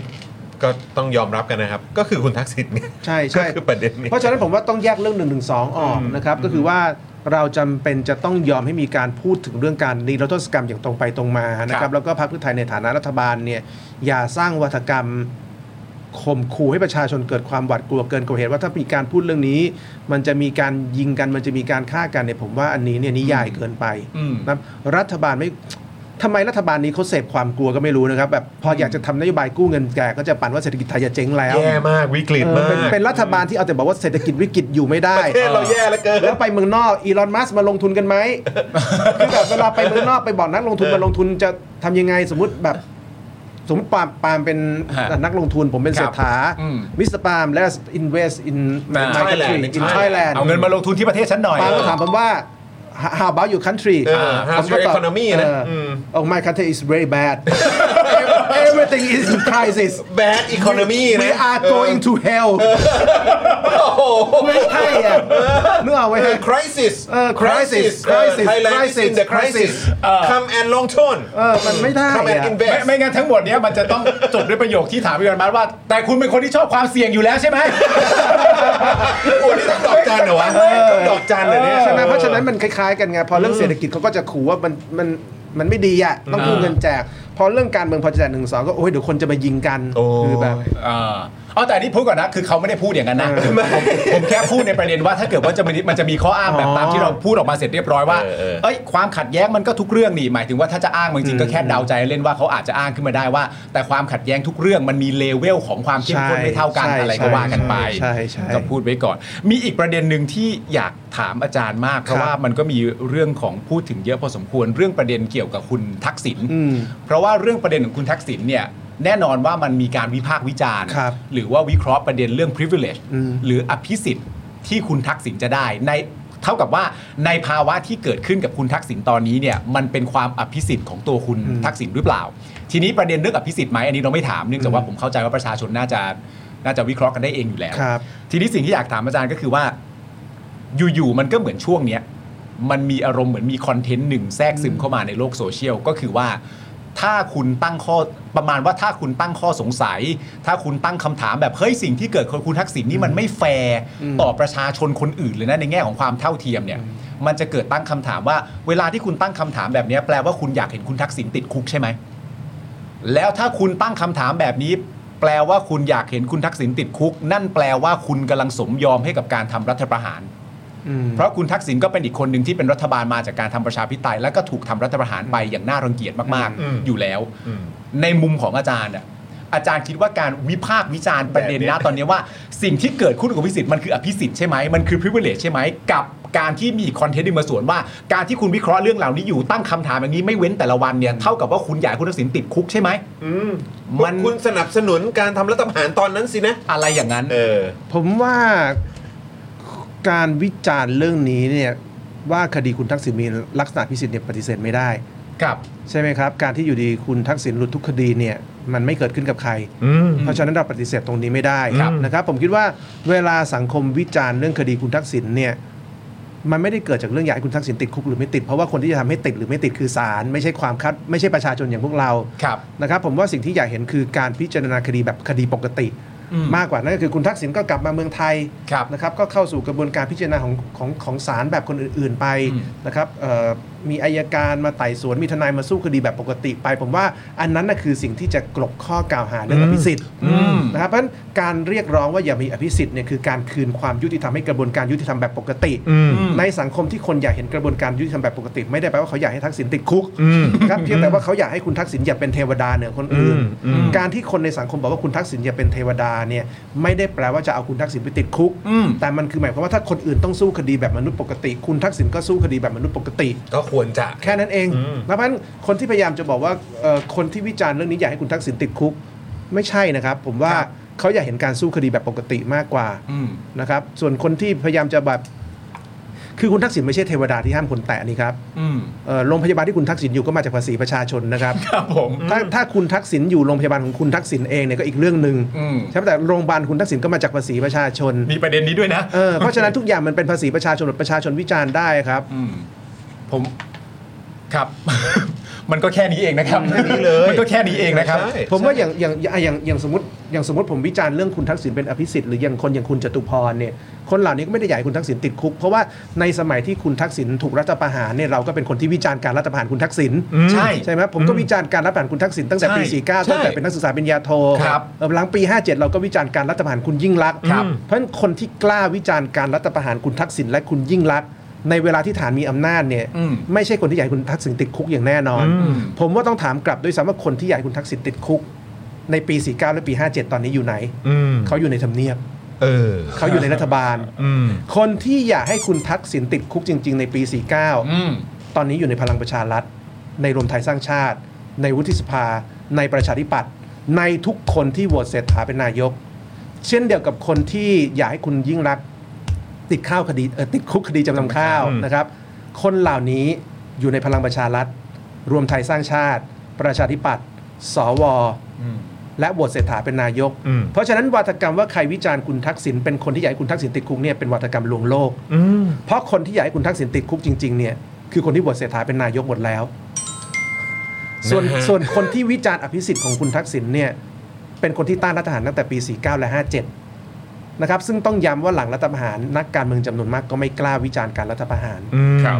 Speaker 2: ก็ต้องยอมรับกันนะครับ ก็คือคุณทักษิณเนี่ย
Speaker 8: ใช่
Speaker 2: ก็
Speaker 8: ใช่
Speaker 2: คือประเด็นนี้
Speaker 8: เพราะฉะนั้นผมว่าต้องแยกเรื่อง1นึออกนะครับก็คือว่าเราจำเป็นจะต้องยอมให้มีการพูดถึงเรื่องการนิรโทษกรรมอย่างตรงไปตรงมานะค
Speaker 4: ครั
Speaker 8: รั
Speaker 4: บบ
Speaker 8: แล้วก็พรรคเพื่อไทยในฐานะรัฐบาลเนี่ยอย่าสร้างวัฒกรรม ข่มขู่ให้ประชาชนเกิดความหวาดกลัวเกินกว่าเหตุว่าถ้ามีการพูดเรื่องนี้ มันจะมีการยิงกันมันจะมีการฆ่ากันเนี่ยผมว่าอันนี้เนี่ยนิยายเกินไป
Speaker 4: อืม
Speaker 8: นะครับรัฐบาลไม่ทำไมรัฐบาลนี้เขาเสพความกลัวก็ไม่รู้นะครับแบบพออยากจะทำนโยบายกู้เงินแกก็จะปั่นว่าเศรษฐกิจไทยจะเจ๊งแล้ว
Speaker 2: แย่มากวิกฤต
Speaker 8: เออ
Speaker 2: มาก
Speaker 8: เป็นเป็นรัฐบาลที่เอาแต่บอกว่าเศรษฐกิจวิกฤตอยู่ไม่ได้
Speaker 2: ประเทศเราแย่เหลือเกิน
Speaker 8: แล้วไปเมืองนอกอีลอนมัสมาลงทุนกันไหม คือแบบเวลาไปเมืองนอกไปบอกนักลงทุนมาลงทุนจะทำยังไงสมมติแบบ สมมติปาล์มปาล์มเป็น
Speaker 4: ฮะ
Speaker 8: นักลงทุนผมเป็น
Speaker 4: ค
Speaker 8: เศ
Speaker 4: รั
Speaker 8: ร
Speaker 4: บ
Speaker 8: ษฐา
Speaker 4: อืม
Speaker 8: มิสเตอร์ปาล์ม let's invest in
Speaker 4: อ่า
Speaker 8: my country
Speaker 2: Thailand, in
Speaker 8: in Thailand
Speaker 4: เอาเงินมาลงทุนที่ประเทศฉันหน่อย
Speaker 8: ปาล์มก็ถามผมว่า how about your country
Speaker 2: เออ how's
Speaker 8: ผมก็
Speaker 2: your
Speaker 8: ตบ
Speaker 2: economy นะ
Speaker 8: เอออ
Speaker 2: ม
Speaker 8: oh my country is very bad (laughs) everything is in crisis
Speaker 2: bad economy
Speaker 8: we
Speaker 2: นะ
Speaker 8: are going to hell
Speaker 2: โอ้โห
Speaker 8: ไม่ใช่อะนึกออกไหม
Speaker 2: เออ
Speaker 8: ฮะ
Speaker 2: crisis
Speaker 8: เออ crisis
Speaker 2: เออ
Speaker 8: crisis
Speaker 2: Thailand is in the crisis
Speaker 8: crisis
Speaker 2: come and ลงทุน
Speaker 8: เออมันไม่ได้
Speaker 2: come and
Speaker 8: อะ
Speaker 4: ไม่
Speaker 2: invest
Speaker 4: ไม่งั้นทั้งหมดเนี้ยมันจะต้องจบด้วยประโยคที่ถามพี่วันมาว่า แต่คุณเป็นคนที่ชอบความเสี่ยงอยู่แล้วใช่ไหม
Speaker 2: โอ้นี่ต้องดอกจันเหรอวะต้องดอกจันเหรอเนี่ย
Speaker 8: ใช่ไหมเพราะฉะนั้นมันคล้ายๆกันไงพอเรื่องเศรษฐกิจเขาก็จะขู่ว่ามันมันมันไม่ดีอ่ะต้องกู้เงินแจก พอเรื่องการเมืองพอจะแจกหนึ่งสองก็โอ้ยเดี๋ยวคนจะมายิงกัน
Speaker 2: โอ้
Speaker 8: คือแบบ
Speaker 4: อ่าเอาแต่อันนี่พูดก่อนนะ คือเขาไม่ได้พูดอย่างนั้นนะผมผมแค่พูดในประเด็นว่าถ้าเกิดว่าจะมีมันจะมีข้ออ้างแบบ
Speaker 8: อ๋อ
Speaker 4: ตามที่เราพูดออกมาเสร็จเรียบร้อยว่า
Speaker 2: เออเออ
Speaker 4: เอ้ยความขัดแย้งมันก็ทุกเรื่องนี่หมายถึงว่าถ้าจะอ้างจริงๆก็แค่เดาใจเล่นว่าเขาอาจจะอ้างขึ้นมาได้ว่า แต่ความขัดแย้งทุกเรื่องมันมีเลเวลของความเข้มข้น
Speaker 8: ใช่
Speaker 4: ไม่เท่ากัน
Speaker 8: ใช่
Speaker 4: อะไรก็ว่ากันไป
Speaker 8: ใช่ใช่
Speaker 4: ก็พูดไว้ก่อน มีอีกประเด็นหนึ่งที่อยากถามอาจารย์มากเพ
Speaker 8: ค
Speaker 4: ราะ
Speaker 8: รับ
Speaker 4: ว่ามันก็มีเรื่องของพูดถึงเยอะพอสมควรเรื่องประเด็นเกี่ยวกับคุณทักษิณ
Speaker 8: อืม
Speaker 4: เพราะว่าเรื่องประเด็นของคุณทักษิณเนี่ยแน่นอนว่ามันมีการวิพากษ์วิจารณ์
Speaker 8: ครับ
Speaker 4: หรือว่าวิเคราะห์ประเด็นเรื่อง privilege
Speaker 8: อืม
Speaker 4: หรืออภิสิทธิ์ที่คุณทักษิณจะได้ในเท่ากับว่าในภาวะที่เกิดขึ้นกับคุณทักษิณตอนนี้เนี่ยมันเป็นความอภิสิทธิ์ของตัวคุณ
Speaker 8: อืม
Speaker 4: ทักษิณหรือเปล่า ทีนี้ประเด็นเรื่องอภิสิทธิ์ไหมอันนี้เราไม่ถามเนื่องจากว่าผมเข้าใจว่าประชาชนน่าจะน่าจะวิเคราะห์กันได้เองอยู่แล้ว
Speaker 8: ครับ
Speaker 4: ทีนี้สิ่งที่อยากถามอาจารย์ก็คือว่า อยู่ๆมันก็เหมือนช่วงเนี้ยมันมีอารมณ์เหมือนมีคอนเทนต์หนึ่งแทรกซึมเข้ามาในโลกโซเชียลก็คือว่า ถ้าคุณตั้งข้อประมาณว่าถ้าคุณตั้งข้อสงสัย ถ้าคุณตั้งคำถามแบบเฮ้ยสิ่งที่เกิดกับคุณทักษิณนี่มันไม่แฟร์ต่อประชาชนคนอื่นเลยนะในแง่ของความเท่าเทียมเนี่ย มันจะเกิดตั้งคำถามว่า เวลาที่คุณตั้งคำถามแบบเนี้ยแปลว่าคุณอยากเห็นคุณทักษิณติดคุกใช่ไหม แล้วถ้าคุณตั้งคำถามแบบนี้ แปลว่าคุณอยากเห็นคุณทักษิณติดคุก นั่นแปลว่าคุณกำลังสมยอมให้กับการทำรัฐประหาร
Speaker 8: อืม
Speaker 4: เพราะคุณทักษิณก็เป็นอีกคนหนึ่งที่เป็นรัฐบาลมาจากการทำประชาธิปไตย และก็ถูกทำรัฐประหารไปอย่างน่ารังเกียจมาก
Speaker 2: อืม
Speaker 4: ๆ อยู่แล้ว
Speaker 2: อืม
Speaker 4: ในมุมของอาจารย์น่ะอาจารย์คิดว่าการวิพากษ์วิจารณ์ประเด็นนะตอนนี้ว่า สิ่งที่เกิดขึ้นกับอภิสิทธิ์มันคืออภิสิทธิ์ใช่ไหมมันคือ privilege ใช่ไหมกับการที่มีคอนเทนต์ดึงมาสวนว่า การที่คุณวิเคราะห์เรื่องเหล่านี้อยู่ตั้งคำถามอย่างนี้ไม่เว้นแต่ละวันเนี่ยเท่ากับว่าคุณอยากให้คุณทักษิณติดคุกใช่ไหม
Speaker 2: อืม
Speaker 4: มัน
Speaker 2: คุณสนับสนุนการทำรัฐประหารตอนนั้นสินะ
Speaker 4: อะไรอย่างนั้น
Speaker 2: เออ
Speaker 8: ผมว่าการวิจารณ์เรื่องนี้เนี่ยว่าคดีคุณทักษิณมีลักษณะพิเศษเนี่ยปฏิเสธไม่ได้
Speaker 4: ครับ
Speaker 8: ใช่ไหมครับ การที่อยู่ดีคุณทักษิณหลุดทุกคดีเนี่ยมันไม่เกิดขึ้นกับใคร เพราะฉะนั้นเราปฏิเสธตรงนี้ไม่ได้
Speaker 4: ครับ
Speaker 8: นะครับ ผมคิดว่าเวลาสังคมวิจารณ์เรื่องคดีคุณทักษิณเนี่ยมันไม่ได้เกิดจากเรื่องอยากให้คุณทักษิณติดคุกหรือไม่ติด เพราะว่าคนที่จะทำให้ติดหรือไม่ติดคือศาลไม่ใช่ความคาดไม่ใช่ประชาชนอย่างพวกเรา
Speaker 4: ครับ
Speaker 8: นะครับผมว่าสิ่งที่อยากเห็นคือการพิจารณาคดีแบบคดีปกติ
Speaker 4: อืม
Speaker 8: มากกว่านั่นก็คือคุณทักษิณก็กลับมาเมืองไทย
Speaker 4: ครับ
Speaker 8: นะครับก็เข้าสู่กระบวนการพิจารณาของของของศาลแบบคนอื่น ๆ ไป
Speaker 4: อืม
Speaker 8: นะครับเอ่อมีอายการมาไต่สวนมีทนายมาสู้คดีแบบปกติไป ผมว่าอันนั้นน่ะคือสิ่งที่จะกลบข้อกล่าวหาเรื่องอภิสิทธิ์
Speaker 4: อืม
Speaker 8: นะครับเพราะฉะนั้นการเรียกร้องว่าอย่ามีอภิสิทธิ์เนี่ยคือการคืนความยุติธรรมให้กระบวนการยุติธรรมแบบปกติ ในสังคมที่คนอยากเห็นกระบวนการยุติธรรมแบบปกติ ไม่ได้แปลว่าเขาอยากให้ทักษิณติดคุกครับเพียงแต่ว่าเขาอยากให้คุณทักษิณอย่าเป็นเทวดาเหนือคนอื่น การที่คนในสังคมบอกว่าคุณทักษิณอย่าเป็นเทวดาเนี่ยไม่ได้แปลว่าจะเอาคุณทักษิณไปติดคุก
Speaker 4: อืม
Speaker 8: แต่มันคือหมายความว่าถ้าคนอื่นต้องสู้คดีแบบมนุษย์ปกติ คุณทักษิณก็สู้คดีแบบมนุษย์ปกติ
Speaker 2: ก็ควรจะ
Speaker 8: แค่นั้นเองเพราะฉะนั้นคนที่พยายามจะบอกว่าเอ่อคนที่วิจารณ์เรื่องนี้อยากให้คุณทักษิณติดคุก ไม่ใช่นะครับ ผมว่าเขาอยากเห็นการสู้คดีแบบปกติมากกว่า
Speaker 4: อืม
Speaker 8: นะครับส่วนคนที่พยายามจะแบบคือคุณทักษิณไม่ใช่เทวดาที่ห้ามคนแตะนี่ครับ
Speaker 4: อืม
Speaker 8: เอ่อโรงพยาบาลที่คุณทักษิณอยู่ก็มาจากภาษีประชาชนนะครับ
Speaker 4: ครับผม
Speaker 8: ถ้าถ้าคุณทักษิณอยู่โรงพยาบาลของคุณทักษิณเองเนี่ยก็อีกเรื่องหนึ่ง
Speaker 4: อืม
Speaker 8: ใช่ไหมแต่โรงพยาบาลคุณทักษิณก็มาจากภาษีประชาชน
Speaker 4: มีประเด็นนี้ด้วยนะ
Speaker 8: เออเพราะฉะนั้นทุกอย่างมันเป็นภาษีประชาชนประชาชนวิจารณ์ได้ครับ
Speaker 4: อืม ผม ครับ มันก็แค่นี้เองนะครับ
Speaker 2: แค่นี้เลย
Speaker 4: มันก็แค่นี้เองนะครับ
Speaker 2: ใช่
Speaker 8: ผมว่าอย่างอย่างอย่างอย่างอย่างสมมติ อย่างสมมติผมวิจารณ์เรื่องคุณทักษิณเป็นอภิสิทธิ์หรืออย่างคนอย่างคุณจตุพรเนี่ยคนเหล่านี้ก็ไม่ได้อยากให้คุณทักษิณติดคุก เพราะว่าในสมัยที่คุณทักษิณถูกรัฐประหารเนี่ยเราก็เป็นคนที่วิจารณ์การรัฐประหารคุณทักษิณ
Speaker 4: อืมใช่
Speaker 8: ใช่ไหมผมก็วิจารณ์การรัฐประหารคุณทักษิณตั้งแต่ปี
Speaker 4: ใช่
Speaker 8: 49ตั้งแต่เป็นนักศึกษาปริญญาโท
Speaker 4: ครับ
Speaker 8: เออหลังปี 57 เราก็วิจารณ์การรัฐประหารคุณยิ่งลักษณ์
Speaker 4: ครับ
Speaker 8: เพราะฉะนั้นคนที่กล้าวิจารณ์การรัฐประหารคุณทักษิณและคุณยิ่งลักษณ์ในเวลาที่ฐานมีอำนาจเนี่ย
Speaker 4: อืม
Speaker 8: ไม่ใช่คนที่อยากให้คุณทักษิณติดคุกอย่างแน่นอน
Speaker 4: อืม
Speaker 8: ผมว่าต้องถามกลับด้วยซ้ำว่าคนที่อยากให้คุณทักษิณติดคุก ในปี 49 และปี 57 ตอนนี้อยู่ไหน
Speaker 2: อืม
Speaker 8: เขาอยู่ในทำเนียบ
Speaker 2: เออ
Speaker 8: เขาอยู่ในรัฐบาล
Speaker 2: อืม
Speaker 8: คนที่อยากให้คุณทักษิณติดคุกจริง ๆ ในปี 49
Speaker 4: อืม
Speaker 8: ตอนนี้อยู่ในพลังประชารัฐ ในรวมไทยสร้างชาติ ในวุฒิสภา ในประชาธิปัตย์ ในทุกคนที่โหวตเศรษฐาเป็นนายก เช่นเดียวกับคนที่อยากให้คุณยิ่งรักษณ์ติดข้าวคดีเอ่อติดคุกคดีจำนำข้าวนะครับ คนเหล่านี้อยู่ในพลังประชารัฐ รวมไทยสร้างชาติ ประชาธิปัตย์สว และโหวตเศรษฐาเป็นนายก เพราะฉะนั้นวาทกรรมว่าใครวิจารณ์คุณทักษิณเป็นคนที่อยากให้คุณทักษิณติดคุกเนี่ยเป็นวาทกรรมลวงโลก
Speaker 2: อืม
Speaker 8: เพราะคนที่อยากให้คุณทักษิณติดคุกจริงๆเนี่ยคือคนที่โหวตเศรษฐาเป็นนายกหมดแล้ว ส่วน
Speaker 2: นะฮะ
Speaker 8: ส่วนคนที่วิจารณ์อภิสิทธิ์ของคุณทักษิณเนี่ยเป็นคนที่ต้านรัฐประหารตั้งแต่ปี 49 และ 57 นะครับซึ่งต้องย้ำว่าหลังรัฐประหารนักการเมืองจำนวนมากก็ไม่กล้าวิจารณ์การรัฐประหาร
Speaker 2: อืม
Speaker 4: ครับ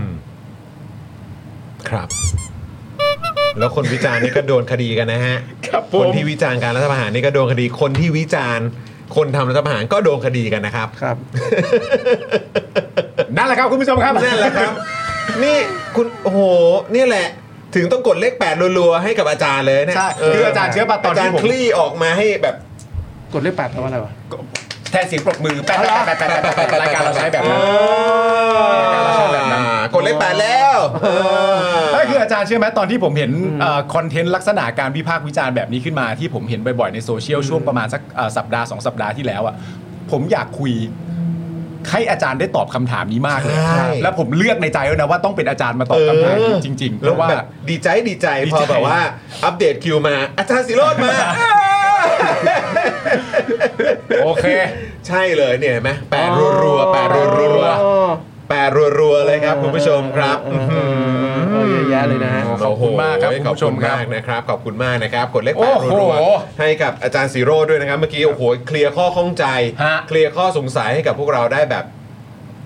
Speaker 2: ครับ แล้วคนวิจารณ์นี่ก็โดนคดีกันนะฮะ
Speaker 4: ครับผ
Speaker 2: คน
Speaker 4: ม
Speaker 2: ที่วิจารณ์การรัฐประหารนี่ก็โดนคดี คนที่วิจารณ์ คนทำรัฐประหารก็โดนคดีกันนะครับ
Speaker 8: ครับ
Speaker 4: นั่นแหละครับคุณผู้ชมครับ
Speaker 2: นั่นแหละครับ นี่คุณโอ้โหเนี่ยแหละ ถึงต้องกดเลขแปดรัวๆให้กับอาจารย์เลยเนี่ย
Speaker 4: ใช่
Speaker 2: เ
Speaker 4: คืออาจารย์เชื้อปาตอน
Speaker 2: จาร
Speaker 4: ที่
Speaker 2: ย์
Speaker 4: ผม
Speaker 2: คลี่ออกมาให้แบบ
Speaker 8: กดเลขแปดแปลว่าอะไรวะ
Speaker 4: แทนเสียงปรบมือแปะแปะแปะแปะแปะแปะรายการเราใช้แบบนั้น
Speaker 2: กดเลขแปดแล้วเออ
Speaker 4: ไม่คืออาจารย์เชื่อไหมตอนที่ผมเห็นคอนเทนต์ลักษณะการวิพากษ์วิจารณ์แบบนี้ขึ้นมาที่ผมเห็นบ่อยๆในโซเชียลช่วงประมาณสักเอ่อสัปดาห์สองสัปดาห์ที่แล้วอ่ะผมอยากคุยให้อาจารย์ได้ตอบคำถามนี้มากเลย
Speaker 2: ใช่
Speaker 4: แล้วผมเลือกในใจแล้วนะว่าต้องเป็นอาจารย์มาตอบคำถามนี้จริงๆเพ
Speaker 2: แล้ว
Speaker 4: ราะว่า
Speaker 2: แบบดีใจดีใจ
Speaker 4: ดี
Speaker 2: พ
Speaker 4: ใจ
Speaker 2: อแบบว่า อัปเดตคิวมา อาจารย์สิโรดมา
Speaker 4: (laughs) โอเค
Speaker 2: ใช่เลยเนี่ยเห็นไหมแปดรัวๆแปดรัวๆแปดรัวๆเลยครับคุณผู้ชมครับ
Speaker 8: เออเออเออเยอะแยะเลยนะฮะ
Speaker 4: ขอบคุณมากครับคุณผู้ชมครับ
Speaker 2: ขอณากนะครับ ขอบคุณมากนะครับ กดเลข
Speaker 4: โอ้
Speaker 2: แปด
Speaker 4: โห
Speaker 2: รัวๆให้กับอาจารย์สีโรดด้วยนะครับ เมื่อกี้โอ้โหเคลียร์ข้อข้องใจ
Speaker 4: ฮะ
Speaker 2: เคลียร์ข้อสงสัยให้กับพวกเราได้แบบ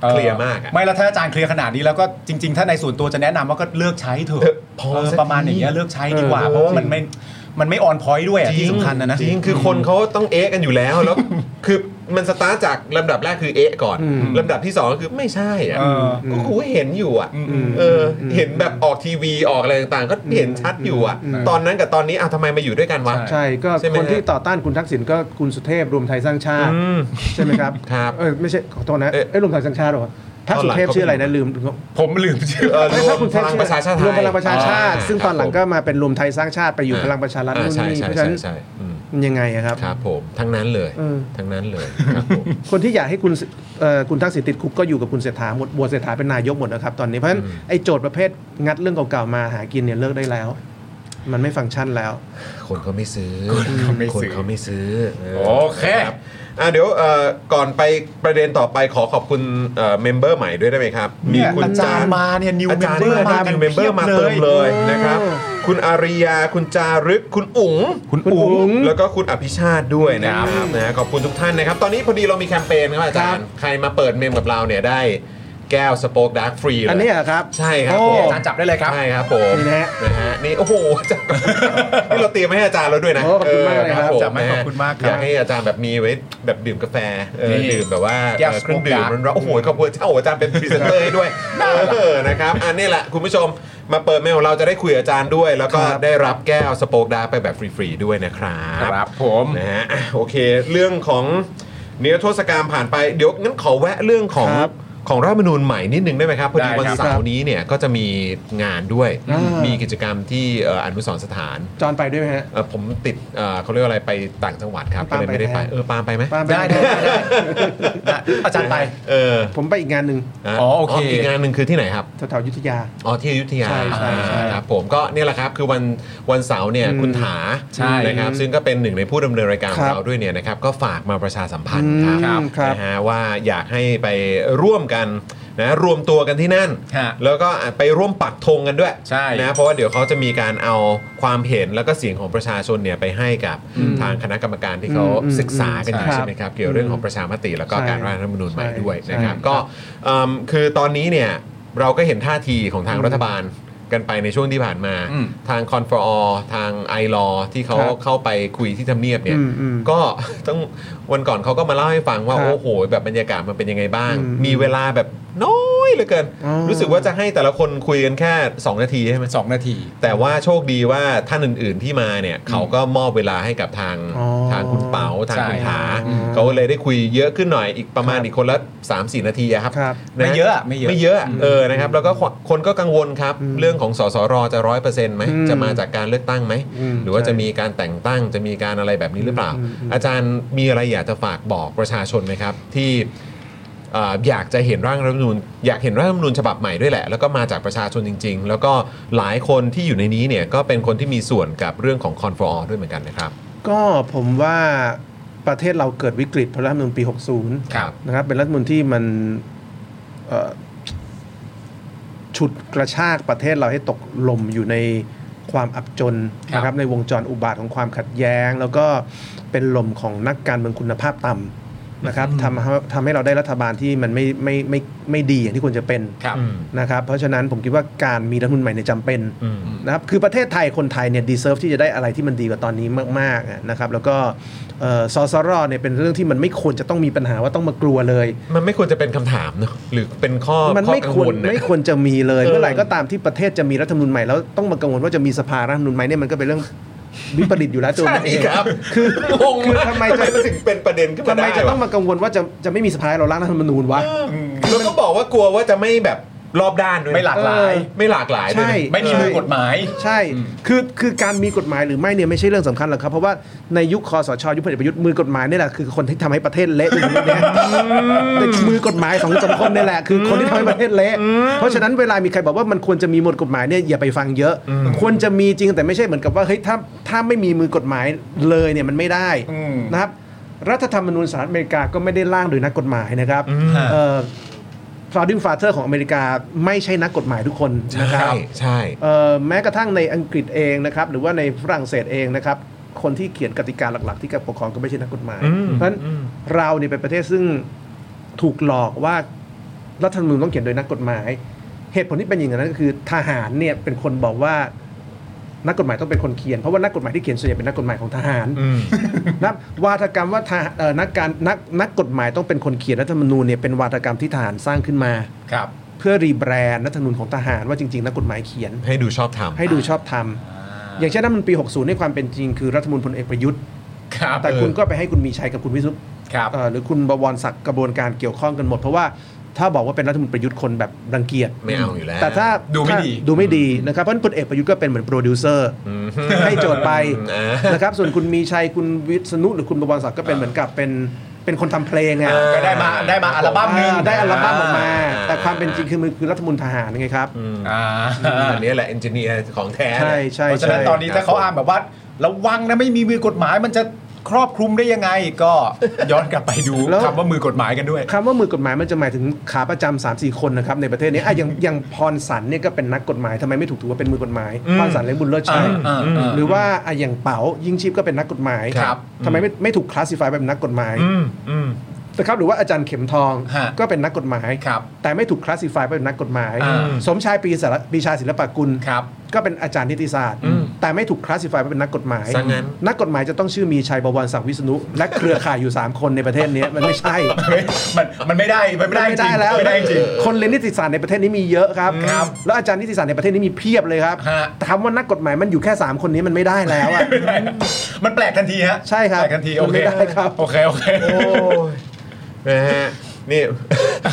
Speaker 2: เคลียร์มากอะ
Speaker 4: ไม่แล้วถ้าอาจารย์เคลียร์ขนาดนี้แล้วก็จริง ๆ ถ้าในส่วนตัวจะแนะนำว่าก็เลิกใช้เถอะ
Speaker 2: พอ
Speaker 4: เออ
Speaker 2: สัก
Speaker 4: ประมาณอย่างเงี้ย
Speaker 2: ที
Speaker 4: เลิกใช้ดีกว่าเพราะว่ามันไม่มันไม่ออนพอยด้วยอะที่สำคัญนะนะ
Speaker 2: จริง คือคนเขาต้องเอะกันอยู่แล้ว แล้ว (laughs) คือมันสตาร์ทจากลำดับแรกคือเอะก่อน
Speaker 8: อืม
Speaker 2: ลำดับที่สองก็คือไม่ใช่อ่ะ
Speaker 4: เออ
Speaker 2: ก็กูเห็นอยู่อ่ะ
Speaker 4: อืม
Speaker 2: เอออ
Speaker 8: ม
Speaker 2: เห็นแบบออกทีวีออกอะไรต่างๆ ก็เห็นชัดอยู่อ่ะ
Speaker 8: อืม
Speaker 2: ตอนนั้นกับตอนนี้อ่ะทำไมมาอยู่ด้วยกันวะ
Speaker 8: ใช่ก็
Speaker 2: ใช่ไหม
Speaker 8: คน
Speaker 2: ฮะ
Speaker 8: ที่ต่อต้านคุณทักษิณก็คุณสุเทพรวมไทยสร้างชาติ
Speaker 2: อืม
Speaker 8: ใช่ไหมครับ
Speaker 2: ครับ
Speaker 8: เออไม่ใช่ขอโทษนะ
Speaker 2: เอ๊ะ
Speaker 8: เอ้ยรวมไทยสร้างชาติเหรอทักษิณเทพ
Speaker 2: ตอนหลัง
Speaker 8: ชื่ออะไรนะลืมลืม
Speaker 4: ผมลืมชื่อ
Speaker 2: เออร
Speaker 8: ไม่
Speaker 2: ว
Speaker 8: ทั
Speaker 2: ม
Speaker 8: ก
Speaker 2: พ
Speaker 8: ษิณเทพ
Speaker 2: ลัง
Speaker 8: ชื่อ
Speaker 2: ประชาชาติไทย
Speaker 8: รวมพลังประชาชาติ
Speaker 2: อ่
Speaker 8: ซึ่งตอนหลังก็มาเป็นรวมไทยสร้างชาติไปอยู่พลังประชารัฐ
Speaker 2: อ่
Speaker 8: นู่น
Speaker 2: ใช่
Speaker 8: นี่
Speaker 2: ใช่
Speaker 8: เพราะฉะ
Speaker 2: ใช่
Speaker 8: นั้น
Speaker 2: ใช่อืม
Speaker 8: ยังไงอะครับ
Speaker 2: ครับผมทั้งนั้นเลย
Speaker 8: เออ
Speaker 2: ทั้งนั้นเลยครับผม
Speaker 8: คนที่อยากให้คุณเอ่อคุณทักษิณติดคุกก็อยู่กับคุณเศรษฐาหมดบวชเศรษฐาเป็นนายกหมดนะครับตอนนี้เพราะฉะนั้น
Speaker 2: อืม
Speaker 8: ไอ้โจทย์ประเภทงัดเรื่องเก่าๆมาหากินเนี่ยเลิกได้แล้ว มันไม่ฟังก์ชันแล้ว
Speaker 2: (laughs) คนเขาไม่ซื้อ
Speaker 4: คนเขาไม่
Speaker 2: คน
Speaker 4: ซื้อ
Speaker 2: เขาไม่ซื้อ
Speaker 4: โอเค
Speaker 2: รับอ่ะเดี๋ยวเอ่อก่อนไปประเด็นต่อไปขอขอบคุณเมมเบอร์ใหม่ด้วยได้ไหมครับมี
Speaker 4: เนี่ย
Speaker 2: คุณ
Speaker 4: อาจารย์มาเนี่ยนิว
Speaker 2: อา
Speaker 4: เม
Speaker 2: จาม รย์
Speaker 4: เบอร์มา
Speaker 2: มา
Speaker 4: กั
Speaker 2: เป็น นเมมเบอร์มาเติมเลยนะครับ
Speaker 8: โอ้
Speaker 2: คุณอาริยาคุณจารึกคุณอุ๋ง
Speaker 4: คุณ
Speaker 8: คุณ
Speaker 4: อุ๋
Speaker 8: อุ๋
Speaker 4: ง
Speaker 8: ง
Speaker 2: แล้วก็คุณอภิชาติด้วยนะครับ
Speaker 4: ครับ
Speaker 2: นะฮะขอบคุณทุกท่านนะครับ ตอนนี้พอดีเรามีแคมเปญครับอาจารย์ ใครมาเปิดเมมกับเราเนี่ยได้แก้วสโป๊กดาร์กฟรีเลย
Speaker 8: อันนี้เหรอครับ
Speaker 2: ใช่ครับ
Speaker 8: โอ้
Speaker 2: ผม
Speaker 4: อาจารย์จับได้เลยครับ
Speaker 2: ใช่ครับผม
Speaker 8: นี่นะฮะ
Speaker 2: นะฮะนี่โอ้โห (laughs) อาจารย์นี่เราเตรียมมาให้อาจารย์แล้วด้วยนะ
Speaker 8: โอ้ขอบคุณมากเลยครับ
Speaker 2: ผ
Speaker 4: อาจารย์ไม่ขอบคุณมากครับ
Speaker 2: อยากให้อาจารย์แบบมีไว้แบบดื่มกาแฟเออ
Speaker 4: นี่
Speaker 2: ดื่มแบบว่า
Speaker 4: แก้ว
Speaker 2: เอ่อเครื่อง
Speaker 4: Spoke
Speaker 2: ดื่ม
Speaker 4: Dark
Speaker 2: ร้อนๆโอ้โหขอบคุณเจ้าอาจารย์เป็นพรีเซนเตอร์ให้ด้วยเออนะครับอันนี้แหละคุณผู้ชมมาเปิดเมมของเราจะได้คุยกับอาจารย์ด้วย แล้วก็
Speaker 8: ครับ
Speaker 2: ได้รับแก้วสโป๊กดาร์กไปแบบฟรีๆด้วยนะครับ
Speaker 4: ครับผม
Speaker 2: นะฮะอ่ะโอเค เรื่องของเนื้อโทษกรรมผ่านไปเดี๋ยวงั้นขอแวะเรื่องของ
Speaker 8: ครับ
Speaker 2: ของรัฐธรรมนูญใหม่นิดนึงได้ไหมครับพอดี
Speaker 4: ได้ครับ
Speaker 2: วันเสาร์นี้เนี่ยก็จะมีงานด้วย
Speaker 8: อ่ามี
Speaker 2: มีกิจกรรมที่เอ่ออนุสรณ์สถาน
Speaker 8: จอนไปด้วยไหมฮะ
Speaker 2: เอ่อผมติดเอ่อเขาเรียกว่าอะไรไปต่างจังหวัดครับก็
Speaker 8: ปาล์
Speaker 2: เล
Speaker 8: ม
Speaker 2: ยไม่ได้ไป
Speaker 8: ไปไหม
Speaker 2: เออปาล์มไปไหม
Speaker 8: ปาล์มป
Speaker 4: ได้ได้ได้ได้อาจารย์ไป
Speaker 2: เออ
Speaker 8: ผมไปอีกงานหนึ่ง
Speaker 2: ะ
Speaker 4: อ๋อโอเค
Speaker 2: อีกงานหนึ่งคือที่ไหนครับ
Speaker 8: แถวๆอยุทธยา
Speaker 2: อ๋อที่อยุธยา
Speaker 8: ใช่ใช่ใช่
Speaker 2: ครับผมก็เนี่ยแหละครับคือวันวันเสาร์เนี่ย
Speaker 8: อืม
Speaker 2: คุณถา
Speaker 4: ใช่
Speaker 2: นะครับซึ่งก็เป็นหนึ่งในผู้ดำเนินรายการขอ
Speaker 8: ค
Speaker 2: ง
Speaker 8: รับ
Speaker 2: เราด้วยเนี่ยนะครับก็ฝากมาประชาสัมพันธ์ค
Speaker 8: อื
Speaker 2: รับ
Speaker 8: มครับ
Speaker 2: นะฮะว่าอยากให้ไปร่วมกัน นะรวมตัวกันที่นั่น
Speaker 4: ฮะ
Speaker 2: แล้วก็ไปร่วมปักธงกันด้วย
Speaker 4: ใช่
Speaker 2: นะเพราะว่าเดี๋ยวเขาจะมีการเอาความเห็นแล้วก็เสียงของประชาชนเนี่ยไปให้กับ
Speaker 4: อืม
Speaker 2: ทางคณะกรรมการที่เขา
Speaker 8: อืมอืม
Speaker 2: ศึกษากันอยู่
Speaker 8: ครับ
Speaker 2: ใช่ไหมครับเกี่ยวเรื่องของประชามติแล้วก็
Speaker 8: ใช่
Speaker 2: การร่างรัฐธรรมนูญใหม่
Speaker 8: ใช่
Speaker 2: ด้วยนะครับ
Speaker 8: ใช่
Speaker 2: ก็เอิ่มคือตอนนี้เนี่ยเราก็เห็นท่าทีของทาง
Speaker 8: อืม
Speaker 2: รัฐบาลกันไปในช่วงที่ผ่านมา
Speaker 4: อืม
Speaker 2: ทางคอนฟอร์ทางไอรอที่เขา
Speaker 8: ครับ
Speaker 2: เข้าไปคุยที่ทำเนียบเนี่ย
Speaker 8: อืมอืม
Speaker 2: ก็ (laughs) ต้องวันก่อนเขาก็มาเล่าให้ฟังว่า
Speaker 8: ครับ
Speaker 2: โอ้โห แบบบรรยากาศมันเป็นยังไงบ้าง
Speaker 8: อืม
Speaker 2: มีเวลาแบบน้อยเหลือเกิน
Speaker 8: อ๋อ
Speaker 2: รู้สึกว่าจะให้แต่ละคนคุยกันแค่ 2 นาทีใช่ไหม
Speaker 4: สองนาที
Speaker 2: แต่ว่าโชคดีว่าท่านอื่น ๆที่มาเนี่ยเขาก็มอบเวลาให้กับทาง
Speaker 8: อ๋อ
Speaker 2: ทางคุณเปาทาง
Speaker 4: ใช่
Speaker 2: คุณถา
Speaker 8: อืม
Speaker 2: เขาเลยได้คุยเยอะขึ้นหน่อยอีกประมาณ
Speaker 8: ครับ
Speaker 2: อีกคนละ3-4 นาทีอะครับ
Speaker 8: ครับ
Speaker 2: น
Speaker 4: ไม่เยอะอะไม่เยอะ
Speaker 2: ไม่เยอะเออนะครับแล้วก็คนก็กังวลครับ
Speaker 8: อืม
Speaker 2: เรื่องของสสรจะร้อยเปอร์เซ็นต์ไหม
Speaker 8: อืม
Speaker 2: จะมาจากการเลือกตั้งไหม
Speaker 8: อืม
Speaker 2: หรือว่า
Speaker 8: ใช่
Speaker 2: จะมีการแต่งตั้งจะมีการอะไรแบบนี้หรือเปล่า
Speaker 8: อืมอืม
Speaker 2: อาจารย์มีอะไรอยากจะฝากบอกประชาชนไหมครับ ที่เอ่ออยากจะเห็นร่างรัฐธรรมนูญอยากเห็นร่างรัฐธรรมนูญฉบับใหม่ด้วยแหละ แล้วก็มาจากประชาชนจริง ๆ แล้วก็หลายคนที่อยู่ในนี้เนี่ยก็เป็นคนที่มีส่วนกับเรื่องของคอนฟอร์ด้วยเหมือนกันนะครับ
Speaker 8: ก็ผมว่าประเทศเราเกิดวิกฤตเพราะรัฐธรรมนูญปี 60
Speaker 2: ครับ
Speaker 8: นะครับ เป็นรัฐธรรมนูญที่มันเอ่อฉุดกระชากประเทศเราให้ตกหล่มอยู่ในความอับจน
Speaker 4: ครับ
Speaker 8: นะครับในวงจรอุบาทของความขัดแย้ง แล้วก็เป็นหล่มของนักการเมืองคุณภาพต่ำนะครับทำให้ทำให้เราได้รัฐบาลที่มันไม่ไม่ไม่ไม่ดีอย่างที่ควรจะเป็น
Speaker 4: ครับ
Speaker 2: อืม
Speaker 8: นะครับ เพราะฉะนั้นผมคิดว่าการมีรัฐธรรมนูญใหม่เนี่ยจำเป็น
Speaker 2: อืม
Speaker 8: นะครับคือประเทศไทยคนไทยเนี่ยดีเซิร์ฟที่จะได้อะไรที่มันดีกว่าตอนนี้มากๆอะนะครับแล้วก็เอ่อสสรเนี่ยเป็นเรื่องที่มันไม่ควรจะต้องมีปัญหาว่าต้องมากลัวเลย
Speaker 2: มันไม่ควรจะเป็นคำถามเนอะหรือเป็นข้อ
Speaker 8: มัน
Speaker 2: ข้อ
Speaker 8: ไม่
Speaker 2: กัง
Speaker 8: คว
Speaker 2: ว
Speaker 8: ร
Speaker 2: ลนะ
Speaker 8: ไม่ควรจะมีเลย
Speaker 2: เออ
Speaker 8: เมื่อไหร่ก็ตามที่ประเทศจะมีรัฐธรรมนูญใหม่แล้วต้องมากังวลว่าจะมีสภารัฐธรรมนูญไหมเนี่ยมันก็เป็นเรื่อง วิปริตอยู่แล้วตัวมันเอง
Speaker 2: ครับ
Speaker 8: คือง
Speaker 2: ง
Speaker 8: คือก ทำไมจะ
Speaker 2: นถึงเป็นประเด็นขึ้นมา
Speaker 8: ทำไม
Speaker 2: ได้
Speaker 8: จะต้
Speaker 2: วะ
Speaker 8: องมากังวลว่าจะจะไม่มีสภาให้เราร่างรัฐธรรมนูญวะ
Speaker 2: แล้วก็บอกว่ากลัวว่าจะไม่แบบรอบด้านด้วยนะ
Speaker 4: ไม่หลากหลาย
Speaker 2: เออไม่หลากหลายด้วยนะ
Speaker 8: ใช่
Speaker 4: ไม่มีมือกฎหมาย
Speaker 8: ใช่ คือ คือการมีกฎหมายหรือไม่เนี่ยไม่ใช่เรื่องสำคัญหรอกครับ เพราะว่าในยุคคอสช ยุคพลเอกประยุทธ์มือกฎหมายนี่แหละคือคนที่ทำให้ประเทศเละจนถึงวันเนี้ยแต่มือกฎหมายสองสามคนนี่แหละคือคนที่ทำให้ประเทศเละ เพราะฉะนั้นเวลามีใครบอกว่ามันควรจะมีหมดกฎหมายเนี่ยอย่าไปฟังเยอะ ควรจะมีจริงแต่ไม่ใช่เหมือนกับว่าเฮ้ยถ้าถ้าไม่มีมือกฎหมายเลยเนี่ยมันไม่ได้
Speaker 4: อืม
Speaker 8: นะครับ รัฐธรรมนูญสหรัฐอเมริกาก็ไม่ได้ร่างโดยนักกฎหมายนะครับ เอ่อ founding father ของอเมริกาไม่ใช่นักกฎหมายทุกคนนะค
Speaker 2: ใช่
Speaker 8: รับ
Speaker 2: ใช่
Speaker 8: เอ่อแม้กระทั่งในอังกฤษเองนะครับหรือว่าในฝรั่งเศสเองนะครับคนที่เขียนกติกาหลักๆ ที่กับปกครองก็ไม่ใช่นักกฎหมาย เพราะฉะนั้นเราเนี่ยเป็นประเทศซึ่งถูกหลอกว่ารัฐธรรมนูญต้องเขียนโดยนักกฎหมาย เหตุผลที่เป็นอย่างนั้นก็คือทหารเนี่ยเป็นคนบอกว่านักกฎหมายต้องเป็นคนเขียนเพราะว่านักกฎหมายที่เขียนส่วนใหญ่เป็นนักกฎหมายของทหาร
Speaker 2: อืม
Speaker 8: นะครับวาทกรรมว่าทหารเอ่อนักการนักนักกฎหมายต้องเป็นคนเขียนรัฐธรรมนูญเนี่ยเป็นวาทกรรมที่ทหารสร้างขึ้นมา
Speaker 4: ครับ
Speaker 8: เพื่อรีแบรนด์รัฐธรรมนูญของทหารว่าจริงๆนักกฎหมายเขียน
Speaker 2: ให้ดูชอบทำ
Speaker 8: ให้ดูชอบทำอย่างเช่นนั้นมันญปี 60 ในความเป็นจริงคือรัฐมนตรีพลเอกประยุทธ์
Speaker 4: ครับ
Speaker 8: แต่คุณก็ไปให้คุณมีชัยกับคุณวิศนุ
Speaker 4: ครับ
Speaker 8: เอ่อหรือคุณบวรศักดิ์กระบวนการเกี่ยวข้องกันหมด เพราะว่าถ้าบอกว่าเป็นรัฐมนตรีประยุทธ์คนแบบรังเกียจ
Speaker 2: ไม่เอาอยู่แล้ว
Speaker 8: แต่ถ้า
Speaker 4: ดูไม่ดี
Speaker 8: ถ้าดูไม่ดีนะครับ เพราะฉะนั้นพลเอกประยุทธ์ก็เป็นเหมือนโปรดิวเซอร์
Speaker 2: อืม
Speaker 8: ให้โจทย์ไป
Speaker 2: อ่า
Speaker 8: นะครับ ส่วนคุณมีชัยคุณวิษณุหรือคุณบวรศักดิ์ก็เป็นเหมือนกับเป็นเป็นคนทำเพลงไง
Speaker 2: อ่า
Speaker 4: ก็ได้มาได้มาอัลบั้มหนึง
Speaker 8: อ่าได้อัลบั้มออกมา
Speaker 2: อ่า
Speaker 8: แต่ความเป็นจริงคือมันคือรัฐมนตรีทหารไงครับ
Speaker 4: อ่า
Speaker 2: อันนี้แหละเอนจิเนียร์ของแท้
Speaker 8: ใช่ใช่
Speaker 4: เพราะฉะนั้น
Speaker 8: ใช่
Speaker 4: ตอนนี้ถ้าเขาอ้างแบบว่าระวังนะไม่มีมือกฎหมายมันจะครอบคลุมได้ยังไง ก็ย้อนกลับไปดู
Speaker 8: แล้ว
Speaker 4: คำว่ามือกฎหมายกันด้วย
Speaker 8: คำว่ามือกฎหมายมันจะหมายถึงขาประจำสามสี่คนนะครับในประเทศนี้อ่ะอย่างอย่างพรสันเนี่ยก็เป็นนักกฎหมายทำไมไม่ถูกถือว่าเป็นมือกฎหมายพรสันเลยงบุญเลิศชัย
Speaker 4: อ่าอ่าอ่า
Speaker 8: หรือว่าอ่ะอย่างเป๋ายิ่งชีพก็เป็นนักกฎหมาย
Speaker 4: ครับ
Speaker 8: ทำไมไม่ไม่ถูกคลาสสิฟายเป็นนักกฎหมาย
Speaker 2: อืมอืม
Speaker 8: นะครับหรือว่าอาจารย์เข็มทอง
Speaker 4: ฮะ
Speaker 8: ก็เป็นนักกฎหมาย
Speaker 4: ครับ
Speaker 8: แต่ไม่ถูกคลาสสิฟายเป็นนักกฎหมาย
Speaker 4: อ่า
Speaker 8: สมชายปีศาลปีชาศิลปกุล
Speaker 4: ครับ
Speaker 8: ก็เป็นอาจารย์นิติศาสตร์ แต่ไม่ถูกคลาสสิฟายว่าเป็นนักกฎหมาย
Speaker 2: ซะงั้น
Speaker 8: นักกฎหมายจะต้องชื่อมีชัยบวรศักดิ์วิษณุ และเครือข่ายอยู่ 3 คนในประเทศนี้มันไม่ใช่
Speaker 4: เฮ้ยมันมันไม่ได้มันไม่ได้จริง
Speaker 8: แล้ว
Speaker 4: ไม่ได้จริง
Speaker 8: คนเรียนนิติศาสตร์ในประเทศนี้มีเยอะครับ
Speaker 4: ครับ
Speaker 8: แล้วอาจารย์นิติศาสตร์ในประเทศนี้มีเพียบเลยครับ
Speaker 4: ฮะ
Speaker 8: ถามว่านักกฎหมายมันอยู่แค่ 3 คนนี้มันไม่ได้แล้วอะ
Speaker 4: ไม่ได้มันแปลกทันทีฮะ
Speaker 8: ใช่ครับ
Speaker 4: แปลกทันทีโอ
Speaker 8: มัน
Speaker 4: เค
Speaker 8: ไม่ได้ครับ
Speaker 4: โอเคโอเค
Speaker 2: (laughs) โอ้ยนะฮะนี่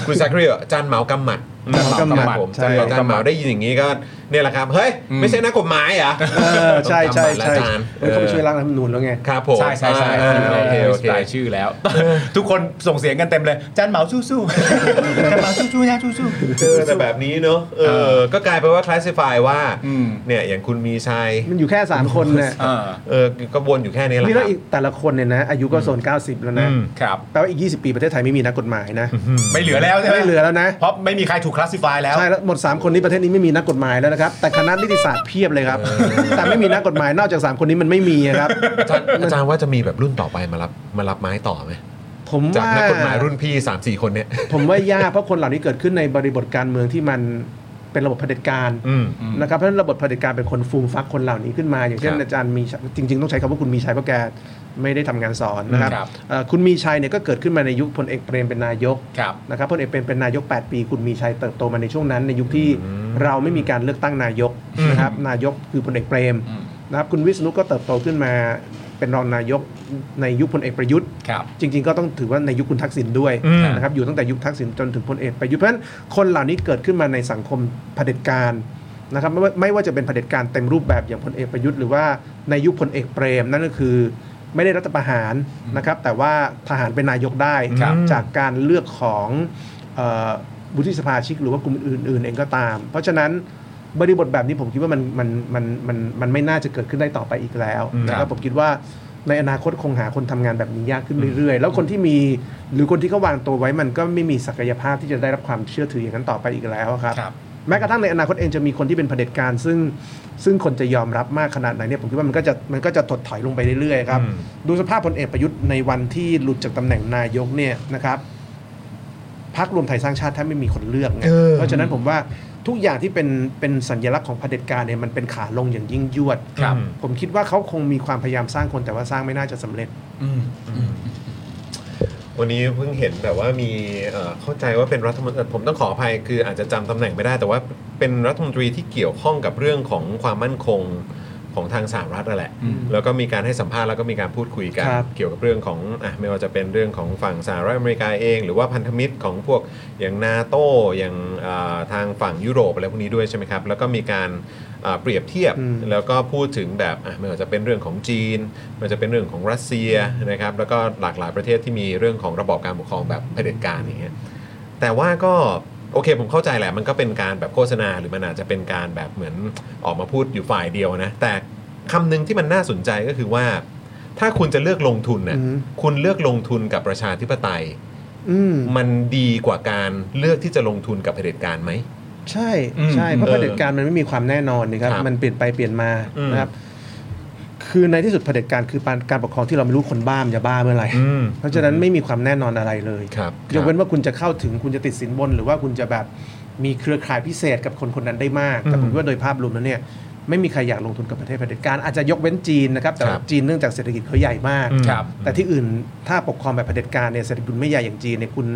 Speaker 2: คุณแซคเรียอาจารย์เหมากำหมัด จัน
Speaker 8: จัน
Speaker 2: เบาตำห
Speaker 8: เบาตำหมั
Speaker 2: มัด
Speaker 8: ด
Speaker 2: ใช่
Speaker 8: จันเบา
Speaker 2: จัน
Speaker 8: ตำหมั
Speaker 2: เบา
Speaker 8: ด
Speaker 2: ได้ยินอย่างนี้ก็เนี่ยแหละครับ เฮ้ย ไม่ใช่นักกฎหมายเหรอ
Speaker 8: เออใช่ใช่ใช่
Speaker 2: จันเบาตำหมัดละอาจารย์
Speaker 8: เฮ้ยเขาไปช่วยร่างรัฐธรรมนูญแล้วไง
Speaker 2: ครับผม
Speaker 4: ใช่ใช่ใช่
Speaker 2: เออโอเคโอเค
Speaker 4: รายชื่อแล้ว ทุกคนส่งเสียงกันเต็มเลยจันเหมาสู้ๆจันเหมาสู้ๆนะสู้ๆ
Speaker 2: เออแต่แบบนี้เนอะเอ
Speaker 4: เอ
Speaker 2: อ
Speaker 4: อ
Speaker 2: ก็กลายไปนว่าคลาสสิฟายว่า
Speaker 4: อืม
Speaker 2: เนี่ยอย่างคุณมีชัย
Speaker 8: มันอยู่แค่ 3 คนเนี่ย
Speaker 4: อ่า
Speaker 2: เออก็วนอยู่แค่นี้แหละค
Speaker 8: นี่แล้
Speaker 2: รั
Speaker 8: ว
Speaker 2: บ
Speaker 8: อีกแต่ละคนเนี่ยนะ อายุก็โซน 90 แล้วนะ
Speaker 2: อืม
Speaker 4: ครับ
Speaker 8: แปลว่าอีก 20 ปีประเทศไทยไม่มีนักกฎหมายนะ
Speaker 4: ไม่เหลือแล้วใช่ไหม
Speaker 8: ไม่เหลือแล้วนะ
Speaker 4: เพราะไม่มีใครถูกคลาสสิฟายแล้ว
Speaker 8: ใช่แล้วหมด 3 คนนี้ประเทศนี้ไม่มีนักกฎหมายแล้วนะครับ แต่คณะนิติศาสตร์เพียบเลยครับ แต่ไม่มีนักกฎหมายนอกจาก 3 คนนี้มันไม่มีอะครับ
Speaker 2: อาจารย์อาจารย์ว่าจะมีแบบรุ่นต่อไปมารับมารับไม้ต่อไหม
Speaker 8: ผม
Speaker 2: จาก
Speaker 8: ว่า
Speaker 2: นักกฎหมายรุ่นพี่ 3 4 คนเนี่ย
Speaker 8: ผมว่ายากเพราะคนเหล่านี้เกิดขึ้นในบริบทการเมืองที่มันเป็นระบบเผด็จการ
Speaker 2: อืม
Speaker 8: นะครับเพราะฉะนั้นระบบเผด็จการเป็นคนฟูมฟักคนเหล่านี้ขึ้นมา อย่างเช่น
Speaker 2: ครับ
Speaker 8: อาจารย์มีชัยจริง ๆ ต้องใช้คำว่าคุณมีชัยเพราะแกไม่ได้ทำงานสอนนะครับ
Speaker 4: ครับ
Speaker 8: เอ่อคุณมีชัยเนี่ยก็เกิดขึ้นมาในยุคพลเอกเปรมเป็นนายก
Speaker 4: ครับ
Speaker 8: นะครับพลเอกเปรมเป็นนายก 8 ปี คุณมีชัยเติบโตมาในช่วงนั้น ในยุคที่เราไม่มีการเลือกตั้งนายกนะครับนายกคือพลเอกเปรม
Speaker 4: อืม
Speaker 8: นะครับคุณวิษณุก็เติบโตขึ้นมาเป็นรองนายกในยุคพลเอกประยุทธ์
Speaker 4: ครับ
Speaker 8: จริงๆก็ต้องถือว่าในยุคคุณทักษิณด้วย
Speaker 2: อืม
Speaker 8: นะครับอยู่ตั้งแต่ยุคทักษิณจนถึงพลเอกประยุทธ์เพราะฉะนั้นคนเหล่านี้เกิดขึ้นมาในสังคมเผด็จการนะครับไม่ว่าไม่ว่าจะเป็นเผด็จการเต็มรูปแบบอย่างพลเอกประยุทธ์หรือว่าในยุคพลเอกเปรมนั่นก็คือไม่ได้รัฐประหารนะครับแต่ว่าทหารเป็นนายกได้
Speaker 4: ครับ
Speaker 8: จากการเลือกของเอ่อวุฒิสภาชิกหรือว่ากลุ่มอื่น ๆ เองก็ตาม เพราะฉะนั้นบริบทแบบนี้ผมคิดว่ามันมันมันมันมันไม่น่าจะเกิดขึ้นได้ต่อไปอีกแล้วนะครับ ผมคิดว่าในอนาคตคงหาคนทำงานแบบนี้ยากขึ้นเรื่อยๆ แล้วคนที่มีหรือคนที่เขาวางตัวไว้มันก็ไม่มีศักยภาพที่จะได้รับความเชื่อถืออย่างนั้นต่อไปอีกแล้วครับ
Speaker 4: ครับ
Speaker 8: แม้กระทั่งในอนาคตเองจะมีคนที่เป็นเผด็จการซึ่งซึ่งคนจะยอมรับมากขนาดไหนเนี่ยผมคิดว่ามันก็จะมันก็จะถดถอยลงไปเรื่อยๆครับ ดูสภาพพลเอกประยุทธ์ในวันที่หลุดจากตำแหน่งนายกเนี่ยนะครับพักรวมไทยสร้างชาติถ้าไม่มีคนเลือกไงเพราะฉะนั้นผมว่าทุกอย่างที่เป็นเป็นสัญลักษณ์ของเผด็จการเนี่ยมันเป็นขาลงอย่างยิ่งยวด
Speaker 4: ครับ
Speaker 8: ผมคิดว่าเขาคงมีความพยายามสร้างคนแต่ว่าสร้างไม่น่าจะสำเร็จ
Speaker 4: อืม
Speaker 2: วันนี้เพิ่งเห็นแบบว่ามีเอ่อเข้าใจว่าเป็นรัฐมนตรีผมต้องขออภัยคืออาจจะจำตำแหน่งไม่ได้ แต่ว่าเป็นรัฐมนตรีที่เกี่ยวข้องกับเรื่องของความมั่นคงของทางสหรัฐนั่นแหละ
Speaker 4: อืม
Speaker 2: แล้วก็มีการให้สัมภาษณ์แล้วก็มีการพูดคุยกัน
Speaker 8: ครับ
Speaker 2: เกี่ยวกับเรื่องของอ่ะไม่ว่าจะเป็นเรื่องของฝั่งสหรัฐอเมริกาเอง หรือว่าพันธมิตรของพวกอย่างนาโตอย่างอ่าทางฝั่งยุโรปอะไรพวกนี้ด้วยใช่ไหมครับ แล้วก็มีการอ่าเปรียบเทียบ
Speaker 8: อืม
Speaker 2: แล้วก็พูดถึงแบบอ่ะไม่ว่าจะเป็นเรื่องของจีนไมันจะเป็นเรื่องของรัสเซียนะครับ แล้วก็หลากหลายประเทศที่มีเรื่องของระบอบการปกครองแบบเผด็จการอย่างเงี้ย แต่ว่าก็โอเคผมเข้าใจแหละ มันก็เป็นการแบบโฆษณาหรือมันอาจจะเป็นการแบบเหมือนออกมาพูดอยู่ฝ่ายเดียวนะ แต่คำหนึ่งที่มันน่าสนใจก็คือว่า ถ้าคุณจะเลือกลงทุนน่ะ
Speaker 8: อืม
Speaker 2: คุณเลือกลงทุนกับประชาธิปไตย
Speaker 8: อืม
Speaker 2: มันดีกว่าการเลือกที่จะลงทุนกับเผด็จการไหม
Speaker 8: ใช่
Speaker 4: อืม
Speaker 8: ใช่เพราะ
Speaker 2: เออ
Speaker 8: เผด็จการมันไม่มีความแน่นอนนะครับ
Speaker 2: ครับ
Speaker 8: มันเปลี่ยนไปเปลี่ยนมา
Speaker 2: อืม
Speaker 8: นะครับ คือในที่สุดเผด็จการคือการการปกครองที่เราไม่รู้คนบ้ามนจะบ้าเมื่อไหร่
Speaker 2: อืม
Speaker 8: เพราะฉะนั้นไม่มีความแน่นอนอะไรเลย
Speaker 2: ครับ
Speaker 8: ยกเว้นว่าคุณจะเข้าถึงคุณจะติดสินบน หรือว่าคุณจะแบบมีเครือข่ายพิเศษกับคนคนนั้นได้มากแต่ผมคิดว่าโดยภาพรวมแล้วเนี่ย ไม่มีใครอยากลงทุนกับประเทศเผด็จการอาจจะยกเว้นจีนนะครับแต่ว่าจีนเนื่องจากเศรษฐกิจเขาใหญ่มาก
Speaker 4: ครับ
Speaker 8: แต่ที่อื่นถ้าปกครองแบบเผด็จการเนี่ยเศรษฐกิจไม่ใหญ่อย่างจีนเนี่ยคุณ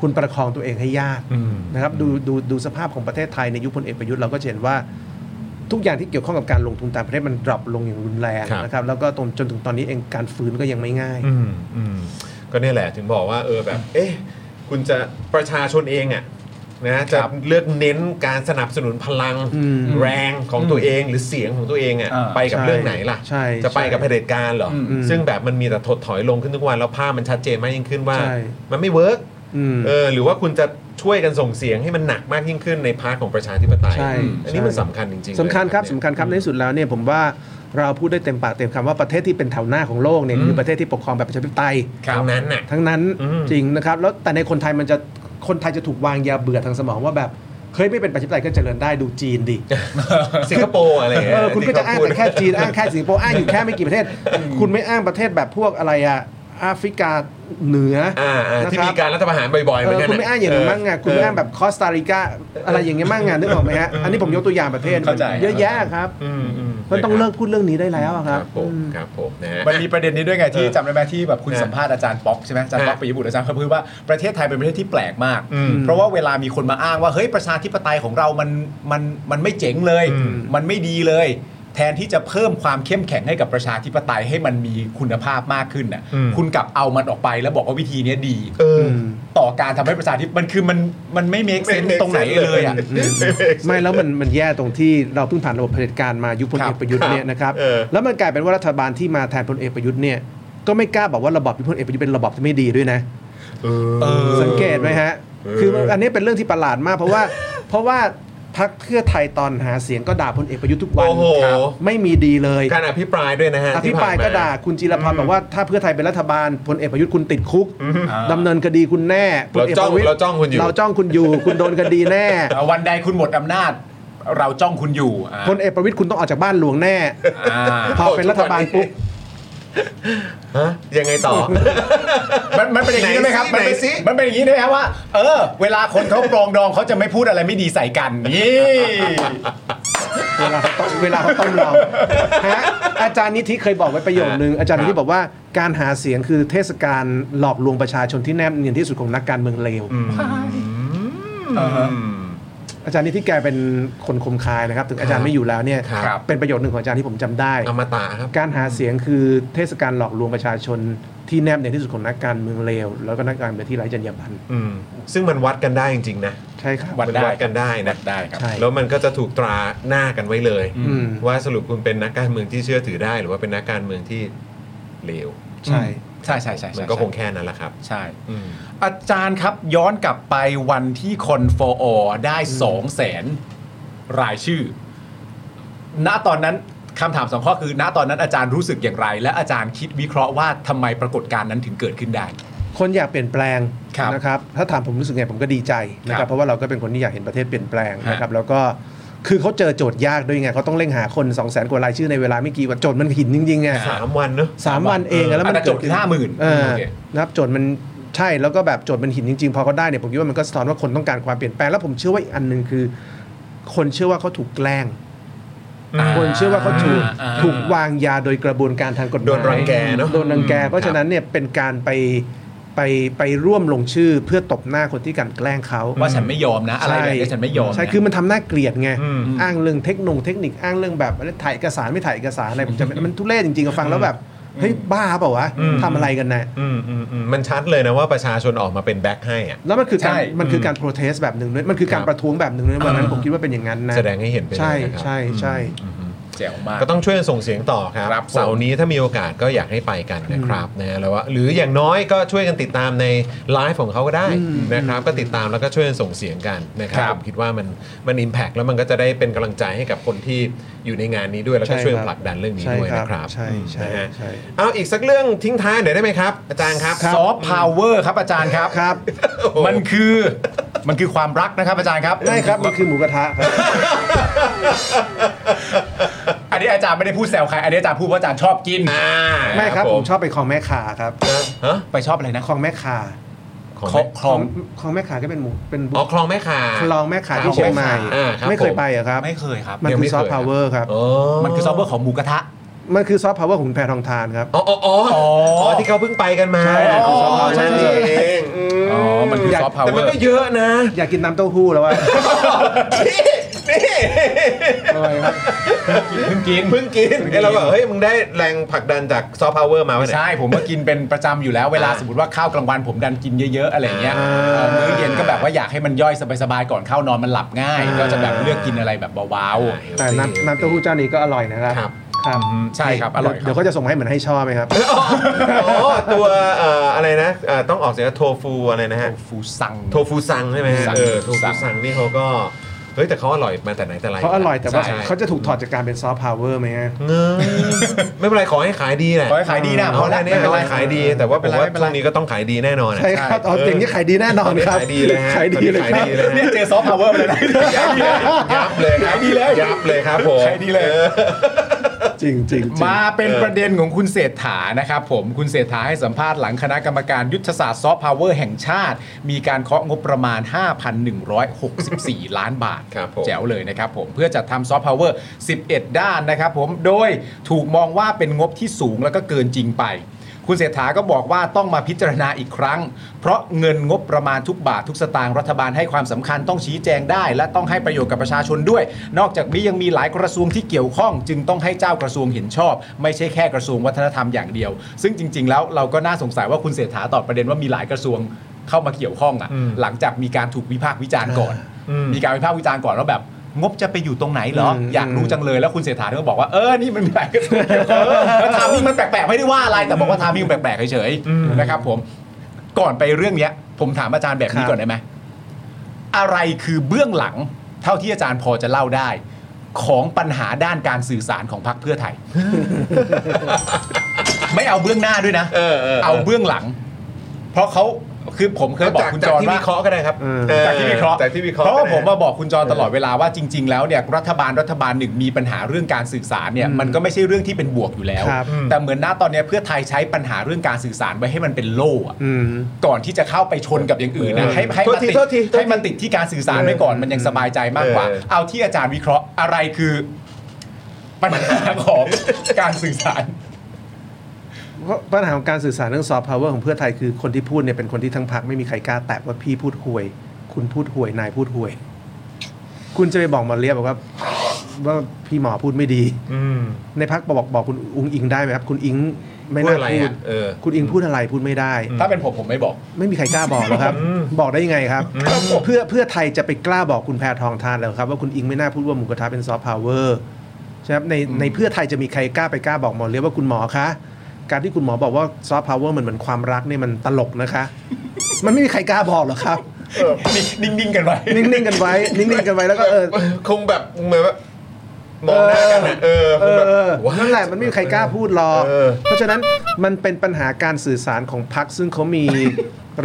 Speaker 8: คุณประคองตัวเองให้ยาก
Speaker 2: อืม
Speaker 8: นะครับดูดูดูสภาพของประเทศไทยในยุคพลเอกประยุทธ์เราก็จะเห็นว่า ทุกอย่างที่เกี่ยวข้องกับการลงทุนต่างประเทศมันดรอปลงอย่างรุนแรง
Speaker 2: ครับ
Speaker 8: นะครับแล้วก็ตนจนถึงตอนนี้เองการฟื้นก็ยังไม่ง่าย
Speaker 2: อืมอืมก็เนี่ยแหละถึงบอกว่าเออแบบ เอ๊ะคุณจะประชาชนเองอะนะจะ
Speaker 4: ครับ
Speaker 2: เลือกเน้นการสนับสนุนพลัง
Speaker 8: อืม
Speaker 2: แรงของตัวเองหรือเสียงของตัวเองอะ
Speaker 4: อ่า
Speaker 2: ไปกับ
Speaker 8: ใช่
Speaker 2: เรื่องไหนล่ะ
Speaker 8: ใช่
Speaker 2: จะไปกับ
Speaker 8: ใช่
Speaker 2: เผด็จการเหรอ
Speaker 4: อืม
Speaker 2: ซึ่งแบบมันมีแต่ถดถอยลงขึ้นทุกวัน แล้วภาพมันชัดเจนมากยิ่งขึ้นว่า
Speaker 8: ใช่
Speaker 2: มันไม่เวิร์ก
Speaker 8: อืม
Speaker 2: เออหรือว่าคุณจะช่วยกันส่งเสียงให้มันหนักมากยิ่งขึ้นในพาร์ทของประชาธิปไตย
Speaker 8: ใช่
Speaker 2: อันนี้มันสำคัญจริงๆเลย
Speaker 8: สำคัญครับ
Speaker 2: เนี่ย
Speaker 8: สำคัญครับในที่สุดแล้วเนี่ยผมว่าเราพูดได้เต็มปากเต็มคำว่าประเทศที่เป็นแถวหน้าของโลกเนี่ย
Speaker 2: อืม
Speaker 8: คือประเทศที่ปกครองแบบประชาธิปไตย
Speaker 2: คราวนั้นน่ะ
Speaker 8: ทั้งนั้น
Speaker 2: อืม
Speaker 8: จริงนะครับแล้วแต่ในคนไทยมันจะคนไทยจะถูกวางยาเบื่อทางสมองว่าแบบเฮ้ยไม่เป็นประชาธิปไตยก็เจริญได้ดูจีนดิ
Speaker 2: สิงคโปร์อะไรอย่าง
Speaker 8: เอ
Speaker 2: เงี้ย
Speaker 8: อคุณก็จะอ้างแต่แค่
Speaker 2: ที่เขพูด
Speaker 8: จีนอ้างแค่สิงคโปร์อ้างอยู่แค่ไม่กี่ประเทศ คุณไม่อ้างประเทศแบบพวกอะไรอะแอฟริกาเหนือ
Speaker 2: อ่าอ่า
Speaker 8: นะ
Speaker 2: ที่
Speaker 8: ค
Speaker 2: มี
Speaker 8: รับ
Speaker 2: การรัฐประหารบ่อยๆเห
Speaker 8: เอ
Speaker 2: มือน
Speaker 8: อ
Speaker 2: กัน
Speaker 8: คุณไม่อ้างอย่างนั้นมั่งไงคุณไม่อ้าง
Speaker 2: เ
Speaker 8: แบบคอสตาริกาอะไรอย่างเงี้ยมั่งไงนึกออกไหมฮะอันนี้ผมยกตัวอย่างประเทศ
Speaker 4: เข้าใจ
Speaker 8: เยอะแยะครับ
Speaker 2: อืมอืม
Speaker 8: มันต้องเลิกพูดเรื่องนี้ได้แล้วอะ
Speaker 2: ค
Speaker 8: ครั
Speaker 2: รั
Speaker 8: บบ
Speaker 2: ผม
Speaker 8: อืม
Speaker 2: ครับผมนะฮะ
Speaker 4: มันมีประเด็นนี้ด้วยไงที่
Speaker 2: เออ
Speaker 4: จำได้ไหมที่แบบคุณ
Speaker 2: ฮะ
Speaker 4: สัมภาษณ์อาจารย์ป๊อกใช่ไหมอาจารย์ป๊อก
Speaker 2: ฮะ
Speaker 4: ไปญี่ปุ่นอาจารย์เขาพูดว่าประเทศไทยเป็นประเทศที่แปลกมาก
Speaker 2: อืม
Speaker 4: เพราะว่าเวลามีคนมาอ้างว่าเฮ้ยประชาธิปไตยของเรามันมันมันไม่เจ๋งเลย
Speaker 2: อืม
Speaker 4: มันไม่ดีเลย แทนที่จะเพิ่มความเข้มแข็งให้กับประชาธิปไตยให้มันมีคุณภาพมากขึ้นน่ะคุณกลับเอามันออกไปแล้วบอกว่าวิธีเนี้ยดี
Speaker 2: เออ
Speaker 4: ต่อการทำให้ประชาธิปมันคือมันมันไม่เมคเซ
Speaker 2: make
Speaker 4: นต์
Speaker 2: sense
Speaker 4: ตรงไหนเลยอ่ะ
Speaker 2: ไม่ make sense
Speaker 8: ไม่แล้วมันมันแย่ตรงที่เราเพิ่งผ่านระบบเผด็จการมายุคพล
Speaker 4: ค
Speaker 8: เอ
Speaker 4: รั
Speaker 8: บ กประยุทธ์เนี่ยนะครับ
Speaker 2: เออ
Speaker 8: แล้วมันกลายเป็นว่ารัฐบาลที่มาแทนพลเอกประยุทธ์เนี่ยก็ไม่กล้าบอกว่าระบอบที่พลเอกประยุทธ์เป็นระบอบที่ไม่ดีด้วยนะ
Speaker 2: เออ
Speaker 8: สังเกตไหมฮะ
Speaker 2: เออ
Speaker 8: คือมันอันนี้เป็นเรื่องที่ประหลาดมาก เพราะว่า เพราะว่าพรรคเพื่อไทยตอนหาเสียงก็ด่าพลเอกประยุทธ์ทุกวัน
Speaker 2: โอ้โห
Speaker 8: ครับไม่มีดีเลย
Speaker 2: การอภิปรายด้วยนะฮะ
Speaker 8: อภิปรายก็
Speaker 2: ที่ผ่นม
Speaker 8: ด่าคุณจีรพันธ์บอกว่าถ้าเพื่อไทยเป็นรัฐบาลพลเอกประยุทธ์คุณติดคุกดำเนินคดีคุณแน่พลกปะวิต
Speaker 2: เราจ้องคุณอยู่
Speaker 8: เราจ้องคุณอยู่ คุณโดนคดีแน่
Speaker 2: (laughs)
Speaker 4: เอ่อวันใดคุณหมดอำนาจ เราจ้องคุณอยู่อ่า
Speaker 8: พลเอกประวิตยคุณต้องออกจากบ้านหลวง
Speaker 2: (laughs)
Speaker 8: แน่
Speaker 4: อ่า
Speaker 8: พอเป็นรัฐบาลปุ๊บ
Speaker 2: ฮะยังไงต่อ
Speaker 4: มันมันเป็นอย่างนี้ได้ไหมครับ มันเป็
Speaker 2: ไหน
Speaker 4: น
Speaker 2: สิ
Speaker 4: มันเป็นอย่างนี้ได้ไหมครับว่า เออ เวลาคนเขาปรองดองเขาจะไม่พูดอะไรไม่ดีใส่กันนี่
Speaker 8: เวลาเขาต้มเวลาเขาต้ม
Speaker 2: (laughs)
Speaker 8: เราฮะอาจารย์นิธิเคยบอกไว้ประโยคนึงอาจารย์นิธิบอกว่าการหาเสียงคือเทศกาลหลอกลวงประชาชนที่แนบเนียนที่สุดของนักการเมืองเลวอาจารย์นิธิแกเป็นคนคมคายนะครับ ถึงอาจารย์ไม่อยู่แล้วเนี่ย
Speaker 4: ครับ
Speaker 8: เป็นประโยคนึงของอาจารย์ที่ผมจำได้
Speaker 2: อมตะครับ
Speaker 8: การหาเสียงคือเทศกาลหลอกลวงประชาชนที่แนบเนียนที่สุดของนักการเมืองเลวแล้วก็นักการเมืองที่ไร้จรรยาบรรณ
Speaker 2: อืมซึ่งมันวัดกันได้จริงๆนะ
Speaker 8: ใช่ครับ
Speaker 4: วัด
Speaker 2: มัน
Speaker 4: ได้
Speaker 2: วัดกันได้นะ
Speaker 4: วัได้ครับ
Speaker 8: ใช่
Speaker 2: แล้วมันก็จะถูกตราหน้ากันไว้เลย
Speaker 8: อืม
Speaker 2: ว่าสรุปคุณเป็นนักการเมืองที่เชื่อถือได้ หรือว่าเป็นนักการเมืองที่เลว
Speaker 8: ใช่
Speaker 4: ใช่ใช่ใช่
Speaker 2: มั
Speaker 4: ใช่
Speaker 2: นก็คงแค่นั้นแหละครับ
Speaker 4: ใช่
Speaker 2: อืม
Speaker 4: อาจารย์ครับย้อนกลับไปวันที่คอนฟอร์ได้สองแสนรายชื่อ ณตอนนั้นคำถามสองข้อคือ ณตอนนั้นอาจารย์รู้สึกอย่างไร และอาจารย์คิดวิเคราะห์ว่าทำไมปรากฏการณ์นั้นถึงเกิดขึ้นได้
Speaker 8: คนอยากเปลี่ยนแปลง
Speaker 4: ครับ
Speaker 8: นะครับถ้าถามผมรู้สึกไงผมก็ดีใจนะค
Speaker 4: ครั
Speaker 8: รั
Speaker 4: บบ
Speaker 8: เพราะว่าเราก็เป็นคนที่อยากเห็นประเทศเปลี่ยนแปลงนะครับ
Speaker 4: ฮะ
Speaker 8: แล้วก็คือเขาเจอโจทย์ยากด้วยไงเขาต้องเร่งหาคน2 0 0 0 0 0กว่ารายชื่อในเวลาไม่กี่วันโจทย์มันหินจริงๆไง
Speaker 2: สามวันเนอะ
Speaker 8: สามวันเองอะแล้วมัน
Speaker 4: อัตราโจทย์คือห้าหมื่น
Speaker 8: เออ
Speaker 4: โอเค
Speaker 8: นะครับโจทย์มันใช่แล้วก็แบบโจทย์มันหินจริงๆ พอเขาได้เนี่ยผมคิดว่ามันก็สะท้อนว่าคนต้องการความเปลี่ยนแปลงแล้วผมเชื่อว่าอีกอันหนึ่งคือ คนเชื่อว่าเขาถูกแกล้ง คนเชื่อว่าเขาถูก
Speaker 4: อ่า
Speaker 8: ถูกวางยาโดยกระบวนการทางกฎหมาย
Speaker 2: โดนรังแกเนอะ
Speaker 8: โดนรังแก เพราะฉะนั้นเนี่ยเป็นการไปไปไปร่วมลงชื่อเพื่อตบหน้าคนที่กลันแกล้งเขา
Speaker 4: ว่าฉันไม่ยอมนะ อะไรแบบนี้ฉันไม่ยอมนะ
Speaker 8: ใช่คือมันทำหน้าเกลียดไง
Speaker 2: อืม
Speaker 8: อ้างเรื่องเทคโนงเทคนิคอ้างเรื่องแบบอะไรถ่ายเอกสารไม่ถ่ายเอกสารอะไรผมจำไม่มันทุเรศจริงๆอะฟังแล้วแบบเฮ้ยบ้าเปล่าวะ
Speaker 2: อืม
Speaker 8: ทำอะไรกันนะ
Speaker 2: อืมอืมอืมมันชัดเลยนะว่าประชาชนออกมาเป็นแบ็คให้อะ
Speaker 8: แล้วมันคือการ
Speaker 4: ใช่
Speaker 8: มันคือการโปรเทสแบบหนึ่งด้วยมันคือการประท้วงแบบหนึ่งด้วยวันนั้นผมคิดว่าเป็นอย่างนั้นนะ
Speaker 2: แสดงให้เห็นไปเลย
Speaker 8: ใช่
Speaker 2: นะครับ
Speaker 8: ใช่ใช่
Speaker 2: อืมอืม
Speaker 4: แจ๋วมาก
Speaker 2: ก็ต้องช่วยส่งเสียงต่อครับ
Speaker 4: ครับผม
Speaker 2: เสาร์นี้ถ้ามีโอกาสก็อยากให้ไปกันนะครับนะฮะแล้วว่าหรืออย่างน้อยก็ช่วยกันติดตามในไลฟ์ของเขาก็ได้นะครับก็ติดตามแล้วก็ช่วยกันส่งเสียงกันนะครับ
Speaker 4: ครับ
Speaker 2: ผมคิดว่ามันมันอิมแพกแล้วมันก็จะได้เป็นกำลังใจให้กับคนที่อยู่ในงานนี้ด้วยแล้วก็
Speaker 8: ใช่
Speaker 2: ช่วย
Speaker 8: ครับ
Speaker 2: ผลักดันเรื่องนี้
Speaker 8: ใช่
Speaker 2: ด้วย
Speaker 8: ครับ
Speaker 2: นะครับ
Speaker 8: ใช่ใช่
Speaker 2: นะฮะ
Speaker 8: ใช่
Speaker 2: เอาอีกสักเรื่องทิ้งท้ายหน่อยได้ไหมครับ อาจารย์ครับ
Speaker 4: ซอฟต์พาวเวอร์ครับอาจารย์ครับ
Speaker 8: ครับ
Speaker 4: มันคือมันคือความรักนะครับอาจารย์ครับ
Speaker 8: ไม่ครับมันคือหมูกระทะครับ
Speaker 4: อันนี้อาจารย์ไม่ได้พูดแซวใคร อันนี้อาจารย์พูดว่าอาจารย์ชอบกิน
Speaker 2: อ่า
Speaker 8: ไม่ครับผมชอบไปคลองแม่คาครับ
Speaker 2: ฮะ
Speaker 4: ไปชอบอะไรนะ
Speaker 8: คลองแม่คา
Speaker 2: ของ
Speaker 4: คลองคลอง
Speaker 8: คลองแม่คาก็เป็นหมู่เป็น
Speaker 2: อ๋อคลองแม่คา
Speaker 8: คลองแม่คาที่เชียงใหม่
Speaker 2: อ่ารับ
Speaker 8: ไม่เคย
Speaker 2: ผ
Speaker 8: ไปเหรอะครับ
Speaker 4: ไม่เคยครับ
Speaker 8: มัน
Speaker 2: ยัง
Speaker 8: คือ
Speaker 2: ไ
Speaker 8: ซอฟต์พาวเวอร์ครับ
Speaker 2: อ๋อ
Speaker 4: มันคือซอฟต์แวร์ของหมูกระทะ
Speaker 8: มันคือซอฟต์พาวเวอร์ของคุณแพทองทานครับ
Speaker 2: อ๋ออ๋ออ๋อ
Speaker 4: อ๋อ
Speaker 2: อ๋อที่เขาเพิ่งไปกันมา
Speaker 8: ใช่อ๋อใช่
Speaker 2: นั่นเองอืม
Speaker 4: อ๋อมันคือ soft power
Speaker 2: แต่มันก็เยอะนะ
Speaker 8: อยากกินน้ำเต้าหู้แล้วว่า
Speaker 2: นี่นี่
Speaker 4: เพิ่งกิน
Speaker 2: เพิ่งกินไอ้เราแบบเฮ้ยมึงได้แรงผลักดันจากซอฟต์พาวเวอร์มาปะ
Speaker 4: ไม่
Speaker 2: เนี่ย
Speaker 4: ใช่ ผมก็กินเป็นประจำอยู่แล้ว เวลาสมมติว่าข้าวกลางวันผมดันกินเยอะๆ อะไรเงี้ย
Speaker 2: อ่า
Speaker 4: เอ่อมื้อเย็นก็แบบว่าอยากให้มันย่อยสบายๆ ก่อนเข้านอนมันหลับง่าย
Speaker 2: อ่า
Speaker 4: ก็จะแบบเลือกกินอะไรแบบเบา
Speaker 8: แต่น้ำน้ำเต้าหู้เจ้านี้ก็อร่อยนะครับ
Speaker 2: ครับ
Speaker 8: ครับ
Speaker 4: ใช่ครับอร่อยครับ
Speaker 8: เดี๋ยวก็จะส่งมาให้เหมือนให้ชอบไหมครับ
Speaker 2: อ๋อตัวเอ่ออะไรนะเอ่อต้องออกเสียงว่าโทฟูอะไรนะ
Speaker 4: ๆโท
Speaker 2: ฮะ
Speaker 4: ฟูซัง
Speaker 2: โทฟูซังใช่ไหมฮะ
Speaker 4: ซัง
Speaker 2: เออโทฟู
Speaker 4: ซัง
Speaker 2: ซังนี่เขาก็เฮ้ยแต่เขาอร่อยมาแต่ไหนแต่ไร
Speaker 8: เพราะอร่อยแต่ว่า
Speaker 2: ใช่
Speaker 8: เขาจะถูกถอดจากการเป็นซอฟต์พาวเวอร์ไหมฮะ
Speaker 2: เงยไม่เป็นไรขอให้ขายดีแหละ
Speaker 4: ขอให้ขายดีนะ
Speaker 2: เพราะ
Speaker 4: ละ
Speaker 2: แน่ๆขอให้ขายดี แต่ว่าผมว่าช่วงนี้ก็ต้องขายดีแน่นอนอะ
Speaker 8: ใช่ครับเอาอย่างนี้ขายดีแน่นอนครับ
Speaker 2: ขายดีเลยฮะ
Speaker 8: ขายดีเลยค
Speaker 2: ขา
Speaker 8: รั
Speaker 2: ย
Speaker 8: บ
Speaker 2: ดีเลย
Speaker 4: เนี่
Speaker 2: ฮะ
Speaker 4: ยเจอซอฟต์พาวเวอร์ไปแล้วนะ
Speaker 2: ยับเลยครับ
Speaker 4: ขายดีแล้ว
Speaker 2: ยับเลยครับผม
Speaker 4: ใช่ดีเลย
Speaker 8: จริงจริงจริง
Speaker 4: มาเป็นประเด็นของคุณเศรษฐานะครับผมคุณเศรษฐาให้สัมภาษณ์หลังคณะกรรมการยุทธศาสตร์ซอฟต์พาวเวอร์แห่งชาติ มีการเคาะงบประมาณ 5,164 ล้านบาท
Speaker 2: ครับผม
Speaker 4: แจ๋วเลยนะครับผมเพื่อจัดทำซอฟต์พาวเวอร์ 11 ด้านนะครับผมโดยถูกมองว่าเป็นงบที่สูงแล้วก็เกินจริงไป คุณเศรษฐาก็บอกว่าต้องมาพิจารณาอีกครั้ง เพราะเงินงบประมาณทุกบาททุกสตางค์รัฐบาลให้ความสำคัญต้องชี้แจงได้ และต้องให้ประโยชน์กับประชาชนด้วย นอกจากนี้ยังมีหลายกระทรวงที่เกี่ยวข้อง จึงต้องให้เจ้ากระทรวงเห็นชอบ ไม่ใช่แค่กระทรวงวัฒนธรรมอย่างเดียว ซึ่งจริง ๆ แล้วเราก็น่าสงสัยว่าคุณเศรษฐาตอบประเด็นว่ามีหลายกระทรวง เข้ามาเกี่ยวข้องอ่ะ
Speaker 2: อืม
Speaker 4: หลังจากมีการถูกวิพากษ์วิจารณ์ก่อน
Speaker 2: อืม
Speaker 4: มีการวิพากษ์วิจารณ์ก่อนว่าแบบ งบจะไปอยู่ตรงไหนเหรอ
Speaker 8: อืม
Speaker 4: อยากรู้จังเลยแล้วคุณเศรษฐาก็บอกว่าเออนี่มันแปลกเออ (laughs) แล้วทามิ่งมันแปลกๆไม่ได้ว่าอะไรแต่บอกว่าทามิ่งแปลกๆเฉย
Speaker 2: อืม
Speaker 4: ๆนะครับ ผมก่อนไปเรื่องเนี้ย ผมถามอาจารย์แบบนี้
Speaker 8: ครับ
Speaker 4: ก่อนได้ไหมอะไรคือเบื้องหลัง เท่าที่อาจารย์พอจะเล่าได้ ของปัญหาด้านการสื่อสารของพรรคเพื่อไทย
Speaker 2: (laughs)
Speaker 4: ไม่เอาเบื้องหน้าด้วยนะ
Speaker 2: เออเออ
Speaker 4: เอาเบื้องหลัง เพราะเขาคือผมเคยบอก
Speaker 2: จาก
Speaker 4: คุณ
Speaker 2: จา
Speaker 4: จ
Speaker 2: ก
Speaker 4: ร
Speaker 2: ที่
Speaker 4: ว่า
Speaker 2: วิเคราะห์ก็ได้ครับ
Speaker 8: เออ
Speaker 2: ออ
Speaker 4: จากที่วิเคราะห์
Speaker 2: จากที่วิเคราะห์
Speaker 4: เพราะว่าผม
Speaker 2: ก็ได้
Speaker 4: มาบอกคุณจรตลอดเวลาว่าจริง ๆ แล้วเนี่ยรัฐบาลรัฐบาลหนึ่งมีปัญหาเรื่องการสื่อสารเนี่ยมันก็ไม่ใช่เรื่องที่เป็นบวกอยู่แล้ว
Speaker 8: ครับ
Speaker 4: แต่เหมือนหน้าตอนเนี้ยเพื่อไทยใช้ปัญหาเรื่องการสื่อสารไว้ให้มันเป็นโล่อะ
Speaker 8: อืม
Speaker 4: ก่อนที่จะเข้าไปชนกับอย่างอื่นนะให้ให้
Speaker 2: โทษ
Speaker 4: มา
Speaker 2: ที
Speaker 4: ติด
Speaker 2: โทษทีโทษที
Speaker 4: ให้มันติดที่การสื่อสารไว้ก่อนมันยังสบายใจมากกว่า
Speaker 2: เออ
Speaker 4: เอาที่อาจารย์วิเคราะห์อะไรคือ ปัญหาของการสื่อสาร
Speaker 8: เพราะปัญหาของการสื่อสารเรื่องซอฟต์พาวเวอร์ของเพื่อไทยคือคนที่พูดเนี่ยเป็นคนที่ทั้งพรรคไม่มีใครกล้าแตะว่าพี่พูดห่วย คุณพูดห่วยนายพูดห่วย คุณจะไปบอกหมอเลียบอกว่า (coughs) ว่าพี่หมอพูดไม่ดี
Speaker 2: อืม
Speaker 8: ในพักบอกบอกคุณอุงอิงได้ไหมครับ คุณอิงไม่
Speaker 2: พู
Speaker 8: น่า
Speaker 2: ดอะไร
Speaker 8: พูด
Speaker 2: อ่ะเออ
Speaker 8: คุณอิงพูดอะไรพูดไม่ได้
Speaker 4: ถ้าเป็นผมผมไม่บอก
Speaker 8: ไม่มีใครกล้าบอกหรอกครับ บอกได้ยังไงครับ เพื่อเพื่อไทยจะไปกล้าบอกคุณแพทองทานแล้วครับ ว่าคุณอิงไม่น่าพูดว่าหมูกระทะเป็นซอฟต์พาวเวอร์ใช่ไหมครับในในเพื่อไทยจะมีใครกล้าไปกล้าบอกหมอเรียกว่าคุณหมอคะ การที่คุณหมอบอกว่าซอฟต์พาวเวอร์มันเหมือนความรักเนี่ยมันตลกนะคะ มันไม่มีใครกล้าบอกหรอกครับ
Speaker 4: นิ่งๆกันไว้
Speaker 8: นิ่งๆกันไว้ นิ่งๆกันไว้แล้วก็เออ
Speaker 2: คงแบบเหมือนแบบมองหน้ากันนะเออค
Speaker 8: เอ
Speaker 2: งแบบ
Speaker 8: อ
Speaker 2: What?
Speaker 8: นั่นแหละมันไม่มีใครกล้าพูดหรอก
Speaker 2: เออ
Speaker 8: เพราะฉะนั้นมันเป็นปัญหาการสื่อสารของพักซึ่งเขามี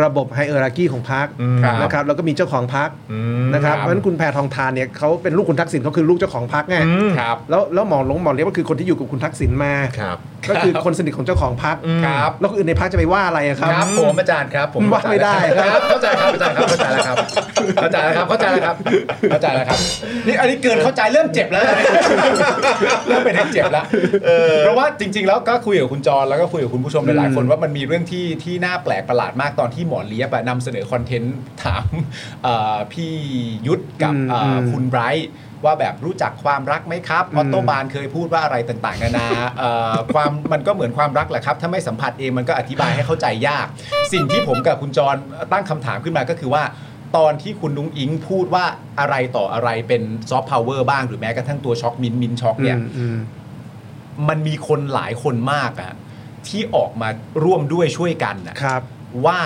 Speaker 8: ระบบไฮเออร์ากีของพัก
Speaker 4: ครับ
Speaker 8: นะครับแล้วก็มีเจ้าของพัก
Speaker 2: อืม
Speaker 8: นะครับ
Speaker 4: ครับ
Speaker 8: เพราะฉะนั้นคุณแพทองทานเนี่ยเขาเป็นลูกคุณทักษิณเขาคือลูกเจ้าของพักไง
Speaker 4: ครับ
Speaker 8: แล้วแล้วหมอหลงหมอเลี้ยบก็คือคนที่อยู่กับคุณทักษิณมา
Speaker 2: ครับ
Speaker 8: ก็คือ (laughs) คนสนิทของเจ้าของพัก
Speaker 4: ครับ
Speaker 8: แล้วคนอื่นในพักจะไปว่าอะไรอะค
Speaker 4: ครั
Speaker 8: รับ
Speaker 4: บผมอาจารย์ครับ ผม
Speaker 8: ว่าไม่ได้ครับ
Speaker 4: เข้าใจครับอาจารย์ครับเข้าใจแล้วครับเข้าใจแล้วครับเข้าใจแล้วครับเข้าใจแล้วครับ นี่อันนี้เกินเข้าใจเริ่มเจ็บแล้ว (laughs) เริ่มเป็นเจ็บแล้วเพราะว่าจริง ๆ แล้วก็คุยกับคุณจรแล้วก็คุยกับคุณผู้ชมหลายๆคนว่ามันมีเรื่องที่ที่น่าแปลกประหลาดมากตอนที่หมอเลียบอะนำเสนอคอนเทนต์ถามเอ่อพี่ยุทธกับเอ่อ
Speaker 8: ม
Speaker 4: คุณไบรท์ว่าแบบรู้จักความรักไหมครับออโตบานเคยพูดว่าอะไรต่างๆนานาเอ่อความมันก็เหมือนความรักแหละครับ ถ้าไม่สัมผัสเองมันก็อธิบายให้เข้าใจยาก สิ่งที่ผมกับคุณจรตั้งคำถามขึ้นมาก็คือว่า ตอนที่คุณนุ้งอิงพูดว่าอะไรต่ออะไรเป็นซอฟต์พาวเวอร์บ้างหรือแม้กระทั่งตัวช็อกมินมินช็อกเนี่ย
Speaker 8: อืมอืม
Speaker 4: มันมีคนหลายคนมากอะที่ออกมาร่วมด้วยช่วยกันนะครับ ว่า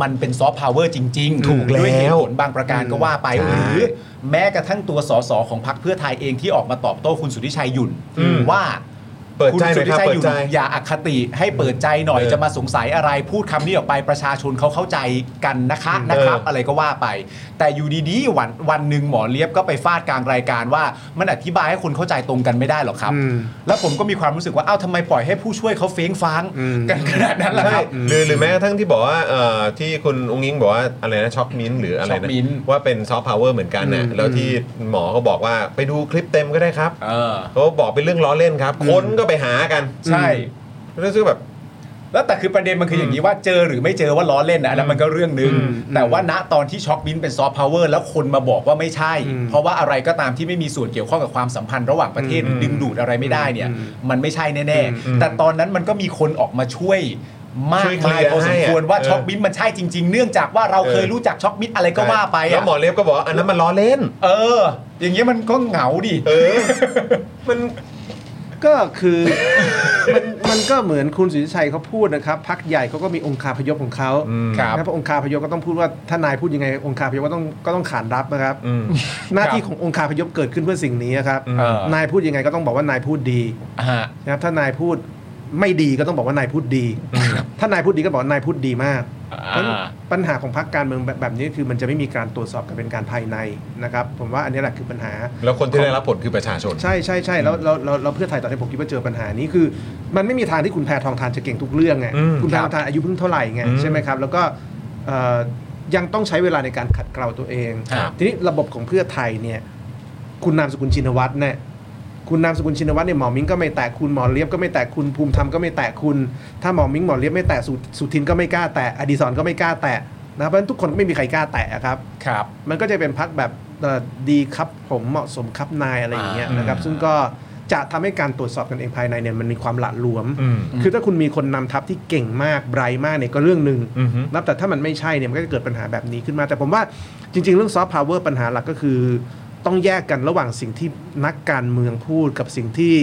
Speaker 4: มันเป็นซอฟต์พาวเวอร์จริงๆ
Speaker 2: ถูกแล้ว
Speaker 4: ด้วยเหตุผลบางประการ
Speaker 8: อืม
Speaker 4: ก็ว่าไป
Speaker 2: ใช่
Speaker 4: หรือ แม้กระทั่งตัวสสของพรรคเพื่อไทยเองที่ออกมาตอบโต้คุณสุทธิชัยหยุ่น
Speaker 2: อืม
Speaker 4: ว่า
Speaker 2: เปิดใจ
Speaker 4: คุณสุทธิชัยหยุ่น
Speaker 2: หน่อยครับเปิดใจ
Speaker 4: อย่าอคติให้เปิดใจหน่อย
Speaker 2: เออ
Speaker 4: จะมาสงสัยอะไรพูดคำนี้ออกไปประชาชนเขาเข้าใจกันนะคะนะครับ
Speaker 2: เออ
Speaker 4: อะไรก็ว่าไป แต่อยู่ดีๆวันวันหนึ่งหมอเลียบก็ไปฟาดกลางรายการว่ามันอธิบายให้คนเข้าใจตรงกันไม่ได้หรอกครับ
Speaker 8: อืม
Speaker 4: แล้วผมก็มีความรู้สึกว่าอ้าวทำไมปล่อยให้ผู้ช่วยเขาเฟ้งฟาง
Speaker 8: อืม
Speaker 4: กันขนาดนั้นล่ะค
Speaker 2: ใช่
Speaker 4: รับ
Speaker 2: หรือหรือแม้กระทั่งที่บอกว่าเอ่อที่คุณอุ้งอิงบอกว่าอะไรนะช็อกมิ้นท์หรืออะไร
Speaker 4: ช็อ
Speaker 2: นะ
Speaker 4: กมิ้นท์
Speaker 2: ว่าเป็นซอฟต์พาวเวอร์เหมือนกันนะ
Speaker 8: อืม
Speaker 2: แล้วที่หมอก็บอกว่าไปดูคลิปเต็มก็ได้ครับ
Speaker 4: เออ
Speaker 2: เขาบอกเป็นเรื่องล้อเล่นครับ คนก็ไปหากัน
Speaker 4: ใช่
Speaker 2: แล้วซึ่งแบบ
Speaker 4: แล้วแต่คือประเด็นมันคืออย่างนี้ว่าเจอหรือไม่เจอว่าล้อเล่นนะอันนั้นมันก็เรื่องหนึ่งแต่ว่าณตอนที่ช็อกบินเป็นซอฟต์พาวเวอร์แล้วคนมาบอกว่าไม่ใช่
Speaker 8: อืม
Speaker 4: เพราะว่าอะไรก็ตามที่ไม่มีส่วนเกี่ยวข้องกับความสัมพันธ์ระหว่างประเทศหรือดึงดูดอะไรไม่ได้เนี่ย
Speaker 8: อืม
Speaker 4: มันไม่ใช่แน่ๆ แต่ตอนนั้นมันก็มีคนออกมาช่วยมาก
Speaker 2: ช่วยเคลี
Speaker 4: มาย
Speaker 2: ยร์
Speaker 4: พอสมควร
Speaker 2: ให้อะ
Speaker 4: ว่า
Speaker 2: เออ
Speaker 4: ช็อกบินมันใช่จริง ๆ เนื่องจากว่าเรา
Speaker 2: เออ
Speaker 4: เคยรู้จักช็อกบินอะไรก็ว่าไป
Speaker 2: แล้ว
Speaker 4: อะ
Speaker 2: หมอเล็บก็บอกว่าอันนั้นมันล้อเล่น
Speaker 4: เออ อย่างเงี้ยมันก็เหงาดิ
Speaker 2: เออ มัน
Speaker 8: ก็คือ (laughs) มันมันก็เหมือนคุณสุทธิชัยเขาพูดนะครับพักใหญ่เขาก็มีองคาพยพของเขา
Speaker 4: ครับ
Speaker 8: นะเพราะองคาพยพก็ต้องพูดว่าถ้านายพูดยังไงองคาพยพก็ต้องก็ต้องขานรับนะครับ
Speaker 2: อืม
Speaker 8: หน้าที่ขององคาพยพเกิดขึ้นเพื่อสิ่งนี้ครับ
Speaker 2: อืม
Speaker 4: เออน
Speaker 8: ายพูดยังไงก็ต้องบอกว่านายพูดดี
Speaker 4: ฮะ
Speaker 8: นะครับถ้านายพูดไม่ดีก็ต้องบอกว่านายพูดดี ถ้านายพูดดีก็บอกว่านายพูดดีมาก
Speaker 4: อ่า
Speaker 8: เพราะฉะนั้นปัญหาของพรรคการเมืองแบบแบบนี้คือมันจะไม่มีการตรวจสอบกันเป็นการภายในนะครับ ผมว่าอันนี้แหละคือปัญหา
Speaker 2: แล้วคนที่ได้รับผลคือประชาชน
Speaker 8: ใช่ใช่ใช่แล้วเราเราเราเพื่อไทยตอนนี้ผมคิดว่าเจอปัญหานี้คือ มันไม่มีทางที่คุณแพทองทานจะเก่งทุกเรื่องไง
Speaker 2: อืม
Speaker 8: คุณแพทองทานอายุเพิ่งเท่าไหร่ไง
Speaker 2: อืม
Speaker 8: ใช่ไหมครับ แล้วก็เอ่อยังต้องใช้เวลาในการขัดเกลาตัวเอง
Speaker 2: ครับ
Speaker 8: ทีนี้ระบบของเพื่อไทยเนี่ย คุณนามสกุลชินวัตรเนี่ยคุณนามสกุลชินวัตรเนี่ยหมอมิ้งก็ไม่แตะคุณหมอเลียบก็ไม่แตะคุณภูมิธรรมก็ไม่แตะคุณ ถ้าหมอมิ้งหมอเลียบไม่แตะสุสุทินก็ไม่กล้าแตะอดีศรก็ไม่กล้าแตะนะครับเพราะฉะนั้นทุกคนก็ไม่มีใครกล้าแตะอะครับ
Speaker 4: ครับ
Speaker 8: มันก็จะเป็นพักแบบเอ่อดีครับผมเหมาะสมครับนายอะไรอย่างเงี้ยนะครับ ซึ่งก็ จะทำให้การตรวจสอบกันเองภายในเนี่ยมันมีความหละหลวม
Speaker 2: อืม
Speaker 8: คือถ้าคุณมีคนนำทัพที่เก่งมากไบรท์มากเนี่ยก็เรื่องหนึ่ง
Speaker 2: อือฮึ
Speaker 8: นับแต่ถ้ามันไม่ใช่เนี่ยมันก็จะเกิดปัญหาแบบนี้ขึ้นมา แต่ผมว่าจริง ๆ เรื่องซอฟต์พาวเวอร์ปัญหาหลักก็คือ ต้องแยกกันระหว่างสิ่งที่นักการเมืองพูดกับสิ่งที่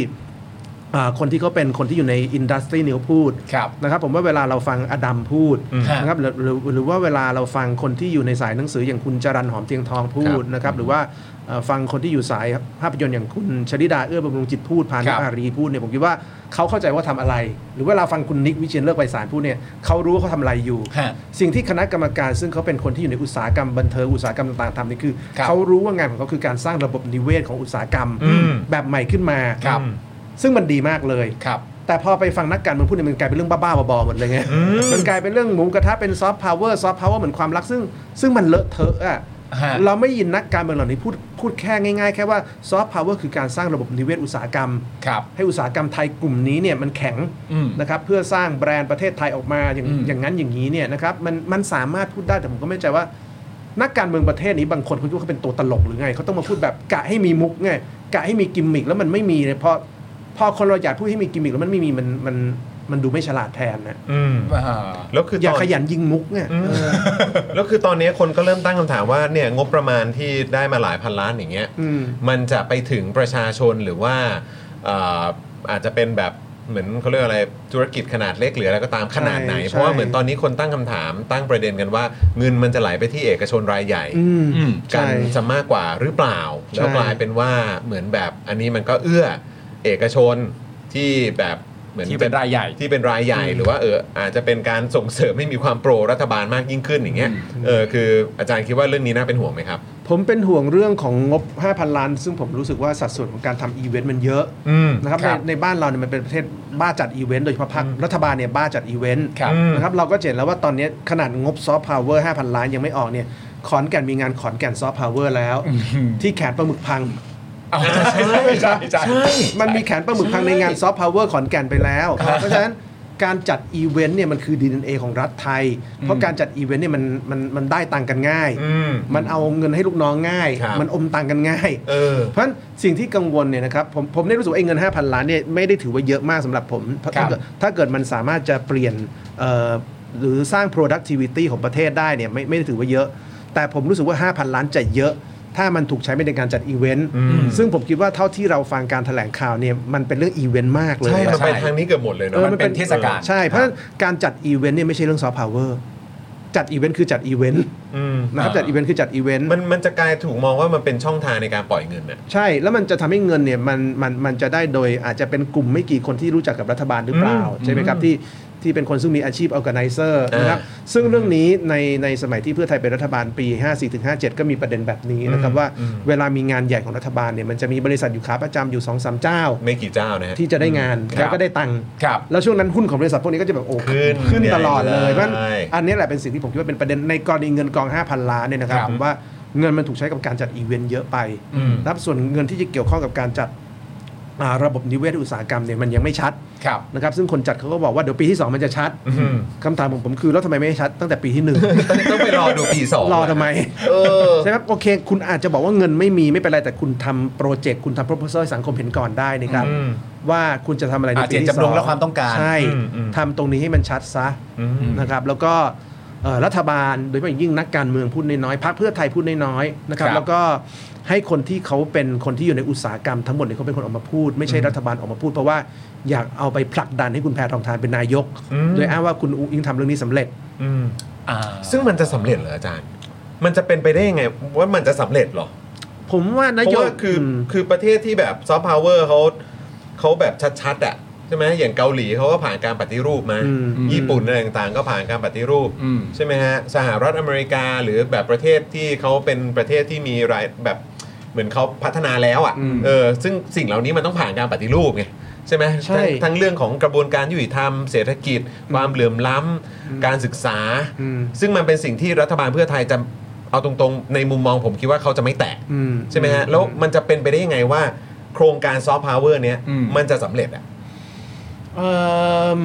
Speaker 8: อ่าคนที่เขาเป็นคนที่อยู่ในอินดัสทรีนิวพูด
Speaker 4: ครับ
Speaker 8: นะครับผมว่าเวลาเราฟังอดัมพูด
Speaker 2: อืม
Speaker 8: นะครับหรือหรือหรือว่าเวลาเราฟังคนที่อยู่ในสายหนังสืออย่างคุณจรันหอมเทียงทองพูดนะครับหรือว่าเอ่อฟังคนที่อยู่สายภาพยนตร์อย่างคุณชลิดาเอื้อบำรุงจิตพูดพา
Speaker 4: ค
Speaker 8: นุ
Speaker 4: รับ
Speaker 8: อารีพูดเนี่ยผมคิดว่าเขาเข้าใจว่าทำอะไร หรือเวลาฟังคุณนิกวิเชียนเลิกไปสารพูดเนี่ยเขารู้ว่าเขาทำอะไรอยู่
Speaker 4: ฮะ
Speaker 8: สิ่งที่คณะกรรมการซึ่งเขาเป็นคนที่อยู่ในอุตสาหกรรมบันเทิงอุตสาหกรรมต่างๆทำนี่คือ
Speaker 4: ครับ
Speaker 8: เขารู้ว่างานของเขาคือการสร้างระบบนิเวศของอุตสาหกรรม
Speaker 2: อืม
Speaker 8: แบบใหม่ขึ้นมา
Speaker 4: ครับ
Speaker 8: ซึ่งมันดีมากเลย
Speaker 4: ครับ
Speaker 8: แต่พอไปฟังนักการเมืองพูดเนี่ยมันกลายเป็นเรื่องบ้าๆบอๆหมดเลยไงมันกลายเป็นเรื่องหมูกระทะเป็นซอฟต์พาวเวอร์ซอฟต์พาวเวอร์เหมือนความรักซึ่ง ซึ่งมันเลอะเทอะอะ
Speaker 4: ฮะ
Speaker 8: เราไม่ยินนักการเมืองเหล่านี้พูดพูดแค่ง่ายๆ แค่ว่าซอฟต์พาวเวอร์คือการสร้างระบบนิเวศอุตสาหกรรม
Speaker 4: ครับ
Speaker 8: ให้อุตสาหกรรมไทยกลุ่มนี้เนี่ยมันแข็ง
Speaker 4: อืม
Speaker 8: นะครับเพื่อสร้างแบรนด์ประเทศไทยออกมาอย่าง
Speaker 4: อืม
Speaker 8: อย่างนั้นอย่างนี้เนี่ยนะครับมันมันสามารถพูดได้แต่ผมก็ไม่แน่ใจว่า นักการเมืองประเทศนี้บางคนเขาคิดว่าเขาเป็นตัวตลกหรือไงเขาต้องมาพูดแบบกะให้มีมุกไงกะให้มีกิมมิคแล้วมันไม่มีเลยพอพอคนเราอยากพูดให้มีกิมมิคแล้วมันไม่มีมันมันมันดูไม่ฉลาดแทนนะ
Speaker 2: อืม
Speaker 4: อ่า
Speaker 2: แล้วคือ
Speaker 8: อ
Speaker 2: ต
Speaker 8: ย่า
Speaker 2: อน
Speaker 8: ขยันยิงมุกไง
Speaker 2: อืมแล้วคือตอนนี้คนก็เริ่มตั้งคำถามว่าเนี่ยงบประมาณที่ได้มาหลายพันล้านอย่างเงี้ย
Speaker 8: อืม
Speaker 2: มันจะไปถึงประชาชนหรือว่าเอ่ออาจจะเป็นแบบเหมือนเขาเรียกอะไรธุรกิจขนาดเล็กหรืออะไรก็ตามขนาดไหน
Speaker 8: ใช่
Speaker 2: เพราะว่าเหมือนตอนนี้คนตั้งคำถามตั้งประเด็นกันว่า เงินมันจะไหลไปที่เอกชนรายใหญ่
Speaker 8: อืม
Speaker 4: อืม
Speaker 2: กัน
Speaker 8: ใช่
Speaker 2: จะมากกว่าหรือเปล่า
Speaker 8: ใช่
Speaker 2: แล้วกลายเป็นว่าเหมือนแบบอันนี้มันก็เอื้อเอกชนที่แบบเหมือน
Speaker 4: ที่เป็นรายใหญ่
Speaker 2: ที่เป็นรายใหญ่หรือว่าเอออาจจะเป็นการส่งเสริมให้มีความโปรรัฐบาลมากยิ่งขึ้นอย่างเงี้ยเออคืออาจารย์คิดว่าเรื่องนี้น่าเป็นห่วงไหมครับ
Speaker 8: ผมเป็นห่วงเรื่องของงบ 5,000 ล้าน ซึ่งผมรู้สึกว่าสัดส่วนของการทำอีเวนต์มันเยอะ
Speaker 2: อืม
Speaker 8: นะครับ
Speaker 4: ครับ
Speaker 8: ในในบ้านเราเนี่ยมันเป็นประเทศบ้าจัดอีเวนต์โดยเฉพาะภาครัฐบาลเนี่ยบ้าจัดอีเวนต์
Speaker 4: ครับอืม
Speaker 8: นะครับเราก็จะเห็นแล้วว่าตอนนี้ขนาดงบซอฟต์พาวเวอร์5,000 ล้านยังไม่ออกเนี่ยขอนแก่นมีงานขอนแก่นซอฟต์พาวเวอร์แล้ว ที่แขนปลาหมึกพัง
Speaker 4: เอาใช่ใช่ใช่
Speaker 8: มันมีแขนปลาหมึกพังในงานซอฟต์พาวเวอร์ขอนแก่นไปแล้ว เพราะฉะนั้นการจัดอีเวนต์เนี่ยมันคือ DNA ของรัฐไทย เพราะการจัดอีเวนต์เนี่ยมันมันมันได้ตังค์กันง่าย มันเอาเงินให้ลูกน้องง่าย
Speaker 2: ครับ
Speaker 8: มันอมตังค์กันง่าย
Speaker 2: เออ
Speaker 8: เพราะฉะนั้นสิ่งที่กังวลเนี่ยนะครับผมผมได้รู้สึกว่าไอ้เงิน 5,000 ล้านเนี่ยไม่ได้ถือว่าเยอะมากสำหรับผมเพราะ
Speaker 4: ครั
Speaker 8: ถ้า
Speaker 4: บ
Speaker 8: เกิดถ้าเกิดมันสามารถจะเปลี่ยนเอ่อหรือสร้าง productivity ของประเทศได้เนี่ยไม่ไม่ได้ถือว่าเยอะ แต่ผมรู้สึกว่า 5,000 ล้านจะเยอะ ถ้ามันถูกใช้ไปในการจัดอีเวนต์ซึ่งผมคิดว่าเท่าที่เราฟังการถแถลงข่าวเนี่ยมันเป็นเรื่องอีเวนต์มากเลย
Speaker 2: ใช่
Speaker 8: อะ
Speaker 2: มันไปทางนี้เกือบหมดเลยเน
Speaker 8: อ
Speaker 2: อะ
Speaker 8: อ
Speaker 4: มันเป็นเทศกาล
Speaker 8: ใช่เพราะฉะนั้นการจัดอีเวนต์เนี่ยไม่ใช่เรื่องซอฟต์พาวเวอร์จัดอีเวนต์คือจัดอีเวนต์นะครับจัดอีเวนต์คือจัดอีเวนต์
Speaker 2: มันมันจะกลายถูกมองว่ามันเป็นช่องทางในการปล่อยเงินน่ะ
Speaker 8: ใช่ แล้วมันจะทำให้เงินเนี่ยมันมันมันจะได้โดยอาจจะเป็นกลุ่มไม่กี่คนที่รู้จักกับรัฐบาลหรือเปล่า ใช่ไหมครับ ที่ที่เป็นคนซึ่งมีอาชีพ organizer นะครับ ซึ่งเรื่องนี้ในในสมัยที่เพื่อไทยเป็นรัฐบาลปี 54-57 ก็มีประเด็นแบบนี้นะครับว่าเวลามีงานใหญ่ของรัฐบาลเนี่ยมันจะมีบริษัทอยู่ขาประจำอยู่2องสามเจ้า
Speaker 2: ไม่กี่เจ้านะฮะ
Speaker 8: ที่จะได้งาน
Speaker 4: ครับ
Speaker 8: แล้วก็ได้ตังค์
Speaker 4: ครับ
Speaker 8: แล้วช่วงนั้นหุ้นของบริษัทพวกนี้ก็จะแบบโอ้
Speaker 2: ขึ้น
Speaker 8: ขึ้น
Speaker 2: ใหญ่
Speaker 8: ตลอดเลยเพราะฉะนั้น
Speaker 2: ใช่
Speaker 8: อันนี้แหละเป็นสิ่งที่ผมคิดว่าเป็นประเด็นในกรณีเงินกอง 5,000 ล้านเนี่ยนะครับ
Speaker 4: ครับ
Speaker 8: ผมว่าเงินมันถูกใช้กับการจัดอีเวนต์เยอะไป
Speaker 4: อืม
Speaker 8: นะครับส่วนเงินที่จะเกี่ยวข้องกับการจัดอ่าระบบนิเวศอุตสาหกรรมเนี่ยมันยังไม่ชัด
Speaker 4: ครับ
Speaker 8: นะครับซึ่งคนจัดเขาก็บอกว่าเดี๋ยวปีที่ 2 มันจะชัดคำถามของผมคือ แล้วทำไมไม่ให้ชัดตั้งแต่ปีที่ 1
Speaker 2: ต้องไปรอดูปีสอง
Speaker 8: รอทำไม
Speaker 2: เออ
Speaker 8: ใช่ไหมครับโอเค คุณอาจจะบอกว่าเงินไม่มีไม่เป็นไร แต่คุณทำโปรเจกต์คุณทำโปรโพเซอร์ให้สังคมเห็นก่อนได้นะครับ ว่าคุณจะทำอะไรในปี
Speaker 4: อ่าเจ
Speaker 8: ที่
Speaker 4: ตจำนงและความต้องการ
Speaker 8: ใช่
Speaker 2: อืมอืม
Speaker 8: ทำตรงนี้ให้มันชัดซะนะครับแล้วก็เอ่อรัฐบาลโดยเฉพาะอย่างยิ่งนักการเมืองพูดน้อยๆพรรคเพื่อไทยพูดน้อยๆนะครับ
Speaker 4: ครับ
Speaker 8: แล้วก็ให้คนที่เขาเป็นคนที่อยู่ในอุตสาหกรรมทั้งหมดเนี่ยเขาเป็นคนออกมาพูด ไม่ใช่รัฐบาลออกมาพูด เพราะว่าอยากเอาไปผลักดันให้คุณแพทองทานเป็นนายก โดยอ้างว่าคุณอุ้งอิงทำเรื่องนี้สำเร็จ
Speaker 4: อ่า
Speaker 2: ซึ่งมันจะสำเร็จเหรออาจารย์ มันจะเป็นไปได้ยังไง ว่ามันจะสำเร็จเหรอ
Speaker 8: ผมว่าน
Speaker 2: เพ
Speaker 8: โย
Speaker 2: ราะ
Speaker 8: บา
Speaker 2: ว่ายคือ
Speaker 8: ม
Speaker 2: คือประเทศที่แบบซอฟต์พาวเวอร์เขาเขาแบบชัดๆอ่ะใช่ไหมอย่างเกาหลีเขาก็ผ่านการปฏิรูปมา
Speaker 8: อืม
Speaker 2: ญี่ปุ่นอะไรต่างๆ ก็ผ่านการปฏิรูป
Speaker 4: อืม
Speaker 2: ใช่ไหมฮะสหรัฐอเมริกาหรือแบบประเทศที่เขาเป็นประเทศที่มีรายแบบเหมือนเขาพัฒนาแล้วอ่ะ
Speaker 8: อืม
Speaker 2: เออซึ่งสิ่งเหล่านี้มันต้องผ่านการปฏิรูปไงใช่ไหม
Speaker 8: ใช่
Speaker 2: ทั้งทั้งเรื่องของกระบวนการยุติธรรมเศรษฐกิจ ความเหลื่อมล้ำการศึกษา
Speaker 8: อืม
Speaker 2: ซึ่งมันเป็นสิ่งที่รัฐบาลเพื่อไทยจะเอาตรงๆ ในมุมมองผมคิดว่าเขาจะไม่แตะ
Speaker 8: อืม
Speaker 2: ใช่ไหมฮะแล้วมันจะเป็นไปได้ยังไงว่า โครงการซอฟต์พาวเวอร์เนี้ย
Speaker 4: อืม
Speaker 2: มันจะสำเร็จอ่ะ
Speaker 8: เอิ่ม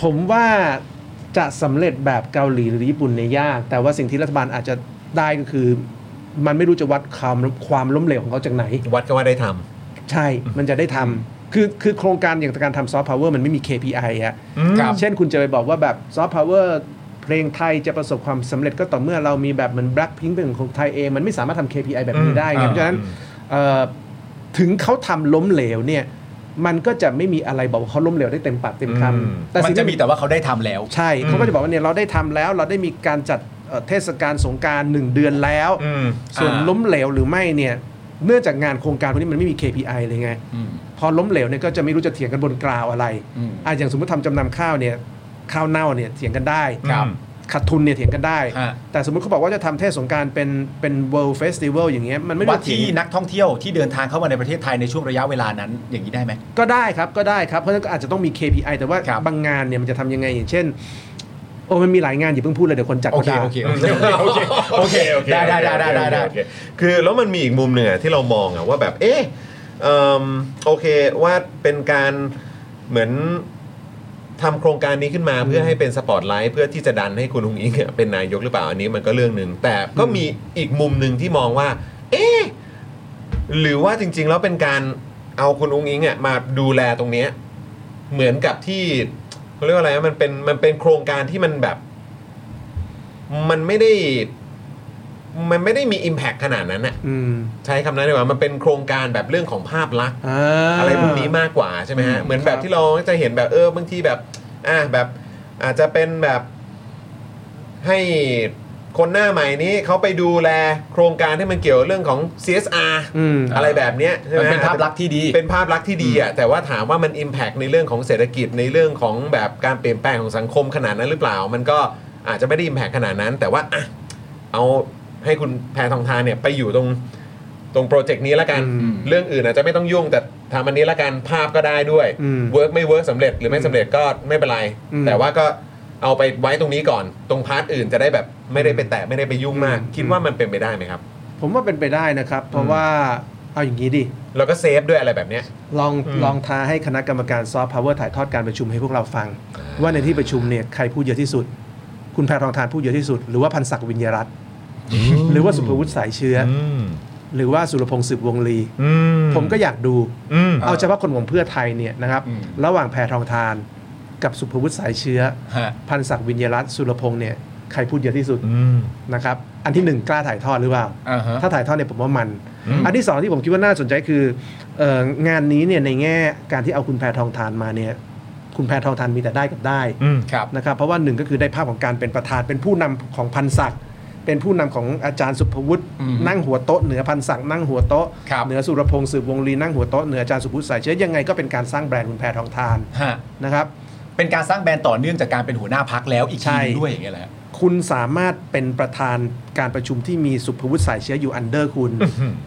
Speaker 8: ผมว่าจะสำเร็จแบบเกาหลีหรือญี่ปุ่นเนี่ยยาก แต่ว่าสิ่งที่รัฐบาลอาจจะได้ก็คือ มันไม่รู้จะวัดความความล้มเหลวของเขาจากไหน
Speaker 2: วัดก็ว่าได้ทำ
Speaker 8: ใช่ มันจะได้ทำ คือคือโครงการอย่างการทำซอฟต์พาวเวอร์มันไม่มี KPI อะ
Speaker 4: ครับ
Speaker 8: เช่นคุณจะไปบอกว่าแบบซอฟต์พาวเวอร์เพลงไทยจะประสบความสำเร็จก็ต่อเมื่อเรามีแบบเหมือน Blackpink เป็นของไทยเอง มันไม่สามารถทำ KPI แบบนี้ได้ไง
Speaker 4: อื
Speaker 8: เพ
Speaker 4: ม
Speaker 8: ราะฉะนั้นเอ่อถึงเขาทำล้มเหลวเนี่ยมันก็จะไม่มีอะไรบอกว่าเขาล้มเหลวได้เต็มปากเต็มค
Speaker 4: อืม
Speaker 8: ำ
Speaker 4: มัน
Speaker 8: สิ่ง
Speaker 4: จะ
Speaker 8: ที่
Speaker 4: มีแต่ว่าเขาได้ทำแล้ว
Speaker 8: ใช่เขาก็จะบอกว่าเนี่ยเราได้ทำแล้วเราได้มีการจัดเอ่อเทศกาลสงกรารหนึ่งเดือนแล้ว ส่วน
Speaker 4: อ่า
Speaker 8: ล้มเหลวหรือไม่เนี่ยเนื่องจากงานโครงการพวกนี้มันไม่มี KPI เลยไง
Speaker 4: อืม
Speaker 8: พอล้มเหลวเนี่ยก็จะไม่รู้จะเถียงกันบนกราวอะไร
Speaker 4: อืม
Speaker 8: อ่ะอย่างสมมติทำจำนำข้าวเนี่ยข้าวเน่าเนี่ยเถียงกันได้
Speaker 4: ครับ
Speaker 8: ขาดทุนเนี่ยเถียงกันได้
Speaker 4: ฮะ
Speaker 8: แต่สมมติเขาบอกว่าจะทำเทศสงกรารเป็นเป็น world festival อย่างเงี้ยมันไม่รู้
Speaker 4: ว่า
Speaker 8: จะเถีย
Speaker 4: ที่
Speaker 8: ง
Speaker 4: นักท่องเที่ยวที่เดินทางเข้ามาในประเทศไทยในช่วงระยะเวลานั้น อย่างนี้ได้ไหม
Speaker 8: ก็ได้ครับก็ได้ครับ เพราะฉะนั้นก็อาจจะต้องมี KPI แต่ว่า
Speaker 4: ครับ
Speaker 8: บางงานเนี่ยมันจะทำยังไงอย่างเช่น โอ้มันมีหลายงานอย่าเพิ่งพูดเลยเดี๋ยวคนจัด
Speaker 4: โอ
Speaker 8: ก็
Speaker 4: เค
Speaker 8: ด่า
Speaker 4: โอเคโอเคโอเคโอเคโอเคได้ได้ได้ได้ได้ได้
Speaker 2: โอเคคือแล้วมันมีอีกมุมหนึ่งอะที่เรามองอะว่าแบบ เอ๊ะเอิ่มโอเคว่าเป็นการเหมือนทำโครงการนี้ขึ้นมาเพื่อให้เป็นสปอตไลท์เพื่อที่จะดันให้คุณฮุงอิงอะเป็นนายกหรือเปล่าอันนี้มันก็เรื่องหนึ่งแต่ก็มีอีกมุมหนึ่งที่มองว่า เอ๊ะหรือว่าจริง ๆ แล้วเป็นการเอาคุณอุงอิงอะมาดูแลตรงเนี้ยเหมือนกับที่เขาเรียกว่าอะไรนะมันเป็นมันเป็นโครงการที่มันแบบ มันไม่ได้ มันไม่ได้มี Impact ขนาดนั้นน่ะ
Speaker 8: อืม
Speaker 2: ใช้คำนั้นดีกว่ามันเป็นโครงการแบบเรื่องของภาพลักษณ์
Speaker 8: อ่า
Speaker 2: อะไรพวกนี้มากกว่าใช่ไหมฮะ
Speaker 4: อืม
Speaker 2: เหมือนแบบ
Speaker 8: ครับ
Speaker 2: ที่เราจะเห็นแบบเออบางทีแบบ อ่ะแบบอาจจะเป็นแบบให้คนหน้าใหม่นี้เขาไปดูแลโครงการที่มันเกี่ยวเรื่องของ CSR
Speaker 8: อืม
Speaker 2: อะไรแบบเนี้ยใช่ไหม
Speaker 4: มันเป็นภาพลักษณ์ที่ดี
Speaker 8: (laughs)
Speaker 2: เป็นภาพลักษณ์ที่ดีอ่ะแต่ว่าถามว่ามัน Impact ในเรื่องของเศรษฐกิจในเรื่องของแบบการเปลี่ยนแปลงของสังคมขนาดนั้นหรือเปล่า มันก็อาจจะไม่ได้ Impact ขนาดนั้น แต่ว่าอ่ะเอาให้คุณแพทองทานเนี่ยไปอยู่ตรงตรงโปรเจกต์นี้ละกัน
Speaker 8: อืม
Speaker 2: เรื่องอื่นอาจจะไม่ต้องยุ่งแต่ทำอันนี้ละกันภาพก็ได้ด้วย
Speaker 8: อืม
Speaker 2: เวิร์กไม่เวิร์กสำเร็จหรือไม่สำเร็จก็ไม่เป็นไร
Speaker 8: อืม
Speaker 2: แต่ว่าก็เอาไปไว้ตรงนี้ก่อน ตรงพาร์ทอื่นจะได้แบบไม่ได้ไปแตะไม่ได้ไปยุ่งมาก
Speaker 8: อืม
Speaker 2: คิดว่ามันเป็นไปได้ไหมครับ
Speaker 8: ผมว่าเป็นไปได้นะครับ เพราะว่าเอาอย่างนี้ดิ
Speaker 2: แล้วก็เซฟด้วยอะไรแบบเนี้ย
Speaker 8: ลองลองท้าให้คณะกรรมการซอฟต์พาวเวอร์ถ่ายทอดการประชุมให้พวกเราฟัง ว่าในที่ประชุมเนี่ยใครพูดเยอะที่สุด คุณแพทองทานพูดเยอะที่สุด หรือว่าพันศักดิ์วิญญารัตน์หรือว่าสุภวุฒิสายเชื้ออหรือว่าสุรพงษ์สืบวงลีผมก็อยากดู เอาเฉพาะคนของเพื่อไทยเนี่ยนะครับ
Speaker 4: อืม
Speaker 8: ระหว่างแพทองทานกับสุภวุฒิสายเชื้อ
Speaker 4: ฮะ
Speaker 8: พันศักดิ์วิญญารัตน์สุรพงษ์เนี่ยใครพูดเยอะที่สุดนะครับอันที่หนึ่งกล้าถ่ายทอดหรือเปล่า
Speaker 4: อ่าฮะ
Speaker 8: ถ้าถ่ายทอดเนี่ยผมว่ามัน
Speaker 4: อืม
Speaker 8: อันที่สองที่ผมคิดว่าน่าสนใจคือเอ่องานนี้เนี่ยในแง่การที่เอาคุณแพทองทานมาเนี่ยคุณแพทองทานมีแต่ได้กับได้
Speaker 4: ครับ
Speaker 8: นะครับเพราะว่าหนึ่งก็คือได้ภาพของการเป็นประธานเป็นผู้นำของพันศักดิ์เป็นผู้นำของอาจารย์สุภวุฒิ
Speaker 4: อืม
Speaker 8: นั่งหัวโต๊ะเหนือพันศักดิ์นั่งหัวโต๊ะ
Speaker 4: ครับ
Speaker 8: เหนือสุรพงษ์สืบวงลีนั่งหัวโต๊ะเหนืออาจารย์สุภวุฒิสายเชื้อยังไงก็เป็นการสร้างแบรนด์คุณแพทองทาน
Speaker 4: ฮะ
Speaker 8: นะครับ
Speaker 4: เป็นการสร้างแบรนด์ต่อเนื่องจากการเป็นหัวหน้าพักแล้วอีก
Speaker 8: ใช่
Speaker 4: ทีหนึ่งด้วยอย่างเงี้ยแหละ
Speaker 8: คุณสามารถเป็นประธานการประชุมที่มีสุภวุฒิสายเชื้ออยู่อันเดอร์คุณ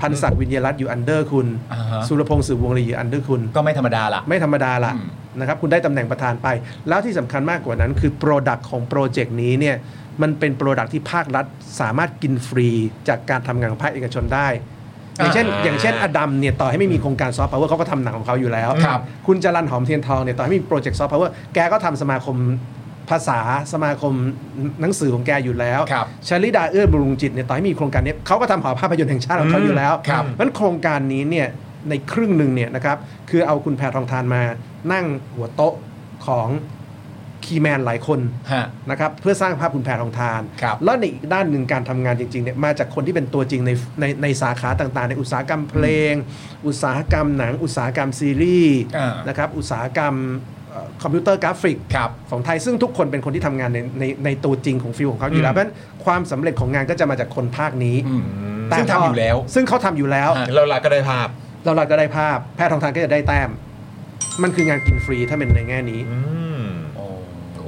Speaker 8: พันศักดิ์วิญญารัตน์อยู่อันเดอร์คุณ
Speaker 4: อ่าฮะ
Speaker 8: สุรพงษ์สืบวงลีอยู่อันเดอร์คุณ
Speaker 4: ก็ไม่ธรรมดาละ
Speaker 8: ไม่ธรรมดาละ
Speaker 4: อืม
Speaker 8: นะครับคุณได้ตำแหน่งประธานไป แล้วที่สำคัญมากกว่านั้นคือโปรดักต์ของโปรเจกต์นี้เนี่ยมันเป็นโปรดักต์ที่ภาครัฐสามารถกินฟรีจากการทำงานของภาคเอกชนได้ อย่างเช่น
Speaker 2: อ่า
Speaker 8: อย่างเช่นอดัมเนี่ยต่อให้ไม่มีโครงการซอฟต์พาวเวอร์เขาก็ทำหนังของเขาอยู่แล้ว
Speaker 4: ครับ
Speaker 8: คุณจรันหอมเทียนทองเนี่ยต่อให้ไมมีโปรเจกต์ซอฟต์พาวเวอร์แกก็ทำสมาคมภาษาสมาคมหนังสือของแกอยู่แล้ว
Speaker 4: ครับ
Speaker 8: ชลิดาเอื้อบำรุงจิตเนี่ยต่อให้มีโครงการเนี้ยเขาก็ทำหอภาพยนตร์แห่งชาติของเขาอยู่แล้ว
Speaker 4: ครับ
Speaker 8: มันโครงการนี้เนี่ยในครึ่งหนึ่งเนี่ยนะครับคือเอาคุณแพทองทานมานั่งหัวโต๊ะของคีแมนหลายคน
Speaker 4: ฮะ
Speaker 8: นะครับเพื่อสร้างภาพคุณแพรทองทาน
Speaker 4: ครับ
Speaker 8: แล้วในอีกด้านหนึ่งการทำงานจริงๆเนี่ยมาจากคนที่เป็นตัวจริงในในในสาขาต่างๆ ในอุตสาหกรรมเพลง อุตสาหกรรมหนัง อุตสาหกรรมซีรีส์
Speaker 4: อ่าน
Speaker 8: นะครับอุตสาหกรรมเอ่อคอมพิวเตอร์กราฟิก
Speaker 4: ครับ
Speaker 8: ของไทยซึ่งทุกคนเป็นคนที่ทำงานในในในตัวจริงของฟิลของเขาอยู่แล้ว
Speaker 4: อืม
Speaker 8: เพราะฉะนั้นความสำเร็จของงานก็จะมาจากคนภาคนี้
Speaker 4: อืม
Speaker 8: แต่
Speaker 4: ซึ่งทำอยู่แล้ว
Speaker 8: ซึ่งเขาทำอยู่แล้ว
Speaker 4: ฮะ
Speaker 2: เราลักก็ได้ภาพ
Speaker 8: เราหลักก็ได้ภาพ แพทย์ทองทานก็จะได้แต้ม มันคืองานกินฟรีถ้าเป็นในแง่นี้
Speaker 2: อืม
Speaker 4: โอ้โห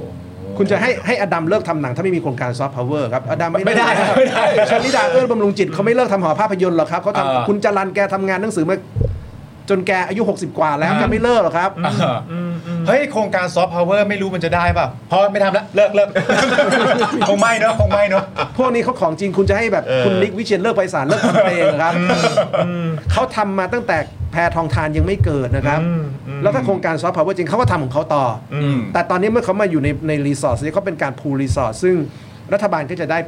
Speaker 8: คุณจะให้ให้อดัมเลิกทำหนังถ้าไม่มีโครงการซอฟต์พาวเวอร์ครับ อดัม
Speaker 4: ไม่ได้ไม่ได้
Speaker 8: ชลิดาเอื้อบำรุงจิตเขาไม่เลิกทำหอภาพยนตร์หรอกครับเขา
Speaker 4: เออ
Speaker 8: ทำคุณจรันแกทำงานหนังสือมาจนแกอายุ 60 กว่าแล้ว
Speaker 4: อืม
Speaker 8: แกไม่เลิกหรอกครับ
Speaker 4: อ่าเฮ้ย โครงการซอฟต์พาวเวอร์ไม่รู้มันจะได้ป่ะพอไม่ทำแล้วเลิ
Speaker 2: (laughs)
Speaker 4: กเลิก คงไม่เนอะคงไม่เนอะ
Speaker 8: พวกนี้เขาของจริงคุณจะให้แบบ
Speaker 2: เออ
Speaker 8: คุณนิกวิเชียนเลิกไปสารเลิกทำเพลงเหรอครับเขาทำมาตั้งแต่แพรทองทานยังไม่เกิดนะครับ แล้วถ้าโครงการซอฟต์พาวเวอร์จริงเขาก็ทำของเขาต่ออ
Speaker 4: ม
Speaker 8: แต่ตอนนี้เมื่อเขามาอยู่ในในรีสอร์ทนี้เขาเป็นการพูลรีสอร์ทซึ่งรัฐบาลก็จะได้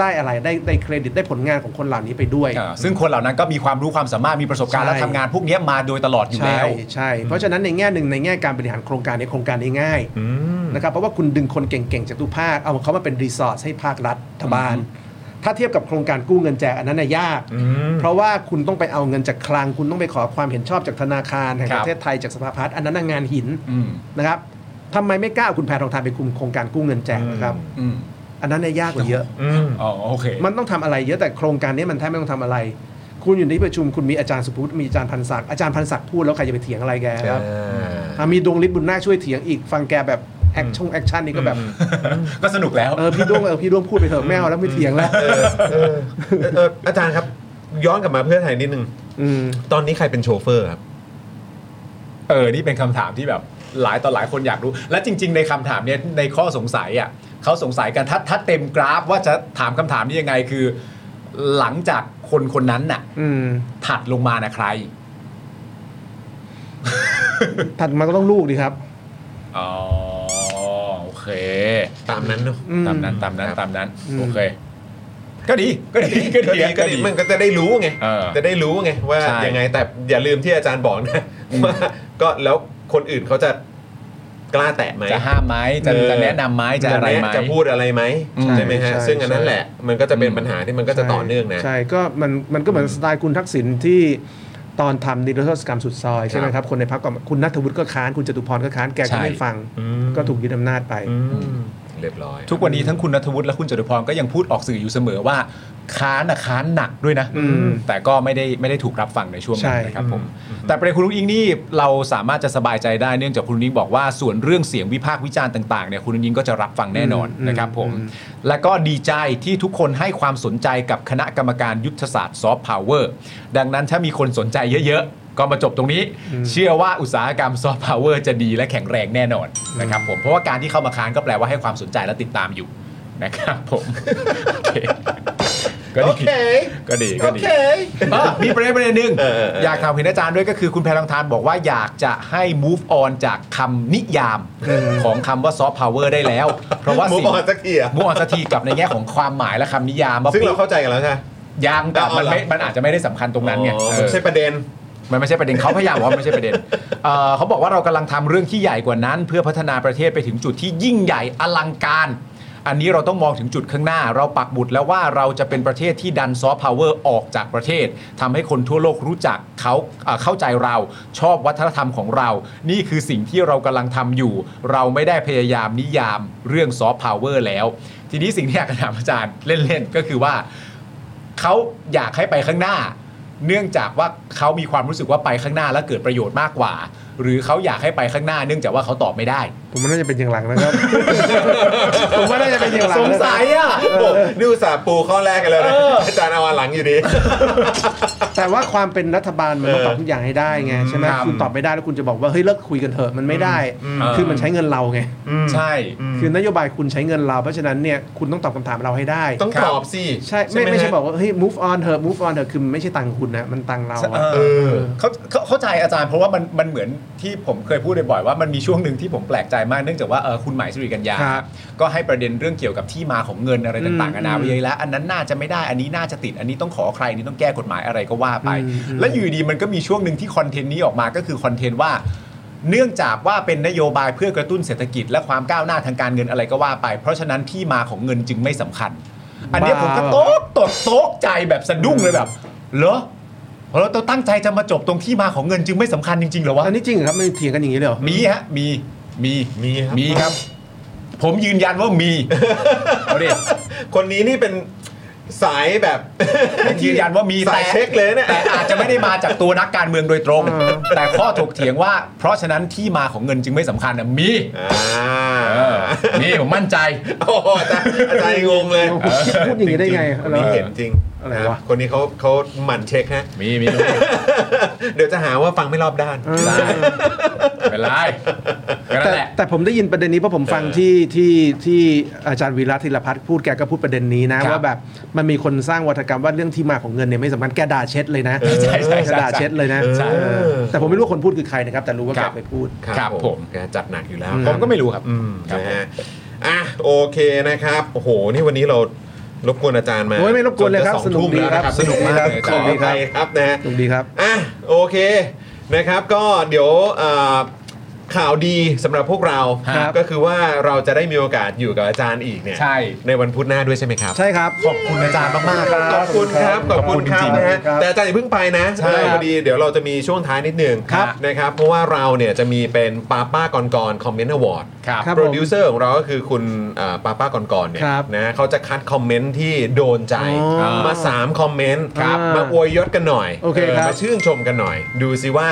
Speaker 8: ได้อะไรได้ได้เครดิตได้ผลงานของคนเหล่านี้ไปด้วย
Speaker 4: อ่าซึ่งคนเหล่านั้นก็มีความรู้ความสามารถมีประสบการณ์
Speaker 8: ใช่
Speaker 4: และทำงานพวกเนี้ยมาโดยตลอดอยู่
Speaker 8: ใช่
Speaker 4: แล้ว
Speaker 8: ใช่เพราะฉะนั้นในแง่หนึ่งในแง่การบริหารโครงการในยโครงการนี้ง่ายนะครับเพราะว่าคุณดึงคนเก่งๆจากทุกภาคเอาเขามาเป็นรีสอร์ทให้ภาครัฐทบาล ถ้าเทียบกับโครงการกู้เงินแจกอันนั้นน่ะยาก เพราะว่าคุณต้องไปเอาเงินจากคลัง คุณต้องไปขอความเห็นชอบจากธนาคารแห่งประเทศไทยจากสภาพัฒน์อันนั้นนะงานหิน
Speaker 4: อืม
Speaker 8: นะครับทำไมไม่กล้าเอาคุณแพทองทานไปคุมโครงการกู้เงินแจกนะครับ
Speaker 4: อืม
Speaker 8: อันนั้นน่ะยากกว่าเยอะ
Speaker 4: อ๋อโอเค
Speaker 8: มันต้องทำอะไรเยอะแต่โครงการนี้มันแทบไม่ต้องทำอะไร คุณอยู่ในที่ประชุมคุณมีอาจารย์สุพุทธมีอาจารย์พันศักดิ์อาจารย์พันศักดิ์พูดแล้วใครจะไปเถียงอะไรแกครับอ่ะมีดวงฤทธิ์บุญนาคช่วยเถียงอีกฟังแกแบบแอคชั่นแอคชั่นนี่ก็แบบ
Speaker 4: ก็สนุกแล้ว
Speaker 8: เออพี่ดวงเออพี่ดวงพูดไปเถอะแมวแล้วไม่เถียงแล้ว
Speaker 2: เออเอออาจารย์ครับ ย้อนกลับมาเพื่อไทยนิดนึง
Speaker 8: ม
Speaker 2: ตอนนี้ใครเป็นโชเฟอร์ครับ
Speaker 4: เออ นี่เป็นคำถามที่แบบหลายต่อหลายคนอยากรู้ และจริง ๆ ในคำถามเนี้ยในข้อสงสัยอ่ะเขาสงสัยกันถ้าถ้าเต็มกราฟว่าจะถามคำถามนี้ยังไงคือ หลังจากคนคนนั้นน่ะ
Speaker 8: อืม
Speaker 4: ถัดลงมานะใคร
Speaker 8: ถัดมาก็ต้องลูกดีครับ
Speaker 4: อ๋อ โอเค
Speaker 2: ตามนั้นเนอะ
Speaker 8: อืม
Speaker 4: ตามนั้นตามนั้นตามนั้น
Speaker 8: อืม
Speaker 4: โอเค ก็ดีก็ดีก็ดี
Speaker 2: ก็ดีมันก็จะได้รู้ไง
Speaker 4: เออ
Speaker 2: จะได้รู้ไงว่า
Speaker 4: ใช่
Speaker 2: ยังไงแต่อย่าลืมที่อาจารย์บอกนะว่าก็แล้วคนอื่นเขาจะกล้าแตะไหม
Speaker 4: จะห้ามไหมจะ
Speaker 2: เออ
Speaker 4: จะแนะนำไหมจะอะไรไหม
Speaker 2: จะพูดอะไรไหม
Speaker 4: อืม
Speaker 2: ใช่ไหมฮะ
Speaker 8: ใช่
Speaker 2: ซึ่งอันนั้นแหละ มันก็จะเป็น
Speaker 4: อืม
Speaker 2: ปัญหาที่มันก็จะต่อเนื่องนะ
Speaker 8: ใช่ก็มันมันก็เหมือนสไตล์คุณทักษิณที่ตอนทำนิรโทษกรรมสุดซอยใช่ไหมครับคนในพรรคก็คุณนัทวุฒิก็ค้านคุณจตุพรก็ค้านแกก็ไม่
Speaker 4: ใช่
Speaker 8: ฟัง
Speaker 2: อืม
Speaker 8: ก็ถูกยึดอำนาจไป
Speaker 2: อืมเรียบร้อย
Speaker 4: ทุกวันนี้ทั้งคุณนัทวุฒิและคุณจตุพรก็ยังพูดออกสื่ออยู่เสมอว่า ค้านนะค้านหนักด้วยนะ
Speaker 8: อืม
Speaker 4: แต่ก็ไม่ได้ไม่ได้ถูกรับฟังในช่วง
Speaker 8: ใช่
Speaker 4: นั้นนะครับผมแต่ประเด็นคุณลุงอิงนี่เราสามารถจะสบายใจได้เนื่องจากคุณลุงอิงบอกว่าส่วนเรื่องเสียงวิพากษ์วิจารณ์ต่างๆเนี่ยคุณลุงอิงก็จะรับฟังแน่นอนนะครับผม และก็ดีใจที่ทุกคนให้ความสนใจกับคณะกรรมการยุทธศาสตร์ซอฟต์พาวเวอร์ดังนั้นถ้ามีคนสนใจเยอะๆ ก็มาจบตรงนี้ เชื่อว่าอุตสาหกรรมซอฟต์พาวเวอร์จะดีและแข็งแรงแน่นอนนะครับผมเพราะว่าการที่เข้ามาค้านก็แปลว่าให้ความสนใจและติดตามอยู่นะครับผม (laughs) โอเคก็ดีก็ดีก็ดีเออมีประเด็นประเด็นหนึ่ง
Speaker 2: เออเออเออ
Speaker 4: อ
Speaker 2: อ
Speaker 4: ยากถามเห็นอาจารย์ด้วยก็คือคุณแพรองทานบอกว่าอยากจะให้ move on จากคำนิยามของคำว่าซอฟต์พาวเวอร์ได้แล้ว เพราะว่า
Speaker 2: มุก
Speaker 4: สิ่ง
Speaker 2: ออนสักทีอะ
Speaker 4: มุ่งออนสักทีกับในแง่ของความหมายและคำนิยามว่า
Speaker 2: ซึ่งเราเข้าใจกันแล้วใช่ไหม
Speaker 4: ยังแต่
Speaker 2: เอา
Speaker 4: มัน
Speaker 2: เหรอ
Speaker 4: ไม่มันอาจจะไม่ได้สำคัญตรงนั้นไง
Speaker 2: อ๋อ
Speaker 4: เอ
Speaker 2: มัน
Speaker 4: อ
Speaker 2: ไม่ใช่ประเด็น
Speaker 4: มันไม่ใช่ประเด็นเขาพยายามบอกว่าไม่ใช่ประเด็นเอ่อเขาบอกว่าเรากำลังทำเรื่องที่ใหญ่กว่านั้น เพื่อพัฒนาประเทศไปถึงจุดที่ยิ่งใหญ่อลังการ อันนี้เราต้องมองถึงจุดข้างหน้า เราปักบุตรแล้วว่าเราจะเป็นประเทศที่ดันซอฟต์พาวเวอร์ออกจากประเทศทำให้คนทั่วโลกรู้จักเขาเอ่อเข้าใจเราชอบวัฒนธรรมของเรา นี่คือสิ่งที่เรากำลังทำอยู่ เราไม่ได้พยายามนิยามเรื่องซอฟต์พาวเวอร์แล้ว ทีนี้สิ่งที่อยากจะถามอาจารย์เล่นๆก็คือว่า เขาอยากให้ไปข้างหน้า เนื่องจากว่าเขามีความรู้สึกว่าไปข้างหน้าแล้วเกิดประโยชน์มากกว่า หรือเขาอยากให้ไปข้างหน้า เนื่องจากว่าเขาตอบไม่ได้
Speaker 8: ผมว่าน่าจะเป็นอย่างหลังนะครับ ผมว่าน่าจะเป็นอย่างหลัง
Speaker 4: สง
Speaker 8: นะครับ
Speaker 4: สัยอ่ะ
Speaker 2: โอ้นี่อุตส่าห์ปูข้อแรกกันแล้วนะ
Speaker 4: เออ
Speaker 2: อาจารย์เอาอันหลังอยู่ดี
Speaker 8: แต่ว่าความเป็นรัฐบาลมันต้องตอบทุกอย่างให้ได้ไงใช่ไหม
Speaker 4: ครับ
Speaker 8: คุณตอบไม่ได้แล้วคุณจะบอกว่าเฮ้ยเลิกคุยกันเถอะมันไม่ได้
Speaker 4: อืม
Speaker 8: คือมันใช้เงินเราไง
Speaker 4: ใช่
Speaker 8: คือนโยบายคุณใช้เงินเรา เพราะฉะนั้นเนี่ยคุณต้องตอบคำถามเราให้ได้
Speaker 2: ต้องตอบสิ
Speaker 8: ใช่ไม่ไม่ใช่บอกว่าเฮ้ย move on เถอะ move on เถอะคือมันไม่ใช่ตังค์คุณนะมันตังค์เราอะ
Speaker 4: เออเขาเขาเข้าใจอาจารย์เพราะว่ามันมันเหมือนที่ผมเคยพูดบ่อยๆว่ามันมีช่วงหนึ่งที่ผมแปลกใจมากเนื่องจากว่าเออคุณหมายสิริกัญญา
Speaker 8: ครับ
Speaker 4: ก็ให้ประเด็นเรื่องเกี่ยวกับที่มาของเงินอะไรต่างๆ
Speaker 8: อืม
Speaker 4: นานาไปเยอะแล้ว อันนั้นน่าจะไม่ได้อันนี้น่าจะติดอันนี้ต้องขอใครอันนี้ต้องแก้กฎหมายอะไรก็ว่าไป
Speaker 8: อืมอืม
Speaker 4: และอยู่ดีมันก็มีช่วงหนึ่งที่คอนเทนต์นี้ออกมาก็คือคอนเทนต์ว่า เนื่องจากว่าเป็นนโยบายเพื่อกระตุ้นเศรษฐกิจ และความก้าวหน้าทางการเงินอะไรก็ว่าไป เพราะฉะนั้นที่มาของเงินจึงไม่สำคัญ อันเนี้ยผมก็โต๊ะตกโต๊ะใจแบบสะดุ้งเลยแบบเหรอ เราต้องตั้งใจจะมาจบตรงที่มาของเงินจึงไม่สำคัญจริงๆเหรอวะ
Speaker 8: อันนี้จริงเหรอครับมันเถียงกันอย่างนี้เลยเหรอ
Speaker 4: มีฮะ มี มี
Speaker 2: มีครับ
Speaker 4: มีครับ ผมยืนยันว่ามีเอาดิ
Speaker 2: คนนี้นี่เป็นสายแบบ
Speaker 4: ยืนยันว่ามี
Speaker 2: สาย
Speaker 4: แต่
Speaker 2: เช็คเลยเนี่ย
Speaker 4: แต่อาจจะไม่ได้มาจากตัวนักการเมืองโดยตรง แต่ข้อถกเถียงว่า เพราะฉะนั้นที่มาของเงินจึงไม่สำคัญนะมี
Speaker 2: อ่
Speaker 4: เออา มีผมมั่นใจ
Speaker 2: โอ้โหอาจารย์อาจารย์งงเลย
Speaker 8: พูดอย่างนี้ได้ไง
Speaker 2: จริๆคนนี้
Speaker 8: แล้ว
Speaker 2: เห็นจริง
Speaker 8: อะไรวะ
Speaker 2: นคนนี้เขาเขาหมั่นเช็คฮะ
Speaker 4: มีมีมี
Speaker 2: เดี๋ยวจะหาว่าฟังไม่รอบด้าน
Speaker 4: ได้เป็นไรก็นั่
Speaker 8: แต่
Speaker 4: นแหละ
Speaker 8: แต่ผมได้ยินประเด็นนี้เพราะผมฟังที่ที่ที่อาจารย์วีระธีรพัฒน์พูดแกก็พูดประเด็นนี้นะครับ ว่าแบบมันมีคนสร้างวัฒกรรมว่าเรื่องที่มาของเงินเนี่ยไม่สำคัญแกด่าเช็ดเลยนะ
Speaker 4: ใช่ใช่ใช่
Speaker 8: แกด่าเช็ดเลยนะ
Speaker 4: ใช่
Speaker 8: เออแต่ผมไม่รู้ว่าคนพูดคือใครนะครับ แต่รู้ว่า
Speaker 4: ค
Speaker 8: แก
Speaker 4: รับ
Speaker 8: ไปพูด
Speaker 4: ครับผม
Speaker 2: แกจัดหนักอยู่แล้ว
Speaker 4: ผมก็ไม่รู้ครับ
Speaker 2: อืม
Speaker 4: ครับ
Speaker 2: นะฮะอ่ะโอเคนะครับโอ้โหนี่วันนี้เรา รบกวนอาจารย์มา
Speaker 8: โอ้ยไม่รบกวนเลยครับ
Speaker 2: จจะอง
Speaker 8: สนุก
Speaker 2: ทุ่ม
Speaker 8: ดี
Speaker 2: แล้วนะครับ
Speaker 8: ครับ
Speaker 2: สนุกมาก
Speaker 8: สนุกดี
Speaker 2: ข
Speaker 8: ครับ
Speaker 2: อ
Speaker 8: สนุ
Speaker 2: ไป
Speaker 8: กดีครับ
Speaker 2: ครับนะ
Speaker 8: สนุกดีครับ
Speaker 2: อ่ะโอเคนะครับก็เดี๋ยวเอ่อข่าวดีสำหรับพวกเรา
Speaker 8: ครับ
Speaker 2: ก็คือว่าเราจะได้มีโอกาสอยู่กับอาจารย์อีกเนี่ย
Speaker 4: ใช่
Speaker 2: วันพุธหน้าด้วยใช่ไหมครับ
Speaker 8: ใช่ครับ ขอบคุณอาจารย์มากๆครับ
Speaker 2: ขอบคุณครับขอบคุณครับนะฮะแต่อาจารย์อย่าเพิ่งไปนะ
Speaker 8: ใช่
Speaker 2: เออพอดีเดี๋ยวเราจะมีช่วงท้ายนิดนึง
Speaker 8: ครับ
Speaker 2: นะครับเพราะว่าเราเนี่ยจะมีเป็นป้าป้าก่อนก่อนคอมเมนต์อวอร์ด
Speaker 4: ครับ
Speaker 8: ครับ
Speaker 2: โปรดิวเซอร์ของเราก็คือคุณอ่าป้าป้าก่อนก่อนเนี่ย
Speaker 8: ครับ
Speaker 2: นะเขาจะคัดคอมเมนต์ที่โดนใจ
Speaker 8: อ๋อ
Speaker 2: มาสามคอมเมนต์
Speaker 8: ครับ
Speaker 2: มาอวยยศกันหน่อย
Speaker 8: โอเคครับ
Speaker 2: มา ชื่นชมกันหน่อย ดูซิว่า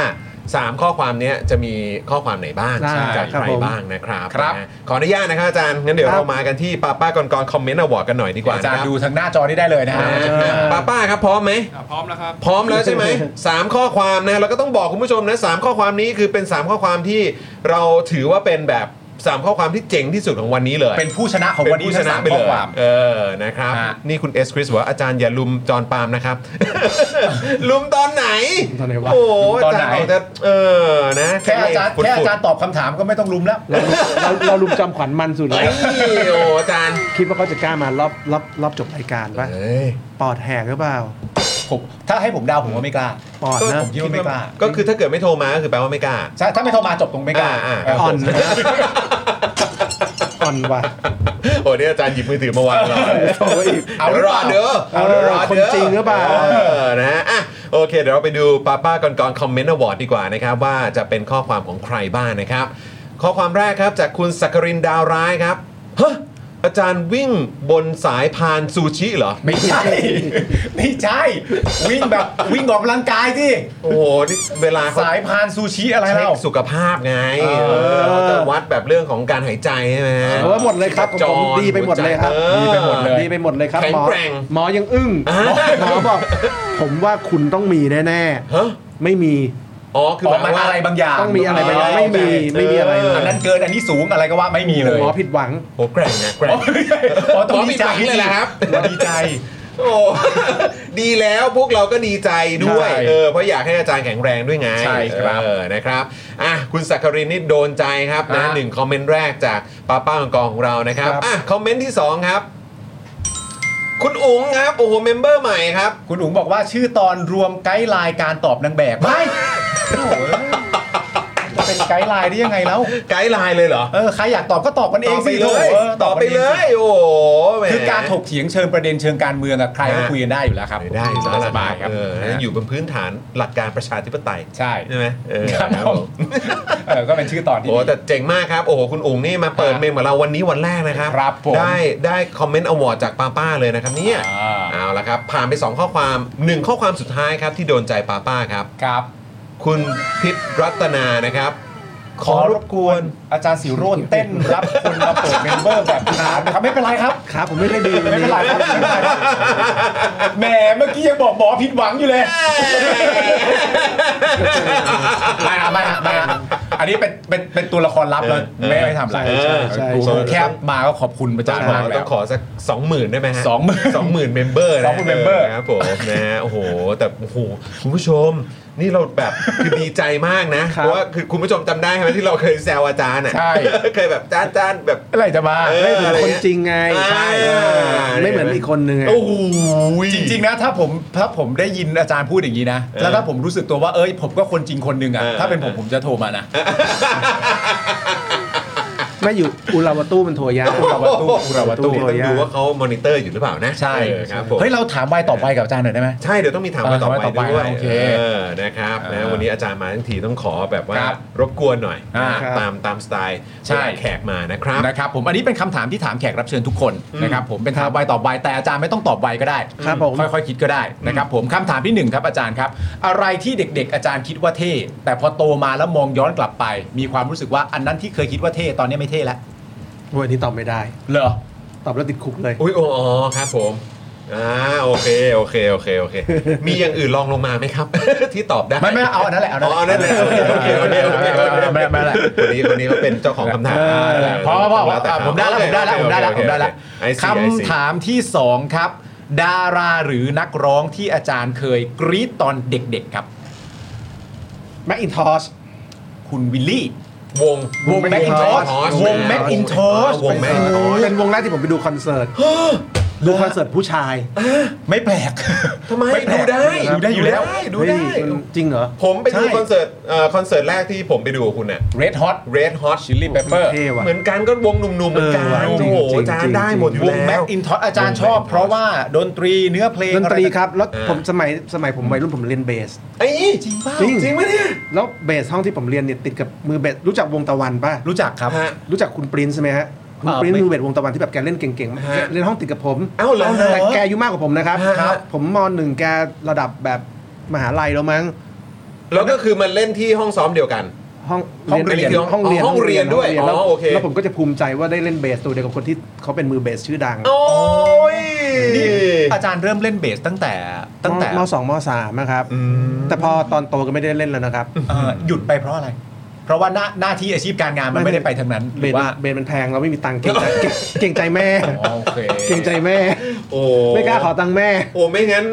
Speaker 2: 3 ข้อความเนี้ยจะมีข้อความไหนบ้าง
Speaker 8: ได้
Speaker 2: จาก
Speaker 8: ครับ
Speaker 2: ใคร
Speaker 8: ผม
Speaker 2: บ้างนะครับ
Speaker 4: ครับ
Speaker 2: นะขออนุญาตนะครับอาจารย์งั้นเดี๋ยว
Speaker 8: ครับ
Speaker 2: เรามากันที่ป้าป้าก่อนก่อนคอมเมนต์อวอร์ดกันหน่อยดีกว่า
Speaker 4: า
Speaker 2: นะ
Speaker 4: จาร
Speaker 2: ค
Speaker 4: ย์
Speaker 2: รับ
Speaker 4: ดูทางหน้าจอนี้ได้เลยนะฮะ
Speaker 2: อ่าป้าป้าครับพร้อมไหม
Speaker 5: อ่ะพร้อมแล้วครับ
Speaker 2: พร้อมแล้วใช่ไหม
Speaker 4: (laughs)
Speaker 2: สามข้อความนะแล้วก็ต้องบอกคุณผู้ชมนะสามข้อความนี้คือเป็นสามข้อความที่เราถือว่าเป็นแบบสามข้อความที่เจ๋งที่สุดของวันนี้เลย
Speaker 4: เป็นผู้ชนะของวันนี้
Speaker 2: เป็ผู้ช
Speaker 4: ทั้ง
Speaker 2: นะ
Speaker 4: สาม
Speaker 2: ไป
Speaker 4: ข้
Speaker 2: เล
Speaker 4: อย ความ
Speaker 2: เออนะครับ
Speaker 4: ฮะ
Speaker 2: นี่คุณเอสคริสบอกว่าอาจารย์อย่าลุมจอนปาล์ม
Speaker 4: (laughs)
Speaker 2: นะครับ ลุมตอนไหน
Speaker 8: ตอนไหนวะ
Speaker 2: โอ้โหอาจารย์บอกจะเออนะ
Speaker 4: แค่อาจารย์
Speaker 2: ฝุ่นๆ
Speaker 4: แค่อาจารย์ตอบคำถามก็ไม่ต้องลุมแล้ว
Speaker 8: เราเราเราลุมจำขวัญมันสุดเล
Speaker 2: เฮ้
Speaker 8: ย
Speaker 2: ยโอ้อาจารย์
Speaker 8: คิดว่าเขาจะกล้ามารอบรอบรอบจบรายการปะ
Speaker 2: เอ้ย
Speaker 8: ปอดแหกหรือเปล่า
Speaker 4: ผมถ้าให้ผมเดาผมก็ไม่กล้า
Speaker 8: ปอดนะ
Speaker 4: ผมคิดว่าไม่กล้า
Speaker 2: ก็คือถ้าเกิดไม่โทรมาก็คือแปลว่าไม่กล้า
Speaker 4: ใช่ถ้าไม่โทรมาจบตรงไม่กล้า
Speaker 2: อ่า
Speaker 4: เออ
Speaker 8: อ่
Speaker 4: ผ
Speaker 8: อน
Speaker 4: ม
Speaker 8: นะอ่อนว่ะ
Speaker 2: โอ้เนี่ยอาจารย์หยิบมือถือมาวางเรา
Speaker 8: โอ้ย
Speaker 2: เอารอเด้อเอาเดี๋ยวรอเด้อ
Speaker 8: คนจริงหรือเปล่า
Speaker 2: เออนะอ่ะโอเค เดี๋ยวเราไปดูป้าป้าก่อนก่อนคอมเมนต์อวอร์ดดีกว่านะครับ ว่าจะเป็นข้อความของใครบ้างนะครับ ข้อความแรกครับจากคุณสักกรินดาวร้ายครับฮะอาจารย์วิ่งบนสายพานซูชิเหรอ
Speaker 4: ไม่ใช่ ไม่ใช่ วิ่งแบบวิ่งออกกำลังกายที่
Speaker 2: โอ้โหนี่เวลาเขา
Speaker 4: สายพานซูชิอะไร
Speaker 2: เช็ค
Speaker 4: เรา
Speaker 2: สุขภาพไง
Speaker 4: เออ
Speaker 2: เออเขาจะวัดแบบเรื่องของการหายใจใช่ไหม
Speaker 8: เออหมดเลยครับของ
Speaker 2: จ
Speaker 8: ผมดีไปหมดเลยครับ
Speaker 2: ออ
Speaker 4: ดีไปหมดเลย
Speaker 8: ดีไปหมดเลยครับ
Speaker 2: แข็ง
Speaker 8: หมอ
Speaker 2: แกร่ง
Speaker 8: หมอยังอึ้ง
Speaker 2: อ่า
Speaker 8: หมอบอก ผมว่าคุณต้องมีแน่
Speaker 2: ฮะ
Speaker 8: ๆ ไม่มี
Speaker 2: อ๋อคือ
Speaker 4: อ
Speaker 2: ห
Speaker 4: อ
Speaker 2: มาก ย
Speaker 4: มา
Speaker 2: ว่า
Speaker 4: อะไรบางอย่าง
Speaker 8: ต้องมีอะไรบางอย่าง
Speaker 2: อ๋อ
Speaker 8: ไม่มีไม่มีอะไรเล
Speaker 2: เอออั
Speaker 4: อัน
Speaker 8: ย
Speaker 4: นั้นเกินอันนี้สูงอะไรก็ว่าไม่มีเลย
Speaker 8: หมอผิดหวัง
Speaker 2: โอ้แกร่งนะแกร่ง
Speaker 4: หมอต้องดีใจ
Speaker 2: หมอผิดหวังเลยเหรอครับ
Speaker 4: หมอดีใจ
Speaker 2: โอ้ดีแล้วพวกเราก็ดีใจด้วย
Speaker 4: ใช่
Speaker 2: เออเพราะอยากให้อาจารย์แข็งแรงด้วยไง
Speaker 4: ใช่ครับ
Speaker 2: เออนะครับอ่ะคุณสักครินนี่โดนใจครับนะ
Speaker 4: อ่ะ
Speaker 2: หนึ่งคอมเมนต์แรกจากป้าป้าของกองของเรานะครับ
Speaker 8: ครับ
Speaker 2: อ่ะคอมเมนต์ที่สองครับ คุณอุ๋งครับโอ้โหเมมเบอร์ใหม่ครับ
Speaker 4: คุณอุ๋งบอกว่าชื่อตอนรวมไกด์ไลน์การตอบนางแบบไม่โอ้โหจะเป็นไกด์ไลน์ได้ยังไงแล้ว
Speaker 2: ไกด์ไลน์เลยเหรอ
Speaker 4: เออใครอยากตอบก็ตอบกันเองสิโถ
Speaker 2: ต่อไปเลย โอ้โหแหม
Speaker 4: คือการถกเถียงเชิงประเด็นเชิงการเมืองอะใครก็
Speaker 2: ฮะ
Speaker 4: คุยกันได้อยู่แล้วครับ
Speaker 2: ได้อยู่แล้วล่ะ
Speaker 4: สบายครับ
Speaker 2: เออ
Speaker 4: นะ
Speaker 2: อยู่บนพื้นฐานหลักการประชาธิปไตย
Speaker 4: ใช่
Speaker 2: ใช่ไหมเออ
Speaker 4: ครับ
Speaker 2: ครับ
Speaker 4: ผ
Speaker 2: ผม ม
Speaker 4: เออก็เป็นชื่อตอนที่
Speaker 2: โอ้
Speaker 4: ดี
Speaker 2: แต่เจ๋งมากครับ โอ้โห คุณอุ๋งนี่มาเปิด
Speaker 4: ครับ
Speaker 2: เมมกับเราวันนี้วันแรกนะครับ
Speaker 4: ครับผม
Speaker 2: ได้ได้คอมเมนต์อวอร์ดจากป้าป้าเลยนะครับเนี่ย
Speaker 4: อ่า
Speaker 2: เอาละครับ ผ่านไป 2 ข้อความ 1 ข้อความสุดท้ายครับที่โดนใจป้าป้าครับ
Speaker 4: ครับ
Speaker 2: คุณพิษรัตนานะครับ
Speaker 4: ขอรบกวนอาจารย์สิโรนเต้นรับคนมาเปิดเมมเบอร์แบบนานนะครับไม่เป็นไรครับ
Speaker 8: ครับผมไม่ได้ดี
Speaker 4: ไม่เป็นไรครับไม่เป็นไรแหมเมื่อกี้ยังบอกหมอผิดหวังอยู่เลย ไม่ฮะไม่ฮะไม่ฮะอันนี้เป็นเป็นเป็นตัวละครลับแล้วไม่ไม่ทำอะไร
Speaker 2: เออใช่
Speaker 4: ผมแค่มาก็ขอบคุณอาจารย์
Speaker 2: ขอ
Speaker 4: มากแล้
Speaker 2: ต้อ
Speaker 4: ว
Speaker 2: งขอสัก20,000ได้ไหมฮะ
Speaker 4: 20,000
Speaker 2: 20,000เมมเบอร์นะ
Speaker 4: 20,000 member
Speaker 2: ครับผมนะโอ้โห แต่โอ้โหคุณผู้ชม นี่เราแบบคือดีใจมากนะ เพราะว่าคือคุณผู้ชมจำได้ใช่ไหมที่เราเคยแซวอาจารย์อ่ะ
Speaker 4: ใช่
Speaker 2: เคยแบบจ้านจ้านแบบ
Speaker 4: อะไรจะมา
Speaker 2: เอ
Speaker 8: ไม่
Speaker 2: อ
Speaker 8: เหมือนคนจริงไง
Speaker 2: ใช่
Speaker 8: ไม่เหมือนอีกคนนึงไง
Speaker 2: โอ้โห
Speaker 4: จริงๆนะถ้าผมถ้าผมได้ยินอาจารย์พูดอย่างนี้นะ แล้วถ้าผมรู้สึกตัวว่าเอ้ยผมก็คนจริงคนหนึ่งอ่ะ ถ้าเป็นผมผมจะโทรมานะ
Speaker 8: ไม่อยู่อุลาวาตู้มันโทรยาก
Speaker 4: อุราวาตู้อุราวาตู้
Speaker 2: ต้องดูว่าเขามอนิเตอร์อยู่หรือเปล่านะ
Speaker 4: ใช่
Speaker 2: เออครับผม
Speaker 4: เฮ้ยเราถามไวต่อไปกับอาจารย์หน่อยได้ไหม
Speaker 2: ใช่เดี๋ยวต้องมีถามมาต่อ
Speaker 4: เออ
Speaker 2: ไป
Speaker 4: ถามมาต่อไป
Speaker 2: ด้วย
Speaker 4: โอเค
Speaker 2: เออนะครับนะ
Speaker 4: เออ
Speaker 2: วันนี้อาจารย์มาทั้งทีต้องขอแบบว่า
Speaker 4: ครับ
Speaker 2: รบกวนหน่อย
Speaker 4: อ่า
Speaker 2: นะครับตามตามสไตล์
Speaker 4: ใช่
Speaker 2: เวลาแขกมานะครับ
Speaker 4: นะครับผมอันนี้เป็นคำถามที่ถามแขกรับเชิญทุกคนนะครับผมเป็นถามไวตอบไวแต่อาจารย์ไม่ต้องตอบไวก็ได้
Speaker 8: ครับผม
Speaker 4: ค่อยๆคิดก็ได้นะครับผมคำถามที่หนึ่งครับอาจารย์ครับ อะไรที่เด็ก ๆ อาจารย์คิดว่าเท่ แต่พอโตมาแล้วมองย้อนกลับไป มีความรู้สึกว่าอันนั้นที่เคยคิดว่าเท่ตอนนี้ไม่เท่แล้ว
Speaker 8: โอ้ยอันนี้ตอบไม่ได้
Speaker 4: เหรอ
Speaker 8: ตอบแล้วติดคุกเลย
Speaker 2: อุ้ยอ๋ออ๋อครับผมอ่าโอเคโอเคโอเคโอเค มีอย่างอื่นลองลงมาไหมครับ ที่ตอบได้
Speaker 4: ไม่ไม่เอาอันนั้นแหละเอา
Speaker 2: อ๋อ
Speaker 4: อันนั้
Speaker 2: นั่
Speaker 4: น
Speaker 2: น
Speaker 4: แห
Speaker 2: แห
Speaker 4: ละ
Speaker 2: ละโอเคโอเคโอเคโอเคโอเค
Speaker 4: ไม่ไม่ไม่
Speaker 2: วันนี้วันนี้เขาเป็นเจ้าของคำถาม
Speaker 4: เออ
Speaker 2: เ
Speaker 4: พอพอพอ
Speaker 2: แต่
Speaker 4: อ่ะ
Speaker 2: เขา
Speaker 4: ผมได้แล้วผมได้แล้วผมได้แล้วผมได้แล้ว
Speaker 2: โอเคโอเคโอเค I see I see
Speaker 4: คำถามที่ 2 ครับ ดาราหรือนักร้องที่อาจารย์เคยกรี๊ดตอนเด็กๆครับ
Speaker 8: แมคอินทอช
Speaker 4: คุณวิลลี่
Speaker 2: วง
Speaker 4: วง Macintosh วง Macintosh
Speaker 2: วงแมคอินทอช
Speaker 8: เป็นวงแรกที่ผมไปดูคอนเสิร์ต ดูคอนเสิร์ตผู้ชาย
Speaker 4: ไม่แปลก
Speaker 2: ทำไม
Speaker 4: ไม่แปล
Speaker 2: ดู
Speaker 4: ก
Speaker 2: ได้
Speaker 4: ดูได้อยู่แล้ว
Speaker 2: ดูได้
Speaker 8: เฮ้ยมันจริงเหรอ
Speaker 2: ผมไปดู
Speaker 4: ใช่
Speaker 2: คอนเสิร์ตเอ่อคอนเสิร์ตแรกที่ผมไปดูกับคุณเนี่ย
Speaker 4: Red Hot
Speaker 2: Red Hot
Speaker 4: Chili Pepper
Speaker 8: เท่ว่ะ
Speaker 2: เหมือนกันก็วงหนุ่มๆเหมือนกัน
Speaker 8: เออว่ะ
Speaker 2: โอ้
Speaker 8: จริง
Speaker 2: โห
Speaker 8: จริง
Speaker 2: จาน
Speaker 8: จริง
Speaker 2: ได้หมดอยู่
Speaker 4: ว
Speaker 2: แล้
Speaker 4: ง
Speaker 2: ว
Speaker 4: แม็กอินทอสอาจารย์ชอ
Speaker 2: วง
Speaker 4: บ
Speaker 2: Macintosh
Speaker 4: เพราะว่าดนตรีเนื้อเพลง
Speaker 8: ดนตรี
Speaker 4: อะไ
Speaker 8: ครับ แล้ว
Speaker 2: เออ
Speaker 8: ผมสมัยสมัยผมวัยรุ่นผมเรียนเบส
Speaker 2: ไอ้จริงป่ะจริงจริงไหมเนี่ย
Speaker 8: แล้วเบสห้องที่ผมเรียนเนี่ยติดกับมือเบสรู้จักวงตะวันป่ะ
Speaker 4: รู้จักครับ
Speaker 2: ฮะ
Speaker 8: รู้จักคุณปรินซ์ใช่ไหมฮะ คุณ
Speaker 4: อ่า
Speaker 8: ปรินซ์
Speaker 4: ไม่
Speaker 8: มือเบสวงตะวันที่แบบแกเล่นเก่งๆมาก
Speaker 2: ฮะ
Speaker 8: เล่นห้องติดกับผม
Speaker 2: เอ้าเหรอ
Speaker 8: แต่แกอายุมากกว่าผมนะครับ
Speaker 2: ฮะ
Speaker 8: ครับ ผมมหนึ่งแกระดับแบบมหาลัยแล้วมั้ง
Speaker 2: แล้วก็คือมันเล่นที่ห้องซ้อมเดียวกัน
Speaker 8: ห้อง
Speaker 2: ห้องเรียน
Speaker 8: ห้องเรียน
Speaker 2: อ๋อห้องเรียนด้วย
Speaker 8: ห้งเรีนแล้ว
Speaker 2: อ๋อโอเค
Speaker 8: แล้วผมก็จะภูมิใจว่าได้เล่นเบสตัวเดียวกับคนที่เขาเป็นมือเบสชื่อดัง
Speaker 2: โอ้ย
Speaker 4: นี่ อาจารย์เริ่มเล่นเบสตั้งแต่ตั้งแต่
Speaker 8: มสองมสามนะครับ แต่พอตอนโตก็ไม่ได้เล่นแล้วนะครับ
Speaker 4: เอ่อหยุดไปเพราะอะไร เพราะว่าหน้าหน้าที่อาชีพการงานมัน
Speaker 8: ไม่
Speaker 4: ไม่ได้ไปทางนั้นห
Speaker 8: เบ
Speaker 4: รือ
Speaker 8: ส
Speaker 4: ว่า
Speaker 8: เบสมันแพงเราไม่มีตั
Speaker 2: (laughs)
Speaker 8: งค์เก่งใจเก่งเก่งใจแม่
Speaker 4: อ๋อโอเค
Speaker 8: เก่งใจแม่
Speaker 2: โอ้
Speaker 8: ไม่กล้าขอตังค์แม่
Speaker 2: โอ้ไม่งั้น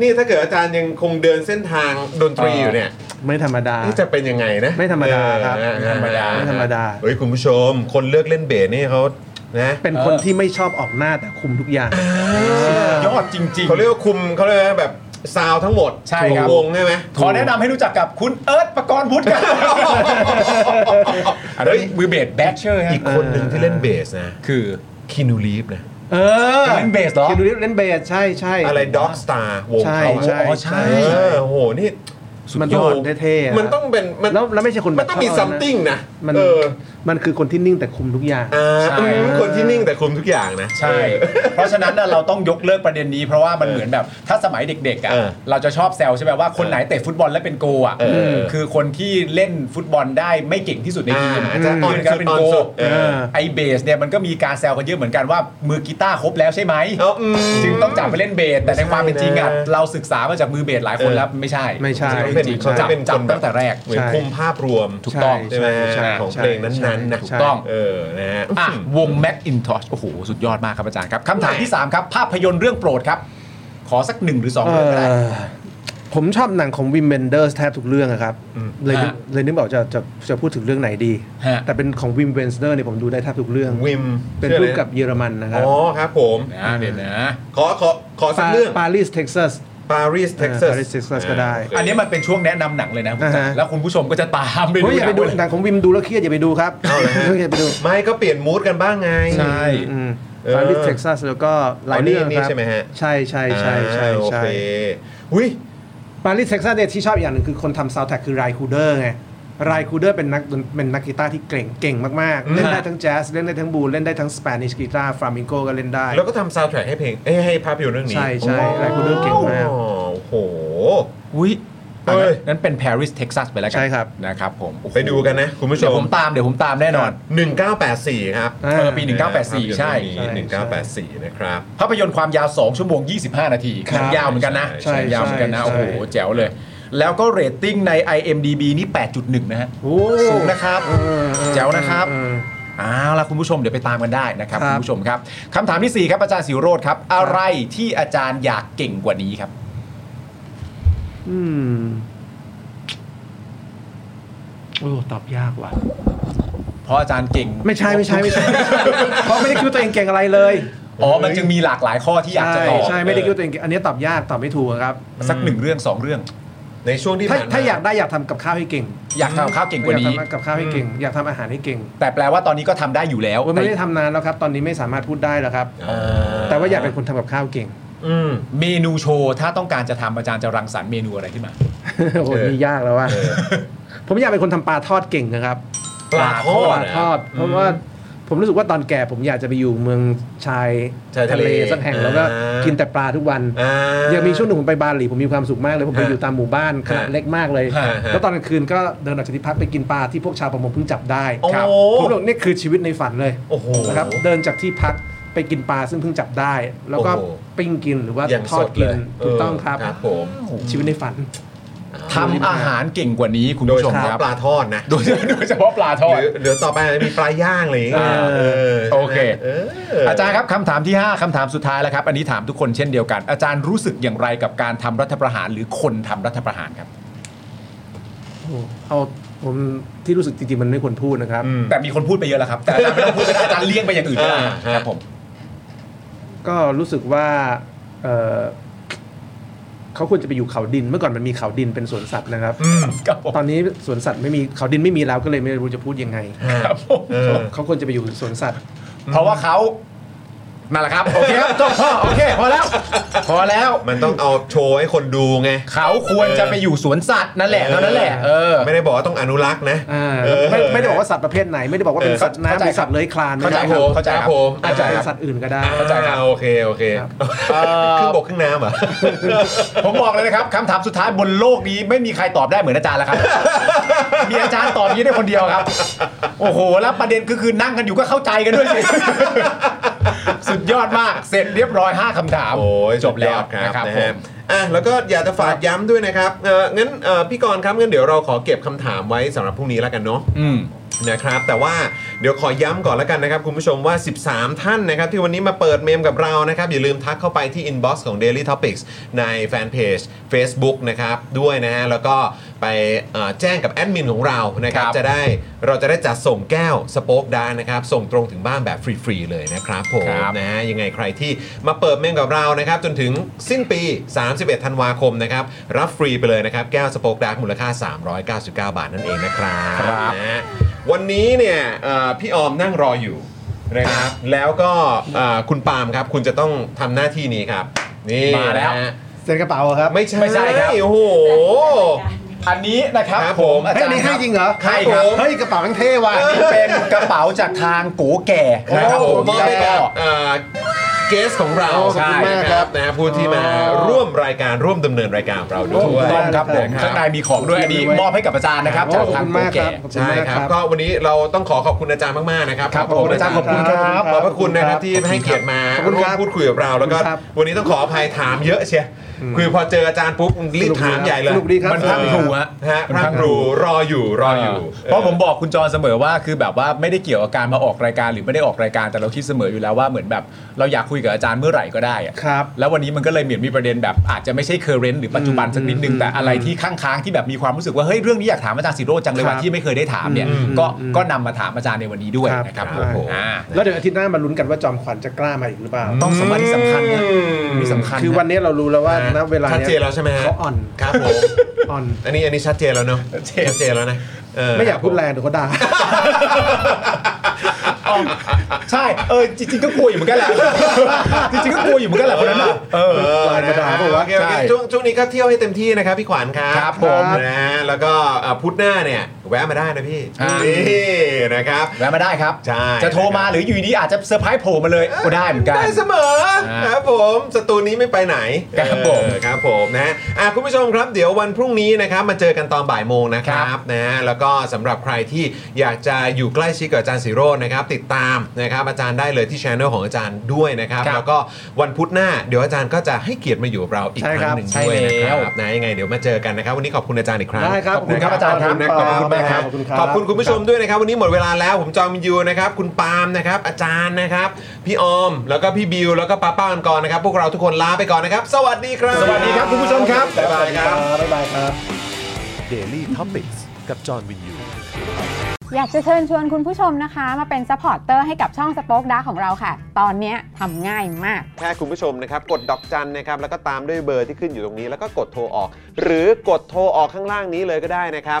Speaker 2: นี่ถ้าเกิดอาจารย์ยังคงเดินเส้นทางดนตรีอยู่เนี่ย
Speaker 8: ไม่ธรรมดา
Speaker 2: นี่จะเป็นยังไงนะ
Speaker 8: ไม่ธรรมดาครับ
Speaker 2: เออ
Speaker 8: ไม่ธรรมดาไม่ธรรมดา
Speaker 2: เฮ้ยคุณผู้ชม คนเลือกเล่นเบสนี่เขานะ
Speaker 8: เป็นคนที่ไม่ชอบออกหน้าแต่คุมทุกอย่าง
Speaker 4: ยอดจริง
Speaker 2: เขาเรียกว่าคุมเขาเรียกว่าแบบซาวทั้งหมด
Speaker 4: ใช่
Speaker 2: ขอ
Speaker 4: ครั
Speaker 2: ง
Speaker 4: บ
Speaker 2: วงใช่ไหม
Speaker 4: ๆ ขอแนะนำให้รู้จักกับคุณเอิร์ธประกรณ์พุทธครับอัน
Speaker 2: เฮ้
Speaker 4: นี้
Speaker 2: ย
Speaker 4: นมือเบสแบทเชอร์
Speaker 2: อีกคนหนึ่งที่เล่นเบสนะ
Speaker 4: คือ
Speaker 2: คินูลีฟนะ
Speaker 8: เออ
Speaker 4: เล่นเบสเหรอ
Speaker 8: คิดดูดิเล่นเบสใช่ใช่
Speaker 2: อะไรด็อกสตาร์วง
Speaker 8: ใช่
Speaker 2: เขา
Speaker 8: ใช่
Speaker 2: อ๋อ
Speaker 4: ใช่
Speaker 2: เออโหนี่สุ
Speaker 8: มัน
Speaker 2: ย
Speaker 8: ต้อง
Speaker 2: อด
Speaker 8: เท่ๆอะ
Speaker 2: มันต้องเป็นมัน
Speaker 8: แล้วแล้วไม่ใช่คน
Speaker 2: มันต้องมี
Speaker 8: แบบ
Speaker 2: ซัม
Speaker 8: เขานะ
Speaker 2: ติงนะ
Speaker 8: มัน
Speaker 2: เออ
Speaker 8: มันคือคนที่นิ่งแต่คุมทุกอย่าง
Speaker 2: อ่า
Speaker 4: ใช่
Speaker 2: อืมคนที่นิ่งแต่คุมทุกอย่างนะ
Speaker 4: ใช่ (laughs) เพราะฉะนั้นน่ะเราต้องยกเลิกประเด็นนี้เพราะว่ามันเหมือนแบบ ถ้าสมัยเด็กๆอ่ะ
Speaker 2: เออ
Speaker 4: เราจะชอบแซวใช่ไหมว่าคนไหนเตะฟุตบอลแล้วเป็นโกอ่ะ
Speaker 2: เออ
Speaker 4: คือคนที่เล่นฟุตบอลได้ไม่เก่งที่สุดในทีม
Speaker 2: อ่าจะอ่อน
Speaker 4: ยืนกันเป็นโก
Speaker 2: สุดอ่อนสุดเออ
Speaker 4: ไอเบสเนี่ยมันก็มีการแซวกันเยอะเหมือนกันว่ามือกีตาร์ครบแล้วใช่ไหม
Speaker 2: เอ้าอืม
Speaker 4: จึงต้องจับไปเล่นเบสแต่ในความเป็นจริงอ่ะ
Speaker 2: ไม่ใช่นะ
Speaker 4: เราศึกษามาจากมือเบสหลายคนแล้วไม่ใช่
Speaker 8: ไม่ใช่
Speaker 4: จ
Speaker 2: เป็น
Speaker 4: ริงๆ
Speaker 2: เขาจะ
Speaker 4: จับ
Speaker 2: เป็นคน
Speaker 4: จับ
Speaker 2: แบบ
Speaker 4: ตั้งแต่แรก
Speaker 2: เหมือน
Speaker 8: ใช่
Speaker 2: คุมภาพรวม
Speaker 4: ถูกต้อง
Speaker 2: ใช่ไหม
Speaker 8: ใช่
Speaker 2: ของ
Speaker 8: ใช่
Speaker 2: เพลงนั้นๆนะ
Speaker 8: ใช่
Speaker 4: ถูกต้อง
Speaker 2: เออนะฮะ
Speaker 4: อ่ะวง Mac i n t o s h โอ้โห สุดยอดมากครับอาจารย์ครับคำถามที่ 3 ครับ ภาพยนตร์เรื่องโปรดครับ ขอสักหนึ่งหรือ 2
Speaker 8: เอ
Speaker 4: เรื่องก็ได้
Speaker 8: อผมชอบหนังของวิมเบนเดอร์แทบทุกเรื่องอะครับ เลยนึก
Speaker 4: ฮะ
Speaker 8: เลยนึกบอกจะจะจะพูดถึงเรื่องไหนดี
Speaker 4: ฮะ
Speaker 8: แต่เป็นของวิมเบนเดอร์เนี่ยผมดูได้แทบทุกเรื่อง
Speaker 2: วิม
Speaker 8: เป็น
Speaker 2: ชื่อ
Speaker 8: รู
Speaker 2: อะ
Speaker 8: ป
Speaker 2: ไ
Speaker 8: กับเยอรมันนะครับ
Speaker 2: อ๋อครับผม
Speaker 4: นะเดี๋ยวนะ
Speaker 2: ขอขอขอสักเรื่อง
Speaker 8: ปารีสเท็กซัส
Speaker 2: ปารีสเท็กซัส
Speaker 8: Paris Texas ก็ได้
Speaker 4: อันนี้มันเป็นช่วงแนะนำหนังเลยนะคุณจักร
Speaker 8: อ่าฮะ
Speaker 4: แล้วคุณผู้ชมก็จะตามไป
Speaker 8: เฮ้ยอย่าไปดู
Speaker 4: เลย
Speaker 8: หนังของวิมดูแล้วเครียดอย่าไปดูครับ
Speaker 2: เอาเหรอฮะ
Speaker 8: อย่าไปดู
Speaker 2: ไม่ก็เปลี่ยนมูดกันบ้างไง
Speaker 4: ใช่
Speaker 2: เออ
Speaker 8: ปารีสเท็กซัสแล้วก็หลาย
Speaker 2: อ๋อนี่
Speaker 8: เรื่อง
Speaker 2: นี่
Speaker 8: ครับ
Speaker 2: ใช่ไหมฮะ
Speaker 8: ใช่ใช่ใช่ใช่
Speaker 2: อ่าโอ
Speaker 8: ใช่
Speaker 2: เคอุ้ย
Speaker 8: ปารีสเท็กซัสเนี่ยที่ชอบอีกอย่างหนึ่งคือคนทำซาวด์แท็กคือไรคูเดอร์ไงไรคูเดอร์เป็นนักดนเป็นนักกีตาร์ที่เก่งเก่งมากๆ เล่นได้ทั้งแจ๊สเล่นได้ทั้งบูลเล่นได้ทั้งสเปนิชกีตาร์ฟลามิงโกก็เล่นได้
Speaker 2: แล้วก็ทำซาวด์แทร็กให้เพลงเอ้ยให้ภาพยนตร์เรื่องนี้
Speaker 8: ใช่ใช่ไรคูเดอร์เก่งมาก
Speaker 2: โอ้โห
Speaker 4: อุ้ย
Speaker 2: เอ้ย
Speaker 4: นั้นเป็น Paris Texas ไปแล้วกั
Speaker 8: ใช่ครับ
Speaker 4: นะครับผมโอ้โห
Speaker 2: ไปดูกันนะ คุณผู้ช
Speaker 4: เดี๋ยว
Speaker 2: ม
Speaker 4: ผมตามเดี๋ยวผมตามแน่นอน
Speaker 2: 1984 ครับ
Speaker 8: อ่า
Speaker 4: เออปี 1984 ใช่
Speaker 2: ภาพยนตร์เรื่องนี้1984 นะครับ
Speaker 4: ภาพยนตร์ความยาว 2 ชั่วโมง 25 นาที
Speaker 8: ครับ
Speaker 4: ยาวเหมือนกันนะ
Speaker 8: ใช่ใช่
Speaker 4: ยาวเหมือนกันนะ
Speaker 8: ใช่
Speaker 4: โอ้โห แจ๋วเลย แล้วก็เรตติ้งใน IMDB นี่ 8.1 นะฮะ
Speaker 8: โอ้
Speaker 4: สูงนะครับ
Speaker 8: เออเออ
Speaker 4: แจ๋วนะครับ
Speaker 8: เออ
Speaker 4: เอาล่ะคุณผู้ชมเดี๋ยวไปตามกันได้นะครับ
Speaker 8: ครั
Speaker 4: คุ
Speaker 8: บ
Speaker 4: ณผู้ชมครับคำถามที่ 4 ครับอาจารย์สิโรธครับ อะไรที่อาจารย์อยากเก่งกว่านี้ครับ
Speaker 8: อืมโอ้ตอบยากว่ะ
Speaker 4: เพราะอาจารย์เก่ง
Speaker 8: ไม่ใช่ไม่ใช่ไม่ใช่ไม่ใช่เพราะไม่ได้คิดว่าตัวเองเก่งอะไรเลย
Speaker 4: อ๋อมันจึงมีหลากหลายข้อที่อยาก
Speaker 8: ใช่
Speaker 4: จะตอบ
Speaker 8: ใช่ไม่ได้คิดว่าตัวเองเก่งอันนี้ตอบยากตอบไม่ถูกครับ
Speaker 4: สักหนึ่งเรื่องสองเรื่อง
Speaker 2: ในช่วงที่
Speaker 8: ถ้า
Speaker 2: ผ่านม
Speaker 8: ถ้าอยากได้อยากทำกับข้าวให้เก่ง
Speaker 4: อยากทำข้าวเก่งกว่า
Speaker 8: อยาก
Speaker 4: นี้
Speaker 8: ทำกับข้าวให้เก่ง อยากทำอาหารให้เก่ง
Speaker 4: แต่แปลว่าตอนนี้ก็ทำได้อยู่แล้ว
Speaker 8: ผมไม่ได้ทำนานแล้วครับ ตอนนี้ไม่สามารถพูดได้แล้วครับ
Speaker 2: อ่
Speaker 8: แต่ว่าอยากเป็นคนทำกับข้าวเก่ง
Speaker 2: อืม
Speaker 4: เมนูโชว์ถ้าต้องการจะทำอาจารย์จะรังสรรค์เมนูอะไรขึ้นมา
Speaker 8: โอ้
Speaker 2: เออ
Speaker 8: นี่ยากแล้วว่าผมอยากเป็นคนทำปลาทอดเก่งนะครับ
Speaker 2: ปลาทอด
Speaker 8: ปลา
Speaker 2: นะ
Speaker 8: ทอด เพราะว่าผมรู้สึกว่าตอนแก่ผมอยากจะไปอยู่เมืองชาย
Speaker 2: ชายทะเล
Speaker 8: สักแห่งแล้วก็
Speaker 2: อ่ากิ
Speaker 8: กินแต่ปลาทุกวัน
Speaker 2: อ่า
Speaker 8: ยังมีช่วงหนึ่งผมไปบาหลีผมมีความสุขมากเลย ผมไป
Speaker 2: ฮะ
Speaker 8: อยู่ตามหมู่บ้านขนาด
Speaker 2: ฮะ
Speaker 8: เล็กมากเลย
Speaker 2: ฮะ
Speaker 8: แล้วตอนกลางคืนก็เดินออกจากที่พักไปกินปลาที่พวกชาวประมงเพิ่งจับได้
Speaker 2: โอ้
Speaker 8: ครับผมบอกนี่คือชีวิตในฝันเลย
Speaker 2: โอ้โห
Speaker 8: นะครับเดินจากที่พักไปกินปลาซึ่งเพิ่งจับได้ แล้วก็
Speaker 2: โอ้โห
Speaker 8: ปิ้งกินหรือว่า
Speaker 2: อย่าง
Speaker 8: ทอ
Speaker 2: ส
Speaker 8: ด
Speaker 2: ด
Speaker 8: กิ
Speaker 2: เล
Speaker 8: น
Speaker 2: ย
Speaker 8: ถูกต้องครับ
Speaker 2: เครับผม
Speaker 8: ชีวิตในฝัน
Speaker 4: ทำอาหารเก่งกว่านี้คุณ
Speaker 2: โดย
Speaker 4: ผู้ช
Speaker 2: เฉ
Speaker 4: ม
Speaker 2: พาะ
Speaker 4: ครับ
Speaker 2: ปลาทอดนะ
Speaker 4: โดยโดยเฉพาะปลาทอด
Speaker 2: หรือหรือต่อไปอาจจะมีปลาย่างอะไรอย่างเงี้ย
Speaker 4: อ่า
Speaker 2: เออ
Speaker 4: โอเค
Speaker 2: เอออา
Speaker 4: อาจารย์ครับคำถามที่ 5คำถามสุดท้ายแล้วครับ อันนี้ถามทุกคนเช่นเดียวกัน อาจารย์รู้สึกอย่างไรกับการทำรัฐประหารหรือคนทำรัฐประหารครับ
Speaker 8: โอ้เอาผมที่รู้สึกจริงๆมันไม่ควรพูดนะครับ
Speaker 2: อืม
Speaker 4: แต่มีคนพูดไปเยอะแล้วครับ แต่อาจารย์ไม่ต้องพูดก็ได้อาจารย์เลี่ยงไปอย่างอื่นก็ได้
Speaker 2: อ่าฮะ
Speaker 4: ครับผม
Speaker 8: ก็รู้สึกว่าเอ่อเขาควรจะไปอยู่เขาดิน เมื่อก่อนมันมีเขาดินเป็นสวนสัตว์นะครับ
Speaker 4: ครับผม
Speaker 8: ตอนนี้สวนสัตว์ไม่มีเขาดินไม่มีแล้วก็เลยไม่รู้จะพูดยังไง
Speaker 4: ครับผม
Speaker 2: เออ
Speaker 8: เขาควรจะไปอยู่สวนสัตว์
Speaker 4: เพราะว่าเขานั่นแหละครับโอเคครับจ (laughs) บพ่อโอเคพอแล้ว พอแล้ว
Speaker 2: มันต้องเอาโชว์ให้คนดูไง
Speaker 4: เขาควรจะไปอยู่สวนสัตว์นั่นแหละเท่านั้นแหละเออ
Speaker 2: ไม่ได้บอกว่าต้องอนุรักษ์นะ
Speaker 8: อ่า
Speaker 2: เออ
Speaker 8: ไม่ไม่ได้บอกว่าสัตว์ประเภทไหนไม่ได้บอกว่าเป็นสัตว์
Speaker 4: เข้า
Speaker 8: น้ำ
Speaker 4: ใจ
Speaker 8: เป็นสัตว์เลื้อยคลาน
Speaker 4: เข้าใจ
Speaker 8: ไม่
Speaker 4: ค
Speaker 8: ได้
Speaker 4: รับเข้าใจ
Speaker 2: ค
Speaker 4: ครั
Speaker 2: รับบ ผม
Speaker 8: อาจจะ
Speaker 4: เข้าใจ
Speaker 8: เป็
Speaker 4: ค
Speaker 8: น
Speaker 4: รับ
Speaker 8: สัตว์อื่นก็ได้
Speaker 4: เข้าใจครับ
Speaker 2: อ่โอเคโอเค
Speaker 8: ครับ
Speaker 4: เอ่อ
Speaker 2: ครึ่งบกครึ่งน้ำเหรอ
Speaker 4: ผมบอกเลยนะครับคำถามสุดท้ายบนโลกนี้ไม่มีใครตอบได้เหมือนอาจารย์แล้วครับ มีอาจารย์ตอบอย่างนี้ได้คนเดียวครับ โอ้โห แล้วประเด็นก็คือนั่งกันอยู่ก็เข้าใจกันด้วยสิ (laughs) สุดยอดมากเสร็จเรียบร้อย 5คำถาม
Speaker 2: โอ้ย
Speaker 4: จบแล้ว
Speaker 2: สุดยอดครับ
Speaker 4: นะครับ
Speaker 2: นะ
Speaker 4: ผ
Speaker 2: ฮะ
Speaker 4: ม
Speaker 2: อ่ะแล้วก็อยากจะฝากย้ำด้วยนะครับเอ่องั้นเอ่อพี่กรณ์ครับงั้นเดี๋ยวเราขอเก็บคำถามไว้สำหรับพรุ่งนี้แล้วกันเนาะ
Speaker 4: อืม
Speaker 2: นะครับแต่ว่าเดี๋ยวขอย้ำก่อนแล้วกันนะครับคุณผู้ชมว่า 13 ท่านนะครับที่วันนี้มาเปิดเมมกับเรานะครับอย่าลืมทักเข้าไปที่ inbox ของ Daily Topics ในแฟนเพจ Facebook นะครับด้วยนะฮะแล้วก็ไปเอ่อแจ้งกับแอดมินของเรานะครับ
Speaker 4: ครับ
Speaker 2: จะได้เราจะได้จัดส่งแก้วสโป๊กดาร์กนะครับส่งตรงถึงบ้านแบบฟรี ๆ เลยนะครับผม
Speaker 4: ครับ
Speaker 2: นะฮะยังไงใครที่มาเปิดเมมกับเรานะครับจนถึงสิ้นปี 31 ธันวาคมนะครับรับฟรีไปเลยนะครับแก้วสโป๊กดาร์กมูลค่า 399 บาทนั่นเองนะครับ ครับนะฮะวันนี้เนี่ยเอ่อพี่ออมนั่งรออยู่นะครับแล้วก็เอ่อคุณปาล์มครับ คุณจะต้องทำหน้าที่นี้ครับ นี่
Speaker 4: มาแล้ว
Speaker 2: นะฮะ
Speaker 6: เซ็นกระเป๋าเหรอครับ
Speaker 2: ไม่ใช่
Speaker 4: ไม่ใช่ครับ
Speaker 2: โอ้โห
Speaker 4: อันนี้นะครับ
Speaker 2: ครับ
Speaker 4: ผ
Speaker 2: ผม
Speaker 4: มอา
Speaker 6: เฮ้ย
Speaker 4: จา
Speaker 6: อัน
Speaker 4: รย์
Speaker 6: นี้ให้จริงเหรอ
Speaker 4: ให้ครับ
Speaker 6: เฮ้ยกระเป๋าทั้งเท่ว่ะ
Speaker 4: อันนี้เป็นกระเป๋าจากทางโกแก่นะครับผม
Speaker 2: มอบให้กับเอ่อเกสของเรา
Speaker 6: โอ้ขอบคุณมากครับ
Speaker 2: นะผู้ที่มาร่วมรายการร่วมดำเนินรายการของเราด้
Speaker 4: ถูก
Speaker 2: วย
Speaker 4: ต้องครับผม
Speaker 2: ครับ
Speaker 4: ข้างในมีของด้วยอันนี้มอบให้กับอาจารย์นะครับ
Speaker 8: โอ้
Speaker 4: จา
Speaker 8: ข
Speaker 4: ก
Speaker 8: อบ
Speaker 4: ทาง
Speaker 8: คุณ
Speaker 4: โก
Speaker 8: มากค
Speaker 4: แก่
Speaker 8: รับขอบคุณ
Speaker 2: ใช่
Speaker 8: มาก
Speaker 2: ค
Speaker 8: ค
Speaker 2: รั
Speaker 8: รั
Speaker 2: บบ ก็วันนี้เราต้องขอขอบคุณอาจารย์มากๆนะครับ
Speaker 4: ครับผมอาจารย์ขอบคุณครับ
Speaker 2: ขอบพระคุณนะครับที่ให้เกียรติมา
Speaker 8: ขอบคุณ
Speaker 2: ร่วม
Speaker 8: ครับ
Speaker 2: พูดคุยกับเราแล้วก็
Speaker 8: ขอบคุณครับ
Speaker 2: วันนี้ต้องขออภัยถามเยอะเชียคือพอเจออาจารย์ปุ๊บรีบถามใหญ่เลย
Speaker 8: สนุกดีครับ
Speaker 4: มันพรั่งพรูฮะ
Speaker 2: ฮะพรั่งพรูรออยู่รออยู่
Speaker 4: เพราะผมบอกคุณจรเสมอว่าคือแบบว่าไม่ได้เกี่ยวกับการมาออกรายการหรือไม่ได้ออกรายการแต่เราคิดเสมออยู่แล้วว่าเหมือนแบบ เราอยากคุยกับอาจารย์เมื่อไหร่ก็ได้อะ
Speaker 8: ครับ
Speaker 4: แล้ววันนี้มันก็เลยเหมือนมีประเด็นแบบอาจจะไม่ใช่เคอร์เรนต์หรือปัจจุบันสักนิดนึงแต่อะไรที่ข้างค้างๆที่แบบมีความรู้สึกว่าเฮ้ยเรื่องนี้อยากถามอาจารย์สิโรจน์จังเลย
Speaker 8: ครับ
Speaker 4: วันที่ไม่เคยได้ถามเนี่ยก็ก็นำมาถามอาจารย์ในวันนี้ด้วย
Speaker 8: ครับ
Speaker 4: นะครับ
Speaker 2: ครับผม
Speaker 4: อ่า
Speaker 8: แล้วเดี๋ยวอาทิตย์หน้ามาลุ้นกันว่าจอมขวัญจะกล้ามาอีกหรือเปล่า
Speaker 4: ต้องสำคัญที่สำคัญนะมีสำคัญนะ
Speaker 8: คือวันนี้เรารู้แล้วว่าณเวลา
Speaker 2: ชัด
Speaker 8: นี้ย
Speaker 2: เจนแล้วใช่ไหมฮะ
Speaker 8: เขาอ่อน
Speaker 2: ครับผม
Speaker 8: อ่อน
Speaker 2: อันนี้อันนี้ชัดเจนแล้วเนาะ
Speaker 4: ชัดเจน
Speaker 2: ชัดเจนแล้วนะเ
Speaker 8: ไม่อยากพูดแรงเดี๋ยวเขาด่า
Speaker 4: อ๋อใช่เออจริงๆก็กลัวอยู่เหมือนกันแหละ (laughs) จริงๆก็กลัวอยู่เหมือนกันแหละคนนั้นน่ะเออ
Speaker 2: เออ
Speaker 8: ลายกระดาษเปล่าวะ
Speaker 2: โอเคโอเค
Speaker 4: ใช่
Speaker 2: ช่วงช่วงนี้ก็เที่ยวให้เต็มที่นะครับพี่ขวัญครับ
Speaker 4: ครับผม
Speaker 2: นะฮะแล้วก็เอ่อพุธหน้าเนี่ยแวะมาได้นะพี่
Speaker 4: อ่านี่
Speaker 2: นี่นะครับ
Speaker 4: แวะมาได้ครับ
Speaker 2: ใช่
Speaker 4: จะโทรมาหรืออยู่ดีๆอาจจะเซอร์ไพรส์โผล่มาเลยก็ได้เหมือนกัน
Speaker 2: ได้เสมอ
Speaker 4: อ่า
Speaker 2: ครับผมสตูนี้ไม่ไปไหน
Speaker 4: ครับผม
Speaker 2: เออครับผมนะฮะอ่ะคุณผู้ชมครับเดี๋ยววันพรุ่งนี้นะครับมาเจอกันตอนบ่ายโมงนะครั
Speaker 4: ครับ บ
Speaker 2: นะฮะแล้วก็สำหรับใครที่อยากจะอยู่ใกล้ชิดกับอาจารย์สิโรจน์นะครับติดตามนะครับอาจารย์ได้เลยที่ช anel ของอาจารย์ด้วยนะครับ
Speaker 4: ครับ
Speaker 2: แล้วก็วันพุธหน้าเดี๋ยวอาจารย์ก็จะให้เกียรติมาอยู่กับเราอีก
Speaker 8: ใช่
Speaker 2: ค
Speaker 8: ครั
Speaker 2: รั้ง
Speaker 8: บ
Speaker 2: หนึ่ง
Speaker 4: ใช่
Speaker 2: ด้วยนะค
Speaker 4: แล้
Speaker 2: รั
Speaker 4: ว
Speaker 2: บนะยังไงเดี๋ยวมาเจอกันนะครับวันนี้ขอบคุณอาจารย์อีกครั้ง
Speaker 8: ได้ครับ
Speaker 4: ขอบคุณครับอาจารย์ครับ
Speaker 2: ขอบคุณมากครับ
Speaker 8: ขอบคุณครับ
Speaker 2: ขอบคุณคุณผู้ชมด้วยนะครับ วันนี้หมดเวลาแล้วผมจอมยูนะครับ คุณปาล์มนะครับ อาจารย์นะครับ พี่ออม แล้วก็พี่บิว แล้วก็ป้าป้ากันก่อนนะครับ พวกเราทุกคนลาไปก่อนนะครับ สวัสดีครับ
Speaker 4: สวัสดีครับคุณผู้ชมครับ
Speaker 2: บ๊ายบายครับ
Speaker 8: บ๊ายบายครับ
Speaker 1: Daily Topics กับจอห์นวินยู
Speaker 10: อยากจะเชิญชวนคุณผู้ชมนะคะ มาเป็นซัพพอร์ตเตอร์ให้กับช่องสป็อคดาของเราค่ะ ตอนเนี้ยทำง่ายมาก
Speaker 2: แค่คุณผู้ชมนะครับ กดดอกจันนะครับ แล้วก็ตามด้วยเบอร์ที่ขึ้นอยู่ตรงนี้ แล้วก็กดโทรออก หรือกดโทรออกข้างล่างนี้เลยก็ได้นะครับ